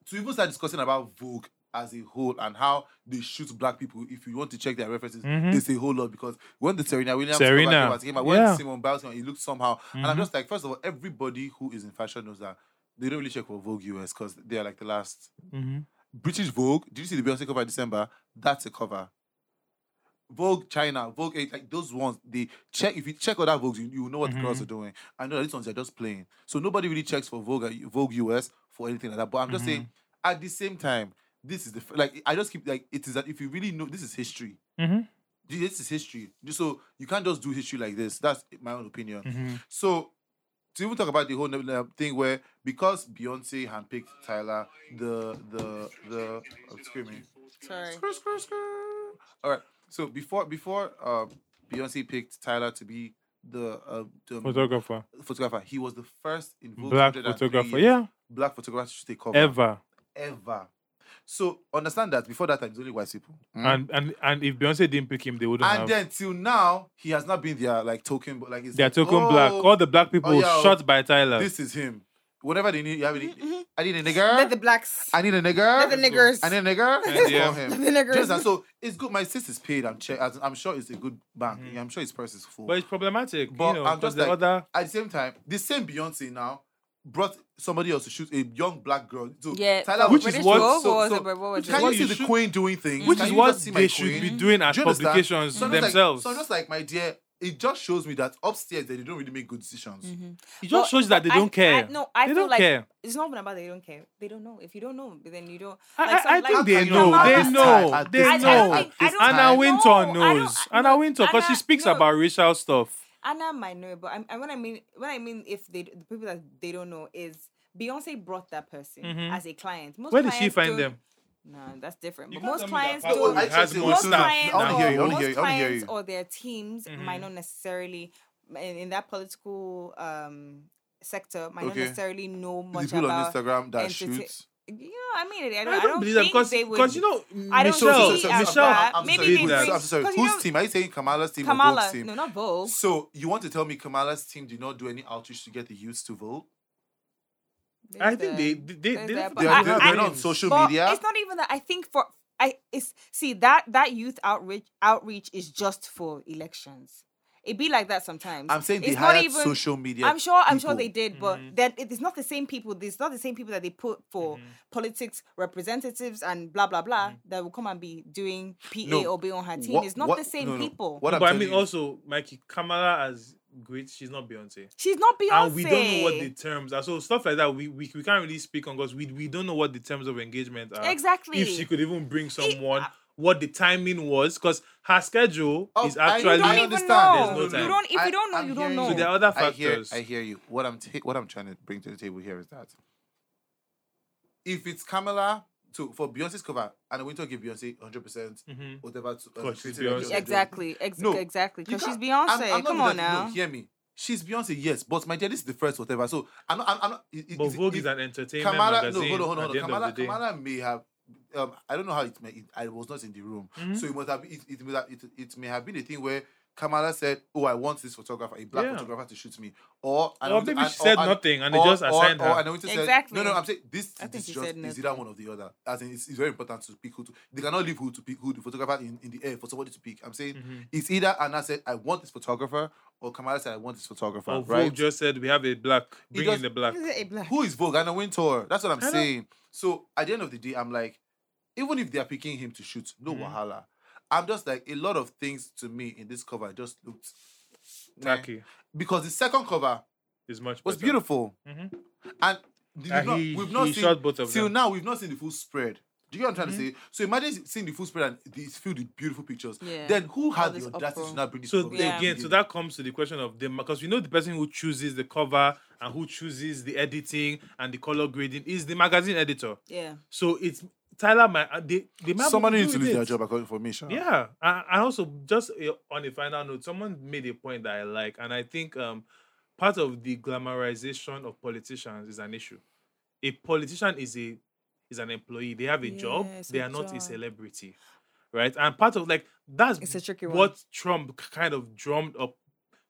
[SPEAKER 2] To even start discussing about Vogue as a whole and how they shoot black people. If you want to check their references, it's a whole lot because when the Serena Williams cover
[SPEAKER 1] Mm-hmm. Serena,
[SPEAKER 2] came out, came out, when
[SPEAKER 1] yeah. Mm-hmm.
[SPEAKER 2] Simone Biles came out, it looked somehow. And I'm just like, first of all, everybody who is in fashion knows that they don't really check for Vogue US because they are like the last.
[SPEAKER 1] Mm-hmm.
[SPEAKER 2] British Vogue. Did you see the Beyonce cover in December? That's a cover. Vogue China, Vogue eh, like those ones. They check if you check other Vogues, you, you know what the girls are doing. I know that these ones are just playing. So nobody really checks for Vogue, uh, Vogue US for anything like that. But I'm just saying, at the same time, this is the f- like I just keep like it is that if you really know this is history. This is history. So you can't just do history like this. That's my own opinion.
[SPEAKER 1] Mm-hmm.
[SPEAKER 2] So to even talk about the whole Nebula thing where because Beyonce handpicked Tyler, the the the I'm screaming.
[SPEAKER 5] Sorry.
[SPEAKER 2] Skrr, skrr, skrr. All right. So before before uh, Beyonce picked Tyler to be the uh, the
[SPEAKER 1] Photographer.
[SPEAKER 2] photographer, he was the first in Vogue's
[SPEAKER 1] Black
[SPEAKER 2] 103
[SPEAKER 1] photographer. Yeah.
[SPEAKER 2] black photographer to take cover
[SPEAKER 1] Ever.
[SPEAKER 2] ever. So understand that before that time, it's only white people.
[SPEAKER 1] And and and if Beyonce didn't pick him, they wouldn't
[SPEAKER 2] And
[SPEAKER 1] have.
[SPEAKER 2] then till now, he has not been their like token, but like it's
[SPEAKER 1] They're
[SPEAKER 2] like,
[SPEAKER 1] token black.
[SPEAKER 2] "Oh,
[SPEAKER 1] All the black people
[SPEAKER 2] oh, yeah,
[SPEAKER 1] shot by Tyler.
[SPEAKER 2] this is him. Whatever they need, you have it. I need a
[SPEAKER 5] Let the
[SPEAKER 2] nigger.
[SPEAKER 5] blacks.
[SPEAKER 2] I need a nigger.
[SPEAKER 5] Let the niggers.
[SPEAKER 2] I need a nigger.
[SPEAKER 1] And yeah.
[SPEAKER 2] Call him.
[SPEAKER 5] Let the niggers.
[SPEAKER 2] Just that. So it's good. My sister's paid. I'm check. as- I'm sure it's a good bank. Yeah, I'm sure his purse is full.
[SPEAKER 1] Mm-hmm. but it's problematic.
[SPEAKER 2] But
[SPEAKER 1] you know,
[SPEAKER 2] I'm
[SPEAKER 1] 'cause
[SPEAKER 2] just
[SPEAKER 1] the
[SPEAKER 2] like
[SPEAKER 1] other.
[SPEAKER 2] at the same time, the same Beyonce now brought somebody else to shoot a young black girl. So
[SPEAKER 4] Yeah,
[SPEAKER 2] Tyler
[SPEAKER 4] from
[SPEAKER 1] Which is
[SPEAKER 4] British
[SPEAKER 1] what-
[SPEAKER 4] Vogue,
[SPEAKER 2] so-
[SPEAKER 4] what was
[SPEAKER 2] so-
[SPEAKER 4] it, but what was
[SPEAKER 1] is
[SPEAKER 2] Can
[SPEAKER 4] it?
[SPEAKER 1] what
[SPEAKER 2] you see
[SPEAKER 1] you
[SPEAKER 2] the
[SPEAKER 1] should-
[SPEAKER 2] queen doing things?
[SPEAKER 1] Which
[SPEAKER 2] Can
[SPEAKER 1] is
[SPEAKER 2] you
[SPEAKER 1] what
[SPEAKER 2] just see my
[SPEAKER 1] they should be
[SPEAKER 2] queen?
[SPEAKER 1] doing as
[SPEAKER 2] Do you understand?
[SPEAKER 1] publications
[SPEAKER 2] So I'm just like-
[SPEAKER 1] themselves.
[SPEAKER 2] so I'm just like, my dear, it just shows me that upstairs that they don't really make good decisions.
[SPEAKER 1] it just shows that they
[SPEAKER 5] I-
[SPEAKER 1] don't
[SPEAKER 5] I-
[SPEAKER 1] care.
[SPEAKER 5] no, I
[SPEAKER 1] they
[SPEAKER 5] feel
[SPEAKER 1] don't
[SPEAKER 5] like
[SPEAKER 1] care.
[SPEAKER 5] it's not even about they don't care. They don't know. If you don't know, then you don't.
[SPEAKER 1] I,
[SPEAKER 5] like, some-
[SPEAKER 1] I, I
[SPEAKER 5] like-
[SPEAKER 1] think they
[SPEAKER 2] At
[SPEAKER 1] know.
[SPEAKER 2] this
[SPEAKER 1] They
[SPEAKER 2] time,
[SPEAKER 1] know.
[SPEAKER 2] at
[SPEAKER 1] They
[SPEAKER 2] this
[SPEAKER 1] know.
[SPEAKER 5] time, at this
[SPEAKER 1] Anna
[SPEAKER 5] time.
[SPEAKER 1] Winton
[SPEAKER 5] No, I don't-
[SPEAKER 1] knows.
[SPEAKER 5] I-
[SPEAKER 1] Anna
[SPEAKER 5] no,
[SPEAKER 1] Winton, because she
[SPEAKER 5] Anna-
[SPEAKER 1] speaks
[SPEAKER 5] no.
[SPEAKER 1] about racial stuff.
[SPEAKER 5] Anna might know, but I'm, and when I mean when I mean if they the people that they don't know is Beyonce brought that person
[SPEAKER 1] Mhm.
[SPEAKER 5] as a client. Most
[SPEAKER 1] Where did she
[SPEAKER 5] clients
[SPEAKER 1] find
[SPEAKER 5] don't-
[SPEAKER 1] them?
[SPEAKER 5] No, that's different.
[SPEAKER 1] You
[SPEAKER 5] But
[SPEAKER 1] can't
[SPEAKER 5] most
[SPEAKER 1] tell me that
[SPEAKER 5] clients
[SPEAKER 1] Pablo
[SPEAKER 5] don't.
[SPEAKER 1] It
[SPEAKER 2] I
[SPEAKER 1] has
[SPEAKER 2] actually
[SPEAKER 1] more
[SPEAKER 5] most
[SPEAKER 1] staff
[SPEAKER 5] clients,
[SPEAKER 1] now.
[SPEAKER 2] I wanna hear you, I wanna
[SPEAKER 5] most
[SPEAKER 2] hear you, I wanna hear
[SPEAKER 5] clients
[SPEAKER 2] you.
[SPEAKER 5] or their teams
[SPEAKER 1] Mm-hmm.
[SPEAKER 5] might not necessarily in, in that political um sector might
[SPEAKER 2] Okay.
[SPEAKER 5] not necessarily know
[SPEAKER 2] The
[SPEAKER 5] much
[SPEAKER 2] people on
[SPEAKER 5] about.
[SPEAKER 2] Instagram that
[SPEAKER 5] entertain-
[SPEAKER 2] shoots.
[SPEAKER 5] You know, I mean, I don't,
[SPEAKER 1] I don't, believe that
[SPEAKER 5] think
[SPEAKER 1] because
[SPEAKER 5] they would.
[SPEAKER 1] because you know
[SPEAKER 5] I don't
[SPEAKER 1] Michelle
[SPEAKER 5] see it as
[SPEAKER 1] Michelle
[SPEAKER 5] bad.
[SPEAKER 2] I'm
[SPEAKER 5] Maybe
[SPEAKER 2] sorry,
[SPEAKER 1] did
[SPEAKER 5] they
[SPEAKER 2] who's-
[SPEAKER 1] that.
[SPEAKER 5] bring-
[SPEAKER 2] I'm sorry.
[SPEAKER 5] because
[SPEAKER 2] Whose
[SPEAKER 5] you know-
[SPEAKER 2] team? Are you saying Kamala's team or
[SPEAKER 5] Kamala,
[SPEAKER 2] Vogue's team?
[SPEAKER 5] no, not Vogue.
[SPEAKER 2] So you want to tell me Kamala's team did not do any outreach to get the youths to vote?
[SPEAKER 1] I think they
[SPEAKER 5] There's
[SPEAKER 1] they
[SPEAKER 5] that.
[SPEAKER 1] they
[SPEAKER 5] There's
[SPEAKER 1] don't-
[SPEAKER 5] that,
[SPEAKER 1] they
[SPEAKER 5] but
[SPEAKER 2] They're,
[SPEAKER 5] I-
[SPEAKER 1] don't
[SPEAKER 2] they're,
[SPEAKER 1] have
[SPEAKER 5] I-
[SPEAKER 2] they're not on
[SPEAKER 1] names.
[SPEAKER 2] social
[SPEAKER 5] But
[SPEAKER 2] media.
[SPEAKER 5] It's not even that. I think for I it's see that that youth outreach outreach is just for elections. It be like that sometimes.
[SPEAKER 2] I'm saying they
[SPEAKER 5] it's not
[SPEAKER 2] hired
[SPEAKER 5] even-
[SPEAKER 2] social media.
[SPEAKER 5] I'm sure. I'm sure
[SPEAKER 2] people.
[SPEAKER 5] they did, but
[SPEAKER 1] Mm-hmm.
[SPEAKER 5] that it is not the same people. It's not the same people that they put for politics representatives and blah blah blah
[SPEAKER 1] Mm-hmm.
[SPEAKER 5] that will come and be doing PA
[SPEAKER 2] No.
[SPEAKER 5] or be on her team.
[SPEAKER 2] What-
[SPEAKER 5] it's not
[SPEAKER 2] what-
[SPEAKER 5] the same
[SPEAKER 2] no, no.
[SPEAKER 5] people.
[SPEAKER 2] What I'm
[SPEAKER 1] But I
[SPEAKER 2] telling
[SPEAKER 1] mean
[SPEAKER 2] you-
[SPEAKER 1] also Mikey Kamala as great. She's not Beyonce.
[SPEAKER 5] She's not Beyonce.
[SPEAKER 1] And we don't know what the terms are. So stuff like that, we, we, we can't really speak on because we, we don't know what the terms of engagement are.
[SPEAKER 5] Exactly. uh,
[SPEAKER 1] If she could even bring someone, what the timing was, because her schedule
[SPEAKER 2] Oh,
[SPEAKER 1] is
[SPEAKER 2] I-
[SPEAKER 1] actually.
[SPEAKER 5] You don't
[SPEAKER 2] I
[SPEAKER 5] even
[SPEAKER 2] understand.
[SPEAKER 1] know. There's no
[SPEAKER 2] No,
[SPEAKER 1] time.
[SPEAKER 5] You don't. If
[SPEAKER 2] I-
[SPEAKER 5] you don't know,
[SPEAKER 2] I'm
[SPEAKER 5] you don't
[SPEAKER 2] hearing
[SPEAKER 5] know.
[SPEAKER 1] So there are other
[SPEAKER 2] I
[SPEAKER 1] factors.
[SPEAKER 2] hear, I hear you. What I'm ta- what I'm trying to bring to the table here is that if it's Kamala to for Beyonce's cover and Winter give Beyonce 100 percent
[SPEAKER 1] Mhm.
[SPEAKER 2] whatever. To, uh,
[SPEAKER 1] Because she's
[SPEAKER 2] to-
[SPEAKER 1] Beyonce.
[SPEAKER 5] Exactly. Ex-
[SPEAKER 2] No,
[SPEAKER 5] exactly.
[SPEAKER 2] You
[SPEAKER 5] Because she's
[SPEAKER 2] can't-
[SPEAKER 5] Beyonce.
[SPEAKER 2] I'm- I'm not
[SPEAKER 5] Come on
[SPEAKER 2] exactly- no,
[SPEAKER 5] now.
[SPEAKER 2] hear me. She's Beyonce, yes, but my dear, this is the first whatever. So I'm not. I'm, I'm not. it- it-
[SPEAKER 1] But
[SPEAKER 2] it's-
[SPEAKER 1] Vogue
[SPEAKER 2] it-
[SPEAKER 1] is an entertainment
[SPEAKER 2] Kamala, no,
[SPEAKER 1] magazine.
[SPEAKER 2] hold on, hold on,
[SPEAKER 1] at
[SPEAKER 2] hold
[SPEAKER 1] the
[SPEAKER 2] on.
[SPEAKER 1] end
[SPEAKER 2] Kamala,
[SPEAKER 1] of the day.
[SPEAKER 2] Kamala may have. Um, I don't know how it may. It, I was not in the room,
[SPEAKER 1] Mm-hmm.
[SPEAKER 2] so it must have. It, it, may have it, it may have been a thing where Kamala said, "Oh, I want this photographer, a black
[SPEAKER 1] Yeah.
[SPEAKER 2] photographer, to shoot me," or
[SPEAKER 1] Or
[SPEAKER 2] Anawita-
[SPEAKER 1] maybe she said nothing and they just assigned
[SPEAKER 2] or,
[SPEAKER 1] her.
[SPEAKER 2] Or Anawita said,
[SPEAKER 5] Exactly.
[SPEAKER 2] No, no, I'm saying this.
[SPEAKER 5] I think
[SPEAKER 2] this
[SPEAKER 5] she
[SPEAKER 2] just
[SPEAKER 5] said
[SPEAKER 2] is either
[SPEAKER 5] nothing.
[SPEAKER 2] one or the other. As in, it's, it's very important to pick who to. They cannot leave who to pick who the photographer in, in the air for somebody to pick. I'm saying
[SPEAKER 1] Mm-hmm.
[SPEAKER 2] it's either Anna said, "I want this photographer," or Kamala said, "I want this photographer."
[SPEAKER 1] Or Vogue
[SPEAKER 2] right?
[SPEAKER 1] just said we have a black, bring
[SPEAKER 2] just-
[SPEAKER 1] in the black.
[SPEAKER 2] Who is Vogue? Anna Wintour. That's what I'm
[SPEAKER 1] know.
[SPEAKER 2] saying. So at the end of the day, I'm like, even if they are picking him to shoot, no
[SPEAKER 1] Mm-hmm.
[SPEAKER 2] wahala. I'm just like a lot of things to me in this cover just looked meh.
[SPEAKER 1] Tacky
[SPEAKER 2] because the second cover
[SPEAKER 1] is much better. Mm-hmm.
[SPEAKER 2] was beautiful, and we've
[SPEAKER 1] And
[SPEAKER 2] not,
[SPEAKER 1] he-
[SPEAKER 2] we've not
[SPEAKER 1] he
[SPEAKER 2] seen
[SPEAKER 1] shot both of
[SPEAKER 2] till
[SPEAKER 1] them. Mm-hmm.
[SPEAKER 2] now. We've not seen the full spread. Do you know what I'm trying to say? So imagine seeing the full spread and it's filled with beautiful pictures.
[SPEAKER 5] Yeah.
[SPEAKER 2] Then who
[SPEAKER 5] All
[SPEAKER 2] had the
[SPEAKER 5] this
[SPEAKER 2] audacity
[SPEAKER 5] uproar.
[SPEAKER 2] to not bring this?
[SPEAKER 1] So
[SPEAKER 2] cover?
[SPEAKER 5] Yeah.
[SPEAKER 1] again, so that comes to the question of the because we know the person who chooses the cover and who chooses the editing and the color grading is the magazine editor.
[SPEAKER 5] Yeah.
[SPEAKER 1] So it's Tyler. My they they might have
[SPEAKER 2] Somebody
[SPEAKER 1] to
[SPEAKER 2] needs to
[SPEAKER 1] do
[SPEAKER 2] lose
[SPEAKER 1] with
[SPEAKER 2] their
[SPEAKER 1] it.
[SPEAKER 2] job according for me, sure.
[SPEAKER 1] Yeah, and and also just uh, on a final note, someone made a point that I like, and I think um, part of the glamorization of politicians is an issue. A politician is a is an employee. They have a job.
[SPEAKER 5] Yes,
[SPEAKER 1] They
[SPEAKER 5] a
[SPEAKER 1] are not a
[SPEAKER 5] job.
[SPEAKER 1] celebrity, right? And part of like that's
[SPEAKER 5] It's a tricky one.
[SPEAKER 1] what Trump k- kind of drummed up.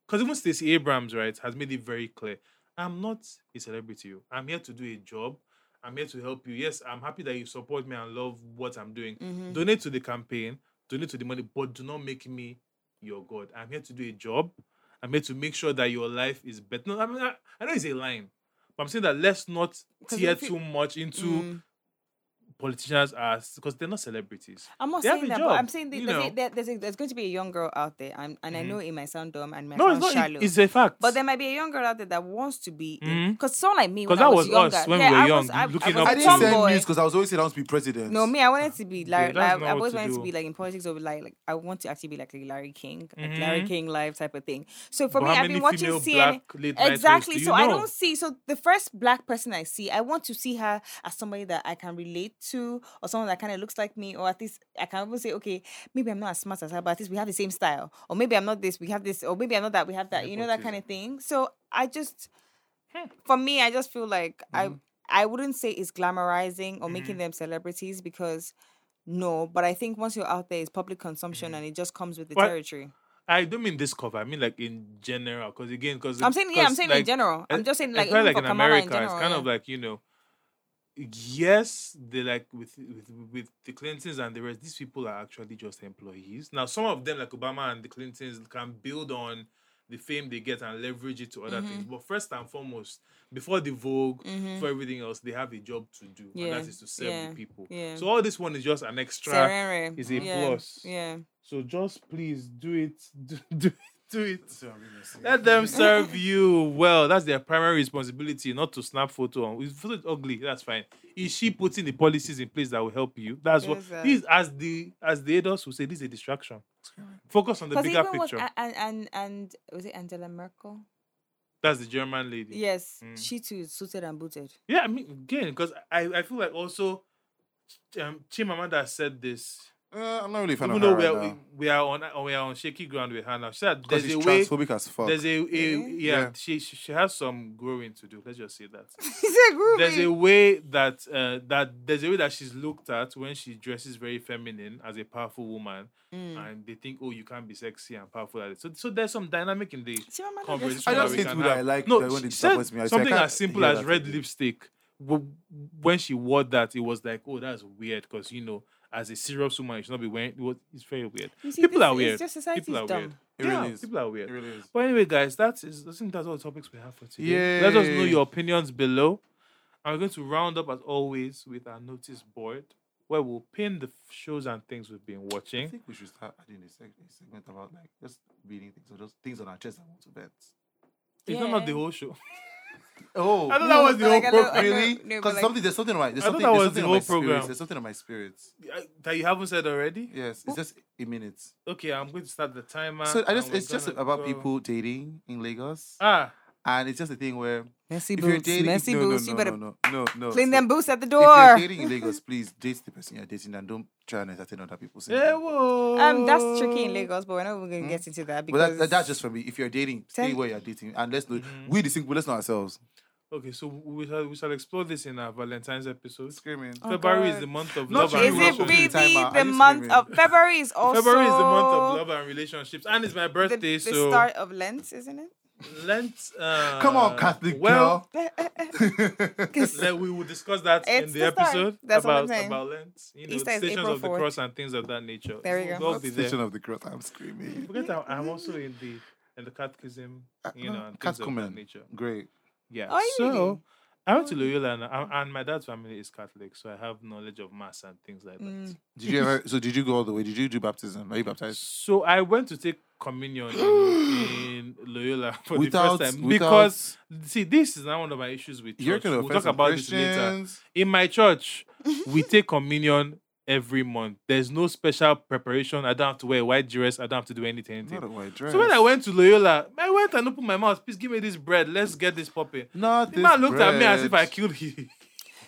[SPEAKER 1] Because even Stacey Abrams, right, has made it very clear: I'm not a celebrity. oh. I'm here to do a job. I'm here to help you. Yes, I'm happy that you support me and love what I'm doing.
[SPEAKER 5] Mm-hmm.
[SPEAKER 1] Donate to the campaign, donate to the money, but do not make me your God. I'm here to do a job. I'm here to make sure that your life is better. No, I mean, I, I know it's a line, but I'm saying that let's not
[SPEAKER 5] if Mm.
[SPEAKER 1] tear
[SPEAKER 5] you-
[SPEAKER 1] too much into politicians are because they're not celebrities.
[SPEAKER 5] I'm not
[SPEAKER 1] They have
[SPEAKER 5] saying
[SPEAKER 1] a
[SPEAKER 5] that, but I'm
[SPEAKER 1] job,
[SPEAKER 5] saying that
[SPEAKER 1] you
[SPEAKER 5] there's, a,
[SPEAKER 1] know. Mm-hmm.
[SPEAKER 5] there- there's, a, there's going to be a young girl out there, and, and I know it might sound dumb and might
[SPEAKER 1] No, it's
[SPEAKER 5] sound
[SPEAKER 1] not.
[SPEAKER 5] shallow.
[SPEAKER 1] It's a fact.
[SPEAKER 5] but there might be a young girl out there that wants to be
[SPEAKER 1] Mhm.
[SPEAKER 5] because someone like me when
[SPEAKER 1] 'Cause
[SPEAKER 5] I
[SPEAKER 1] that
[SPEAKER 5] was,
[SPEAKER 1] was us
[SPEAKER 5] younger.
[SPEAKER 1] when we
[SPEAKER 5] yeah,
[SPEAKER 1] were
[SPEAKER 5] I
[SPEAKER 1] young,
[SPEAKER 5] was, I,
[SPEAKER 1] looking
[SPEAKER 5] I was
[SPEAKER 1] up
[SPEAKER 7] I
[SPEAKER 5] a
[SPEAKER 1] to-
[SPEAKER 7] didn't send
[SPEAKER 5] tomboy.
[SPEAKER 7] news because I was always saying I want to be president.
[SPEAKER 5] No, me, I wanted to be Larry.
[SPEAKER 1] that's
[SPEAKER 5] like,
[SPEAKER 1] not
[SPEAKER 5] I
[SPEAKER 1] what
[SPEAKER 5] always
[SPEAKER 1] to
[SPEAKER 5] wanted to
[SPEAKER 1] do.
[SPEAKER 5] be like in politics or be like, like I want to actually be like a Larry King, like Larry King live type of thing. So for
[SPEAKER 1] Mm-hmm. But
[SPEAKER 5] me,
[SPEAKER 1] how
[SPEAKER 5] I've been
[SPEAKER 1] many
[SPEAKER 5] watching
[SPEAKER 1] female
[SPEAKER 5] CNN.
[SPEAKER 1] black late night hosts
[SPEAKER 5] Exactly.
[SPEAKER 1] do you
[SPEAKER 5] So I
[SPEAKER 1] know?
[SPEAKER 5] don't see. So the first black person I see, I want to see her as somebody that I can relate to, or someone that kind of looks like me, or at least I can even say, okay, maybe I'm not as smart as her, but at least we have the same style, or maybe I'm not this, we have this, or maybe I'm not that, we have that. You know that kind of thing. So I just, for me, I just feel like I, I wouldn't say it's glamorizing or making them celebrities because. No, but I think once you're out there, it's public consumption, and it just comes with the
[SPEAKER 1] But-
[SPEAKER 5] territory.
[SPEAKER 1] I don't mean this cover. I mean like in general, because again, because
[SPEAKER 5] I'm saying, yeah, I'm saying in
[SPEAKER 1] like,
[SPEAKER 5] general. I'm
[SPEAKER 1] es-
[SPEAKER 5] just saying, like, even
[SPEAKER 1] especially,
[SPEAKER 5] for
[SPEAKER 1] in
[SPEAKER 5] Kamala in
[SPEAKER 1] America,
[SPEAKER 5] general,
[SPEAKER 1] it's kind
[SPEAKER 5] yeah.
[SPEAKER 1] of like you know, yes, they like with, with with the Clintons and the rest. These people are actually just employees. Now, some of them, like Obama and the Clintons, can build on the fame they get and leverage it to other things.
[SPEAKER 5] Mm-hmm.
[SPEAKER 1] But first and foremost, before the Vogue, for everything else, they have a job to do, and
[SPEAKER 5] Yeah,
[SPEAKER 1] that is to serve
[SPEAKER 5] yeah,
[SPEAKER 1] the people.
[SPEAKER 5] yeah.
[SPEAKER 1] So all this one is just an extra.
[SPEAKER 5] Serere.
[SPEAKER 1] is a
[SPEAKER 5] yeah.
[SPEAKER 1] plus.
[SPEAKER 5] Yeah.
[SPEAKER 1] So just please do it, do, do, do it.
[SPEAKER 7] So I'm gonna say-
[SPEAKER 1] Let them serve you well. That's their primary responsibility, not to snap photo on. If photo is ugly, that's fine. Is she putting the policies in place that will help you? That's what
[SPEAKER 5] Yes, sir.
[SPEAKER 1] these as the as the adults will say, this is a distraction. Focus on the
[SPEAKER 5] Because
[SPEAKER 1] bigger
[SPEAKER 5] even was
[SPEAKER 1] picture.
[SPEAKER 5] and, and and
[SPEAKER 4] oh,
[SPEAKER 5] was it Angela Merkel?
[SPEAKER 1] that's the German lady.
[SPEAKER 5] Yes,
[SPEAKER 1] Mm.
[SPEAKER 5] she too is suited and booted.
[SPEAKER 1] Yeah, I mean again, because I, I feel like also um Chimamanda said this.
[SPEAKER 2] Uh, I'm not really a fan
[SPEAKER 1] Even
[SPEAKER 2] of
[SPEAKER 1] though
[SPEAKER 2] her
[SPEAKER 1] we
[SPEAKER 2] right
[SPEAKER 1] are
[SPEAKER 2] now.
[SPEAKER 1] we are on we are on shaky ground with her now. She said
[SPEAKER 2] Because
[SPEAKER 1] there's
[SPEAKER 2] she's
[SPEAKER 1] a way
[SPEAKER 2] transphobic as fuck.
[SPEAKER 1] There's a, a-
[SPEAKER 5] Really?
[SPEAKER 1] yeah,
[SPEAKER 2] Yeah.
[SPEAKER 1] She, she she has some growing to do. Let's just say that.
[SPEAKER 5] She said
[SPEAKER 1] There's a
[SPEAKER 5] groovy.
[SPEAKER 1] way that uh, that there's a way that she's looked at when she dresses very feminine as a powerful woman,
[SPEAKER 5] Mm.
[SPEAKER 1] and they think, oh, you can't be sexy and powerful at it. So so there's some dynamic in the
[SPEAKER 5] Chimamanda
[SPEAKER 1] conversation.
[SPEAKER 5] just-
[SPEAKER 2] I
[SPEAKER 1] that
[SPEAKER 2] just
[SPEAKER 1] we
[SPEAKER 2] hate
[SPEAKER 1] can
[SPEAKER 2] people that I
[SPEAKER 1] have.
[SPEAKER 2] like
[SPEAKER 1] No,
[SPEAKER 2] that when
[SPEAKER 1] she
[SPEAKER 2] they
[SPEAKER 1] said
[SPEAKER 2] disappoint me, I say, I
[SPEAKER 1] something
[SPEAKER 2] can't
[SPEAKER 1] as simple
[SPEAKER 2] hear
[SPEAKER 1] as
[SPEAKER 2] that
[SPEAKER 1] red
[SPEAKER 2] again.
[SPEAKER 1] lipstick. W- When she wore that, it was like, oh, that's weird, because you know, as a serious woman, you should not be wearing. It was, it's very weird.
[SPEAKER 5] You see,
[SPEAKER 1] people
[SPEAKER 5] this
[SPEAKER 1] are
[SPEAKER 5] is
[SPEAKER 1] weird.
[SPEAKER 5] just society's
[SPEAKER 1] people are
[SPEAKER 5] dumb.
[SPEAKER 1] weird.
[SPEAKER 2] It
[SPEAKER 1] yeah,
[SPEAKER 2] really is.
[SPEAKER 1] people are weird.
[SPEAKER 2] It really is.
[SPEAKER 1] But anyway, guys, that is I think that's all the topics we have for today. Let us know
[SPEAKER 2] Yay.
[SPEAKER 1] your opinions below. And we're going to round up as always with our notice board where we'll pin the f- shows and things we've been
[SPEAKER 2] I
[SPEAKER 1] watching.
[SPEAKER 2] think we should start adding a seg- a segment about like just reading things or just things on our chest I want to bet.
[SPEAKER 1] It's not,
[SPEAKER 5] Yeah.
[SPEAKER 1] not the whole show.
[SPEAKER 2] Oh,
[SPEAKER 1] I thought that was the whole
[SPEAKER 5] like a little-
[SPEAKER 1] program.
[SPEAKER 5] like-
[SPEAKER 2] really?
[SPEAKER 5] No, but
[SPEAKER 2] Because
[SPEAKER 5] like-
[SPEAKER 2] something there's something right. There's
[SPEAKER 1] I thought that
[SPEAKER 2] something, there's
[SPEAKER 1] was
[SPEAKER 2] something
[SPEAKER 1] the
[SPEAKER 2] on my
[SPEAKER 1] whole program.
[SPEAKER 2] spirits. There's something on my spirits.
[SPEAKER 1] That you haven't said already?
[SPEAKER 2] Yes, it's just a minute.
[SPEAKER 1] Okay, I'm going to start the timer.
[SPEAKER 2] So I
[SPEAKER 1] and
[SPEAKER 2] just
[SPEAKER 1] we're
[SPEAKER 2] it's just
[SPEAKER 1] gonna
[SPEAKER 2] about
[SPEAKER 1] go-
[SPEAKER 2] people dating in Lagos,
[SPEAKER 1] Ah,
[SPEAKER 2] and it's just a thing where
[SPEAKER 5] Messy
[SPEAKER 2] if you're
[SPEAKER 5] boots.
[SPEAKER 2] dating,
[SPEAKER 5] Messy
[SPEAKER 2] no, no,
[SPEAKER 5] boots.
[SPEAKER 2] no,
[SPEAKER 5] You better
[SPEAKER 2] no, no, no,
[SPEAKER 5] clean
[SPEAKER 2] no.
[SPEAKER 5] them boots at the
[SPEAKER 2] If you're
[SPEAKER 5] door.
[SPEAKER 2] dating in Lagos, please date the person you're dating and don't try and entertain other people.
[SPEAKER 1] yeah, whoa.
[SPEAKER 5] Um, that's tricky in Lagos, but we're not even gonna
[SPEAKER 1] Hmm?
[SPEAKER 5] get into
[SPEAKER 2] But
[SPEAKER 5] that because
[SPEAKER 2] that, that, that's just for me. If you're dating, stay
[SPEAKER 5] Tell-
[SPEAKER 2] where you're dating, and let's know we the single. Let's know ourselves.
[SPEAKER 1] Okay, so we shall, we shall explore this in our Valentine's episode.
[SPEAKER 2] Screaming.
[SPEAKER 1] February is
[SPEAKER 5] Oh, God.
[SPEAKER 1] the month of
[SPEAKER 2] Not
[SPEAKER 1] love
[SPEAKER 2] you,
[SPEAKER 1] and
[SPEAKER 5] is
[SPEAKER 2] February
[SPEAKER 5] it
[SPEAKER 2] is
[SPEAKER 1] relationships.
[SPEAKER 5] really
[SPEAKER 2] the time out.
[SPEAKER 5] the
[SPEAKER 2] Are you
[SPEAKER 5] month
[SPEAKER 2] screaming?
[SPEAKER 5] of uh, February is also
[SPEAKER 1] February is the month of love and relationships, and it's my
[SPEAKER 5] the,
[SPEAKER 1] birthday,
[SPEAKER 5] the
[SPEAKER 1] so
[SPEAKER 5] start of Lent, isn't it?
[SPEAKER 1] Lent. Uh,
[SPEAKER 2] Come on, Catholic
[SPEAKER 1] well,
[SPEAKER 2] girl.
[SPEAKER 1] Let, we will discuss that
[SPEAKER 5] It's
[SPEAKER 1] in the,
[SPEAKER 5] the start.
[SPEAKER 1] episode
[SPEAKER 5] That's what I'm
[SPEAKER 1] about
[SPEAKER 5] saying.
[SPEAKER 1] about Lent. You know,
[SPEAKER 5] Easter is
[SPEAKER 1] stations
[SPEAKER 5] April
[SPEAKER 1] of the
[SPEAKER 5] 4th.
[SPEAKER 1] cross and things of that nature.
[SPEAKER 5] There we go.
[SPEAKER 1] We'll all be there.
[SPEAKER 2] Station of the cross. I'm screaming.
[SPEAKER 1] Forget I- I'm also in the in the catechism. You know, and things of that
[SPEAKER 2] Catcumen.
[SPEAKER 1] nature.
[SPEAKER 2] Great.
[SPEAKER 1] Yeah.
[SPEAKER 5] Are Uh, Oh, you
[SPEAKER 1] so
[SPEAKER 5] really?
[SPEAKER 1] I went to Loyola, and, and- and my dad's family is Catholic, so I have knowledge of mass and things like that.
[SPEAKER 5] Mm.
[SPEAKER 2] Did you ever? So did you go all the way? Did you do baptism? Are you baptized?
[SPEAKER 1] So I went to take communion in, in Loyola for
[SPEAKER 2] Without-
[SPEAKER 1] the first time
[SPEAKER 2] without-
[SPEAKER 1] because see, this is now one of my issues with
[SPEAKER 2] You're
[SPEAKER 1] church.
[SPEAKER 2] gonna
[SPEAKER 1] We'll
[SPEAKER 2] offend
[SPEAKER 1] talk
[SPEAKER 2] some
[SPEAKER 1] about this later.
[SPEAKER 2] Christians.
[SPEAKER 1] In my church, we take communion every month. There's no special preparation. I don't have to wear a white dress. I don't have to do anything.
[SPEAKER 2] Not a
[SPEAKER 1] anything.
[SPEAKER 2] white dress.
[SPEAKER 1] So when I went to Loyola, I went and opened my mouth. Please give me this bread. Let's get this popping.
[SPEAKER 2] Not
[SPEAKER 1] The
[SPEAKER 2] this
[SPEAKER 1] man looked at me as if I
[SPEAKER 2] bread.
[SPEAKER 1] killed he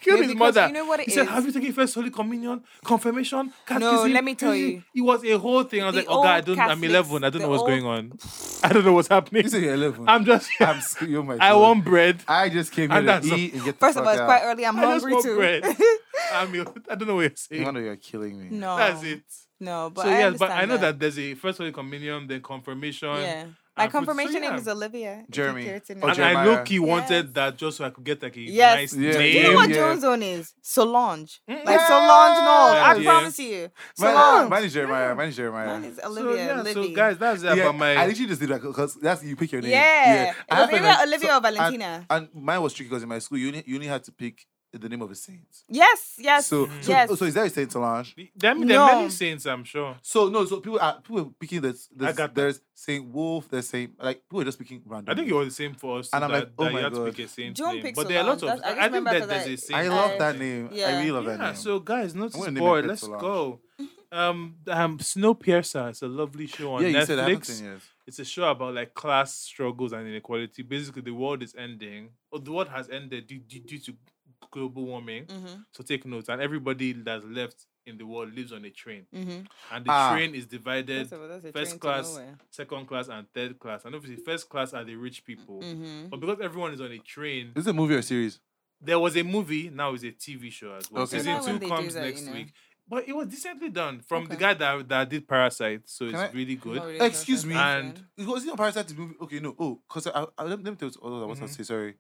[SPEAKER 1] Killed
[SPEAKER 5] Yeah,
[SPEAKER 1] his
[SPEAKER 5] because
[SPEAKER 1] mother.
[SPEAKER 5] you know what it
[SPEAKER 1] he said,
[SPEAKER 5] is?
[SPEAKER 1] "Have you taken first Holy Communion, confirmation, catechism?"
[SPEAKER 5] let me tell you.
[SPEAKER 1] it was a whole thing. I was
[SPEAKER 5] The
[SPEAKER 1] like, "Oh God, I
[SPEAKER 5] old
[SPEAKER 1] don't. I'm
[SPEAKER 5] Catholics,
[SPEAKER 1] 11. I don't
[SPEAKER 5] the
[SPEAKER 1] know what's
[SPEAKER 5] old-
[SPEAKER 1] going on. I don't know what's happening.
[SPEAKER 2] You say you're 11.
[SPEAKER 1] I'm just.
[SPEAKER 2] I'm sc- oh my
[SPEAKER 1] I
[SPEAKER 2] God.
[SPEAKER 1] want bread. I,
[SPEAKER 2] I just came
[SPEAKER 1] And
[SPEAKER 2] here to
[SPEAKER 1] that's all.
[SPEAKER 2] eat and get the
[SPEAKER 5] First of all,
[SPEAKER 2] fuck
[SPEAKER 5] it's
[SPEAKER 2] out.
[SPEAKER 5] quite early. I'm
[SPEAKER 1] just
[SPEAKER 5] hungry
[SPEAKER 1] want
[SPEAKER 5] too.
[SPEAKER 1] bread. I'm. I don't know what you're saying.
[SPEAKER 2] No, no, you're killing me.
[SPEAKER 5] no,
[SPEAKER 1] That's it.
[SPEAKER 5] No, but
[SPEAKER 1] so
[SPEAKER 5] I
[SPEAKER 1] yes, but I
[SPEAKER 5] understand
[SPEAKER 1] know that. there's a first Holy Communion, then confirmation.
[SPEAKER 5] Yeah.
[SPEAKER 1] and
[SPEAKER 5] My
[SPEAKER 1] food. So,
[SPEAKER 5] confirmation name
[SPEAKER 1] yeah.
[SPEAKER 5] is Olivia. if you
[SPEAKER 2] Jeremy.
[SPEAKER 5] care to
[SPEAKER 2] Oh,
[SPEAKER 5] know.
[SPEAKER 1] And I
[SPEAKER 2] Jeremiah.
[SPEAKER 1] low key
[SPEAKER 2] Yes.
[SPEAKER 1] wanted that just so I could get like a
[SPEAKER 5] Yes.
[SPEAKER 1] nice
[SPEAKER 2] Yeah.
[SPEAKER 1] name.
[SPEAKER 5] Do you know what
[SPEAKER 2] Yeah.
[SPEAKER 5] Jones Zone is? Solange.
[SPEAKER 1] Mm,
[SPEAKER 5] Like
[SPEAKER 2] Yeah.
[SPEAKER 5] Solange, no, I
[SPEAKER 1] Yeah.
[SPEAKER 5] promise you.
[SPEAKER 2] Mine,
[SPEAKER 5] Solange.
[SPEAKER 2] mine is Jeremiah. Mine is Jeremiah.
[SPEAKER 5] Mine is
[SPEAKER 1] So,
[SPEAKER 5] Olivia.
[SPEAKER 1] yeah,
[SPEAKER 5] Olivia.
[SPEAKER 1] so guys, that's it
[SPEAKER 2] yeah,
[SPEAKER 1] about my.
[SPEAKER 2] I literally just did that because that's you pick your name.
[SPEAKER 5] Yeah. It
[SPEAKER 2] I
[SPEAKER 5] was
[SPEAKER 2] had
[SPEAKER 5] either
[SPEAKER 2] friends-
[SPEAKER 5] Olivia or Valentina.
[SPEAKER 2] And, and mine was tricky because in my school, you only, you only had to pick the name of a saint.
[SPEAKER 4] Yes, yes,
[SPEAKER 2] So,
[SPEAKER 1] Mm-hmm.
[SPEAKER 2] so,
[SPEAKER 4] yes.
[SPEAKER 2] so is there a saint Solange?
[SPEAKER 1] There, there are
[SPEAKER 4] No.
[SPEAKER 1] many saints, I'm sure.
[SPEAKER 2] So no, so people are people are picking this. this
[SPEAKER 1] Agatha.
[SPEAKER 2] there's Saint Wolf. There's Saint like people are just picking random.
[SPEAKER 1] I think it was the same for us.
[SPEAKER 2] And
[SPEAKER 1] too,
[SPEAKER 2] I'm
[SPEAKER 1] that,
[SPEAKER 2] like, oh
[SPEAKER 1] that you
[SPEAKER 2] my
[SPEAKER 1] had to
[SPEAKER 2] God.
[SPEAKER 1] pick a saint
[SPEAKER 4] Don't
[SPEAKER 1] name.
[SPEAKER 4] pick
[SPEAKER 1] but there are lots of.
[SPEAKER 4] Solange. That's-
[SPEAKER 1] I,
[SPEAKER 4] I just
[SPEAKER 1] think
[SPEAKER 4] remember
[SPEAKER 1] that
[SPEAKER 4] because
[SPEAKER 1] there's a
[SPEAKER 4] I-
[SPEAKER 1] saint.
[SPEAKER 2] I love
[SPEAKER 4] I-
[SPEAKER 2] that name. I
[SPEAKER 4] yeah.
[SPEAKER 2] really love that
[SPEAKER 1] yeah,
[SPEAKER 2] name.
[SPEAKER 1] so guys, notice
[SPEAKER 2] gonna name it
[SPEAKER 1] board.
[SPEAKER 2] Pet
[SPEAKER 1] Let's
[SPEAKER 2] Solange.
[SPEAKER 1] go. Um, um, Snowpiercer is a lovely show on
[SPEAKER 2] yeah, you
[SPEAKER 1] Netflix.
[SPEAKER 2] said I haven't seen it.
[SPEAKER 1] it's a show about like class struggles and inequality. Basically, the world is ending, or the world has ended due, due, due to global warming.
[SPEAKER 5] Mm-hmm,
[SPEAKER 4] Mhm,
[SPEAKER 1] So take notes, and everybody that's left in the world lives on a train,
[SPEAKER 5] mm-hmm.
[SPEAKER 4] mhm.
[SPEAKER 1] and the
[SPEAKER 2] Ah.
[SPEAKER 1] train is divided
[SPEAKER 4] That's a- that's a
[SPEAKER 1] first
[SPEAKER 4] train to
[SPEAKER 1] class,
[SPEAKER 4] nowhere.
[SPEAKER 1] second class, and third class. And obviously, first class are the rich people,
[SPEAKER 5] Mm-hmm.
[SPEAKER 4] Mhm.
[SPEAKER 1] but because everyone is on a train,
[SPEAKER 2] Is it a movie or a series?
[SPEAKER 1] there was a movie. Now it's a TV show as well.
[SPEAKER 2] Okay.
[SPEAKER 1] Season
[SPEAKER 2] Sometimes
[SPEAKER 1] two
[SPEAKER 4] when they do
[SPEAKER 1] comes
[SPEAKER 4] that, you
[SPEAKER 1] next
[SPEAKER 4] know.
[SPEAKER 1] week. But it was decently done from the
[SPEAKER 4] Okay.
[SPEAKER 1] guy that, that did Parasite, so
[SPEAKER 2] Can
[SPEAKER 1] it's
[SPEAKER 2] I-
[SPEAKER 1] really good.
[SPEAKER 4] Not really
[SPEAKER 2] Excuse
[SPEAKER 4] interested,
[SPEAKER 2] me.
[SPEAKER 4] that's
[SPEAKER 1] And-
[SPEAKER 2] It was it on Parasite the movie? Okay, no. Oh, cause I, I let me let me tell you all I was
[SPEAKER 1] Mhm.
[SPEAKER 2] to say. Sorry,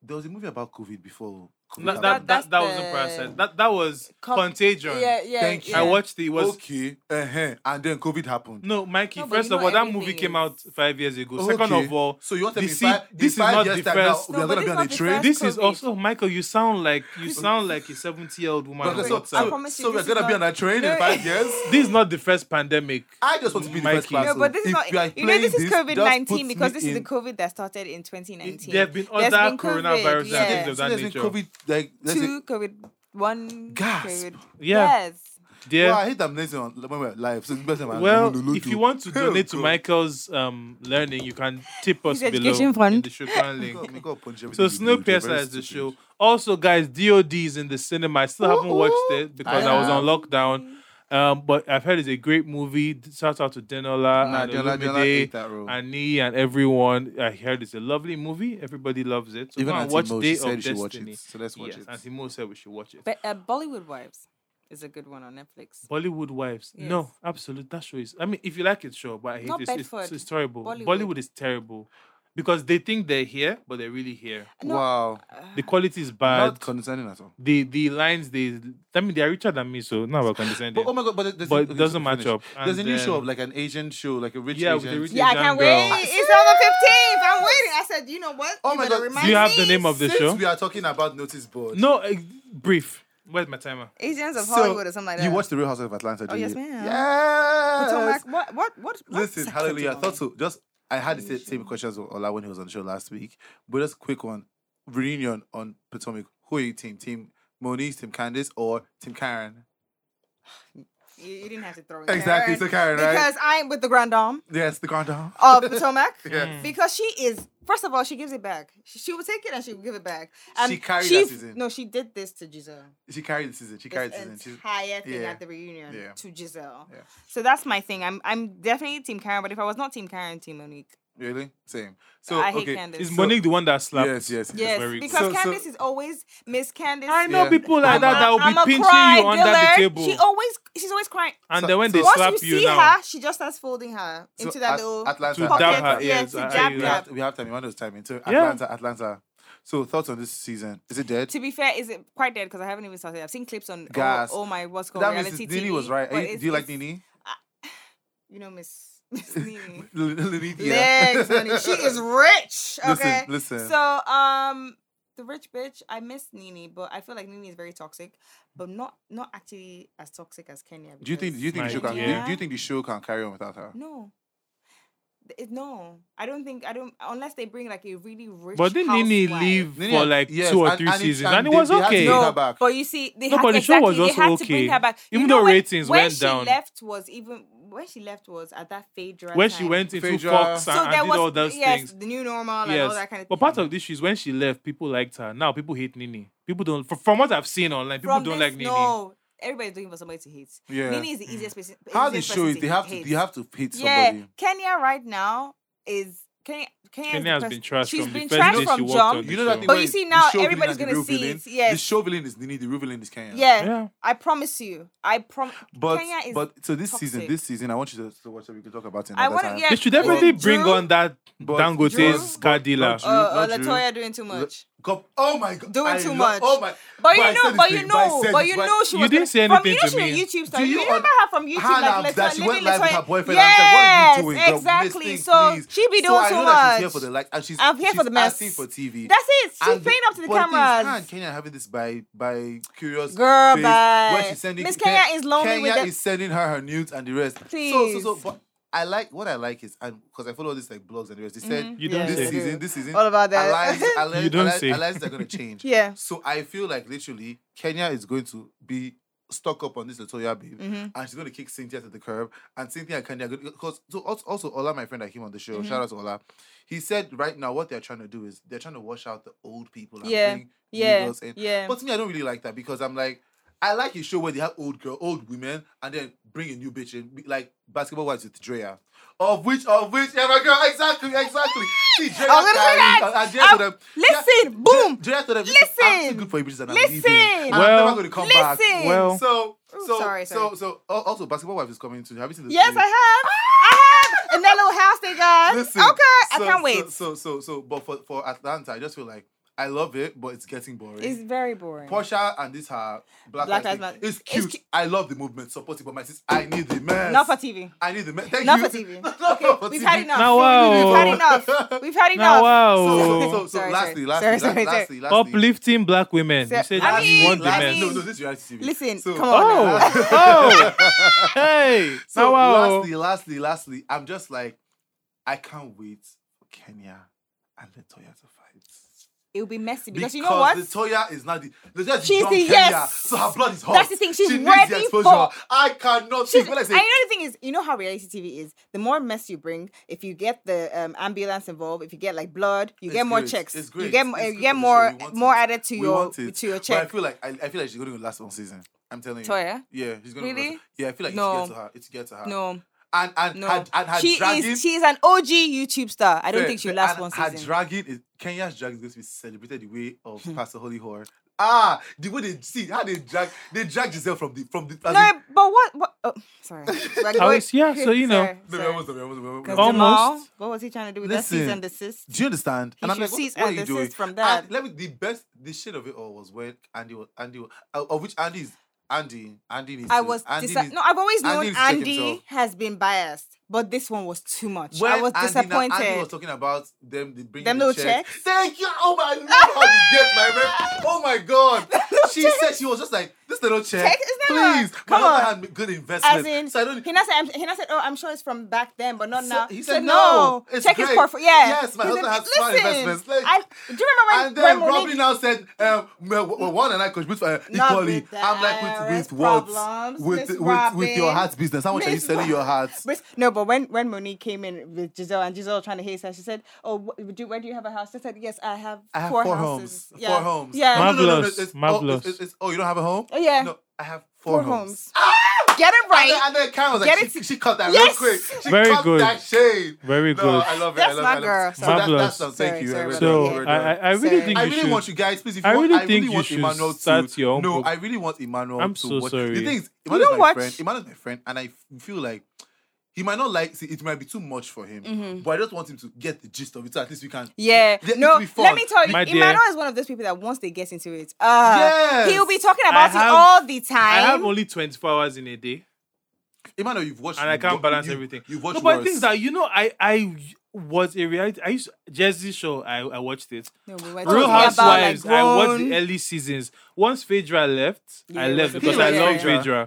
[SPEAKER 2] there was a movie about COVID before. COVID
[SPEAKER 1] No, that,
[SPEAKER 2] happened.
[SPEAKER 1] that, that,
[SPEAKER 4] that's
[SPEAKER 1] wasn't
[SPEAKER 4] the-
[SPEAKER 1] Parasite. That that was
[SPEAKER 4] Cop-
[SPEAKER 1] Contagion.
[SPEAKER 4] Yeah, yeah.
[SPEAKER 2] Thank you.
[SPEAKER 4] yeah.
[SPEAKER 1] I watched it. it was
[SPEAKER 2] okay, uh-huh. and then COVID happened.
[SPEAKER 1] no Mikey.
[SPEAKER 4] No, but
[SPEAKER 1] first
[SPEAKER 4] you
[SPEAKER 1] of
[SPEAKER 4] know
[SPEAKER 1] all, that
[SPEAKER 4] everything
[SPEAKER 1] movie came
[SPEAKER 4] is-
[SPEAKER 1] out five years ago. Second
[SPEAKER 2] Okay.
[SPEAKER 1] of all,
[SPEAKER 2] so you want to
[SPEAKER 1] the
[SPEAKER 2] tell me in
[SPEAKER 1] se-
[SPEAKER 2] five,
[SPEAKER 1] this
[SPEAKER 2] this
[SPEAKER 1] is
[SPEAKER 2] five
[SPEAKER 1] not
[SPEAKER 2] years
[SPEAKER 1] the
[SPEAKER 2] time now,
[SPEAKER 1] first-
[SPEAKER 2] we
[SPEAKER 4] No,
[SPEAKER 2] are
[SPEAKER 4] but
[SPEAKER 2] gonna be
[SPEAKER 4] this is
[SPEAKER 2] on a
[SPEAKER 4] not the
[SPEAKER 2] train.
[SPEAKER 4] first-
[SPEAKER 1] this is
[SPEAKER 4] COVID.
[SPEAKER 1] also Michael. You sound like you sound like a seventy-year-old woman.
[SPEAKER 2] Okay,
[SPEAKER 1] on
[SPEAKER 2] so,
[SPEAKER 1] WhatsApp.
[SPEAKER 4] I
[SPEAKER 2] so,
[SPEAKER 4] promise you
[SPEAKER 2] so we're
[SPEAKER 4] this is
[SPEAKER 2] gonna be on a
[SPEAKER 4] not-
[SPEAKER 2] train in
[SPEAKER 4] No.
[SPEAKER 2] five years.
[SPEAKER 1] this is not the first pandemic.
[SPEAKER 2] I just want to be in the first
[SPEAKER 1] Mikey. No,
[SPEAKER 2] class.
[SPEAKER 4] No, but this is
[SPEAKER 2] If
[SPEAKER 4] not.
[SPEAKER 2] you are
[SPEAKER 4] You know,
[SPEAKER 2] playing
[SPEAKER 4] this is
[SPEAKER 2] just
[SPEAKER 4] COVID
[SPEAKER 2] puts
[SPEAKER 4] nineteen because
[SPEAKER 2] me
[SPEAKER 4] this is the
[SPEAKER 2] in-
[SPEAKER 4] COVID that started in 2019.
[SPEAKER 1] There have been
[SPEAKER 4] There's
[SPEAKER 1] other
[SPEAKER 4] been
[SPEAKER 1] coronavirus
[SPEAKER 4] COVID,
[SPEAKER 1] and things
[SPEAKER 4] yeah.
[SPEAKER 1] of
[SPEAKER 2] So
[SPEAKER 1] that
[SPEAKER 2] there's been
[SPEAKER 1] nature.
[SPEAKER 2] COVID, like let's say,
[SPEAKER 4] Two COVID, one
[SPEAKER 2] Gasp.
[SPEAKER 4] COVID.
[SPEAKER 1] Yeah,
[SPEAKER 4] Yes.
[SPEAKER 1] there.
[SPEAKER 2] Well, I hate them listening on when we're live. So it's better man.
[SPEAKER 1] Well, if you want to
[SPEAKER 2] Hell,
[SPEAKER 1] donate to
[SPEAKER 2] God.
[SPEAKER 1] Michael's um, learning, you can tip us
[SPEAKER 4] His
[SPEAKER 1] below
[SPEAKER 4] education
[SPEAKER 1] in
[SPEAKER 4] fund.
[SPEAKER 1] the Shukran
[SPEAKER 2] May God-
[SPEAKER 1] link.
[SPEAKER 2] may God punch everything
[SPEAKER 1] So
[SPEAKER 2] you do, you're
[SPEAKER 1] Snowpiercer
[SPEAKER 2] very
[SPEAKER 1] is the
[SPEAKER 2] stupid.
[SPEAKER 1] show. Also, guys, DOD is in the cinema. I still haven't watched it because I, was on lockdown. Um, but I've heard it's a great movie. Shout out to Denola
[SPEAKER 2] Nah,
[SPEAKER 1] and
[SPEAKER 2] Jola, Jola
[SPEAKER 1] Olumide,
[SPEAKER 2] ate that role.
[SPEAKER 1] Annie, and everyone. I heard it's a lovely movie. Everybody loves it. So
[SPEAKER 2] Even
[SPEAKER 1] go and
[SPEAKER 2] Auntie
[SPEAKER 1] watch
[SPEAKER 2] Mo, she
[SPEAKER 1] Day
[SPEAKER 2] said
[SPEAKER 1] of
[SPEAKER 2] you should watch
[SPEAKER 1] Destiny.
[SPEAKER 2] it. So let's watch
[SPEAKER 1] yes,
[SPEAKER 2] it.
[SPEAKER 1] Auntie Mo said we should watch it.
[SPEAKER 4] But uh, Bollywood Wives is a good one on Netflix.
[SPEAKER 1] Bollywood Wives. No,
[SPEAKER 4] Yes.
[SPEAKER 1] absolute. That show is. I mean, if you like it, sure. But I hate
[SPEAKER 4] Not
[SPEAKER 1] it. It's, it's,
[SPEAKER 4] Bedford.
[SPEAKER 1] it's terrible. Bollywood.
[SPEAKER 4] Bollywood.
[SPEAKER 1] is terrible because they think they're here, but they're really here.
[SPEAKER 4] No,
[SPEAKER 2] wow,
[SPEAKER 4] Ah.
[SPEAKER 1] The quality is bad.
[SPEAKER 2] not concerning at all.
[SPEAKER 1] the the lines they I mean they are richer than me, so now we're condescending.
[SPEAKER 2] But
[SPEAKER 4] um,
[SPEAKER 2] oh my god, but, there's
[SPEAKER 1] But it
[SPEAKER 2] okay, so
[SPEAKER 1] doesn't
[SPEAKER 2] we
[SPEAKER 1] match
[SPEAKER 2] finish.
[SPEAKER 1] up.
[SPEAKER 2] There's a
[SPEAKER 1] And
[SPEAKER 2] new show
[SPEAKER 1] then-
[SPEAKER 2] of like an Asian show, like a rich
[SPEAKER 1] yeah, with
[SPEAKER 2] Asian.
[SPEAKER 1] the rich
[SPEAKER 4] yeah, I
[SPEAKER 1] Asian
[SPEAKER 4] can't
[SPEAKER 1] girl.
[SPEAKER 4] wait. It's on the fifteenth. I'm waiting. I said, you know what?
[SPEAKER 2] Oh
[SPEAKER 4] you
[SPEAKER 2] my
[SPEAKER 4] better
[SPEAKER 2] God.
[SPEAKER 4] Remind
[SPEAKER 1] Do you have
[SPEAKER 4] me.
[SPEAKER 1] the name of the
[SPEAKER 2] Since
[SPEAKER 1] show?
[SPEAKER 2] we are talking about notice board.
[SPEAKER 1] No, uh, brief. Where's my timer?
[SPEAKER 4] Agents of
[SPEAKER 2] So,
[SPEAKER 4] Hollywood or something like that.
[SPEAKER 2] You watched the Real House of Atlanta,
[SPEAKER 4] Oh,
[SPEAKER 2] didn't
[SPEAKER 4] yes,
[SPEAKER 2] you?
[SPEAKER 4] ma'am.
[SPEAKER 2] Yes.
[SPEAKER 4] Potomac. What? What? What? what
[SPEAKER 2] Listen,
[SPEAKER 4] sex
[SPEAKER 2] hallelujah. I
[SPEAKER 4] is it on?
[SPEAKER 2] thought so. Just I had the same, same questions with Ola when he was on the show last week, but just quick one. Reunion on Potomac. Who are you team? Team Moniz, Team Candice, or Team Karen?
[SPEAKER 4] You, you didn't have to throw in
[SPEAKER 2] Exactly, so Karen, right?
[SPEAKER 4] Because Mm. I'm with the grand dame
[SPEAKER 2] yes, the grand dame.
[SPEAKER 4] of Potomac.
[SPEAKER 2] Yes.
[SPEAKER 4] Because she is, first of all, she gives it back. She, she would take it and she would give it back.
[SPEAKER 2] She carried
[SPEAKER 4] she,
[SPEAKER 2] that season.
[SPEAKER 4] No, she did this to Giselle.
[SPEAKER 2] She carried the season. She carried the season.
[SPEAKER 4] This
[SPEAKER 2] She's,
[SPEAKER 4] entire thing
[SPEAKER 2] yeah.
[SPEAKER 4] at the reunion
[SPEAKER 2] Yeah.
[SPEAKER 4] to Giselle.
[SPEAKER 2] Yeah.
[SPEAKER 4] So that's my thing. I'm I'm definitely Team Karen, but if I was not Team Karen, Team Monique.
[SPEAKER 2] really? Same. So
[SPEAKER 4] I hate
[SPEAKER 2] Oh, okay.
[SPEAKER 4] Candice.
[SPEAKER 1] Is
[SPEAKER 4] So-
[SPEAKER 1] Monique the one that slapped?
[SPEAKER 2] Yes, yes,
[SPEAKER 4] Yes,
[SPEAKER 1] very good.
[SPEAKER 4] because
[SPEAKER 2] So- so-
[SPEAKER 4] Candace is always Miss Candace.
[SPEAKER 1] I know
[SPEAKER 2] Yeah.
[SPEAKER 1] people like that that will be
[SPEAKER 4] I'm a
[SPEAKER 1] pinching
[SPEAKER 4] cry
[SPEAKER 1] you under
[SPEAKER 4] dealer.
[SPEAKER 1] the table,
[SPEAKER 4] She always she's always crying.
[SPEAKER 1] and
[SPEAKER 2] So-
[SPEAKER 1] then when
[SPEAKER 2] so-
[SPEAKER 1] they
[SPEAKER 4] Once
[SPEAKER 1] slap
[SPEAKER 4] you
[SPEAKER 1] you,
[SPEAKER 4] see
[SPEAKER 1] now,
[SPEAKER 4] her, she just starts folding her
[SPEAKER 2] So
[SPEAKER 4] into that
[SPEAKER 2] At-
[SPEAKER 4] little
[SPEAKER 2] Atlanta.
[SPEAKER 1] To dab
[SPEAKER 4] pocket.
[SPEAKER 1] her
[SPEAKER 4] yeah,
[SPEAKER 1] ears,
[SPEAKER 4] to
[SPEAKER 1] I-
[SPEAKER 4] jab
[SPEAKER 1] I-
[SPEAKER 2] We
[SPEAKER 1] Yeah.
[SPEAKER 4] jab.
[SPEAKER 2] have, we have time. Emmanuel's timing. So
[SPEAKER 1] Yeah.
[SPEAKER 2] Atlanta, Atlanta. So thoughts on this season? Is it dead?
[SPEAKER 4] To be fair, is it quite dead because I haven't even started. I've seen clips on
[SPEAKER 2] Gas.
[SPEAKER 4] Oh, oh my, what's called
[SPEAKER 2] That means
[SPEAKER 4] reality
[SPEAKER 2] Nini
[SPEAKER 4] TV,
[SPEAKER 2] was right. Are
[SPEAKER 4] but
[SPEAKER 2] you-
[SPEAKER 4] it's-
[SPEAKER 2] do you like
[SPEAKER 4] it's-
[SPEAKER 2] Nini?
[SPEAKER 4] You know, Miss Miss Nini.
[SPEAKER 2] Nini,
[SPEAKER 4] Legs, honey. She is rich. Okay.
[SPEAKER 2] Listen, listen.
[SPEAKER 4] So um, the rich bitch. I miss Nini, but I feel like Nini is very toxic, but not not actually as toxic as Kenya.
[SPEAKER 2] Do you think? Do you think
[SPEAKER 1] My
[SPEAKER 2] the show can? Do, you-
[SPEAKER 4] dear.
[SPEAKER 2] do you think the show can carry on without her?
[SPEAKER 4] No. Th- It, no, I don't think I don't unless they bring like a really rich.
[SPEAKER 1] but then Nini
[SPEAKER 4] housewife.
[SPEAKER 1] leave
[SPEAKER 2] Nini
[SPEAKER 1] for
[SPEAKER 2] had-
[SPEAKER 1] like
[SPEAKER 2] yes,
[SPEAKER 1] two or
[SPEAKER 2] and-
[SPEAKER 1] three
[SPEAKER 2] and it-
[SPEAKER 1] seasons,
[SPEAKER 2] and
[SPEAKER 1] and it
[SPEAKER 2] they-
[SPEAKER 1] was
[SPEAKER 2] they had to
[SPEAKER 1] okay.
[SPEAKER 2] bring her
[SPEAKER 4] No,
[SPEAKER 2] back.
[SPEAKER 4] but you see, they
[SPEAKER 1] No,
[SPEAKER 4] had,
[SPEAKER 1] but the show
[SPEAKER 4] exactly,
[SPEAKER 1] was
[SPEAKER 4] they
[SPEAKER 1] also
[SPEAKER 4] had to
[SPEAKER 1] okay.
[SPEAKER 4] bring her back. You
[SPEAKER 1] Even
[SPEAKER 4] know
[SPEAKER 1] though
[SPEAKER 4] when-
[SPEAKER 1] ratings
[SPEAKER 4] when
[SPEAKER 1] went
[SPEAKER 4] she
[SPEAKER 1] down.
[SPEAKER 4] left was even when she left was at that Phaedra
[SPEAKER 1] When she
[SPEAKER 4] time.
[SPEAKER 1] went into
[SPEAKER 2] Phaedra.
[SPEAKER 1] Fox
[SPEAKER 4] so
[SPEAKER 1] and, and
[SPEAKER 4] there
[SPEAKER 1] did
[SPEAKER 4] was
[SPEAKER 1] all those
[SPEAKER 4] yes,
[SPEAKER 1] things,
[SPEAKER 4] the new normal and all that kind of.
[SPEAKER 1] But part of the issue is when she left, people liked her. Now people hate Nini. People don't. fr- From what I've seen online, people
[SPEAKER 4] From
[SPEAKER 1] don't
[SPEAKER 4] this-
[SPEAKER 1] like Nini.
[SPEAKER 4] No, everybody's looking for somebody to hate.
[SPEAKER 2] Yeah.
[SPEAKER 4] Nini is the easiest person.
[SPEAKER 2] How the
[SPEAKER 4] easiest
[SPEAKER 2] show
[SPEAKER 4] person
[SPEAKER 2] is? They have to.
[SPEAKER 4] hate.
[SPEAKER 2] You have to hit
[SPEAKER 4] Yeah,
[SPEAKER 2] somebody.
[SPEAKER 4] Kenya right now is Kenya. Kenya, is
[SPEAKER 1] Kenya
[SPEAKER 4] the
[SPEAKER 1] has
[SPEAKER 4] pers-
[SPEAKER 1] been trashed
[SPEAKER 4] She's
[SPEAKER 1] from the
[SPEAKER 4] been
[SPEAKER 1] first
[SPEAKER 4] trashed
[SPEAKER 1] day she
[SPEAKER 4] from
[SPEAKER 1] walked
[SPEAKER 4] jump.
[SPEAKER 1] on.
[SPEAKER 2] You know that thing.
[SPEAKER 4] But Oh, you
[SPEAKER 2] where
[SPEAKER 4] see
[SPEAKER 2] the
[SPEAKER 4] now
[SPEAKER 2] show villain
[SPEAKER 4] everybody's
[SPEAKER 2] and the
[SPEAKER 4] gonna
[SPEAKER 2] real
[SPEAKER 4] see it,
[SPEAKER 2] villain- The
[SPEAKER 4] yes.
[SPEAKER 2] show villain is Nini. The real villain is Kenya.
[SPEAKER 4] Yeah,
[SPEAKER 1] Yeah.
[SPEAKER 4] I promise you. I promise.
[SPEAKER 2] But
[SPEAKER 4] Kenya is.
[SPEAKER 2] but so this season,
[SPEAKER 4] toxic.
[SPEAKER 2] this season, I want you to, to watch it. We can talk about it
[SPEAKER 4] I
[SPEAKER 2] another
[SPEAKER 4] wanna-
[SPEAKER 2] time.
[SPEAKER 4] yeah,
[SPEAKER 1] They should
[SPEAKER 4] Is it
[SPEAKER 1] definitely bring
[SPEAKER 4] Drew?
[SPEAKER 1] on that
[SPEAKER 2] But-
[SPEAKER 1] Dangote's
[SPEAKER 4] Drew?
[SPEAKER 1] car dealer.
[SPEAKER 2] But-
[SPEAKER 4] uh, uh,
[SPEAKER 2] not you.
[SPEAKER 4] Latoya doing too much.
[SPEAKER 2] Go- Oh my god,
[SPEAKER 4] Doing
[SPEAKER 2] I
[SPEAKER 4] too
[SPEAKER 2] lo-
[SPEAKER 4] much.
[SPEAKER 2] Oh my,
[SPEAKER 4] But
[SPEAKER 2] I
[SPEAKER 4] you
[SPEAKER 2] said
[SPEAKER 4] know,
[SPEAKER 2] this
[SPEAKER 4] but
[SPEAKER 2] thing,
[SPEAKER 4] you
[SPEAKER 2] I
[SPEAKER 4] know,
[SPEAKER 2] said
[SPEAKER 4] but
[SPEAKER 2] this,
[SPEAKER 4] you
[SPEAKER 2] but-
[SPEAKER 4] know, she
[SPEAKER 1] You
[SPEAKER 4] was.
[SPEAKER 1] didn't say
[SPEAKER 4] from,
[SPEAKER 1] anything
[SPEAKER 4] you know
[SPEAKER 1] to
[SPEAKER 4] she was
[SPEAKER 1] me.
[SPEAKER 4] a YouTube star.
[SPEAKER 2] Do
[SPEAKER 4] You,
[SPEAKER 2] you
[SPEAKER 4] remember
[SPEAKER 2] un-
[SPEAKER 4] her from YouTube,
[SPEAKER 2] Hannah,
[SPEAKER 4] like
[SPEAKER 2] that she
[SPEAKER 4] Latoya,
[SPEAKER 2] went
[SPEAKER 4] living
[SPEAKER 2] live with
[SPEAKER 4] Latoya.
[SPEAKER 2] her boyfriend. I was like, what are you
[SPEAKER 4] Yes,
[SPEAKER 2] doing, girl?
[SPEAKER 4] exactly.
[SPEAKER 2] Miss things,
[SPEAKER 4] so
[SPEAKER 2] please.
[SPEAKER 4] she be
[SPEAKER 2] So
[SPEAKER 4] doing
[SPEAKER 2] I
[SPEAKER 4] too
[SPEAKER 2] know that she's here for the likes, and she's
[SPEAKER 4] I'm here
[SPEAKER 2] she's
[SPEAKER 4] for the mess.
[SPEAKER 2] acting for TV.
[SPEAKER 4] That's it. She's
[SPEAKER 2] And
[SPEAKER 4] playing up to the
[SPEAKER 2] but thing is,
[SPEAKER 4] cameras.
[SPEAKER 2] her and Kenya are having this by by curious
[SPEAKER 4] Girl,
[SPEAKER 2] face,
[SPEAKER 4] bye.
[SPEAKER 2] When she's sending
[SPEAKER 4] Miss Kenya is lonely
[SPEAKER 2] Kenya
[SPEAKER 4] with the-
[SPEAKER 2] is sending her her nudes and the rest. So so
[SPEAKER 4] Please.
[SPEAKER 2] so. But I like what I like is and because I follow this like blogs and the rest. They said
[SPEAKER 1] You don't
[SPEAKER 4] Yeah.
[SPEAKER 2] this
[SPEAKER 1] say.
[SPEAKER 2] season, this season,
[SPEAKER 4] Mm-hmm. All about that.
[SPEAKER 2] Alliance, alliance,
[SPEAKER 1] You don't
[SPEAKER 2] alliance,
[SPEAKER 1] say.
[SPEAKER 2] alliances are going to change.
[SPEAKER 4] Yeah.
[SPEAKER 2] So I feel like literally Kenya is going to be stuck up on this Latoya babe,
[SPEAKER 4] Mm-hmm.
[SPEAKER 2] and she's going to kick Cynthia to the curb. And Cynthia and Kenya, because so also, also Ola, my friend that came on the show,
[SPEAKER 4] Mm-hmm.
[SPEAKER 2] shout out to Ola. He said right now what they're trying to do is they're trying to wash out the old people. And
[SPEAKER 4] Yeah.
[SPEAKER 2] bring new
[SPEAKER 4] Yeah.
[SPEAKER 2] girls in.
[SPEAKER 4] Yeah.
[SPEAKER 2] But to me, I don't really like that because I'm like. I like a show where they have old girl, old women, and then bring a new bitch in, like basketball wives with Drea. Of which, of which, yeah, my girl, exactly, exactly. See, Drea
[SPEAKER 4] I'm gonna say
[SPEAKER 2] carries-
[SPEAKER 4] that.
[SPEAKER 2] and- and Drea
[SPEAKER 4] I'm-
[SPEAKER 2] to them- Drea-
[SPEAKER 4] Listen, boom.
[SPEAKER 2] Drea told them, I'm too
[SPEAKER 4] Listen.
[SPEAKER 2] good for you bitches and I'm
[SPEAKER 4] Listen.
[SPEAKER 2] leaving. And
[SPEAKER 1] Well-
[SPEAKER 2] I'm never going to come back.
[SPEAKER 4] Listen.
[SPEAKER 1] Well-
[SPEAKER 2] So,
[SPEAKER 4] Ooh,
[SPEAKER 2] so,
[SPEAKER 4] sorry,
[SPEAKER 2] so,
[SPEAKER 4] sorry.
[SPEAKER 2] so, al- also, Basketball Wife is coming too. Have you seen the
[SPEAKER 4] Yes, I have. I have in that little house they got.
[SPEAKER 2] Listen,
[SPEAKER 4] okay,
[SPEAKER 2] so-
[SPEAKER 4] I can't wait.
[SPEAKER 2] So, so, so, so, but for, for Atlanta, I just feel like I love it, but it's getting boring.
[SPEAKER 4] it's very boring.
[SPEAKER 2] Portia and this her Black,
[SPEAKER 4] Black
[SPEAKER 2] Lives
[SPEAKER 4] Lives
[SPEAKER 2] Matter.
[SPEAKER 4] Matter.
[SPEAKER 2] It's
[SPEAKER 4] It's
[SPEAKER 2] cute.
[SPEAKER 4] cu-
[SPEAKER 2] I love the movement, support it, but my sis, I need the mess.
[SPEAKER 4] Not for TV.
[SPEAKER 2] I need the mess. Thank
[SPEAKER 4] Not
[SPEAKER 2] you.
[SPEAKER 4] for TV.
[SPEAKER 2] Not
[SPEAKER 4] Okay,
[SPEAKER 2] for
[SPEAKER 4] we've
[SPEAKER 2] TV.
[SPEAKER 4] had enough.
[SPEAKER 1] Now,
[SPEAKER 4] We've
[SPEAKER 1] wow.
[SPEAKER 4] had enough. We've had enough.
[SPEAKER 1] Now, wow.
[SPEAKER 2] So, so, so, so
[SPEAKER 4] Sorry,
[SPEAKER 2] lastly, lastly,
[SPEAKER 4] sorry. Sorry,
[SPEAKER 2] lastly,
[SPEAKER 4] sorry, sorry.
[SPEAKER 2] lastly, lastly.
[SPEAKER 1] Uplifting black women.
[SPEAKER 4] So-
[SPEAKER 1] you said
[SPEAKER 4] I
[SPEAKER 1] you
[SPEAKER 4] mean,
[SPEAKER 1] want the
[SPEAKER 4] I
[SPEAKER 1] men.
[SPEAKER 2] No,
[SPEAKER 4] mean-
[SPEAKER 2] no, this is reality TV.
[SPEAKER 4] Listen,
[SPEAKER 2] So-
[SPEAKER 4] come on.
[SPEAKER 1] Oh,
[SPEAKER 4] now.
[SPEAKER 1] oh, hey,
[SPEAKER 2] So
[SPEAKER 1] now, Oh, wow.
[SPEAKER 2] lastly, lastly, lastly, I'm just like, I can't wait for Kenya and Latoya to fight.
[SPEAKER 4] It'll be messy because, you know what?
[SPEAKER 2] Latoya is not the Latoya
[SPEAKER 4] She's
[SPEAKER 2] is dumb
[SPEAKER 4] the-
[SPEAKER 2] Kenya,
[SPEAKER 4] yes.
[SPEAKER 2] so her blood is hot.
[SPEAKER 4] That's the thing, she's
[SPEAKER 2] she needs
[SPEAKER 4] ready
[SPEAKER 2] the exposure.
[SPEAKER 4] for-
[SPEAKER 2] I cannot.
[SPEAKER 4] She's,
[SPEAKER 2] think. When I say
[SPEAKER 4] and you know the thing is, you know how reality TV is. The more mess you bring, if you get the um, ambulance involved, if you get like blood, you
[SPEAKER 2] It's
[SPEAKER 4] get more
[SPEAKER 2] great.
[SPEAKER 4] checks.
[SPEAKER 2] It's great.
[SPEAKER 4] You get
[SPEAKER 2] It's
[SPEAKER 4] mo-
[SPEAKER 2] good
[SPEAKER 4] you
[SPEAKER 2] for the
[SPEAKER 4] get
[SPEAKER 2] show.
[SPEAKER 4] more
[SPEAKER 2] We want
[SPEAKER 4] more
[SPEAKER 2] it.
[SPEAKER 4] added to
[SPEAKER 2] we
[SPEAKER 4] your
[SPEAKER 2] want it.
[SPEAKER 4] to your
[SPEAKER 2] But I
[SPEAKER 4] check.
[SPEAKER 2] feel like I, I feel like she's going to last one season. I'm telling you.
[SPEAKER 4] Toya?
[SPEAKER 2] Yeah, she's going to.
[SPEAKER 4] Really?
[SPEAKER 2] Yeah, I feel like
[SPEAKER 4] No.
[SPEAKER 2] it's get to her. It's get to her.
[SPEAKER 4] No,
[SPEAKER 2] And and
[SPEAKER 4] no.
[SPEAKER 2] her, and her
[SPEAKER 4] she
[SPEAKER 2] dragging.
[SPEAKER 4] is she is an OG YouTube star. I don't
[SPEAKER 2] Fair,
[SPEAKER 4] think she
[SPEAKER 2] fair.
[SPEAKER 4] lasts
[SPEAKER 2] And
[SPEAKER 4] one
[SPEAKER 2] her
[SPEAKER 4] season. Hmm.
[SPEAKER 2] dragging is Kenya's drag is going to be celebrated the way of Pastor Holy Horror. Ah, the way they see how they drag, they drag Giselle from the from the. as
[SPEAKER 4] no,
[SPEAKER 2] in-
[SPEAKER 4] but what? what oh, sorry. Like,
[SPEAKER 1] I
[SPEAKER 4] wait,
[SPEAKER 1] was- yeah, so you know.
[SPEAKER 4] sorry,
[SPEAKER 2] No, no, no,
[SPEAKER 4] sorry.
[SPEAKER 2] no, no, no, no,
[SPEAKER 4] 'Cause
[SPEAKER 2] no.
[SPEAKER 1] Almost.
[SPEAKER 4] Jamal, what was he trying to do with
[SPEAKER 2] Listen.
[SPEAKER 4] that cease and desist?
[SPEAKER 2] Do you understand?
[SPEAKER 4] He should cease and desist from
[SPEAKER 2] And
[SPEAKER 4] that.
[SPEAKER 2] let me. The best, the shit of it all was when Andy was Andy, was, uh, of which Andy is Andy. Andy needs.
[SPEAKER 4] I
[SPEAKER 2] to-
[SPEAKER 4] was
[SPEAKER 2] Andy
[SPEAKER 4] disa-
[SPEAKER 2] needs-
[SPEAKER 4] no. I've always
[SPEAKER 2] Andy
[SPEAKER 4] known
[SPEAKER 2] needs to check
[SPEAKER 4] Andy,
[SPEAKER 2] himself.
[SPEAKER 4] has been biased, but this one was too much.
[SPEAKER 2] When
[SPEAKER 4] I was
[SPEAKER 2] Andy now-
[SPEAKER 4] disappointed.
[SPEAKER 2] Andy was talking about them, they bring
[SPEAKER 4] Them
[SPEAKER 2] the
[SPEAKER 4] little
[SPEAKER 2] checks.
[SPEAKER 4] checks?
[SPEAKER 2] Thank you. Oh my lord, how you get my rep. Oh my god. She said she was just like this little check.
[SPEAKER 4] Check is not-
[SPEAKER 2] please,
[SPEAKER 4] come
[SPEAKER 2] my husband
[SPEAKER 4] on.
[SPEAKER 2] had good investment.
[SPEAKER 4] As in,
[SPEAKER 2] so I don't.
[SPEAKER 4] he now said, I'm, he now said, oh, I'm sure it's from back then, but not
[SPEAKER 2] So-
[SPEAKER 4] now.
[SPEAKER 2] he
[SPEAKER 4] He
[SPEAKER 2] said,
[SPEAKER 4] said,
[SPEAKER 2] "No,
[SPEAKER 4] no,
[SPEAKER 2] it's
[SPEAKER 4] check his
[SPEAKER 2] great.
[SPEAKER 4] portfolio. Yeah,
[SPEAKER 2] Yes, my
[SPEAKER 4] He
[SPEAKER 2] husband
[SPEAKER 4] said,
[SPEAKER 2] has smart
[SPEAKER 4] "Listen,
[SPEAKER 2] investments." Like-
[SPEAKER 4] I, do you remember when,
[SPEAKER 2] and then
[SPEAKER 4] when
[SPEAKER 2] Robin
[SPEAKER 4] Monique,
[SPEAKER 2] now said, um, well, well, one and I contribute for, uh,
[SPEAKER 4] Not
[SPEAKER 2] equally.
[SPEAKER 4] with the
[SPEAKER 2] I'm like with
[SPEAKER 4] IRS
[SPEAKER 2] with what?
[SPEAKER 4] problems,
[SPEAKER 2] With,
[SPEAKER 4] Miss
[SPEAKER 2] with with your
[SPEAKER 4] Robin.
[SPEAKER 2] heart business. How much are you
[SPEAKER 4] Miss
[SPEAKER 2] selling your
[SPEAKER 4] Robin.
[SPEAKER 2] heart?
[SPEAKER 4] But- no, but when, when Monique came in with Giselle and Giselle trying to hate her, she said, oh, what, do, where do you have a house? She said, yes, I have,
[SPEAKER 2] I have
[SPEAKER 4] four,
[SPEAKER 2] four, homes.
[SPEAKER 4] houses. Yeah.
[SPEAKER 2] Four homes.
[SPEAKER 4] Yeah.
[SPEAKER 2] No, no, no, no,
[SPEAKER 1] Marvelous,
[SPEAKER 2] it's- oh,
[SPEAKER 1] marvelous.
[SPEAKER 2] it's- it's- oh, you don't have a home?
[SPEAKER 4] Oh, yeah.
[SPEAKER 2] No, I have four,
[SPEAKER 4] four
[SPEAKER 2] homes. Ah!
[SPEAKER 4] homes. Get it
[SPEAKER 2] And
[SPEAKER 4] right.
[SPEAKER 2] then, and then Karen was like,
[SPEAKER 4] Get
[SPEAKER 2] she,
[SPEAKER 4] it-
[SPEAKER 2] she cut that
[SPEAKER 4] Yes!
[SPEAKER 2] real quick. She
[SPEAKER 1] Very
[SPEAKER 2] cut
[SPEAKER 1] good.
[SPEAKER 2] that shade.
[SPEAKER 1] Very
[SPEAKER 2] no,
[SPEAKER 1] good.
[SPEAKER 2] I love it. I
[SPEAKER 4] That's
[SPEAKER 2] love
[SPEAKER 4] my
[SPEAKER 2] it. I love
[SPEAKER 4] girl.
[SPEAKER 2] It. So that,
[SPEAKER 1] Marvelous.
[SPEAKER 2] that's all. Thank
[SPEAKER 4] Sorry,
[SPEAKER 2] you.
[SPEAKER 4] sorry
[SPEAKER 2] I really,
[SPEAKER 4] about
[SPEAKER 1] So
[SPEAKER 4] that.
[SPEAKER 2] we're
[SPEAKER 1] I,
[SPEAKER 2] done.
[SPEAKER 1] I, I really
[SPEAKER 4] Sorry.
[SPEAKER 1] think
[SPEAKER 2] I
[SPEAKER 1] you
[SPEAKER 2] really
[SPEAKER 1] should.
[SPEAKER 2] want you guys, please. If you
[SPEAKER 1] I
[SPEAKER 2] want,
[SPEAKER 1] really
[SPEAKER 2] I really
[SPEAKER 1] think you
[SPEAKER 2] want
[SPEAKER 1] should
[SPEAKER 2] Emmanuel
[SPEAKER 1] start
[SPEAKER 2] to.
[SPEAKER 1] your own
[SPEAKER 2] no,
[SPEAKER 1] book.
[SPEAKER 2] I really want Emmanuel.
[SPEAKER 1] I'm
[SPEAKER 2] to
[SPEAKER 1] so
[SPEAKER 2] watch. The
[SPEAKER 1] sorry.
[SPEAKER 2] thing is,
[SPEAKER 4] You
[SPEAKER 2] Emmanuel's
[SPEAKER 4] don't
[SPEAKER 2] my
[SPEAKER 4] watch-
[SPEAKER 2] friend. Emmanuel's my friend, and I feel like he might not like. See, it might be too much for him, but I just want him to get the gist of it. So at least we can.
[SPEAKER 4] Mm-hmm. Yeah.
[SPEAKER 2] Let it
[SPEAKER 4] no,
[SPEAKER 2] be fun.
[SPEAKER 4] let me tell you,
[SPEAKER 1] My dear.
[SPEAKER 4] Emmanuel is one of those people that once they get into it, uh,
[SPEAKER 2] Yes.
[SPEAKER 4] he'll be talking about
[SPEAKER 1] have-
[SPEAKER 4] it all the time.
[SPEAKER 1] I have only 24 hours in a day,
[SPEAKER 2] Emmanuel, you've watched,
[SPEAKER 1] and I can't
[SPEAKER 2] you've-
[SPEAKER 1] balance
[SPEAKER 2] you-
[SPEAKER 1] everything.
[SPEAKER 2] You've watched.
[SPEAKER 1] no, but the
[SPEAKER 2] worse.
[SPEAKER 1] thing is that you know, I I was a reality. I used Jersey Show. I, I watched it.
[SPEAKER 4] no, we were
[SPEAKER 1] Real
[SPEAKER 4] talking about, like,
[SPEAKER 1] Housewives. I watched
[SPEAKER 4] grown-
[SPEAKER 1] the early seasons. Once Phaedra left, I
[SPEAKER 4] it was
[SPEAKER 1] left
[SPEAKER 4] a
[SPEAKER 1] because
[SPEAKER 4] bit
[SPEAKER 1] I
[SPEAKER 4] of
[SPEAKER 1] love
[SPEAKER 4] Phaedra.
[SPEAKER 1] Phaedra.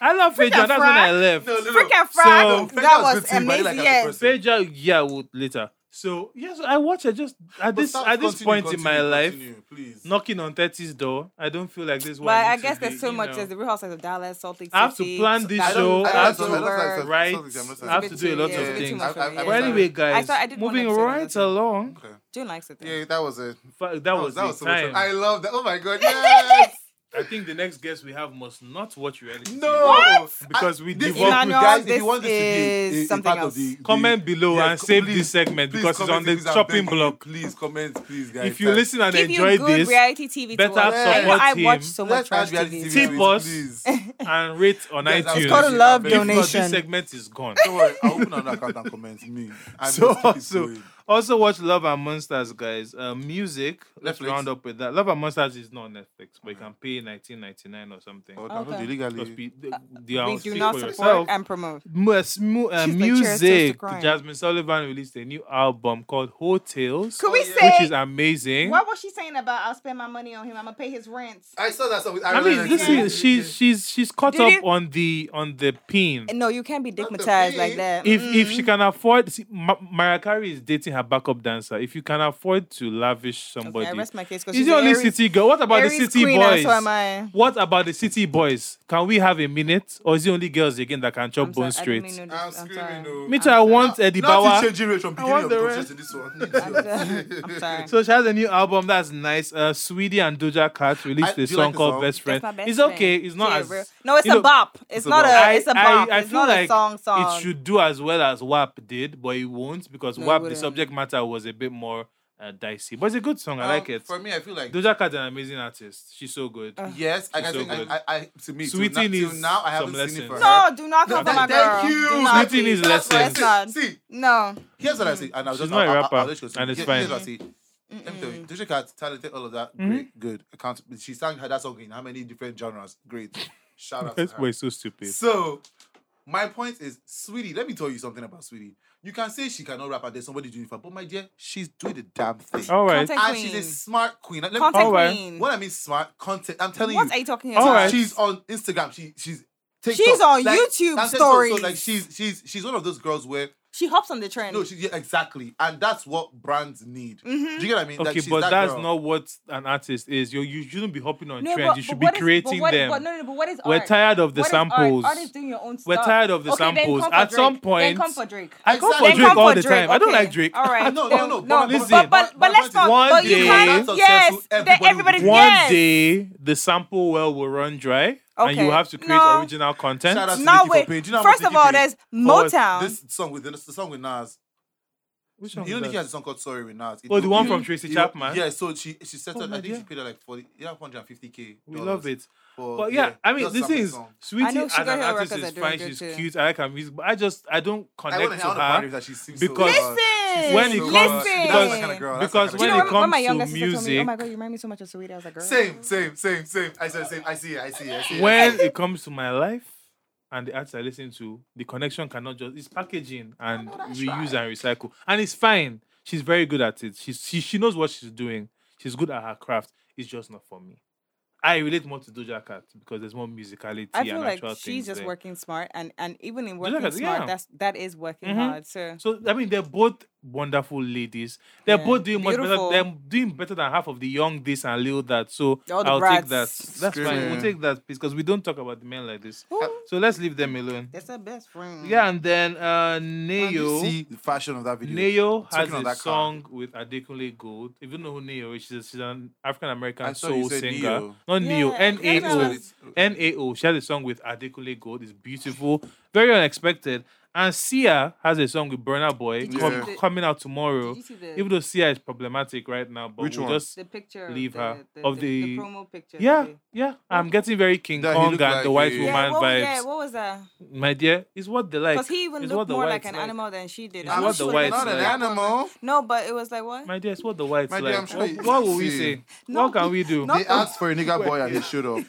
[SPEAKER 1] I love Phaedra.
[SPEAKER 4] Freaking
[SPEAKER 1] That's when I
[SPEAKER 4] Fra-
[SPEAKER 1] left.
[SPEAKER 2] No, no, no.
[SPEAKER 4] Freaking Fra-
[SPEAKER 1] So-
[SPEAKER 2] Fred
[SPEAKER 4] that
[SPEAKER 2] was
[SPEAKER 4] was
[SPEAKER 2] good too, but I didn't like
[SPEAKER 4] amazing.
[SPEAKER 2] her
[SPEAKER 4] yes.
[SPEAKER 2] person.
[SPEAKER 1] Phaedra, yeah, would later. So yes, I watch. I just at this
[SPEAKER 2] Start-
[SPEAKER 1] at this
[SPEAKER 2] continue,
[SPEAKER 1] point in
[SPEAKER 2] continue,
[SPEAKER 1] my life,
[SPEAKER 2] continue, please.
[SPEAKER 1] knocking on 30's door. I don't feel like this. is
[SPEAKER 4] But
[SPEAKER 1] where
[SPEAKER 4] I
[SPEAKER 1] need to
[SPEAKER 4] guess
[SPEAKER 1] be,
[SPEAKER 4] there's so
[SPEAKER 1] you
[SPEAKER 4] much.
[SPEAKER 1] know.
[SPEAKER 4] There's the Real Housewives of Dallas, Salt Lake City.
[SPEAKER 1] I have to plan this
[SPEAKER 2] I
[SPEAKER 1] show.
[SPEAKER 2] don't,
[SPEAKER 1] I
[SPEAKER 2] I
[SPEAKER 1] have
[SPEAKER 2] don't,
[SPEAKER 1] to
[SPEAKER 2] I don't like-
[SPEAKER 1] right?
[SPEAKER 2] I'm not
[SPEAKER 1] I have to
[SPEAKER 2] saying-
[SPEAKER 1] do a lot
[SPEAKER 4] yeah,
[SPEAKER 1] of
[SPEAKER 4] it's a bit too
[SPEAKER 1] things.
[SPEAKER 4] much for
[SPEAKER 2] I- I-
[SPEAKER 4] me,
[SPEAKER 2] I-
[SPEAKER 4] yeah.
[SPEAKER 1] But anyway,
[SPEAKER 4] I
[SPEAKER 1] guys,
[SPEAKER 4] thought I did one
[SPEAKER 1] moving
[SPEAKER 4] episode on
[SPEAKER 1] right
[SPEAKER 4] that.
[SPEAKER 1] along.
[SPEAKER 2] Okay.
[SPEAKER 4] June likes it. though.
[SPEAKER 2] Yeah, that was it.
[SPEAKER 1] Fa- That, was
[SPEAKER 2] that was
[SPEAKER 1] the
[SPEAKER 2] so much fun.
[SPEAKER 1] time.
[SPEAKER 2] I love that. Oh my god. Yes.
[SPEAKER 1] I think the next guest we have must not watch reality.
[SPEAKER 2] no.
[SPEAKER 1] TV.
[SPEAKER 2] I-
[SPEAKER 1] Because we
[SPEAKER 2] this-
[SPEAKER 1] devolve-
[SPEAKER 4] Emmanuel,
[SPEAKER 2] guys, if
[SPEAKER 4] this
[SPEAKER 2] you want this to be a-
[SPEAKER 4] is
[SPEAKER 2] a,
[SPEAKER 4] something
[SPEAKER 2] part of
[SPEAKER 4] else.
[SPEAKER 2] the, the-
[SPEAKER 1] Comment below
[SPEAKER 2] Yes,
[SPEAKER 1] and save
[SPEAKER 2] please-
[SPEAKER 1] this segment
[SPEAKER 2] please
[SPEAKER 1] because it's
[SPEAKER 2] comment
[SPEAKER 1] on the
[SPEAKER 2] if I'm
[SPEAKER 1] chopping
[SPEAKER 2] begging you.
[SPEAKER 1] block.
[SPEAKER 2] Please comment, please, guys.
[SPEAKER 1] If you
[SPEAKER 2] Like,
[SPEAKER 1] listen and
[SPEAKER 4] Give
[SPEAKER 1] enjoy
[SPEAKER 4] you good
[SPEAKER 1] this
[SPEAKER 4] reality TV.
[SPEAKER 1] better
[SPEAKER 4] to watch. I,
[SPEAKER 2] support
[SPEAKER 4] I
[SPEAKER 1] him.
[SPEAKER 4] watch so much
[SPEAKER 2] let's add
[SPEAKER 4] reality
[SPEAKER 2] reality
[SPEAKER 4] TV.
[SPEAKER 1] Tip
[SPEAKER 2] to it,
[SPEAKER 1] us.
[SPEAKER 2] please.
[SPEAKER 1] and rate on
[SPEAKER 2] Guys, I'm
[SPEAKER 1] iTunes,
[SPEAKER 4] It's called a
[SPEAKER 2] sorry,
[SPEAKER 4] love
[SPEAKER 2] I'm begging you.
[SPEAKER 1] if not, this
[SPEAKER 4] donation.
[SPEAKER 1] segment is gone.
[SPEAKER 2] Don't worry, I'll open another account and comment me. I'm
[SPEAKER 1] so,
[SPEAKER 2] just keep
[SPEAKER 1] so
[SPEAKER 2] going.
[SPEAKER 1] Also watch Love and Monsters, guys. Uh, music. Let's
[SPEAKER 2] Netflix.
[SPEAKER 1] round up with that. Love and Monsters is not on Netflix, but you can pay nineteen ninety nine or something.
[SPEAKER 2] Or download
[SPEAKER 4] Okay.
[SPEAKER 2] illegally.
[SPEAKER 1] Just be, th- they are
[SPEAKER 4] Uh, we
[SPEAKER 1] on
[SPEAKER 4] do
[SPEAKER 1] speak
[SPEAKER 4] not
[SPEAKER 1] for
[SPEAKER 4] support
[SPEAKER 1] yourself.
[SPEAKER 4] and promote.
[SPEAKER 1] Mu- uh, smu- uh,
[SPEAKER 4] She's like Chairs Toast to
[SPEAKER 1] music.
[SPEAKER 4] Crime.
[SPEAKER 1] Jasmine Sullivan released a new album called Hotels,
[SPEAKER 4] Could we
[SPEAKER 1] which
[SPEAKER 4] say
[SPEAKER 1] is amazing.
[SPEAKER 4] what was she saying about I'll spend my money on him? I'm gonna pay his rent.
[SPEAKER 3] I saw that song with
[SPEAKER 1] I mean,
[SPEAKER 3] Ariana
[SPEAKER 1] this
[SPEAKER 3] Grande.
[SPEAKER 1] is she's she's she's caught
[SPEAKER 4] Did
[SPEAKER 1] up
[SPEAKER 4] you-
[SPEAKER 1] on the on the pin.
[SPEAKER 4] No, Mm. you can't be
[SPEAKER 3] Not the
[SPEAKER 4] digmatized like
[SPEAKER 3] pig.
[SPEAKER 4] that.
[SPEAKER 1] If if she can afford, see, Ma- Mariah Carey is dating her backup dancer. If you can afford to lavish
[SPEAKER 4] okay,
[SPEAKER 1] somebody,
[SPEAKER 4] I rest my case because
[SPEAKER 1] is the only city girl? What about the city
[SPEAKER 4] queen, and
[SPEAKER 1] boys?
[SPEAKER 4] so am I.
[SPEAKER 1] What about the city boys? Can we have a minute, or is it only girls again that can chop
[SPEAKER 4] I'm
[SPEAKER 1] bone
[SPEAKER 4] sorry, I didn't
[SPEAKER 1] straight?
[SPEAKER 4] mean to-
[SPEAKER 3] I'm
[SPEAKER 4] I'm
[SPEAKER 3] screaming.
[SPEAKER 4] sorry.
[SPEAKER 3] though.
[SPEAKER 1] Me too. I want Eddie Bauer.
[SPEAKER 3] Nothing changing rate from
[SPEAKER 1] I want
[SPEAKER 3] beginning of
[SPEAKER 1] the
[SPEAKER 3] project in this one.
[SPEAKER 4] I'm sorry. I'm sorry.
[SPEAKER 1] So she has a new album that's nice. Uh, Sweetie and Doja Cat released
[SPEAKER 2] I-
[SPEAKER 1] a
[SPEAKER 2] do you
[SPEAKER 1] song
[SPEAKER 2] like the
[SPEAKER 1] called
[SPEAKER 2] song?
[SPEAKER 1] Best Friend.
[SPEAKER 4] That's my best
[SPEAKER 1] it's
[SPEAKER 4] friend.
[SPEAKER 1] okay. It's not
[SPEAKER 4] Yeah,
[SPEAKER 1] as
[SPEAKER 4] real- No, it's
[SPEAKER 1] you
[SPEAKER 4] a
[SPEAKER 1] know,
[SPEAKER 4] bop. It's,
[SPEAKER 2] a
[SPEAKER 4] not a.
[SPEAKER 2] bop.
[SPEAKER 4] it's a bop.
[SPEAKER 1] I, I
[SPEAKER 4] it's
[SPEAKER 1] feel
[SPEAKER 4] not
[SPEAKER 1] like
[SPEAKER 4] a song. Song.
[SPEAKER 1] it should do as well as WAP did, but it won't because
[SPEAKER 4] No, it
[SPEAKER 1] WAP the
[SPEAKER 4] wouldn't.
[SPEAKER 1] subject matter was a bit more uh, dicey. But it's a good song. I
[SPEAKER 2] Um,
[SPEAKER 1] like it.
[SPEAKER 2] For me, I feel like
[SPEAKER 1] Doja Cat's an amazing artist. She's so good.
[SPEAKER 4] Uh,
[SPEAKER 2] yes, I
[SPEAKER 1] She's
[SPEAKER 2] can
[SPEAKER 1] so
[SPEAKER 2] think
[SPEAKER 1] good.
[SPEAKER 2] I, I, I to me
[SPEAKER 1] Sweetie
[SPEAKER 2] till, na- till
[SPEAKER 1] needs
[SPEAKER 2] now I haven't
[SPEAKER 1] some
[SPEAKER 2] seen it for
[SPEAKER 1] lessons.
[SPEAKER 2] her.
[SPEAKER 4] No, do not come for my
[SPEAKER 3] Thank
[SPEAKER 4] girl.
[SPEAKER 3] you.
[SPEAKER 4] Do not,
[SPEAKER 1] Sweetie needs
[SPEAKER 4] please.
[SPEAKER 1] lessons.
[SPEAKER 4] Let's not.
[SPEAKER 3] See,
[SPEAKER 4] No.
[SPEAKER 2] Here's what I say, and I'll
[SPEAKER 1] She's
[SPEAKER 2] just
[SPEAKER 1] not a
[SPEAKER 2] I'll- I'll-
[SPEAKER 1] rapper,
[SPEAKER 2] I'll let you go.
[SPEAKER 1] and it's
[SPEAKER 2] Here-
[SPEAKER 1] fine. Mm-hmm.
[SPEAKER 2] Here's what I see. Let me tell you, Doja Cat, talented, all of that, great, good. Account. She sang her that song in how many different genres? Great. Shout out to
[SPEAKER 1] That's
[SPEAKER 2] her.
[SPEAKER 1] why it's so stupid.
[SPEAKER 2] So, my point is, sweetie, let me tell you something about sweetie. You can say she cannot rap and there's somebody doing it for her, but my dear, she's doing the damn thing.
[SPEAKER 1] All right.
[SPEAKER 4] Content
[SPEAKER 2] and
[SPEAKER 4] queen.
[SPEAKER 2] she's a smart queen. Let me-
[SPEAKER 4] Content
[SPEAKER 1] All right.
[SPEAKER 4] queen.
[SPEAKER 2] What I mean, smart content. I'm telling
[SPEAKER 4] What
[SPEAKER 2] you,
[SPEAKER 4] are you talking about?
[SPEAKER 1] All right.
[SPEAKER 2] she's on Instagram. She she's
[SPEAKER 4] She's on YouTube
[SPEAKER 2] that's it. So- So,
[SPEAKER 4] stories.
[SPEAKER 2] like she's she's she's one of those girls where
[SPEAKER 4] She hops on the trend.
[SPEAKER 2] no, she yeah, exactly, and that's what brands need. Do
[SPEAKER 4] Mm-hmm.
[SPEAKER 2] you get what I mean? That
[SPEAKER 1] Okay,
[SPEAKER 2] she's
[SPEAKER 1] but
[SPEAKER 2] that
[SPEAKER 1] that's
[SPEAKER 2] girl.
[SPEAKER 1] not what an artist is. You you shouldn't be hopping on
[SPEAKER 4] No,
[SPEAKER 1] trends.
[SPEAKER 4] but-
[SPEAKER 1] you should
[SPEAKER 4] but
[SPEAKER 1] be
[SPEAKER 4] what is- but
[SPEAKER 1] creating
[SPEAKER 4] what-
[SPEAKER 1] them.
[SPEAKER 4] But no, no, no, but what is
[SPEAKER 1] We're
[SPEAKER 4] art?
[SPEAKER 1] tired of the
[SPEAKER 4] What is art?
[SPEAKER 1] samples.
[SPEAKER 4] Art is doing your own stuff.
[SPEAKER 1] We're tired of the
[SPEAKER 4] Okay, then
[SPEAKER 1] samples.
[SPEAKER 4] come for
[SPEAKER 1] At some
[SPEAKER 4] Drake. Then
[SPEAKER 1] point-
[SPEAKER 4] come for Drake.
[SPEAKER 1] I come for
[SPEAKER 4] Then
[SPEAKER 1] Drake
[SPEAKER 4] come
[SPEAKER 1] all
[SPEAKER 4] for
[SPEAKER 1] the time. I don't
[SPEAKER 4] okay.
[SPEAKER 1] like Drake.
[SPEAKER 4] All right.
[SPEAKER 2] Ah, No, no,
[SPEAKER 4] then-
[SPEAKER 2] no, but-
[SPEAKER 4] no.
[SPEAKER 1] listen.
[SPEAKER 4] But, but, but
[SPEAKER 2] One
[SPEAKER 4] let's not.
[SPEAKER 1] day-
[SPEAKER 4] but you can't.
[SPEAKER 2] One day-
[SPEAKER 4] Yes. Then
[SPEAKER 2] everybody
[SPEAKER 4] everybody.
[SPEAKER 2] will-
[SPEAKER 1] One
[SPEAKER 4] Yes.
[SPEAKER 1] day the sample well will run dry, and you
[SPEAKER 4] Okay.
[SPEAKER 1] have to create
[SPEAKER 4] No.
[SPEAKER 1] original content.
[SPEAKER 2] Shout out to
[SPEAKER 4] Now
[SPEAKER 2] Nicki for
[SPEAKER 4] wait.
[SPEAKER 2] paying. Do you know how much
[SPEAKER 4] First of
[SPEAKER 2] Nicki
[SPEAKER 4] all,
[SPEAKER 2] paid?
[SPEAKER 4] there's
[SPEAKER 1] For
[SPEAKER 4] Motown.
[SPEAKER 2] This song with the song with Nas.
[SPEAKER 1] Which
[SPEAKER 2] You
[SPEAKER 1] one
[SPEAKER 2] know,
[SPEAKER 1] was
[SPEAKER 2] Nicki
[SPEAKER 1] that?
[SPEAKER 2] has a song called "Sorry" with Nas. It-
[SPEAKER 1] Oh, the one
[SPEAKER 2] it-
[SPEAKER 1] from Tracy
[SPEAKER 2] it-
[SPEAKER 1] Chapman?
[SPEAKER 2] Yeah, so she she
[SPEAKER 4] Oh,
[SPEAKER 2] settled.
[SPEAKER 1] my
[SPEAKER 2] I think she
[SPEAKER 1] dear.
[SPEAKER 2] paid her like forty, yeah, 150k.
[SPEAKER 1] We love it.
[SPEAKER 2] For,
[SPEAKER 1] But yeah, I mean,
[SPEAKER 2] just
[SPEAKER 1] this
[SPEAKER 2] sample
[SPEAKER 1] is
[SPEAKER 2] song.
[SPEAKER 1] Sweetie
[SPEAKER 4] I know
[SPEAKER 1] as
[SPEAKER 4] Sugar
[SPEAKER 1] an
[SPEAKER 4] Hill
[SPEAKER 1] artist
[SPEAKER 4] Records
[SPEAKER 1] is
[SPEAKER 4] are doing
[SPEAKER 1] fine.
[SPEAKER 4] good
[SPEAKER 1] She's
[SPEAKER 4] too.
[SPEAKER 1] cute. I like her music, but I just I don't
[SPEAKER 2] I want
[SPEAKER 1] connect
[SPEAKER 2] to
[SPEAKER 1] to
[SPEAKER 2] have the party
[SPEAKER 1] her
[SPEAKER 2] that she sings
[SPEAKER 1] because-
[SPEAKER 2] so
[SPEAKER 4] Listen,
[SPEAKER 1] When it
[SPEAKER 2] so
[SPEAKER 1] comes-
[SPEAKER 2] hard.
[SPEAKER 1] because-
[SPEAKER 2] that's my kind of girl. That's my
[SPEAKER 1] because
[SPEAKER 2] kind of
[SPEAKER 1] when
[SPEAKER 4] you
[SPEAKER 1] it
[SPEAKER 2] girl.
[SPEAKER 4] know, when-
[SPEAKER 1] comes
[SPEAKER 4] when my
[SPEAKER 1] to
[SPEAKER 4] youngest sister told me,
[SPEAKER 1] music-
[SPEAKER 4] "Oh my god, you remind me so much of Sweetie," I was like, "Girl."
[SPEAKER 2] Same, same, same, same. I said same. I see it. I see it. I see it.
[SPEAKER 1] when it comes to my life and the arts I listen to, the connection cannot just it's packaging and reuse and recycle. And it's fine. She's very good at it. She's, she she knows what she's doing. She's good at her craft. It's just not for me. I relate more to Doja Cat because there's more musicality
[SPEAKER 4] I feel
[SPEAKER 1] and
[SPEAKER 4] like
[SPEAKER 1] actual
[SPEAKER 4] she's
[SPEAKER 1] things
[SPEAKER 4] just
[SPEAKER 1] there.
[SPEAKER 4] working smart, and and even in
[SPEAKER 1] Look
[SPEAKER 4] working
[SPEAKER 1] at it,
[SPEAKER 4] smart,
[SPEAKER 1] yeah.
[SPEAKER 4] that's that is working
[SPEAKER 1] Mhm.
[SPEAKER 4] hard. So
[SPEAKER 1] So I mean, they're both wonderful ladies. They're
[SPEAKER 4] Yeah.
[SPEAKER 1] both doing much
[SPEAKER 4] Beautiful.
[SPEAKER 1] better. They're doing better than half of the young this and little that. So
[SPEAKER 4] All the
[SPEAKER 1] I'll take
[SPEAKER 4] brats.
[SPEAKER 1] that. That's fine. We'll
[SPEAKER 2] Screaming.
[SPEAKER 1] take that please, because we don't talk about the men like this.
[SPEAKER 4] Ooh,
[SPEAKER 1] So let's leave them alone.
[SPEAKER 4] that's her best friend.
[SPEAKER 1] Yeah, and then uh
[SPEAKER 2] When you
[SPEAKER 1] Neo
[SPEAKER 2] see the fashion of that video.
[SPEAKER 1] Neo has
[SPEAKER 2] Talking on
[SPEAKER 1] a
[SPEAKER 2] that car.
[SPEAKER 1] song with Adekunle Gold. If you know who Neo is, she's, she's an African American
[SPEAKER 2] I thought you
[SPEAKER 1] soul
[SPEAKER 2] said
[SPEAKER 1] singer.
[SPEAKER 2] Neo.
[SPEAKER 1] Not Neo,
[SPEAKER 4] Yeah,
[SPEAKER 1] N A
[SPEAKER 4] that's what
[SPEAKER 1] O.
[SPEAKER 4] I
[SPEAKER 1] N A O. She has a song with Adekunle Gold. It's beautiful, very unexpected. And Sia has a song with Burna Boy
[SPEAKER 5] Did you
[SPEAKER 1] com-
[SPEAKER 2] see
[SPEAKER 5] the-
[SPEAKER 1] coming out tomorrow.
[SPEAKER 5] Did you see the,
[SPEAKER 1] Even though Sia is problematic right now, but
[SPEAKER 2] Which
[SPEAKER 1] we'll
[SPEAKER 2] one?
[SPEAKER 1] just
[SPEAKER 5] the picture
[SPEAKER 1] leave
[SPEAKER 5] of the,
[SPEAKER 1] her-
[SPEAKER 5] the,
[SPEAKER 1] of the-
[SPEAKER 5] the promo picture?
[SPEAKER 1] yeah,
[SPEAKER 5] today?
[SPEAKER 1] yeah. I'm getting very King
[SPEAKER 2] That he
[SPEAKER 1] Kong and
[SPEAKER 2] looked like
[SPEAKER 1] the White
[SPEAKER 2] a-
[SPEAKER 1] Woman
[SPEAKER 4] yeah, what,
[SPEAKER 1] vibes.
[SPEAKER 4] yeah, what was that?
[SPEAKER 1] My dear, it's what they like.
[SPEAKER 4] Because he even
[SPEAKER 1] It's what
[SPEAKER 4] looked
[SPEAKER 1] the
[SPEAKER 4] more like
[SPEAKER 1] whites
[SPEAKER 4] an
[SPEAKER 1] like.
[SPEAKER 4] animal than she did.
[SPEAKER 1] It's
[SPEAKER 4] I'm
[SPEAKER 1] what
[SPEAKER 4] not
[SPEAKER 1] the
[SPEAKER 4] sure
[SPEAKER 1] whites
[SPEAKER 4] that's
[SPEAKER 2] not an
[SPEAKER 1] like.
[SPEAKER 2] animal.
[SPEAKER 4] No, but it was like what?
[SPEAKER 1] My dear, it's what the whites
[SPEAKER 2] My
[SPEAKER 1] like.
[SPEAKER 2] dear, I'm sure
[SPEAKER 1] what,
[SPEAKER 2] you-
[SPEAKER 1] what will we
[SPEAKER 2] see.
[SPEAKER 1] say?
[SPEAKER 4] No,
[SPEAKER 1] what can we do?
[SPEAKER 4] not
[SPEAKER 2] They asked for a nigga boy and they showed up.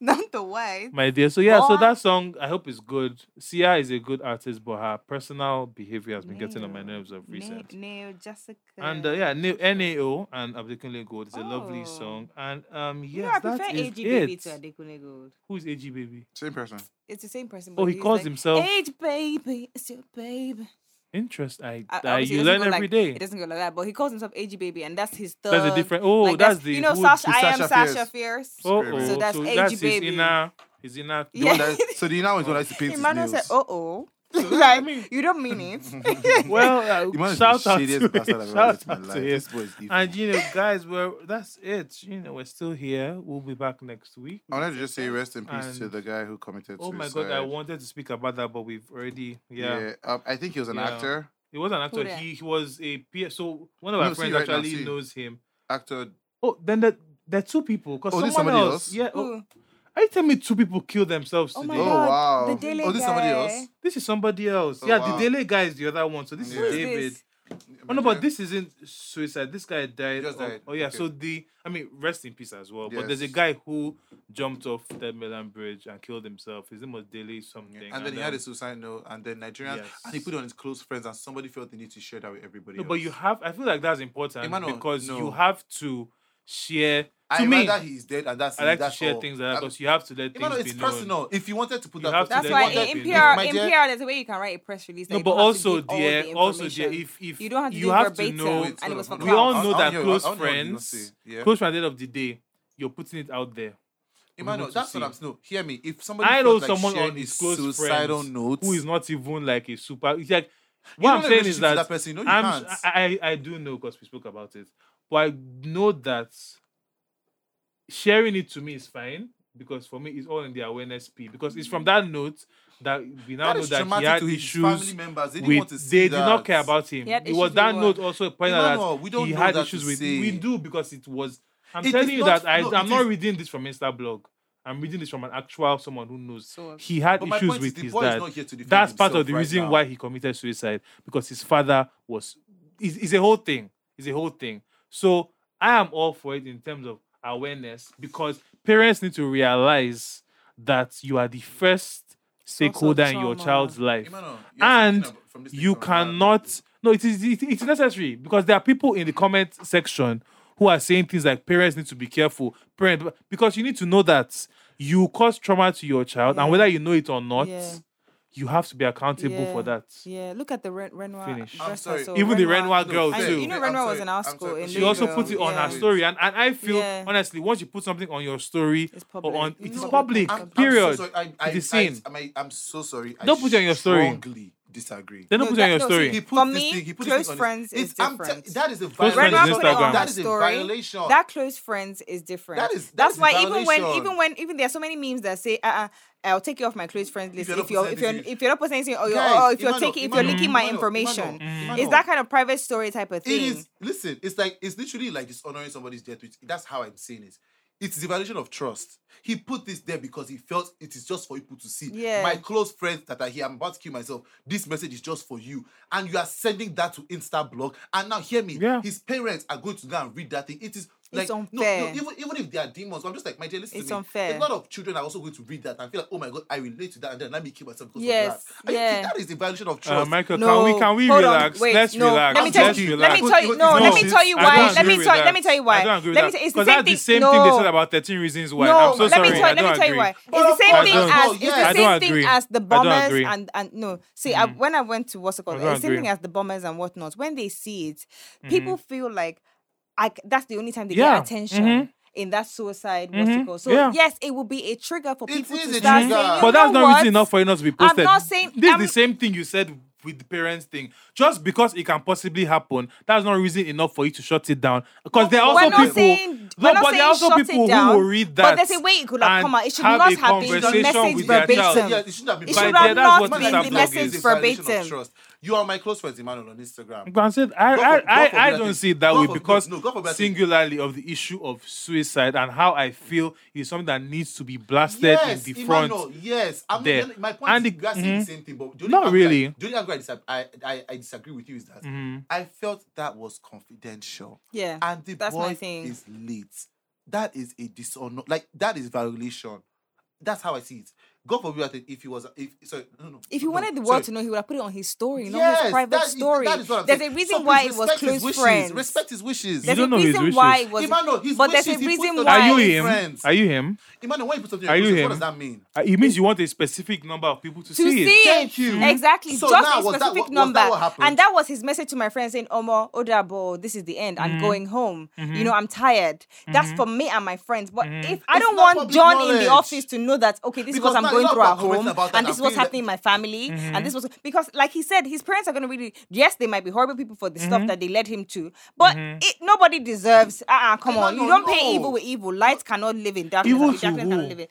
[SPEAKER 4] Not the white.
[SPEAKER 1] My dear. So yeah, so
[SPEAKER 4] Boy.
[SPEAKER 1] that song I hope is good. Sia is a good artist, but her personal behavior has been getting on my
[SPEAKER 4] Neo,
[SPEAKER 1] nerves of
[SPEAKER 4] Neil,
[SPEAKER 1] recent.
[SPEAKER 4] Neil Jessica.
[SPEAKER 1] And uh, yeah, Neo- NAO and Abdekunle Gold is a lovely
[SPEAKER 4] Oh.
[SPEAKER 1] song. And um
[SPEAKER 4] you know,
[SPEAKER 1] yes,
[SPEAKER 4] I prefer
[SPEAKER 1] that is
[SPEAKER 4] AG Baby
[SPEAKER 1] it.
[SPEAKER 4] to Adekunle Gold.
[SPEAKER 1] Who's AG Baby?
[SPEAKER 2] Same person.
[SPEAKER 4] It's the same person.
[SPEAKER 1] Oh,
[SPEAKER 4] but
[SPEAKER 1] he
[SPEAKER 4] he's
[SPEAKER 1] calls
[SPEAKER 4] like,
[SPEAKER 1] himself-
[SPEAKER 4] Age Baby. It's your baby.
[SPEAKER 1] Interest. I,
[SPEAKER 4] I-
[SPEAKER 1] I
[SPEAKER 4] obviously
[SPEAKER 1] you
[SPEAKER 4] it
[SPEAKER 1] learn
[SPEAKER 4] doesn't go
[SPEAKER 1] every
[SPEAKER 4] like,
[SPEAKER 1] day.
[SPEAKER 4] It doesn't go like that, but he calls himself AG Baby, and that's his thug.
[SPEAKER 1] That's a different. Oh,
[SPEAKER 4] like,
[SPEAKER 1] that's, the
[SPEAKER 4] you know
[SPEAKER 1] hood.
[SPEAKER 4] Sasha.
[SPEAKER 2] It's
[SPEAKER 4] I am
[SPEAKER 2] Sasha
[SPEAKER 4] Sasha Fierce.
[SPEAKER 1] Oh,
[SPEAKER 2] Spirit.
[SPEAKER 1] oh,
[SPEAKER 4] So that's AG
[SPEAKER 1] that's his
[SPEAKER 4] Baby.
[SPEAKER 1] inner. His inner.
[SPEAKER 4] Yeah.
[SPEAKER 2] The one that- so the now is what I used to paint his
[SPEAKER 4] Emmanuel "Oh,
[SPEAKER 2] nails.
[SPEAKER 4] said, "Uh oh." like you don't mean it.
[SPEAKER 1] Well, uh,
[SPEAKER 2] Emmanuel is
[SPEAKER 1] shout
[SPEAKER 2] the
[SPEAKER 1] out to
[SPEAKER 2] shadiest
[SPEAKER 1] him.
[SPEAKER 2] bastard I've ever
[SPEAKER 1] Shout
[SPEAKER 2] met in my
[SPEAKER 1] out
[SPEAKER 2] life.
[SPEAKER 1] to him.
[SPEAKER 2] This boy is evil.
[SPEAKER 1] And you know, guys, we're that's it. You know, we're still here. We'll be back next week.
[SPEAKER 2] I wanted to just say rest in peace to
[SPEAKER 1] And-
[SPEAKER 2] the guy who committed
[SPEAKER 1] Oh
[SPEAKER 2] suicide.
[SPEAKER 1] my god, I wanted to speak about that, but we've already yeah.
[SPEAKER 2] um, I think he was an
[SPEAKER 1] Yeah.
[SPEAKER 2] actor.
[SPEAKER 1] It was an actor.
[SPEAKER 4] that?
[SPEAKER 1] He he was a peer. So one of our
[SPEAKER 2] No, see
[SPEAKER 1] friends
[SPEAKER 2] right now,
[SPEAKER 1] actually
[SPEAKER 2] see.
[SPEAKER 1] knows him.
[SPEAKER 2] Actor.
[SPEAKER 1] Oh, then the there are two people. Cause
[SPEAKER 2] Oh,
[SPEAKER 1] someone
[SPEAKER 2] this somebody
[SPEAKER 1] else,
[SPEAKER 2] else?
[SPEAKER 1] Yeah. Oh,
[SPEAKER 4] Ooh.
[SPEAKER 1] are you telling me two people killed themselves
[SPEAKER 4] Oh
[SPEAKER 1] today?
[SPEAKER 4] my
[SPEAKER 2] Oh,
[SPEAKER 4] god.
[SPEAKER 2] wow.
[SPEAKER 4] The Daily
[SPEAKER 2] Oh, this somebody
[SPEAKER 4] Guy.
[SPEAKER 2] else?
[SPEAKER 1] This is somebody else.
[SPEAKER 2] Oh,
[SPEAKER 1] yeah,
[SPEAKER 2] wow.
[SPEAKER 1] the Daily guy is the other one. So this
[SPEAKER 2] Who
[SPEAKER 1] is
[SPEAKER 2] is
[SPEAKER 1] David.
[SPEAKER 4] this?
[SPEAKER 1] Oh no, but this isn't suicide. This guy died.
[SPEAKER 2] Just
[SPEAKER 1] of-
[SPEAKER 2] died.
[SPEAKER 1] Oh yeah.
[SPEAKER 2] Okay.
[SPEAKER 1] So the I mean, rest in peace as well. But there's a
[SPEAKER 2] Yes.
[SPEAKER 1] guy who jumped off the Milan Bridge and killed himself. His name was Daily something.
[SPEAKER 2] And then he had
[SPEAKER 1] um,
[SPEAKER 2] a suicide note, and then Nigerians,
[SPEAKER 1] Yes.
[SPEAKER 2] and he put it on his close friends, and somebody felt they need to share that with everybody.
[SPEAKER 1] No, but
[SPEAKER 2] else.
[SPEAKER 1] you have. I feel like that's important
[SPEAKER 2] Emmanuel,
[SPEAKER 1] because
[SPEAKER 2] no.
[SPEAKER 1] you have to share. To
[SPEAKER 2] I
[SPEAKER 1] me,
[SPEAKER 2] rather he's dead, and that's
[SPEAKER 1] I
[SPEAKER 2] it,
[SPEAKER 1] like to
[SPEAKER 2] that's
[SPEAKER 1] share
[SPEAKER 2] all.
[SPEAKER 1] things like that
[SPEAKER 2] I'm-
[SPEAKER 1] because you have to let things
[SPEAKER 2] Emmanuel,
[SPEAKER 1] be
[SPEAKER 2] it's
[SPEAKER 1] known.
[SPEAKER 2] personal. If you wanted to put
[SPEAKER 1] You
[SPEAKER 2] that,
[SPEAKER 1] have to
[SPEAKER 4] That's
[SPEAKER 1] They
[SPEAKER 4] why
[SPEAKER 1] want that
[SPEAKER 4] in
[SPEAKER 1] to be
[SPEAKER 4] PR,
[SPEAKER 2] known.
[SPEAKER 4] in
[SPEAKER 2] My dear-
[SPEAKER 4] PR, there's a way you can write a press release.
[SPEAKER 1] No,
[SPEAKER 4] that
[SPEAKER 1] but
[SPEAKER 4] you don't have to
[SPEAKER 1] also
[SPEAKER 4] give all
[SPEAKER 1] dear,
[SPEAKER 4] the
[SPEAKER 1] also dear,
[SPEAKER 4] information.
[SPEAKER 1] if if
[SPEAKER 4] You don't have to
[SPEAKER 1] you
[SPEAKER 4] do
[SPEAKER 1] have to
[SPEAKER 4] verbatim.
[SPEAKER 1] know,
[SPEAKER 4] and it was for
[SPEAKER 1] we all
[SPEAKER 4] clout.
[SPEAKER 1] know
[SPEAKER 2] I'll-
[SPEAKER 1] that
[SPEAKER 2] I'll-
[SPEAKER 1] close
[SPEAKER 2] I'll- I'll- I'll-
[SPEAKER 1] friends-
[SPEAKER 2] I'll- I'll- Yeah.
[SPEAKER 1] close friends at the end of the day, you're putting it out there.
[SPEAKER 2] Emmanuel,
[SPEAKER 1] to
[SPEAKER 2] that's
[SPEAKER 1] see.
[SPEAKER 2] what I'm no. Hear me. If somebody
[SPEAKER 1] I know
[SPEAKER 2] feels like
[SPEAKER 1] someone
[SPEAKER 2] sharing
[SPEAKER 1] on
[SPEAKER 2] a
[SPEAKER 1] his close
[SPEAKER 2] suicidal
[SPEAKER 1] friends
[SPEAKER 2] note,
[SPEAKER 1] who is not even like a super. It's like
[SPEAKER 2] you
[SPEAKER 1] what
[SPEAKER 2] don't
[SPEAKER 1] I'm
[SPEAKER 2] know
[SPEAKER 1] saying
[SPEAKER 2] the
[SPEAKER 1] is
[SPEAKER 2] relationship
[SPEAKER 1] that,
[SPEAKER 2] to that person. No, you
[SPEAKER 1] I'm,
[SPEAKER 2] can't.
[SPEAKER 1] I I I do know because we spoke about it, but I know that sharing it to me is fine because for me it's all in the awareness p because it's from that note that we now
[SPEAKER 2] Mm. that
[SPEAKER 1] know
[SPEAKER 2] is
[SPEAKER 1] that he
[SPEAKER 2] traumatic
[SPEAKER 1] had
[SPEAKER 2] to his
[SPEAKER 1] issues.
[SPEAKER 2] family members. They didn't
[SPEAKER 1] with,
[SPEAKER 2] want to see
[SPEAKER 1] they
[SPEAKER 2] that.
[SPEAKER 1] did not care about him.
[SPEAKER 4] He had
[SPEAKER 1] It
[SPEAKER 4] issues
[SPEAKER 1] was
[SPEAKER 4] with
[SPEAKER 1] that
[SPEAKER 4] what?
[SPEAKER 1] note also pointed out
[SPEAKER 2] Emmanuel,
[SPEAKER 1] that
[SPEAKER 2] we don't
[SPEAKER 1] he
[SPEAKER 2] know
[SPEAKER 1] had
[SPEAKER 2] that
[SPEAKER 1] issues
[SPEAKER 2] to
[SPEAKER 1] with.
[SPEAKER 2] say.
[SPEAKER 1] We do because it was. I'm
[SPEAKER 2] It
[SPEAKER 1] telling
[SPEAKER 2] is
[SPEAKER 1] you
[SPEAKER 2] not-
[SPEAKER 1] that I,
[SPEAKER 2] no,
[SPEAKER 1] I'm
[SPEAKER 2] it
[SPEAKER 1] not
[SPEAKER 2] is-
[SPEAKER 1] reading this from Insta blog. I'm reading this from an actual someone who knows.
[SPEAKER 5] Source.
[SPEAKER 1] he had
[SPEAKER 2] But my
[SPEAKER 1] issues
[SPEAKER 2] point is
[SPEAKER 1] with
[SPEAKER 2] the
[SPEAKER 1] his
[SPEAKER 2] boy is
[SPEAKER 1] dad.
[SPEAKER 2] not here to defend
[SPEAKER 1] That's part of
[SPEAKER 2] himself
[SPEAKER 1] the
[SPEAKER 2] right
[SPEAKER 1] reason
[SPEAKER 2] now.
[SPEAKER 1] why he committed suicide because his father was. Is is a whole thing. Is a whole thing. So I am all for it in terms of awareness because parents need to realize that you are the first stakeholder in your
[SPEAKER 4] trauma.
[SPEAKER 1] child's life
[SPEAKER 2] Emmanuel, you are
[SPEAKER 1] and
[SPEAKER 2] speaking ab- from this thing
[SPEAKER 1] you
[SPEAKER 2] from another-
[SPEAKER 1] cannot no it is it, it's necessary because there are people in the comment section who are saying things like parents need to be careful parent because you need to know that you cause trauma to your child and whether you know it or not
[SPEAKER 4] Yeah.
[SPEAKER 1] you have to be accountable for
[SPEAKER 4] Yeah.
[SPEAKER 1] that
[SPEAKER 4] Yeah, look at the Ren- Renoir.
[SPEAKER 1] Finish.
[SPEAKER 2] I'm
[SPEAKER 4] dress
[SPEAKER 2] sorry.
[SPEAKER 4] rehearsal.
[SPEAKER 1] Even the Renoir
[SPEAKER 2] No,
[SPEAKER 1] girl
[SPEAKER 2] fair,
[SPEAKER 1] too.
[SPEAKER 4] You know
[SPEAKER 2] fair,
[SPEAKER 4] Renoir
[SPEAKER 2] I'm
[SPEAKER 4] was
[SPEAKER 2] sorry,
[SPEAKER 4] in our
[SPEAKER 2] I'm sorry,
[SPEAKER 4] school
[SPEAKER 2] but
[SPEAKER 4] in
[SPEAKER 1] she
[SPEAKER 4] There you
[SPEAKER 1] also
[SPEAKER 4] go.
[SPEAKER 1] put it on her
[SPEAKER 4] Yeah.
[SPEAKER 1] story and, and i feel
[SPEAKER 4] Yeah.
[SPEAKER 1] honestly once you put something on your story
[SPEAKER 4] It's
[SPEAKER 1] or on
[SPEAKER 4] public.
[SPEAKER 1] it is
[SPEAKER 4] No,
[SPEAKER 1] public
[SPEAKER 4] I'm- I'm so
[SPEAKER 1] period
[SPEAKER 2] I'm so sorry. I, I,
[SPEAKER 1] it is seen
[SPEAKER 2] I, I, am so sorry. I
[SPEAKER 1] Don't put it on your story.
[SPEAKER 2] strongly disagree.
[SPEAKER 1] they don't
[SPEAKER 4] No,
[SPEAKER 1] put it on
[SPEAKER 4] that-
[SPEAKER 1] your
[SPEAKER 4] no,
[SPEAKER 1] story
[SPEAKER 4] see,
[SPEAKER 2] He put
[SPEAKER 4] For
[SPEAKER 2] this
[SPEAKER 4] me,
[SPEAKER 2] thing- he put this
[SPEAKER 4] close
[SPEAKER 2] thing on his-
[SPEAKER 4] friends is
[SPEAKER 2] it's- I'm
[SPEAKER 4] different.
[SPEAKER 2] te- that is a
[SPEAKER 1] Close
[SPEAKER 2] violation.
[SPEAKER 1] friends
[SPEAKER 4] Renoir
[SPEAKER 1] is
[SPEAKER 4] put it on
[SPEAKER 1] Instagram.
[SPEAKER 4] her
[SPEAKER 2] That is a
[SPEAKER 4] story.
[SPEAKER 2] violation.
[SPEAKER 4] That oh, close friends is different.
[SPEAKER 2] That is- that
[SPEAKER 4] that's
[SPEAKER 2] is
[SPEAKER 4] why even when
[SPEAKER 2] violation.
[SPEAKER 4] even when even there are so many memes that say uh, uh I'll take you off my close friends list
[SPEAKER 2] you're not
[SPEAKER 4] if you're if
[SPEAKER 2] posting
[SPEAKER 4] you're
[SPEAKER 2] anything.
[SPEAKER 4] if you're not posting anything or, you're,
[SPEAKER 2] Guys,
[SPEAKER 4] or oh, if you're
[SPEAKER 2] Emmanuel,
[SPEAKER 4] taking if you're
[SPEAKER 2] Emmanuel,
[SPEAKER 4] leaking my
[SPEAKER 2] Emmanuel,
[SPEAKER 4] information.
[SPEAKER 2] Emmanuel,
[SPEAKER 4] It's
[SPEAKER 2] Emmanuel.
[SPEAKER 4] that kind of private story type of
[SPEAKER 2] It
[SPEAKER 4] thing.
[SPEAKER 2] is. Listen, it's like it's literally like dishonoring somebody's death. Which, that's how I'm saying it. It's the violation of trust. He put this there because he felt it is just for people to see.
[SPEAKER 4] Yeah.
[SPEAKER 2] My close friends that are here, I'm about to kill myself. This message is just for you, and you are sending that to Insta blog. And now hear me.
[SPEAKER 1] Yeah.
[SPEAKER 2] His parents are going to go and read that thing. It is. Like,
[SPEAKER 4] It's
[SPEAKER 2] no,
[SPEAKER 4] unfair.
[SPEAKER 2] No, even, even if they are demons, I'm just like, my dear, listen
[SPEAKER 4] It's
[SPEAKER 2] to me.
[SPEAKER 4] unfair.
[SPEAKER 2] A lot of children are also going to read that and feel like, oh my God, I relate to that, and then let me kill myself because
[SPEAKER 4] Yes,
[SPEAKER 2] of that. Are you kidding?
[SPEAKER 4] yeah.
[SPEAKER 2] That is the violation of
[SPEAKER 1] uh,
[SPEAKER 2] trust.
[SPEAKER 1] Michael,
[SPEAKER 4] No.
[SPEAKER 1] can we can we
[SPEAKER 4] Hold on.
[SPEAKER 1] relax?
[SPEAKER 4] Wait,
[SPEAKER 1] Let's
[SPEAKER 4] no.
[SPEAKER 1] relax.
[SPEAKER 4] Let me tell
[SPEAKER 1] Let's
[SPEAKER 4] you.
[SPEAKER 1] relax.
[SPEAKER 4] Let me tell you. No.
[SPEAKER 1] No,
[SPEAKER 4] let me tell you
[SPEAKER 1] I
[SPEAKER 4] why.
[SPEAKER 1] don't
[SPEAKER 4] Let me
[SPEAKER 1] agree
[SPEAKER 4] tell.
[SPEAKER 1] with
[SPEAKER 4] Let me
[SPEAKER 1] that.
[SPEAKER 4] tell you why.
[SPEAKER 1] I don't agree
[SPEAKER 4] let me
[SPEAKER 1] with
[SPEAKER 4] tell.
[SPEAKER 1] that.
[SPEAKER 4] It's the
[SPEAKER 1] Because
[SPEAKER 4] same
[SPEAKER 1] that's
[SPEAKER 4] thing.
[SPEAKER 1] the same
[SPEAKER 4] no.
[SPEAKER 1] thing they said about 13 reasons why.
[SPEAKER 4] No,
[SPEAKER 1] I'm so
[SPEAKER 4] let
[SPEAKER 1] sorry.
[SPEAKER 4] me tell,
[SPEAKER 1] I
[SPEAKER 4] let
[SPEAKER 1] don't
[SPEAKER 4] me tell you
[SPEAKER 1] agree.
[SPEAKER 4] why.
[SPEAKER 2] But
[SPEAKER 4] It's
[SPEAKER 2] of
[SPEAKER 4] the same
[SPEAKER 2] course,
[SPEAKER 4] thing
[SPEAKER 1] I don't-
[SPEAKER 4] as
[SPEAKER 2] I
[SPEAKER 4] it's the
[SPEAKER 2] don't
[SPEAKER 4] same thing
[SPEAKER 1] agree.
[SPEAKER 4] as the
[SPEAKER 1] don't
[SPEAKER 4] bombers
[SPEAKER 1] agree.
[SPEAKER 4] and and no. See, I, when I went to what's it called,
[SPEAKER 1] I don't
[SPEAKER 4] it's the same
[SPEAKER 1] agree.
[SPEAKER 4] thing as the bombers and whatnot. When they see it,
[SPEAKER 2] Mm-hmm.
[SPEAKER 4] people feel like I c- that's the only time they
[SPEAKER 1] Yeah,
[SPEAKER 4] get attention.
[SPEAKER 2] Mm-hmm.
[SPEAKER 1] mhm.
[SPEAKER 4] In that suicide, what's it
[SPEAKER 1] Mhm,
[SPEAKER 4] called? So
[SPEAKER 1] yeah.
[SPEAKER 4] yes, it will be a trigger for
[SPEAKER 2] It
[SPEAKER 4] people
[SPEAKER 2] is
[SPEAKER 4] to
[SPEAKER 2] a
[SPEAKER 4] start
[SPEAKER 2] trigger.
[SPEAKER 4] saying,
[SPEAKER 2] But
[SPEAKER 4] "You
[SPEAKER 1] But that's
[SPEAKER 4] know
[SPEAKER 1] not
[SPEAKER 4] what?
[SPEAKER 1] reason enough for it not to be
[SPEAKER 4] I'm
[SPEAKER 1] posted.
[SPEAKER 4] not saying-
[SPEAKER 1] this
[SPEAKER 4] I'm-
[SPEAKER 1] is the same thing you said with the parents thing. Just because it can possibly happen, that's not reason enough for you to shut it down. Because there are
[SPEAKER 4] We're
[SPEAKER 1] also
[SPEAKER 4] not
[SPEAKER 1] people,
[SPEAKER 4] saying-
[SPEAKER 1] no,
[SPEAKER 4] we're not
[SPEAKER 1] but there
[SPEAKER 4] saying
[SPEAKER 1] are also
[SPEAKER 4] shut it
[SPEAKER 1] people
[SPEAKER 4] down,
[SPEAKER 1] who will read
[SPEAKER 4] but
[SPEAKER 1] that.
[SPEAKER 4] there's a way it could have
[SPEAKER 1] and
[SPEAKER 4] come out. It should
[SPEAKER 1] have
[SPEAKER 4] not
[SPEAKER 1] a
[SPEAKER 4] have been
[SPEAKER 1] conversation
[SPEAKER 4] message
[SPEAKER 1] with their
[SPEAKER 4] verbatim.
[SPEAKER 1] child.
[SPEAKER 2] Yeah, it should not be
[SPEAKER 4] It
[SPEAKER 1] By
[SPEAKER 4] should
[SPEAKER 1] there,
[SPEAKER 4] have
[SPEAKER 1] that's
[SPEAKER 4] not
[SPEAKER 1] what
[SPEAKER 4] been
[SPEAKER 1] Instagram
[SPEAKER 4] the
[SPEAKER 1] blog
[SPEAKER 4] message
[SPEAKER 1] is.
[SPEAKER 2] Violation of
[SPEAKER 4] verbatim.
[SPEAKER 2] trust. You are my close friends, Emmanuel, on Instagram.
[SPEAKER 1] Granted, I,
[SPEAKER 2] God
[SPEAKER 1] I,
[SPEAKER 2] for- God
[SPEAKER 1] I, I
[SPEAKER 2] forbid,
[SPEAKER 1] don't
[SPEAKER 2] I
[SPEAKER 1] see
[SPEAKER 2] think.
[SPEAKER 1] it that
[SPEAKER 2] God
[SPEAKER 1] way
[SPEAKER 2] forbid,
[SPEAKER 1] because
[SPEAKER 2] no, God forbid, I think.
[SPEAKER 1] singularly of the issue of suicide and how I feel is something that needs to be blasted
[SPEAKER 2] Yes,
[SPEAKER 1] in the front.
[SPEAKER 2] Emmanuel, yes. I'm
[SPEAKER 1] there.
[SPEAKER 2] Not, my point
[SPEAKER 1] And
[SPEAKER 2] is,
[SPEAKER 1] the-
[SPEAKER 2] you are saying the
[SPEAKER 1] mhm.
[SPEAKER 2] same thing, but the only
[SPEAKER 1] Not
[SPEAKER 2] angle I-
[SPEAKER 1] really. Mm-hmm.
[SPEAKER 2] The only angle I, disag- I, I, I disagree with you is that I felt that was confidential.
[SPEAKER 4] Yeah,
[SPEAKER 2] And the
[SPEAKER 4] that's my
[SPEAKER 2] boy
[SPEAKER 4] thing.
[SPEAKER 2] is late. That is a dishonor. Like, that is violation. That's how I see it. God forbid, I think if he was, if, sorry, no, no.
[SPEAKER 4] If he
[SPEAKER 2] no,
[SPEAKER 4] wanted the
[SPEAKER 2] sorry.
[SPEAKER 4] world to know, he would have put it on his story, not his
[SPEAKER 2] Yes,
[SPEAKER 4] private
[SPEAKER 2] that is-
[SPEAKER 4] story.
[SPEAKER 2] that is what I'm
[SPEAKER 4] There's
[SPEAKER 2] saying.
[SPEAKER 4] a reason
[SPEAKER 2] So
[SPEAKER 4] why
[SPEAKER 2] please
[SPEAKER 4] it was
[SPEAKER 2] respect his
[SPEAKER 4] close
[SPEAKER 2] wishes.
[SPEAKER 4] friends.
[SPEAKER 2] Respect his wishes.
[SPEAKER 4] There's
[SPEAKER 1] don't
[SPEAKER 4] a
[SPEAKER 1] know his
[SPEAKER 4] reason
[SPEAKER 1] wishes.
[SPEAKER 4] why it was.
[SPEAKER 2] Emmanuel, his
[SPEAKER 4] but there's
[SPEAKER 2] wishes
[SPEAKER 4] a
[SPEAKER 2] he
[SPEAKER 4] reason
[SPEAKER 2] put on-
[SPEAKER 4] why.
[SPEAKER 1] Are you
[SPEAKER 2] Why?
[SPEAKER 1] him?
[SPEAKER 2] Friends.
[SPEAKER 1] Are you him?
[SPEAKER 2] Emmanuel, when you put something
[SPEAKER 1] Are
[SPEAKER 2] on
[SPEAKER 1] you
[SPEAKER 2] your close,
[SPEAKER 1] him?
[SPEAKER 2] what does that mean?
[SPEAKER 1] Uh, It means you want a specific number of people to,
[SPEAKER 4] to see, it.
[SPEAKER 2] Thank you.
[SPEAKER 4] Exactly.
[SPEAKER 2] So
[SPEAKER 4] Just
[SPEAKER 2] now,
[SPEAKER 4] a
[SPEAKER 2] was that
[SPEAKER 4] specific
[SPEAKER 2] what- was that
[SPEAKER 4] number.
[SPEAKER 2] what happened?
[SPEAKER 4] and that was his message to my friend saying, Omo, Odabo, this is the end. I'm
[SPEAKER 1] Mm-hmm.
[SPEAKER 4] going home. You know, I'm tired. That's for me and my friends. But
[SPEAKER 1] Mm-hmm.
[SPEAKER 4] if I
[SPEAKER 2] It's
[SPEAKER 4] don't
[SPEAKER 2] not
[SPEAKER 4] want
[SPEAKER 2] public
[SPEAKER 4] John in
[SPEAKER 2] knowledge.
[SPEAKER 4] the office to know that, okay,
[SPEAKER 2] Because
[SPEAKER 4] this is what
[SPEAKER 2] now
[SPEAKER 4] I'm going
[SPEAKER 2] you're
[SPEAKER 4] through
[SPEAKER 2] not
[SPEAKER 4] at home,
[SPEAKER 2] commenting about that Mm-hmm.
[SPEAKER 4] and
[SPEAKER 2] and
[SPEAKER 4] this is what's
[SPEAKER 2] feeling
[SPEAKER 4] happening in my family, and this was because, like he said, his parents are going to really, yes, they might be horrible people for the
[SPEAKER 2] Mm-hmm.
[SPEAKER 4] stuff that they led him to, but it, nobody deserves, uh uh come on. You
[SPEAKER 2] Emmanuel,
[SPEAKER 4] don't pay
[SPEAKER 2] no.
[SPEAKER 4] evil with evil. Light cannot live in darkness.
[SPEAKER 1] Evil
[SPEAKER 4] and darkness
[SPEAKER 1] to
[SPEAKER 4] cannot
[SPEAKER 1] who?
[SPEAKER 4] live in.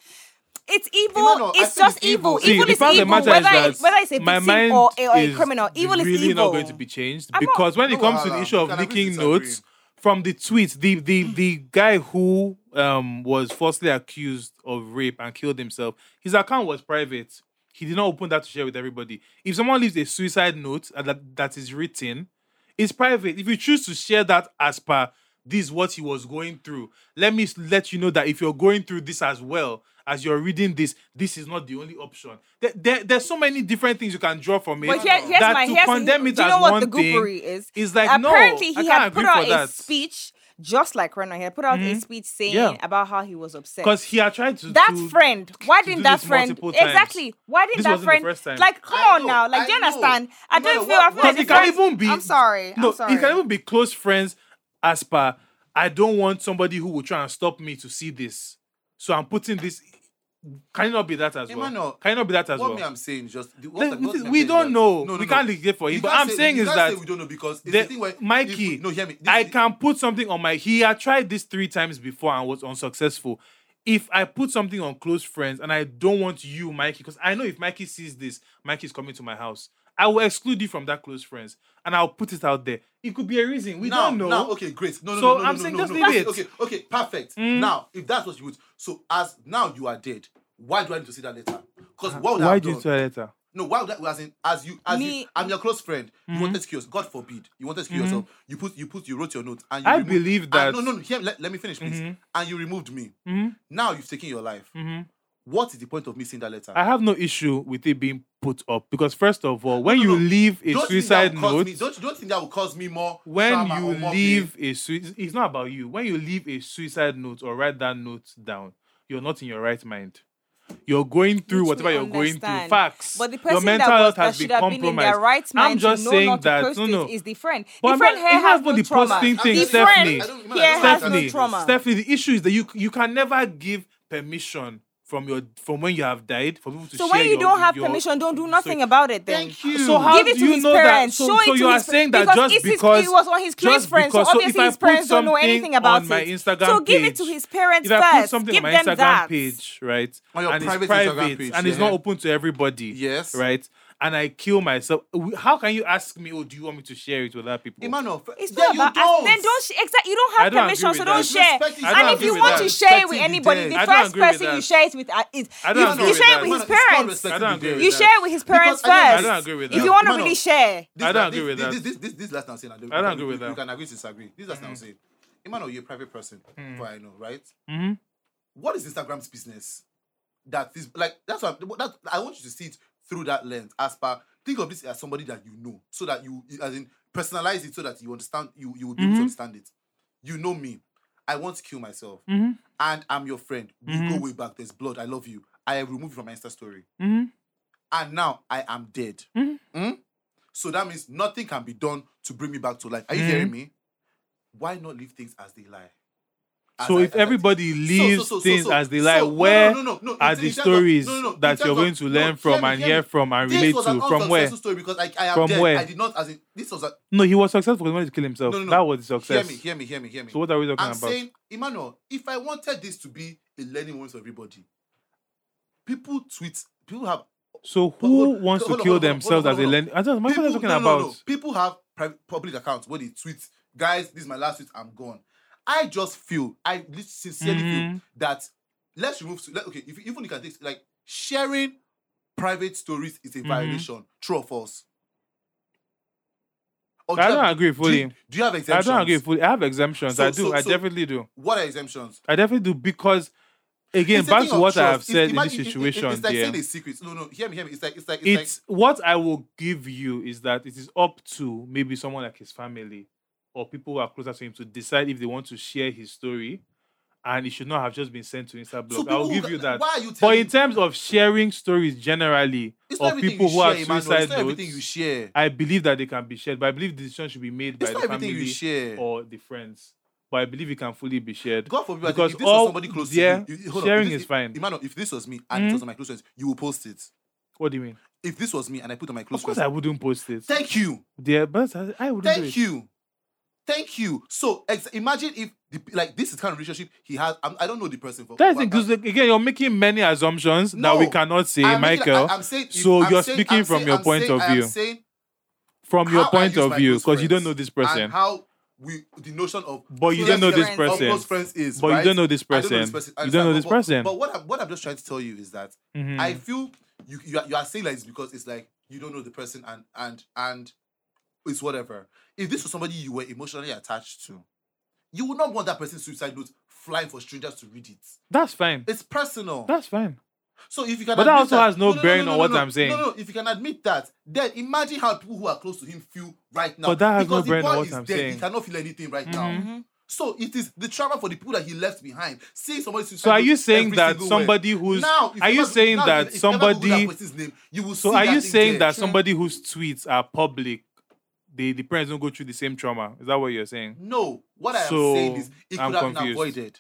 [SPEAKER 4] It's evil.
[SPEAKER 2] Emmanuel, I
[SPEAKER 4] it's
[SPEAKER 2] feel
[SPEAKER 4] just
[SPEAKER 2] it's
[SPEAKER 4] evil.
[SPEAKER 2] evil.
[SPEAKER 1] See,
[SPEAKER 4] evil
[SPEAKER 1] the
[SPEAKER 4] is
[SPEAKER 1] fact
[SPEAKER 4] evil.
[SPEAKER 1] of the matter
[SPEAKER 4] whether,
[SPEAKER 1] is
[SPEAKER 4] it-
[SPEAKER 1] that
[SPEAKER 4] whether it's a
[SPEAKER 1] my
[SPEAKER 4] victim
[SPEAKER 1] mind
[SPEAKER 4] or, a- or a
[SPEAKER 1] is
[SPEAKER 4] criminal, evil is
[SPEAKER 1] really
[SPEAKER 4] evil.
[SPEAKER 1] not going to be changed
[SPEAKER 4] I'm not-
[SPEAKER 1] because when it
[SPEAKER 2] No,
[SPEAKER 1] comes to
[SPEAKER 2] Alan,
[SPEAKER 1] the issue of
[SPEAKER 2] can I please
[SPEAKER 1] leaking
[SPEAKER 2] disagree?
[SPEAKER 1] notes from the tweets, the the the guy who um was falsely accused of rape and killed himself, his account was private. He did not open that to share with everybody. If someone leaves a suicide note uh, that, that is written, It's private. If you choose to share that as per this, is what he was going through, let me s- let you know that if you're going through this as well as you're reading this, this is not the only option. There, there- there's so many different things you can draw from it.
[SPEAKER 4] But here, here's
[SPEAKER 1] that
[SPEAKER 4] my
[SPEAKER 1] to
[SPEAKER 4] here's
[SPEAKER 1] condemn it
[SPEAKER 4] do you know
[SPEAKER 1] as
[SPEAKER 4] what
[SPEAKER 1] one
[SPEAKER 4] the
[SPEAKER 1] thing
[SPEAKER 4] goobery is?
[SPEAKER 1] is like no.
[SPEAKER 4] Apparently,
[SPEAKER 1] I
[SPEAKER 4] he
[SPEAKER 1] can't
[SPEAKER 4] had put
[SPEAKER 1] agree for
[SPEAKER 4] out a
[SPEAKER 1] that. Mm-hmm.
[SPEAKER 4] speech just like Reno. He had put out a speech saying
[SPEAKER 1] Yeah.
[SPEAKER 4] about how he was upset.
[SPEAKER 1] Because he had tried to.
[SPEAKER 4] that
[SPEAKER 1] to-
[SPEAKER 4] friend, why
[SPEAKER 1] to do
[SPEAKER 4] didn't that
[SPEAKER 1] this
[SPEAKER 4] friend
[SPEAKER 1] multiple times.
[SPEAKER 4] exactly? Why didn't
[SPEAKER 1] This
[SPEAKER 4] that
[SPEAKER 1] wasn't the
[SPEAKER 4] friend
[SPEAKER 1] first time.
[SPEAKER 4] like? Come
[SPEAKER 2] I
[SPEAKER 4] on
[SPEAKER 2] know,
[SPEAKER 4] now, like do you
[SPEAKER 2] I know.
[SPEAKER 4] understand? I
[SPEAKER 2] No
[SPEAKER 4] don't
[SPEAKER 2] matter
[SPEAKER 4] feel. I
[SPEAKER 2] what-
[SPEAKER 4] feel
[SPEAKER 1] Because
[SPEAKER 2] Because
[SPEAKER 4] like the
[SPEAKER 1] it can
[SPEAKER 4] friends-
[SPEAKER 1] even be.
[SPEAKER 4] I'm sorry.
[SPEAKER 1] No,
[SPEAKER 4] I'm sorry.
[SPEAKER 1] it can even be close friends as per. I don't want somebody who will try and stop me to see this. So I'm putting this. Can it not be that as well?
[SPEAKER 8] Emmanuel,
[SPEAKER 1] Can it not be that as
[SPEAKER 8] What
[SPEAKER 1] well?
[SPEAKER 8] me I'm saying is just the,
[SPEAKER 1] Let-
[SPEAKER 8] what, the- what me I'm
[SPEAKER 1] we
[SPEAKER 8] saying is
[SPEAKER 1] don't
[SPEAKER 8] that-
[SPEAKER 1] know.
[SPEAKER 8] No, no,
[SPEAKER 1] we
[SPEAKER 8] no.
[SPEAKER 1] can't get for
[SPEAKER 8] You
[SPEAKER 1] it. But
[SPEAKER 8] can't
[SPEAKER 1] I'm
[SPEAKER 8] say-
[SPEAKER 1] saying
[SPEAKER 8] you
[SPEAKER 1] is
[SPEAKER 8] can't
[SPEAKER 1] that
[SPEAKER 8] say we don't know because it's
[SPEAKER 1] the-
[SPEAKER 8] the thing where if we-
[SPEAKER 1] Mikey,
[SPEAKER 8] no, hear me. This
[SPEAKER 1] I
[SPEAKER 8] is-
[SPEAKER 1] can put something on my. He had tried this three times before and was unsuccessful. If I put something on close friends and I don't want you, Mikey, because I know if Mikey sees this, Mikey's coming to my house. I will exclude you from that close friends and I'll put it out there. It could be a reason. We
[SPEAKER 2] now,
[SPEAKER 1] don't know.
[SPEAKER 2] Now, okay, great. No, no,
[SPEAKER 1] So
[SPEAKER 2] no, no,
[SPEAKER 1] I'm
[SPEAKER 2] no,
[SPEAKER 1] saying
[SPEAKER 2] no,
[SPEAKER 1] just
[SPEAKER 2] no.
[SPEAKER 1] leave
[SPEAKER 2] okay,
[SPEAKER 1] it.
[SPEAKER 2] Okay, okay, perfect. Now, if that's what you would, so as now you are dead. Why do I need to see that letter? Because what would I
[SPEAKER 1] Why
[SPEAKER 2] have
[SPEAKER 1] do you
[SPEAKER 2] done?
[SPEAKER 1] throw a letter?
[SPEAKER 2] No, why would I, as in, as you, as
[SPEAKER 4] Me- Mm-hmm.
[SPEAKER 2] you, I'm your close friend. You wanted to kill yourself. God forbid. You wanted to kill yourself. You put, you put, you wrote your note, and you
[SPEAKER 1] I
[SPEAKER 2] removed-
[SPEAKER 1] believe
[SPEAKER 2] and
[SPEAKER 1] that-
[SPEAKER 2] no, no, no. Here, let, let me finish, please.
[SPEAKER 4] Mm-hmm.
[SPEAKER 2] And you removed me. Now you've taken your life. What is the point of me seeing that letter?
[SPEAKER 1] I have no issue with it being put up because first of all, when
[SPEAKER 2] no,
[SPEAKER 1] you
[SPEAKER 2] no.
[SPEAKER 1] leave a
[SPEAKER 2] don't think that
[SPEAKER 1] suicide
[SPEAKER 2] will cause
[SPEAKER 1] note,
[SPEAKER 2] Me, don't, don't think that will cause me more.
[SPEAKER 1] when
[SPEAKER 2] trauma
[SPEAKER 1] you
[SPEAKER 2] or more pain?
[SPEAKER 1] leave a suicide, it's not about you. When you leave a suicide note or write that note down, you're not in your right mind. You're going through
[SPEAKER 4] Which we
[SPEAKER 1] whatever you're going through.
[SPEAKER 4] understand.
[SPEAKER 1] Facts.
[SPEAKER 4] But the person
[SPEAKER 1] your mental
[SPEAKER 4] that, was,
[SPEAKER 1] health
[SPEAKER 4] that
[SPEAKER 1] has
[SPEAKER 4] should
[SPEAKER 1] been
[SPEAKER 4] have been in their
[SPEAKER 1] compromised.
[SPEAKER 4] right mind
[SPEAKER 1] I'm just
[SPEAKER 4] to know
[SPEAKER 1] saying
[SPEAKER 4] not
[SPEAKER 1] that
[SPEAKER 4] to post
[SPEAKER 1] no, no.
[SPEAKER 4] it is the friend.
[SPEAKER 1] But
[SPEAKER 4] the
[SPEAKER 1] I'm
[SPEAKER 4] friend
[SPEAKER 1] not-
[SPEAKER 4] here
[SPEAKER 1] it has
[SPEAKER 4] has
[SPEAKER 1] not
[SPEAKER 4] no
[SPEAKER 1] the
[SPEAKER 4] trauma.
[SPEAKER 1] posting thing,
[SPEAKER 4] the
[SPEAKER 1] Stephanie.
[SPEAKER 4] friend
[SPEAKER 1] I
[SPEAKER 2] don't- man, I
[SPEAKER 4] here
[SPEAKER 2] don't think
[SPEAKER 4] has no
[SPEAKER 1] Stephanie,
[SPEAKER 2] that's-
[SPEAKER 4] trauma.
[SPEAKER 1] Stephanie, the issue is that you you can never give permission from your from when you have died for people to
[SPEAKER 4] So
[SPEAKER 1] share
[SPEAKER 4] when you
[SPEAKER 1] your-
[SPEAKER 4] don't have
[SPEAKER 1] your-
[SPEAKER 4] permission, don't do
[SPEAKER 1] so-
[SPEAKER 4] nothing about it. Then.
[SPEAKER 1] Thank you. So how
[SPEAKER 4] Hmm. Give it
[SPEAKER 1] do
[SPEAKER 4] to
[SPEAKER 1] you
[SPEAKER 4] his
[SPEAKER 1] know
[SPEAKER 4] parents.
[SPEAKER 1] that? So,
[SPEAKER 4] Show it
[SPEAKER 1] so
[SPEAKER 4] to
[SPEAKER 1] you are
[SPEAKER 4] his fri-
[SPEAKER 1] saying that
[SPEAKER 4] because
[SPEAKER 1] just
[SPEAKER 4] it's his-
[SPEAKER 1] because
[SPEAKER 4] it was on his close
[SPEAKER 1] just
[SPEAKER 4] friends, so
[SPEAKER 1] because-
[SPEAKER 4] obviously
[SPEAKER 1] if I
[SPEAKER 4] his
[SPEAKER 1] put
[SPEAKER 4] parents don't know
[SPEAKER 1] something
[SPEAKER 4] anything about
[SPEAKER 1] on my
[SPEAKER 4] it.
[SPEAKER 1] Instagram
[SPEAKER 4] So give it to
[SPEAKER 1] page,
[SPEAKER 4] his parents
[SPEAKER 1] if I put
[SPEAKER 4] first.
[SPEAKER 1] something
[SPEAKER 4] Give
[SPEAKER 1] on my
[SPEAKER 4] them
[SPEAKER 1] Instagram
[SPEAKER 4] that.
[SPEAKER 1] page, right,
[SPEAKER 8] On your
[SPEAKER 1] and it's
[SPEAKER 8] private Instagram
[SPEAKER 1] private
[SPEAKER 8] page,
[SPEAKER 1] and it's
[SPEAKER 8] yeah.
[SPEAKER 1] not open to everybody,
[SPEAKER 8] Yes.
[SPEAKER 1] right, and I kill myself, w- how can you ask me? Oh, do you want me to share it with other people?
[SPEAKER 2] Emmanuel, f-
[SPEAKER 4] It's
[SPEAKER 2] yeah,
[SPEAKER 4] not
[SPEAKER 2] you
[SPEAKER 4] about
[SPEAKER 2] don't.
[SPEAKER 4] us. Then don't sh- exactly. You don't have
[SPEAKER 1] I don't
[SPEAKER 4] permission,
[SPEAKER 1] agree
[SPEAKER 4] so
[SPEAKER 1] with
[SPEAKER 4] don't
[SPEAKER 1] that.
[SPEAKER 4] share.
[SPEAKER 2] Respect is- I
[SPEAKER 4] And
[SPEAKER 2] don't
[SPEAKER 4] if you
[SPEAKER 1] agree
[SPEAKER 4] want
[SPEAKER 1] with
[SPEAKER 4] to
[SPEAKER 1] that.
[SPEAKER 4] share it with
[SPEAKER 2] Respecting the
[SPEAKER 4] anybody,
[SPEAKER 2] dead.
[SPEAKER 4] the
[SPEAKER 1] I don't
[SPEAKER 4] first
[SPEAKER 1] agree with
[SPEAKER 4] person you
[SPEAKER 1] that.
[SPEAKER 4] share it with uh, is
[SPEAKER 1] I don't
[SPEAKER 4] you,
[SPEAKER 1] agree
[SPEAKER 4] you
[SPEAKER 1] with that.
[SPEAKER 4] share it with his
[SPEAKER 2] It's called
[SPEAKER 4] parents.
[SPEAKER 2] respecting
[SPEAKER 1] I don't
[SPEAKER 2] the
[SPEAKER 1] agree
[SPEAKER 2] dead.
[SPEAKER 1] with
[SPEAKER 4] You
[SPEAKER 1] that.
[SPEAKER 4] share it with his parents
[SPEAKER 2] I don't- I
[SPEAKER 4] first.
[SPEAKER 1] don't agree with
[SPEAKER 4] If
[SPEAKER 1] that.
[SPEAKER 4] you want to
[SPEAKER 2] Emmanuel,
[SPEAKER 4] really
[SPEAKER 2] This
[SPEAKER 4] share,
[SPEAKER 1] I don't
[SPEAKER 2] la-
[SPEAKER 1] agree
[SPEAKER 2] this-
[SPEAKER 1] with
[SPEAKER 2] this,
[SPEAKER 1] that.
[SPEAKER 2] This, this, this, this last I'm saying, I don't,
[SPEAKER 1] I don't
[SPEAKER 2] we can-
[SPEAKER 1] agree
[SPEAKER 2] we-
[SPEAKER 1] with that.
[SPEAKER 2] we
[SPEAKER 1] Hmm.
[SPEAKER 2] can agree to disagree. This last I'm saying, Emmanuel, you're a private person, for I know, right?
[SPEAKER 1] Mhm.
[SPEAKER 2] What is Instagram's business? That is like that's what that I want you to see it through that lens. As per think of this as somebody that you know, so that you you- as in personalize it, so that you understand you you will be
[SPEAKER 1] Mm-hmm.
[SPEAKER 2] able to understand it. You know me. I want to kill myself,
[SPEAKER 1] Mhm.
[SPEAKER 2] and I'm your friend. We
[SPEAKER 1] Mm-hmm.
[SPEAKER 2] go way back. There's blood. I love you. I have removed you from my Insta story
[SPEAKER 1] Mhm.
[SPEAKER 2] and now I am dead.
[SPEAKER 1] Mm-hmm.
[SPEAKER 2] Mm? So that means nothing can be done to bring me back to life.
[SPEAKER 1] Mm-hmm.
[SPEAKER 2] Are you hearing me? Why not leave things as they lie? As
[SPEAKER 1] So
[SPEAKER 2] I-
[SPEAKER 1] if
[SPEAKER 2] as I-
[SPEAKER 1] everybody leaves
[SPEAKER 2] so, so, so,
[SPEAKER 1] things
[SPEAKER 2] so,
[SPEAKER 1] as they
[SPEAKER 2] so,
[SPEAKER 1] lie,
[SPEAKER 2] no, no,
[SPEAKER 1] where
[SPEAKER 2] no, no, no, in-
[SPEAKER 1] are
[SPEAKER 2] in
[SPEAKER 1] the
[SPEAKER 2] terms of-
[SPEAKER 1] stories
[SPEAKER 2] no, no, no, in
[SPEAKER 1] that
[SPEAKER 2] terms
[SPEAKER 1] you're
[SPEAKER 2] of-
[SPEAKER 1] going to
[SPEAKER 2] no,
[SPEAKER 1] learn from
[SPEAKER 2] me,
[SPEAKER 1] and
[SPEAKER 2] me.
[SPEAKER 1] hear from and
[SPEAKER 2] This
[SPEAKER 1] relate
[SPEAKER 2] was an
[SPEAKER 1] to? From where?
[SPEAKER 2] unsuccessful story because I, I am
[SPEAKER 1] From
[SPEAKER 2] dead.
[SPEAKER 1] where?
[SPEAKER 2] I did not. As in, this was a
[SPEAKER 1] No, he was successful. He wanted to kill himself.
[SPEAKER 2] no, no, no.
[SPEAKER 1] That was the
[SPEAKER 2] Hear
[SPEAKER 1] success.
[SPEAKER 2] me, hear me, hear me, hear me.
[SPEAKER 1] So what are we talking
[SPEAKER 2] I'm
[SPEAKER 1] about?
[SPEAKER 2] saying, Emmanuel, if I wanted this to be a learning moment for everybody, people tweet, people have
[SPEAKER 1] So
[SPEAKER 2] But
[SPEAKER 1] who
[SPEAKER 2] hold-
[SPEAKER 1] wants
[SPEAKER 2] hold
[SPEAKER 1] to
[SPEAKER 2] on,
[SPEAKER 1] kill
[SPEAKER 2] hold on, hold on,
[SPEAKER 1] themselves
[SPEAKER 2] hold on,
[SPEAKER 1] as a
[SPEAKER 2] hold on.
[SPEAKER 1] lend? I don't know what
[SPEAKER 2] people,
[SPEAKER 1] I'm talking
[SPEAKER 2] no,
[SPEAKER 1] about.
[SPEAKER 2] No, no. People have pri- public accounts where they tweet, guys, this is my last tweet, I'm gone. I just feel, I li- sincerely feel
[SPEAKER 1] Mhm.
[SPEAKER 2] that let's remove, let, okay, if, even you can take, like, sharing private stories is a
[SPEAKER 1] Mm-hmm.
[SPEAKER 2] violation, true or false? Or do
[SPEAKER 1] I
[SPEAKER 2] you
[SPEAKER 1] don't
[SPEAKER 2] have-
[SPEAKER 1] agree
[SPEAKER 2] do you-
[SPEAKER 1] fully.
[SPEAKER 2] Do you have
[SPEAKER 1] I
[SPEAKER 2] exemptions?
[SPEAKER 1] don't agree fully. I have exemptions.
[SPEAKER 2] So-
[SPEAKER 1] I do.
[SPEAKER 2] so-
[SPEAKER 1] I
[SPEAKER 2] so-
[SPEAKER 1] definitely do.
[SPEAKER 2] What are exemptions?
[SPEAKER 1] I definitely do because, again,
[SPEAKER 2] It's a
[SPEAKER 1] back
[SPEAKER 2] thing
[SPEAKER 1] to
[SPEAKER 2] of
[SPEAKER 1] what I
[SPEAKER 2] trust.
[SPEAKER 1] have
[SPEAKER 2] It's-
[SPEAKER 1] said in
[SPEAKER 2] imagine-
[SPEAKER 1] this
[SPEAKER 2] it- it-
[SPEAKER 1] situation.
[SPEAKER 2] It's like
[SPEAKER 1] there.
[SPEAKER 2] saying a secret. No, no, hear me, hear me. It's like, it's like, it's, like,
[SPEAKER 1] it's what I will give you is that it is up to maybe someone like his family or people who are closer to him to decide if they want to share his story, and it should not have just been sent to Insta blog.
[SPEAKER 2] people
[SPEAKER 1] I'll
[SPEAKER 2] who
[SPEAKER 1] give
[SPEAKER 2] ca-
[SPEAKER 1] you that.
[SPEAKER 2] why are you
[SPEAKER 1] but
[SPEAKER 2] telling-
[SPEAKER 1] in terms of sharing stories generally
[SPEAKER 2] it's not
[SPEAKER 1] of
[SPEAKER 2] everything
[SPEAKER 1] people
[SPEAKER 2] you
[SPEAKER 1] who
[SPEAKER 2] share,
[SPEAKER 1] are
[SPEAKER 2] Emmanuel. It's
[SPEAKER 1] suicide
[SPEAKER 2] not everything you
[SPEAKER 1] notes,
[SPEAKER 2] share.
[SPEAKER 1] I believe that they can be shared. But I believe the decision should be made by
[SPEAKER 2] It's not
[SPEAKER 1] the
[SPEAKER 2] everything you
[SPEAKER 1] family
[SPEAKER 2] share.
[SPEAKER 1] or the friends. But I believe it can fully be shared.
[SPEAKER 2] God forbid,
[SPEAKER 1] because
[SPEAKER 2] because if this
[SPEAKER 1] all
[SPEAKER 2] was somebody close
[SPEAKER 1] yeah,
[SPEAKER 2] to you, you- hold on, if
[SPEAKER 1] sharing
[SPEAKER 2] this-
[SPEAKER 1] is fine. Mm-hmm.
[SPEAKER 2] Emmanuel, if this was me and it was on my close friends, you will post it.
[SPEAKER 1] What do you mean?
[SPEAKER 2] If this was me and I put on my
[SPEAKER 1] Of
[SPEAKER 2] close
[SPEAKER 1] course,
[SPEAKER 2] friends,
[SPEAKER 1] I wouldn't post it.
[SPEAKER 2] thank you,
[SPEAKER 1] Yeah, but I- I wouldn't. do it.
[SPEAKER 2] thank you, thank you. So ex- imagine if the, p- like this is kind of relationship he has. I'm, I don't know the person for.
[SPEAKER 1] That's
[SPEAKER 2] for-
[SPEAKER 1] it. Because again, you're making many assumptions that we
[SPEAKER 2] No,
[SPEAKER 1] cannot say,
[SPEAKER 2] I'm making-
[SPEAKER 1] Michael,
[SPEAKER 2] I- I'm saying if-
[SPEAKER 1] so
[SPEAKER 2] I'm
[SPEAKER 1] you're
[SPEAKER 2] saying-
[SPEAKER 1] speaking
[SPEAKER 2] I'm
[SPEAKER 1] from
[SPEAKER 2] saying-
[SPEAKER 1] your
[SPEAKER 2] I'm
[SPEAKER 1] point
[SPEAKER 2] saying-
[SPEAKER 1] of
[SPEAKER 2] I am
[SPEAKER 1] view.
[SPEAKER 2] saying
[SPEAKER 1] from your
[SPEAKER 2] how I
[SPEAKER 1] point
[SPEAKER 2] use
[SPEAKER 1] of
[SPEAKER 2] my
[SPEAKER 1] view,
[SPEAKER 2] close
[SPEAKER 1] because you don't know
[SPEAKER 2] friends
[SPEAKER 1] this person.
[SPEAKER 2] And how we the notion of
[SPEAKER 1] But you
[SPEAKER 2] close
[SPEAKER 1] don't know this
[SPEAKER 2] friends- of
[SPEAKER 1] person.
[SPEAKER 2] close friends is,
[SPEAKER 1] But you
[SPEAKER 2] right?
[SPEAKER 1] don't know this
[SPEAKER 2] I don't know
[SPEAKER 1] person.
[SPEAKER 2] this person.
[SPEAKER 1] You don't know
[SPEAKER 2] Understand?
[SPEAKER 1] this
[SPEAKER 2] But-
[SPEAKER 1] person. Hmm.
[SPEAKER 2] But what I'm, what I'm just trying to tell you is that
[SPEAKER 1] Mm-hmm.
[SPEAKER 2] I feel you you are, you are saying like this because it's like you don't know the person and and and it's whatever. If this was somebody you were emotionally attached to, you would not want that person's suicide note flying for strangers to read it.
[SPEAKER 1] That's fine.
[SPEAKER 2] It's personal.
[SPEAKER 1] That's fine.
[SPEAKER 2] So if you can,
[SPEAKER 1] But that
[SPEAKER 2] admit
[SPEAKER 1] also has no bearing on what
[SPEAKER 2] no,
[SPEAKER 1] I'm saying.
[SPEAKER 2] No, no. If you can admit that, then imagine how people who are close to him feel right now.
[SPEAKER 1] But that has no
[SPEAKER 2] because the
[SPEAKER 1] bearing on
[SPEAKER 2] boy
[SPEAKER 1] what
[SPEAKER 2] is
[SPEAKER 1] I'm
[SPEAKER 2] dead.
[SPEAKER 1] saying. Mm-hmm.
[SPEAKER 2] He cannot feel anything right now. So it is the trauma for the people that he left behind. Seeing somebody suicide.
[SPEAKER 1] So are you
[SPEAKER 2] note
[SPEAKER 1] saying
[SPEAKER 2] every
[SPEAKER 1] that
[SPEAKER 2] single
[SPEAKER 1] somebody
[SPEAKER 2] word.
[SPEAKER 1] who's
[SPEAKER 2] now? if
[SPEAKER 1] are you
[SPEAKER 2] ever-
[SPEAKER 1] saying
[SPEAKER 2] now,
[SPEAKER 1] that
[SPEAKER 2] if- if ever Google
[SPEAKER 1] somebody
[SPEAKER 2] that person's name, you will
[SPEAKER 1] so
[SPEAKER 2] see
[SPEAKER 1] are
[SPEAKER 2] that
[SPEAKER 1] you
[SPEAKER 2] thing
[SPEAKER 1] saying
[SPEAKER 2] there.
[SPEAKER 1] that somebody whose tweets are public, they the parents don't go through the same trauma? Is that what you're saying?
[SPEAKER 2] No, what I am
[SPEAKER 1] So,
[SPEAKER 2] saying is it could
[SPEAKER 1] I'm
[SPEAKER 2] have been
[SPEAKER 1] confused.
[SPEAKER 2] avoided.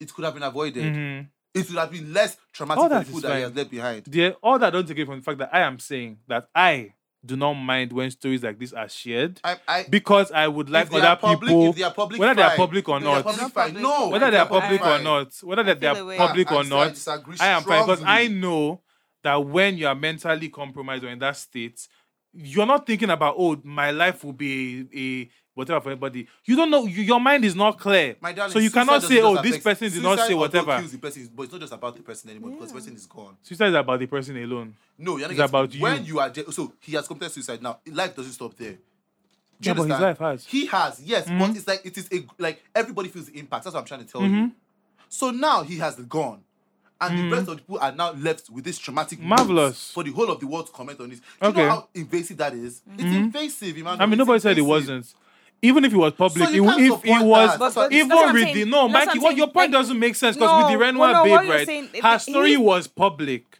[SPEAKER 2] It could have been avoided.
[SPEAKER 1] Mm-hmm.
[SPEAKER 2] It would have been less traumatic
[SPEAKER 1] All
[SPEAKER 2] for the
[SPEAKER 1] that
[SPEAKER 2] people
[SPEAKER 1] is
[SPEAKER 2] that he
[SPEAKER 1] fine.
[SPEAKER 2] has left behind.
[SPEAKER 1] There, all that don't take it from the fact that I am saying that I do not mind when stories like this are shared
[SPEAKER 2] I, I,
[SPEAKER 1] because I would like
[SPEAKER 2] if they are
[SPEAKER 1] other
[SPEAKER 2] public,
[SPEAKER 1] people,
[SPEAKER 2] if they are public,
[SPEAKER 1] whether they are
[SPEAKER 2] fine.
[SPEAKER 1] public or
[SPEAKER 2] If they are
[SPEAKER 1] not,
[SPEAKER 2] public,
[SPEAKER 5] Not
[SPEAKER 2] fine.
[SPEAKER 5] public.
[SPEAKER 2] No,
[SPEAKER 1] whether
[SPEAKER 2] if
[SPEAKER 1] they are
[SPEAKER 5] I-
[SPEAKER 1] public or
[SPEAKER 2] fine.
[SPEAKER 1] not, whether that they
[SPEAKER 4] feel
[SPEAKER 1] are
[SPEAKER 4] away.
[SPEAKER 1] public
[SPEAKER 2] I- I
[SPEAKER 1] or
[SPEAKER 2] dis- I
[SPEAKER 1] not,
[SPEAKER 2] disagree
[SPEAKER 1] I am fine because I
[SPEAKER 2] strongly.
[SPEAKER 1] know that when you are mentally compromised or in that state, you're not thinking about oh my life will be a, a whatever for everybody. You don't know you, your mind is not clear,
[SPEAKER 2] My darling,
[SPEAKER 1] so you
[SPEAKER 2] suicide
[SPEAKER 1] cannot
[SPEAKER 2] doesn't
[SPEAKER 1] say
[SPEAKER 2] just
[SPEAKER 1] oh this
[SPEAKER 2] affect-
[SPEAKER 1] person did not
[SPEAKER 2] suicide
[SPEAKER 1] say
[SPEAKER 2] also
[SPEAKER 1] whatever.
[SPEAKER 2] kills the person, but it's not just about the person anymore because the person is gone.
[SPEAKER 1] Suicide is about the person alone.
[SPEAKER 2] No, you're not
[SPEAKER 1] It's
[SPEAKER 2] getting-
[SPEAKER 1] about you.
[SPEAKER 2] When you are de- so he has committed suicide now. Life doesn't stop there. Do
[SPEAKER 1] Yeah,
[SPEAKER 2] you
[SPEAKER 1] but his
[SPEAKER 2] understand?
[SPEAKER 1] life has. Mm-hmm.
[SPEAKER 2] He has, yes, but it's like it is a like everybody feels the impact. That's what I'm trying to tell you. So now he has gone. And the rest of the people are now left with this traumatic news
[SPEAKER 1] Mm-hmm. Marvelous.
[SPEAKER 2] for the whole of the world to comment on this. Do you
[SPEAKER 1] Okay. Mm-hmm.
[SPEAKER 2] know how invasive that is? It's invasive, Emmanuel.
[SPEAKER 1] I mean
[SPEAKER 2] It's
[SPEAKER 1] nobody said it
[SPEAKER 2] invasive.
[SPEAKER 1] wasn't. Even if it was public,
[SPEAKER 2] So
[SPEAKER 1] it,
[SPEAKER 2] you can't
[SPEAKER 1] if
[SPEAKER 2] support
[SPEAKER 1] it was
[SPEAKER 2] that. But- but
[SPEAKER 1] even
[SPEAKER 4] that's what I'm
[SPEAKER 1] with
[SPEAKER 4] saying.
[SPEAKER 1] the no,
[SPEAKER 4] That's what
[SPEAKER 1] Mikey,
[SPEAKER 4] I'm
[SPEAKER 1] what your
[SPEAKER 4] saying.
[SPEAKER 1] point
[SPEAKER 4] Like,
[SPEAKER 1] doesn't make sense because with the
[SPEAKER 4] no,
[SPEAKER 1] Renwa
[SPEAKER 4] no, what
[SPEAKER 1] babe,
[SPEAKER 4] you're
[SPEAKER 1] right?
[SPEAKER 4] saying, it-
[SPEAKER 1] her
[SPEAKER 4] it-
[SPEAKER 1] story
[SPEAKER 4] he-
[SPEAKER 1] was public.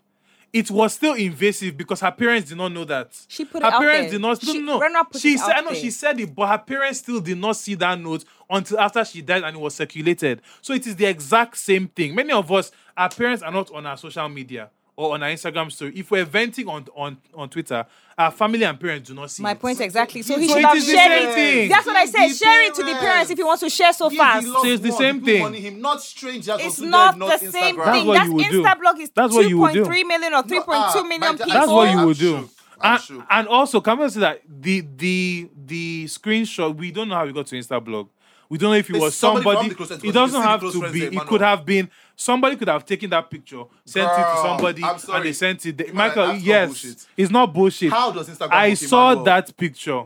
[SPEAKER 1] It was still invasive because her parents did not know that.
[SPEAKER 4] She put
[SPEAKER 1] her
[SPEAKER 4] it out
[SPEAKER 1] parents
[SPEAKER 4] there.
[SPEAKER 1] did not
[SPEAKER 4] She-
[SPEAKER 1] no, no.
[SPEAKER 4] Renwa put
[SPEAKER 1] she
[SPEAKER 4] it
[SPEAKER 1] said,
[SPEAKER 4] out
[SPEAKER 1] I know
[SPEAKER 4] there.
[SPEAKER 1] she said it, but her parents still did not see that note until after she died and it was circulated. So it is the exact same thing. Many of us, our parents are not on our social media or on our Instagram story. If we're venting on on, on Twitter, our family and parents do not see
[SPEAKER 4] My
[SPEAKER 1] it.
[SPEAKER 4] point exactly. So he
[SPEAKER 1] So
[SPEAKER 4] should
[SPEAKER 1] it
[SPEAKER 4] have
[SPEAKER 1] is the
[SPEAKER 4] shared
[SPEAKER 1] same
[SPEAKER 4] it.
[SPEAKER 1] thing.
[SPEAKER 4] That's what I said.
[SPEAKER 2] Give the
[SPEAKER 4] Share it to the
[SPEAKER 2] parents.
[SPEAKER 4] parents if you want to share so
[SPEAKER 2] Give the
[SPEAKER 4] fast.
[SPEAKER 2] loved
[SPEAKER 1] So it's the
[SPEAKER 2] one,
[SPEAKER 1] same
[SPEAKER 2] people
[SPEAKER 1] thing.
[SPEAKER 2] warning him, not strangers.
[SPEAKER 4] It's
[SPEAKER 2] also
[SPEAKER 4] not
[SPEAKER 2] dead,
[SPEAKER 4] the
[SPEAKER 2] not
[SPEAKER 4] same
[SPEAKER 2] Instagram.
[SPEAKER 1] That's
[SPEAKER 4] thing.
[SPEAKER 1] what
[SPEAKER 4] That's
[SPEAKER 1] you would do.
[SPEAKER 4] Instablog is
[SPEAKER 1] That's what you would do.
[SPEAKER 4] 2.3 million or 3.2 million
[SPEAKER 2] my-
[SPEAKER 4] people.
[SPEAKER 1] That's what you
[SPEAKER 2] I'm
[SPEAKER 1] would do.
[SPEAKER 2] shook. I'm
[SPEAKER 1] and,
[SPEAKER 2] shook.
[SPEAKER 1] and also, can we say that the the the screenshot? We don't know how we got to Instablog. We don't know if it
[SPEAKER 2] It's
[SPEAKER 1] was
[SPEAKER 2] somebody from
[SPEAKER 1] somebody.
[SPEAKER 2] the closest
[SPEAKER 1] it
[SPEAKER 2] friends. You
[SPEAKER 1] doesn't
[SPEAKER 2] see the
[SPEAKER 1] have
[SPEAKER 2] close
[SPEAKER 1] to
[SPEAKER 2] friends
[SPEAKER 1] be.
[SPEAKER 2] there, oh.
[SPEAKER 1] It
[SPEAKER 2] Emmanuel.
[SPEAKER 1] could have been somebody could have taken that picture, sent it to
[SPEAKER 2] Girl,
[SPEAKER 1] somebody,
[SPEAKER 2] I'm
[SPEAKER 1] and they
[SPEAKER 2] sorry.
[SPEAKER 1] sent it. there.
[SPEAKER 2] Emmanuel,
[SPEAKER 1] Michael,
[SPEAKER 2] that's not
[SPEAKER 1] yes,
[SPEAKER 2] bullshit.
[SPEAKER 1] it's not bullshit.
[SPEAKER 2] How does Instagram
[SPEAKER 1] I
[SPEAKER 2] work,
[SPEAKER 1] saw
[SPEAKER 2] Emmanuel?
[SPEAKER 1] that picture.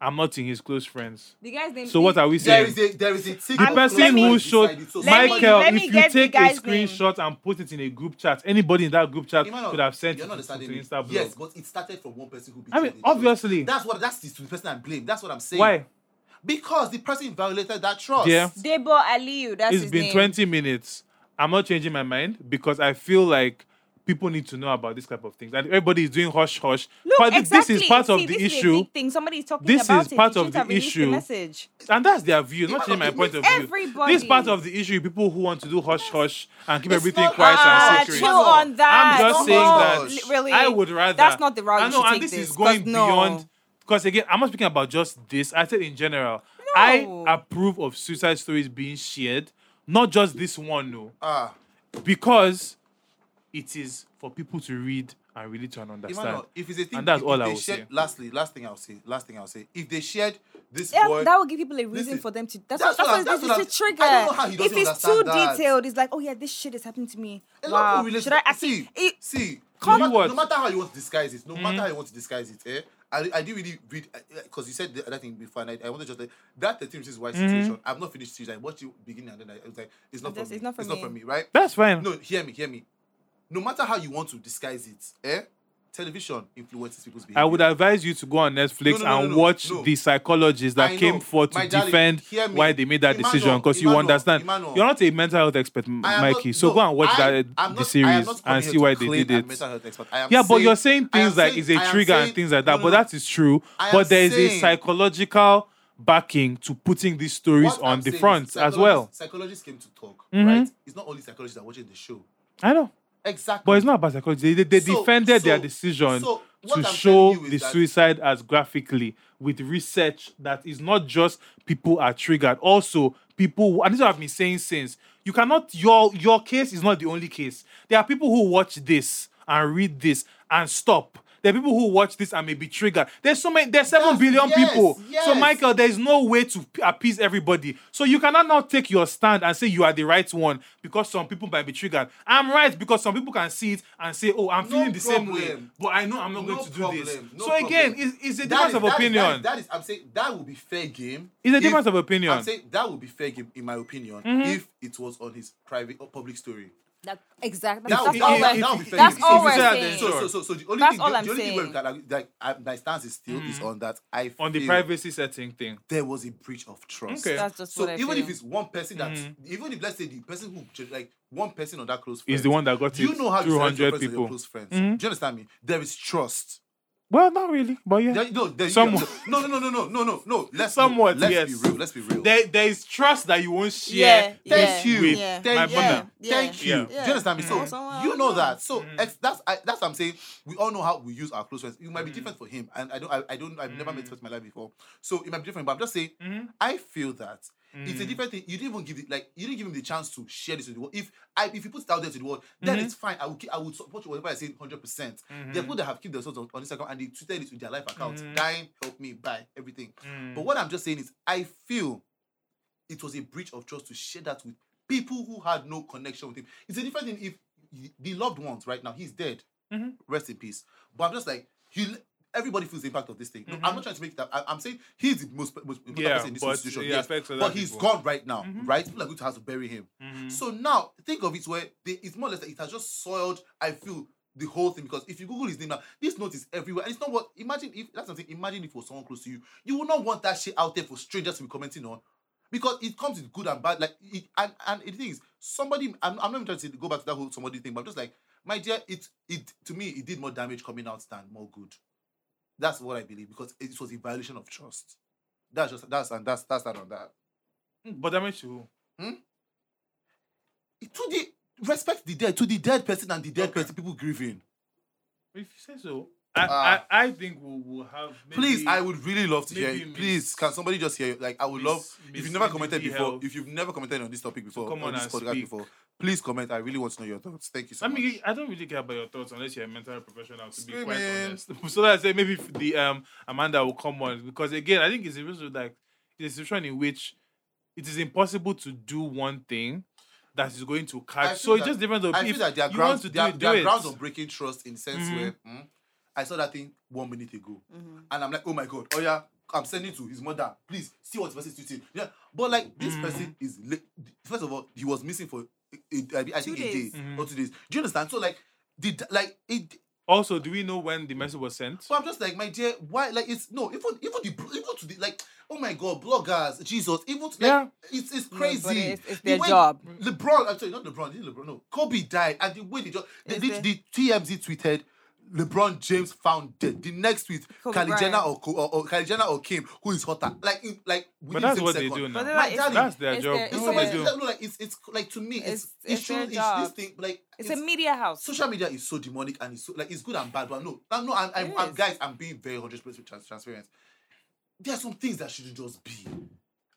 [SPEAKER 1] I'm not in his close friends.
[SPEAKER 5] The guy's name.
[SPEAKER 1] So what are we
[SPEAKER 2] There
[SPEAKER 1] saying?
[SPEAKER 2] is a there is a tick
[SPEAKER 1] The
[SPEAKER 2] of
[SPEAKER 1] person
[SPEAKER 2] close
[SPEAKER 4] let me-
[SPEAKER 1] who
[SPEAKER 2] friends
[SPEAKER 1] showed
[SPEAKER 2] decided. So
[SPEAKER 4] let me-
[SPEAKER 1] Michael,
[SPEAKER 4] let me
[SPEAKER 1] if you
[SPEAKER 4] get the
[SPEAKER 1] take a
[SPEAKER 4] guy's name.
[SPEAKER 1] screenshot and put it in a group chat, anybody in that group chat
[SPEAKER 2] Emmanuel,
[SPEAKER 1] could have sent it
[SPEAKER 2] you're
[SPEAKER 1] to
[SPEAKER 2] not understanding me.
[SPEAKER 1] Instablog.
[SPEAKER 2] Yes, but it started from one person who.
[SPEAKER 1] I mean,
[SPEAKER 2] betrayed the trust.
[SPEAKER 1] obviously.
[SPEAKER 2] That's what. That's the person I blame. That's what I'm saying.
[SPEAKER 1] Why?
[SPEAKER 2] Because the person violated that trust.
[SPEAKER 1] Yeah.
[SPEAKER 4] Debo Aliyu, that's
[SPEAKER 1] it's
[SPEAKER 4] his
[SPEAKER 1] been
[SPEAKER 4] name.
[SPEAKER 1] 20 minutes. I'm not changing my mind because I feel like people need to know about this type of things. And everybody is doing hush hush.
[SPEAKER 4] Look,
[SPEAKER 1] but thi-
[SPEAKER 4] exactly.
[SPEAKER 1] this is part of
[SPEAKER 4] See,
[SPEAKER 1] the
[SPEAKER 4] this Is a
[SPEAKER 1] issue.
[SPEAKER 4] big thing. Somebody is talking
[SPEAKER 1] This
[SPEAKER 4] about
[SPEAKER 1] is
[SPEAKER 4] it.
[SPEAKER 1] part
[SPEAKER 4] You
[SPEAKER 1] of
[SPEAKER 4] shouldn't
[SPEAKER 1] the
[SPEAKER 4] have released
[SPEAKER 1] issue.
[SPEAKER 4] message.
[SPEAKER 1] And that's their view, not changing my
[SPEAKER 2] It's
[SPEAKER 1] point of view.
[SPEAKER 4] everybody.
[SPEAKER 1] This part of the issue, people who want to do hush hush and keep
[SPEAKER 2] It's
[SPEAKER 1] everything
[SPEAKER 2] not
[SPEAKER 1] quiet
[SPEAKER 4] Ah,
[SPEAKER 1] and
[SPEAKER 4] chill
[SPEAKER 1] secret.
[SPEAKER 2] No,
[SPEAKER 4] on that.
[SPEAKER 1] I'm just
[SPEAKER 4] Come
[SPEAKER 1] saying that
[SPEAKER 4] on.
[SPEAKER 2] L-
[SPEAKER 4] Really,
[SPEAKER 1] I would rather.
[SPEAKER 4] That's not the route
[SPEAKER 1] I
[SPEAKER 4] you
[SPEAKER 1] know,
[SPEAKER 4] should
[SPEAKER 1] and
[SPEAKER 4] take
[SPEAKER 1] this is
[SPEAKER 4] 'cause
[SPEAKER 1] going
[SPEAKER 4] no.
[SPEAKER 1] beyond. Because again, I'm not speaking about just this. I said in general, I
[SPEAKER 4] No.
[SPEAKER 1] approve of suicide stories being shared, not just this one, no,
[SPEAKER 2] Ah,
[SPEAKER 1] because it is for people to read and really to understand.
[SPEAKER 2] Emmanuel, if it's a thing,
[SPEAKER 1] And that's
[SPEAKER 2] if
[SPEAKER 1] all
[SPEAKER 2] they
[SPEAKER 1] I will
[SPEAKER 2] shared,
[SPEAKER 1] say.
[SPEAKER 2] Lastly, last thing I'll say. Last thing I'll say. If they shared this
[SPEAKER 4] Yeah,
[SPEAKER 2] boy,
[SPEAKER 4] that will give people a reason
[SPEAKER 2] Listen,
[SPEAKER 4] for them to. That's,
[SPEAKER 2] that's
[SPEAKER 4] what,
[SPEAKER 2] what
[SPEAKER 4] that's,
[SPEAKER 2] I'm-
[SPEAKER 4] what,
[SPEAKER 2] that's
[SPEAKER 4] it's a
[SPEAKER 2] what I'm-
[SPEAKER 4] trigger.
[SPEAKER 2] I don't know how he
[SPEAKER 4] if
[SPEAKER 2] doesn't
[SPEAKER 4] it's too
[SPEAKER 2] understand that.
[SPEAKER 4] detailed, it's like, oh yeah, this shit is happening to me.
[SPEAKER 2] a lot of
[SPEAKER 4] wow.
[SPEAKER 2] people relate-
[SPEAKER 4] Should I actually?
[SPEAKER 2] see?
[SPEAKER 4] It,
[SPEAKER 2] see,
[SPEAKER 1] Come-
[SPEAKER 2] no,
[SPEAKER 1] You Hmm? what?
[SPEAKER 2] matter, no matter how you want to disguise it, no matter how you want to disguise it, eh? I, I didn't really read because you said the other thing before, and I, I wanted just like that 13 reasons
[SPEAKER 1] Hmm?
[SPEAKER 2] why situation. I've not finished series. I watched it beginning and then I, I was like, it's not for
[SPEAKER 4] That's-
[SPEAKER 2] me.
[SPEAKER 4] it's not for
[SPEAKER 2] it's
[SPEAKER 4] me.
[SPEAKER 2] not for me, right?
[SPEAKER 1] That's fine.
[SPEAKER 2] No, hear me, hear me. No matter how you want to disguise it, eh? Television influences people's behavior.
[SPEAKER 1] I would advise you to go on Netflix
[SPEAKER 2] No, no, no,
[SPEAKER 1] and
[SPEAKER 2] no,
[SPEAKER 1] watch
[SPEAKER 2] no.
[SPEAKER 1] the psychologists that
[SPEAKER 2] I
[SPEAKER 1] came
[SPEAKER 2] know.
[SPEAKER 1] forward to
[SPEAKER 2] My darling,
[SPEAKER 1] defend
[SPEAKER 2] hear me.
[SPEAKER 1] why they made that
[SPEAKER 2] Emmanuel,
[SPEAKER 1] decision because you
[SPEAKER 2] Emmanuel,
[SPEAKER 1] understand.
[SPEAKER 2] Emmanuel.
[SPEAKER 1] You're not a mental health expert, M-
[SPEAKER 2] I am
[SPEAKER 1] Mikey.
[SPEAKER 2] not-
[SPEAKER 1] so
[SPEAKER 2] no,
[SPEAKER 1] go and watch
[SPEAKER 2] I-
[SPEAKER 1] that uh,
[SPEAKER 2] I'm
[SPEAKER 1] the
[SPEAKER 2] not- I am
[SPEAKER 1] series
[SPEAKER 2] not coming
[SPEAKER 1] and see
[SPEAKER 2] here to
[SPEAKER 1] why they
[SPEAKER 2] claim
[SPEAKER 1] did
[SPEAKER 2] I'm
[SPEAKER 1] it.
[SPEAKER 2] a mental health expert. I am
[SPEAKER 1] yeah, but you're saying
[SPEAKER 2] saying- I am
[SPEAKER 1] things like
[SPEAKER 2] saying-
[SPEAKER 1] it's a
[SPEAKER 2] I am
[SPEAKER 1] trigger and
[SPEAKER 2] saying-
[SPEAKER 1] things like
[SPEAKER 2] no,
[SPEAKER 1] that.
[SPEAKER 2] no,
[SPEAKER 1] but
[SPEAKER 2] no.
[SPEAKER 1] that is true.
[SPEAKER 2] I am
[SPEAKER 1] But there is a
[SPEAKER 2] saying-
[SPEAKER 1] psychological backing to putting these stories
[SPEAKER 2] What I'm
[SPEAKER 1] on the
[SPEAKER 2] saying is
[SPEAKER 1] front as well.
[SPEAKER 2] psychologists- Psychologists came to talk,
[SPEAKER 1] Mhm.
[SPEAKER 2] right? It's not only psychologists that are watching the show.
[SPEAKER 1] I know.
[SPEAKER 2] Exactly.
[SPEAKER 1] But it's not about psychology. They, they, they
[SPEAKER 2] So-
[SPEAKER 1] defended their
[SPEAKER 2] so-
[SPEAKER 1] decision
[SPEAKER 2] so
[SPEAKER 1] to
[SPEAKER 2] what I'm
[SPEAKER 1] show
[SPEAKER 2] telling you is
[SPEAKER 1] the
[SPEAKER 2] that-
[SPEAKER 1] suicide as graphically with research that is not just people are triggered, also people. And this is what I've been saying since. You cannot your your case is not the only case. There are people who watch this and read this and stop. There are people who watch this and may be triggered. There's so many. There's seven
[SPEAKER 2] Yes,
[SPEAKER 1] billion
[SPEAKER 2] yes,
[SPEAKER 1] people. So
[SPEAKER 2] yes.
[SPEAKER 1] Michael, there is no way to p- appease everybody. So you cannot now take your stand and say you are the right one because some people might be triggered. I'm right because some people can see it and say, "Oh, I'm
[SPEAKER 2] No
[SPEAKER 1] feeling the same way,"
[SPEAKER 2] problem.
[SPEAKER 1] but I know I'm not
[SPEAKER 2] No
[SPEAKER 1] going to do this.
[SPEAKER 2] problem, no
[SPEAKER 1] so again,
[SPEAKER 2] problem.
[SPEAKER 1] it's, it's a
[SPEAKER 2] That
[SPEAKER 1] difference
[SPEAKER 2] is-
[SPEAKER 1] of
[SPEAKER 2] that is-
[SPEAKER 1] opinion.
[SPEAKER 2] that is- that is- I'm saying that would be fair game.
[SPEAKER 1] It's a
[SPEAKER 2] if-
[SPEAKER 1] difference of opinion. Mm-hmm.
[SPEAKER 2] I'm saying that would be fair game, in my opinion, if it was on his private or public story.
[SPEAKER 4] That, exactly.
[SPEAKER 2] That
[SPEAKER 4] That's
[SPEAKER 2] would-
[SPEAKER 4] all
[SPEAKER 2] it-
[SPEAKER 4] we're
[SPEAKER 2] it- that would be fair
[SPEAKER 4] That's
[SPEAKER 2] game.
[SPEAKER 4] all
[SPEAKER 2] If
[SPEAKER 4] we're
[SPEAKER 2] it's
[SPEAKER 1] there,
[SPEAKER 4] saying.
[SPEAKER 1] then
[SPEAKER 2] So, so, so, so the only
[SPEAKER 4] That's
[SPEAKER 2] thing,
[SPEAKER 4] all
[SPEAKER 2] the,
[SPEAKER 4] I'm
[SPEAKER 2] the only thing where we can,
[SPEAKER 4] saying.
[SPEAKER 2] like, like I, my stance is still is on that. I feel
[SPEAKER 1] Mm-hmm. on the privacy setting thing.
[SPEAKER 2] there was a breach of trust.
[SPEAKER 1] Okay. Mm-hmm.
[SPEAKER 4] That's just
[SPEAKER 2] So
[SPEAKER 4] what I
[SPEAKER 2] even
[SPEAKER 4] feel.
[SPEAKER 2] if it's one person that, even if let's say the person who ch- like one person on that close friend
[SPEAKER 1] Is the one that got
[SPEAKER 2] Do you
[SPEAKER 1] it
[SPEAKER 2] know how
[SPEAKER 1] through
[SPEAKER 2] you select
[SPEAKER 1] 100
[SPEAKER 2] your friends and your
[SPEAKER 1] people.
[SPEAKER 2] close friends? Do you understand me? There is trust.
[SPEAKER 1] Well, not really, but yeah.
[SPEAKER 2] There, no, there,
[SPEAKER 1] Somewhat.
[SPEAKER 2] No, no, no, no, no, no, no, no. Let's
[SPEAKER 1] Somewhat,
[SPEAKER 2] Be, let's
[SPEAKER 1] yes.
[SPEAKER 2] be real. Let's be real.
[SPEAKER 1] There, there is trust that you won't share.
[SPEAKER 5] Yeah,
[SPEAKER 1] this
[SPEAKER 5] yeah,
[SPEAKER 1] with
[SPEAKER 2] you.
[SPEAKER 5] yeah.
[SPEAKER 1] my
[SPEAKER 2] Thank you.
[SPEAKER 1] partner.
[SPEAKER 5] Yeah.
[SPEAKER 2] Thank you.
[SPEAKER 1] Yeah.
[SPEAKER 2] Do you understand me? So
[SPEAKER 5] Yeah. Mm. Someone
[SPEAKER 2] you
[SPEAKER 5] else
[SPEAKER 2] know
[SPEAKER 5] knows.
[SPEAKER 2] that. So ex- that's I, that's what I'm saying. We all know how we use our close friends. It might be
[SPEAKER 5] Mm.
[SPEAKER 2] different for him, and I don't. I, I don't. I've never met such in my life before. So it might be different. But I'm just saying.
[SPEAKER 5] Mm-hmm.
[SPEAKER 2] I feel that. It's
[SPEAKER 5] Mm.
[SPEAKER 2] a different thing. You didn't even give it like you didn't give him the chance to share this with the world. If I if you put it out there to the world, then
[SPEAKER 5] Mm-hmm.
[SPEAKER 2] it's fine. I will keep, I will support you whatever I say 100 percent. There are people that have kept themselves on, on Instagram and they tweeted it with their life account.
[SPEAKER 5] Mm-hmm.
[SPEAKER 2] Dying, help me, buy everything.
[SPEAKER 1] Mm, Mm-hmm.
[SPEAKER 2] But what I'm just saying is I feel it was a breach of trust to share that with people who had no connection with him. It's a different thing if y- the loved ones right now, he's dead.
[SPEAKER 1] Mm-hmm.
[SPEAKER 2] Rest in peace. But I'm just like, he, everybody feels the impact of this thing. No, I'm not trying to make that. I, am saying he's the most, most important
[SPEAKER 1] Mm-hmm. Yeah,
[SPEAKER 2] person in this
[SPEAKER 1] but
[SPEAKER 2] institution.
[SPEAKER 1] it
[SPEAKER 2] Yes.
[SPEAKER 1] affects other
[SPEAKER 2] But he's
[SPEAKER 1] people. Mm-hmm.
[SPEAKER 2] gone right now, right? People are going to have to bury him.
[SPEAKER 1] Mm.
[SPEAKER 2] So now, think of it where they, it's more or less that it has just soiled, I feel, the whole thing. Because if you Google his name now, this note is everywhere. And it's not what, imagine if, that's something, imagine if it was someone close to you. You would not want that shit out there for strangers to be commenting on because it comes with good and bad. Like, it, and and the thing is, somebody. I'm, I'm not even trying to go back to that whole somebody thing, but I'm just like, my dear, it it to me it did more damage coming out than more good. That's what I believe because it was a violation of trust. That's just that's and that's that's that on that.
[SPEAKER 1] Mm-hmm. But that means you.
[SPEAKER 2] To the respect the dead to the dead person and the dead person people grieving.
[SPEAKER 1] If you say so, I,
[SPEAKER 2] Ah.
[SPEAKER 1] I, I think we'll, we'll have. Maybe,
[SPEAKER 2] Please, I would really love to hear.
[SPEAKER 1] maybe
[SPEAKER 2] it.
[SPEAKER 1] Miss-
[SPEAKER 2] Please, can somebody just hear? it? Like, I would
[SPEAKER 1] Miss-
[SPEAKER 2] love if
[SPEAKER 1] Miss
[SPEAKER 2] you've never commented
[SPEAKER 1] NDD
[SPEAKER 2] before,
[SPEAKER 1] help.
[SPEAKER 2] if you've never commented on this topic before,
[SPEAKER 1] come
[SPEAKER 2] on
[SPEAKER 1] on
[SPEAKER 2] this
[SPEAKER 1] and
[SPEAKER 2] podcast
[SPEAKER 1] speak.
[SPEAKER 2] before, please comment. I really want to know your thoughts. Thank you so
[SPEAKER 1] I
[SPEAKER 2] much.
[SPEAKER 1] mean, I don't really care about your thoughts unless you're a mental health professional. To be quite
[SPEAKER 2] Screaming.
[SPEAKER 1] honest, so that I say maybe if the um Amanda will come on because again, I think it's a reason like it's a situation in which it is impossible to do one thing that is going to
[SPEAKER 2] I
[SPEAKER 1] catch. So
[SPEAKER 2] feel
[SPEAKER 1] it
[SPEAKER 2] that-
[SPEAKER 1] just depends on
[SPEAKER 2] I
[SPEAKER 1] if
[SPEAKER 2] feel that there are
[SPEAKER 1] you want
[SPEAKER 2] grounds,
[SPEAKER 1] to do
[SPEAKER 2] there, are-
[SPEAKER 1] it, do
[SPEAKER 2] there are
[SPEAKER 1] it. Mm-hmm.
[SPEAKER 2] grounds of breaking trust in the sense where mm, I saw that thing one minute ago, and I'm like, oh my god, oh yeah, I'm sending to his mother. Please see what the person is tweeting. Yeah, but like this
[SPEAKER 1] Mm-hmm.
[SPEAKER 2] person is late. first of all, he was missing for uh, uh, I think a day
[SPEAKER 5] days.
[SPEAKER 2] or
[SPEAKER 1] Mm-hmm.
[SPEAKER 2] two days. Do you understand? So like, did like it?
[SPEAKER 1] Also, do we know when the message was sent?
[SPEAKER 2] So I'm just like, my dear, why? Like it's no, even even the even to the like, oh my god, bloggers, Jesus, even to, like
[SPEAKER 1] Yeah.
[SPEAKER 2] it's it's
[SPEAKER 5] but
[SPEAKER 2] crazy.
[SPEAKER 5] it's- it's
[SPEAKER 2] The
[SPEAKER 5] their
[SPEAKER 2] way
[SPEAKER 5] job.
[SPEAKER 2] LeBron, actually not LeBron, didn't LeBron, no, Kobe died, and the way they just the, the,
[SPEAKER 5] It's
[SPEAKER 2] the TMZ tweeted. LeBron James found dead. The next tweet,
[SPEAKER 5] Kobe
[SPEAKER 2] Kylie
[SPEAKER 5] Bryant.
[SPEAKER 2] Jenner or, Ko- or, or Kylie Jenner or Kim, who is hotter? Like, in- like
[SPEAKER 1] But
[SPEAKER 2] within
[SPEAKER 1] that's
[SPEAKER 2] same
[SPEAKER 1] what
[SPEAKER 2] second.
[SPEAKER 1] they do
[SPEAKER 5] But
[SPEAKER 1] now.
[SPEAKER 5] they're like,
[SPEAKER 2] My
[SPEAKER 1] That's
[SPEAKER 5] it's-
[SPEAKER 2] daddy,
[SPEAKER 1] their
[SPEAKER 4] it's
[SPEAKER 1] job.
[SPEAKER 4] their-
[SPEAKER 1] It's
[SPEAKER 2] it's
[SPEAKER 1] what they
[SPEAKER 2] somebody.
[SPEAKER 1] do.
[SPEAKER 2] No, like it's it's like to me, it's
[SPEAKER 5] It's-
[SPEAKER 2] it's,
[SPEAKER 5] it's
[SPEAKER 2] true.
[SPEAKER 5] their
[SPEAKER 2] It's this
[SPEAKER 5] job.
[SPEAKER 2] thing like
[SPEAKER 4] It's a media house.
[SPEAKER 2] social media is so demonic and it's so like it's good and bad, but no, I'm no, I'm, I'm,
[SPEAKER 5] It
[SPEAKER 2] I'm
[SPEAKER 5] is.
[SPEAKER 2] guys, I'm being very hundred percent trans- transparent. There are some things that shouldn't just be,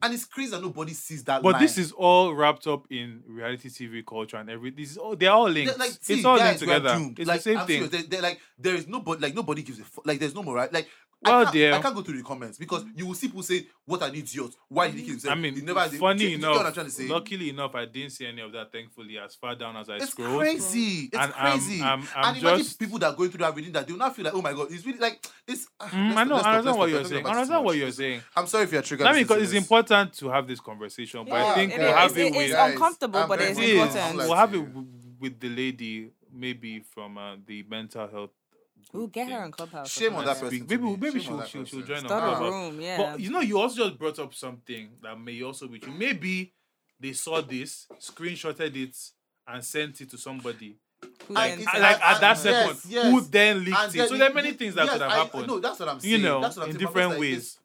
[SPEAKER 2] and it's crazy that nobody sees that.
[SPEAKER 1] But
[SPEAKER 2] line.
[SPEAKER 1] this is all wrapped up in reality TV culture and everything. This is all, they're all
[SPEAKER 2] They're
[SPEAKER 1] linked.
[SPEAKER 2] like, see,
[SPEAKER 1] it's all linked
[SPEAKER 2] guys, we are
[SPEAKER 1] together.
[SPEAKER 2] doomed.
[SPEAKER 1] It's
[SPEAKER 2] like,
[SPEAKER 1] the same
[SPEAKER 2] I'm
[SPEAKER 1] thing.
[SPEAKER 2] serious. They- they're like there is nobody like nobody gives a fu- like there's no moral like.
[SPEAKER 1] Well,
[SPEAKER 2] I can't,
[SPEAKER 1] dear.
[SPEAKER 2] I can't go to the comments because you will see people say, "What an idiot! Why did he kill himself?"
[SPEAKER 1] Mm. I mean,
[SPEAKER 2] he never. do
[SPEAKER 1] funny
[SPEAKER 2] you know what I'm
[SPEAKER 1] enough,
[SPEAKER 2] trying to say?
[SPEAKER 1] luckily enough, I didn't see any of that. Thankfully, as far down as I
[SPEAKER 2] It's
[SPEAKER 1] scrolled,
[SPEAKER 2] crazy. It's
[SPEAKER 1] And I'm-
[SPEAKER 2] crazy.
[SPEAKER 1] I'm- I'm
[SPEAKER 2] and imagine
[SPEAKER 1] just-
[SPEAKER 2] people that are going through that reading that they will not feel like, oh my god, it's really like it's. ah,
[SPEAKER 1] Mm,
[SPEAKER 2] let's
[SPEAKER 1] I
[SPEAKER 2] stop,
[SPEAKER 1] know. I
[SPEAKER 2] let's stop,
[SPEAKER 1] understand
[SPEAKER 2] let's
[SPEAKER 1] what
[SPEAKER 2] stop,
[SPEAKER 1] you're
[SPEAKER 2] let's talk
[SPEAKER 1] saying.
[SPEAKER 2] about
[SPEAKER 1] I
[SPEAKER 2] this
[SPEAKER 1] understand
[SPEAKER 2] too
[SPEAKER 1] what
[SPEAKER 2] much.
[SPEAKER 1] you're saying.
[SPEAKER 2] I'm sorry if you're triggered.
[SPEAKER 1] I mean,
[SPEAKER 2] listening to
[SPEAKER 1] because it's
[SPEAKER 2] this.
[SPEAKER 1] important to have this conversation, but I
[SPEAKER 2] Yeah,
[SPEAKER 1] think
[SPEAKER 2] it
[SPEAKER 1] we'll
[SPEAKER 2] is.
[SPEAKER 1] have
[SPEAKER 2] It
[SPEAKER 1] it
[SPEAKER 2] is
[SPEAKER 1] with
[SPEAKER 2] Guys,
[SPEAKER 5] uncomfortable,
[SPEAKER 2] I'm
[SPEAKER 5] but
[SPEAKER 2] very
[SPEAKER 5] it's
[SPEAKER 1] It is.
[SPEAKER 5] important.
[SPEAKER 1] We'll have
[SPEAKER 2] to
[SPEAKER 1] it
[SPEAKER 2] you.
[SPEAKER 1] w- with the lady, maybe from uh, the mental health.
[SPEAKER 5] We'll get her
[SPEAKER 1] thing.
[SPEAKER 5] on Clubhouse.
[SPEAKER 2] Shame on that
[SPEAKER 1] Speak.
[SPEAKER 2] person. to
[SPEAKER 1] Maybe-
[SPEAKER 2] me.
[SPEAKER 1] maybe
[SPEAKER 2] Shame
[SPEAKER 1] she'll-
[SPEAKER 2] on that
[SPEAKER 1] she'll- she'll
[SPEAKER 2] person.
[SPEAKER 1] join
[SPEAKER 5] Start
[SPEAKER 1] Ah.
[SPEAKER 5] a room, yeah.
[SPEAKER 2] Um,
[SPEAKER 1] But you know, you also just brought up something that may also be true. Maybe they saw this, screenshotted it, and sent it to somebody.
[SPEAKER 5] Who
[SPEAKER 2] I-
[SPEAKER 5] then-
[SPEAKER 2] I-
[SPEAKER 1] like at that
[SPEAKER 2] Yes,
[SPEAKER 1] second,
[SPEAKER 2] yes.
[SPEAKER 1] who then leaked
[SPEAKER 2] And
[SPEAKER 1] it?
[SPEAKER 2] then
[SPEAKER 1] So
[SPEAKER 2] it-
[SPEAKER 1] there are many
[SPEAKER 2] it-
[SPEAKER 1] things that
[SPEAKER 2] yes,
[SPEAKER 1] could have
[SPEAKER 2] I-
[SPEAKER 1] happened.
[SPEAKER 2] No, that's what I'm saying.
[SPEAKER 1] you know,
[SPEAKER 2] that's what I'm
[SPEAKER 1] in
[SPEAKER 2] saying.
[SPEAKER 1] different
[SPEAKER 2] Like, it's-
[SPEAKER 1] ways.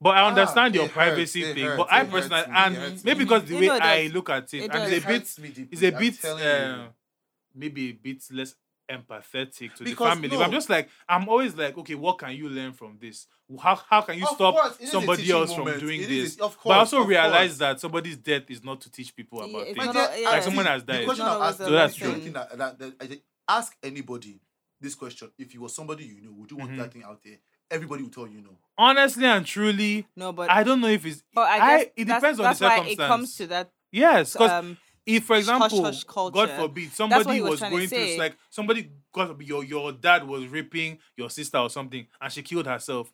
[SPEAKER 1] But I
[SPEAKER 2] Ah,
[SPEAKER 1] understand your
[SPEAKER 2] it hurts,
[SPEAKER 1] privacy
[SPEAKER 2] it
[SPEAKER 1] thing.
[SPEAKER 2] hurts,
[SPEAKER 1] but I
[SPEAKER 2] it
[SPEAKER 1] personally,
[SPEAKER 2] hurts me,
[SPEAKER 1] and
[SPEAKER 2] it hurts
[SPEAKER 1] maybe
[SPEAKER 2] me.
[SPEAKER 1] because the
[SPEAKER 5] You
[SPEAKER 1] way
[SPEAKER 5] know it
[SPEAKER 1] I
[SPEAKER 5] does.
[SPEAKER 1] look at it,
[SPEAKER 5] It
[SPEAKER 1] and
[SPEAKER 5] does.
[SPEAKER 1] it's a
[SPEAKER 5] It
[SPEAKER 1] bit,
[SPEAKER 2] hurts me deeply,
[SPEAKER 1] it's a
[SPEAKER 2] I'm
[SPEAKER 1] bit,
[SPEAKER 2] telling
[SPEAKER 1] uh,
[SPEAKER 2] you.
[SPEAKER 1] maybe a bit less empathetic to
[SPEAKER 2] Because,
[SPEAKER 1] the family.
[SPEAKER 2] no.
[SPEAKER 1] But I'm just like, I'm always like, okay, what can you learn from this? How how can you
[SPEAKER 2] Of
[SPEAKER 1] stop
[SPEAKER 2] course, it is a
[SPEAKER 1] somebody
[SPEAKER 2] teaching
[SPEAKER 1] else
[SPEAKER 2] moment.
[SPEAKER 1] from doing
[SPEAKER 2] It
[SPEAKER 1] this?
[SPEAKER 2] is, of
[SPEAKER 1] but I
[SPEAKER 2] course,
[SPEAKER 1] also
[SPEAKER 2] of
[SPEAKER 1] realize
[SPEAKER 2] course.
[SPEAKER 1] that somebody's death is not to teach people
[SPEAKER 5] Yeah,
[SPEAKER 1] about
[SPEAKER 5] it's
[SPEAKER 1] things.
[SPEAKER 5] not
[SPEAKER 2] My dear,
[SPEAKER 5] yeah.
[SPEAKER 2] I
[SPEAKER 1] Like someone
[SPEAKER 2] think
[SPEAKER 1] has
[SPEAKER 2] The
[SPEAKER 1] died.
[SPEAKER 2] question
[SPEAKER 5] No,
[SPEAKER 2] I'm
[SPEAKER 5] it's
[SPEAKER 2] asking,
[SPEAKER 1] a- So that's
[SPEAKER 2] I'm
[SPEAKER 1] true.
[SPEAKER 2] thinking that- that- that- I think, ask anybody this question: If you were somebody you know, would you
[SPEAKER 1] Mm-hmm.
[SPEAKER 2] want that thing out there? Everybody will tell you no.
[SPEAKER 1] Honestly and truly,
[SPEAKER 5] No, but
[SPEAKER 1] I don't know if it's.
[SPEAKER 5] but I guess
[SPEAKER 1] it
[SPEAKER 5] that's-
[SPEAKER 1] depends on
[SPEAKER 5] that's
[SPEAKER 1] the
[SPEAKER 5] why
[SPEAKER 1] circumstance.
[SPEAKER 5] it comes to that.
[SPEAKER 1] yes, because
[SPEAKER 5] Um,
[SPEAKER 1] if, for example,
[SPEAKER 5] hush
[SPEAKER 1] God
[SPEAKER 5] culture.
[SPEAKER 1] forbid,
[SPEAKER 5] what
[SPEAKER 1] somebody
[SPEAKER 5] he was
[SPEAKER 1] was,
[SPEAKER 5] trying to
[SPEAKER 1] going through
[SPEAKER 5] say.
[SPEAKER 1] like somebody, God forbid, your your dad was raping your sister or something, and she killed herself.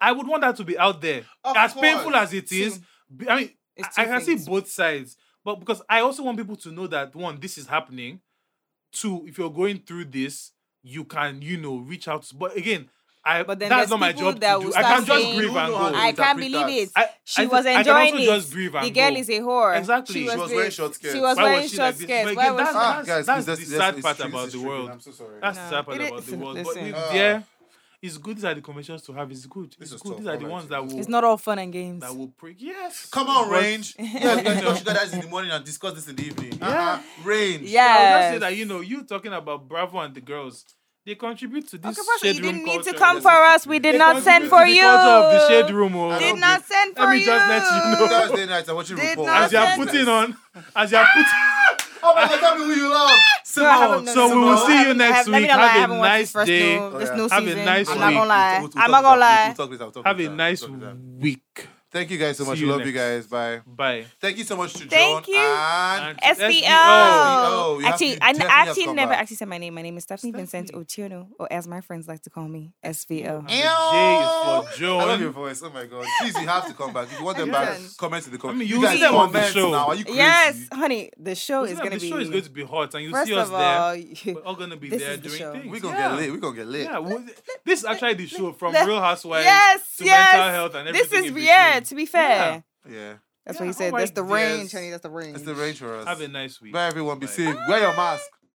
[SPEAKER 1] I would want that to be out there,
[SPEAKER 2] Of
[SPEAKER 1] as
[SPEAKER 2] course.
[SPEAKER 1] painful as it is. be- I mean,
[SPEAKER 5] It's
[SPEAKER 1] I, I
[SPEAKER 5] two
[SPEAKER 1] can
[SPEAKER 5] things.
[SPEAKER 1] see both sides, but because I also want people to know that one, this is happening. Two, if you're going through this, you can, you know, reach out. to- But again, I
[SPEAKER 5] But then
[SPEAKER 1] that's
[SPEAKER 5] there's
[SPEAKER 1] not my
[SPEAKER 5] people
[SPEAKER 1] job
[SPEAKER 5] that
[SPEAKER 1] to
[SPEAKER 5] will
[SPEAKER 1] do. I can
[SPEAKER 5] start
[SPEAKER 1] just
[SPEAKER 5] saying,
[SPEAKER 1] grieve and
[SPEAKER 2] "You
[SPEAKER 1] go.
[SPEAKER 2] know how
[SPEAKER 5] I can't
[SPEAKER 2] interpret
[SPEAKER 5] believe
[SPEAKER 2] that.
[SPEAKER 5] it.
[SPEAKER 1] I-
[SPEAKER 5] she
[SPEAKER 1] I
[SPEAKER 5] was
[SPEAKER 1] think I can
[SPEAKER 5] enjoying
[SPEAKER 1] also
[SPEAKER 5] it.
[SPEAKER 1] just grieve and
[SPEAKER 5] the girl
[SPEAKER 1] go.
[SPEAKER 5] is a whore.
[SPEAKER 1] Exactly. She
[SPEAKER 5] She was,
[SPEAKER 2] was
[SPEAKER 5] with-
[SPEAKER 2] wearing short skirts.
[SPEAKER 5] She was
[SPEAKER 1] Why was
[SPEAKER 5] wearing
[SPEAKER 1] she
[SPEAKER 5] short
[SPEAKER 1] like this?
[SPEAKER 5] skirts.
[SPEAKER 1] But
[SPEAKER 5] Why
[SPEAKER 1] again,
[SPEAKER 5] was
[SPEAKER 1] that's-
[SPEAKER 5] she-
[SPEAKER 1] Ah, that's the
[SPEAKER 9] this-
[SPEAKER 1] sad
[SPEAKER 9] this
[SPEAKER 1] part
[SPEAKER 9] is
[SPEAKER 1] about the
[SPEAKER 9] tricky.
[SPEAKER 1] world.
[SPEAKER 9] I'm so sorry.
[SPEAKER 1] That's the
[SPEAKER 5] No.
[SPEAKER 1] sad part
[SPEAKER 5] It
[SPEAKER 1] about the
[SPEAKER 5] is-
[SPEAKER 1] world. But
[SPEAKER 5] listen.
[SPEAKER 1] we-
[SPEAKER 9] Ah.
[SPEAKER 1] yeah, it's good. These are the conversations to have. It's good.
[SPEAKER 9] This
[SPEAKER 1] It's
[SPEAKER 9] is
[SPEAKER 1] good.
[SPEAKER 9] tough.
[SPEAKER 1] These are the
[SPEAKER 9] Alright,
[SPEAKER 1] ones
[SPEAKER 9] yeah.
[SPEAKER 1] that will
[SPEAKER 5] It's not all fun and games.
[SPEAKER 1] that will pre- yes.
[SPEAKER 2] Come on,
[SPEAKER 1] But-
[SPEAKER 2] range. yeah, we can touch that in the morning and discuss this in the evening.
[SPEAKER 1] Yeah.
[SPEAKER 2] Uh-huh. range.
[SPEAKER 1] I would just say
[SPEAKER 5] Yeah.
[SPEAKER 1] that you know you talking about Bravo and the girls. They contribute to this.
[SPEAKER 5] Okay, first, you
[SPEAKER 1] shade room
[SPEAKER 5] didn't need to
[SPEAKER 1] culture.
[SPEAKER 5] come for us. We did
[SPEAKER 1] They
[SPEAKER 5] not
[SPEAKER 1] contribute
[SPEAKER 5] send
[SPEAKER 1] to
[SPEAKER 5] for
[SPEAKER 1] the
[SPEAKER 5] you.
[SPEAKER 1] culture of the shade room. oh.
[SPEAKER 5] Did not send for
[SPEAKER 1] Let me
[SPEAKER 5] you.
[SPEAKER 1] just let you know.
[SPEAKER 2] Thursday night, I'm watching
[SPEAKER 5] Did
[SPEAKER 2] RuPaul.
[SPEAKER 5] not
[SPEAKER 1] As you are
[SPEAKER 5] send-
[SPEAKER 1] putting on, as you are putting.
[SPEAKER 2] Oh my God, tell me who you love.
[SPEAKER 5] No, I haven't-
[SPEAKER 2] Simone.
[SPEAKER 5] no, no,
[SPEAKER 1] So
[SPEAKER 5] no,
[SPEAKER 1] we
[SPEAKER 5] no,
[SPEAKER 1] will
[SPEAKER 5] no,
[SPEAKER 1] see
[SPEAKER 5] I
[SPEAKER 1] you
[SPEAKER 5] haven't- I
[SPEAKER 1] next
[SPEAKER 5] haven't- let me
[SPEAKER 1] week.
[SPEAKER 5] not lie,
[SPEAKER 1] Have a
[SPEAKER 5] I haven't watched
[SPEAKER 1] nice
[SPEAKER 5] this first
[SPEAKER 1] day.
[SPEAKER 5] new- this
[SPEAKER 2] Yeah.
[SPEAKER 5] new
[SPEAKER 1] Have a
[SPEAKER 5] season.
[SPEAKER 1] nice
[SPEAKER 5] I'm
[SPEAKER 1] week.
[SPEAKER 5] not gonna lie.
[SPEAKER 2] We'll- we'll
[SPEAKER 5] I'm not
[SPEAKER 2] talk
[SPEAKER 5] gonna
[SPEAKER 2] later.
[SPEAKER 5] lie.
[SPEAKER 2] We'll talk later. We'll talk
[SPEAKER 1] Have a
[SPEAKER 2] later.
[SPEAKER 1] nice
[SPEAKER 2] We'll talk later.
[SPEAKER 1] week.
[SPEAKER 9] Thank you guys so
[SPEAKER 1] See
[SPEAKER 9] much.
[SPEAKER 1] you
[SPEAKER 9] Love
[SPEAKER 1] next.
[SPEAKER 9] you guys. Bye.
[SPEAKER 1] Bye.
[SPEAKER 2] Thank you so much to
[SPEAKER 5] Thank
[SPEAKER 2] John
[SPEAKER 5] you.
[SPEAKER 2] and
[SPEAKER 1] And
[SPEAKER 2] SBO.
[SPEAKER 5] SBO.
[SPEAKER 2] You have
[SPEAKER 5] Actually,
[SPEAKER 2] to
[SPEAKER 5] I
[SPEAKER 2] definitely have
[SPEAKER 5] actually
[SPEAKER 2] come
[SPEAKER 5] never
[SPEAKER 2] back.
[SPEAKER 5] actually said my name. My name is Stephanie Vincent Otiono, or as my friends like to call me, SVO.
[SPEAKER 1] And the J is for
[SPEAKER 9] I love your
[SPEAKER 1] Joan.
[SPEAKER 9] voice. Oh my god.
[SPEAKER 2] Please, you have to come back. If you want them back,
[SPEAKER 5] Listen.
[SPEAKER 2] comment in the comments.
[SPEAKER 1] I mean,
[SPEAKER 2] you
[SPEAKER 1] you
[SPEAKER 2] guys
[SPEAKER 1] see them on the
[SPEAKER 2] comment
[SPEAKER 1] show.
[SPEAKER 2] now. Are you crazy?
[SPEAKER 5] Yes, honey, the show is
[SPEAKER 1] Listen,
[SPEAKER 5] Oh, gonna
[SPEAKER 1] the
[SPEAKER 5] be.
[SPEAKER 1] show is going to be hot, and you
[SPEAKER 5] First
[SPEAKER 1] see us
[SPEAKER 5] of
[SPEAKER 1] there.
[SPEAKER 5] all,
[SPEAKER 1] We're
[SPEAKER 5] you-
[SPEAKER 1] all going to be
[SPEAKER 5] this
[SPEAKER 1] there
[SPEAKER 5] is the
[SPEAKER 1] doing
[SPEAKER 5] show.
[SPEAKER 1] things.
[SPEAKER 9] We gonna
[SPEAKER 1] Yeah.
[SPEAKER 9] get lit. We gonna get lit.
[SPEAKER 1] Yeah, well, this is actually the show from
[SPEAKER 5] let-
[SPEAKER 1] Real Housewives
[SPEAKER 5] yes,
[SPEAKER 1] to
[SPEAKER 5] yes.
[SPEAKER 1] mental health and
[SPEAKER 5] this
[SPEAKER 1] everything.
[SPEAKER 5] is
[SPEAKER 1] in between.
[SPEAKER 5] yeah. To be fair,
[SPEAKER 1] Yeah.
[SPEAKER 9] Yeah.
[SPEAKER 5] that's
[SPEAKER 1] Yeah,
[SPEAKER 5] what you
[SPEAKER 1] oh
[SPEAKER 5] said.
[SPEAKER 1] my
[SPEAKER 5] that's the
[SPEAKER 1] dears.
[SPEAKER 5] range, honey. That's the range.
[SPEAKER 9] That's the range for us.
[SPEAKER 1] Have a nice week.
[SPEAKER 9] Bye everyone. Be
[SPEAKER 1] Bye.
[SPEAKER 9] safe. Wear your mask.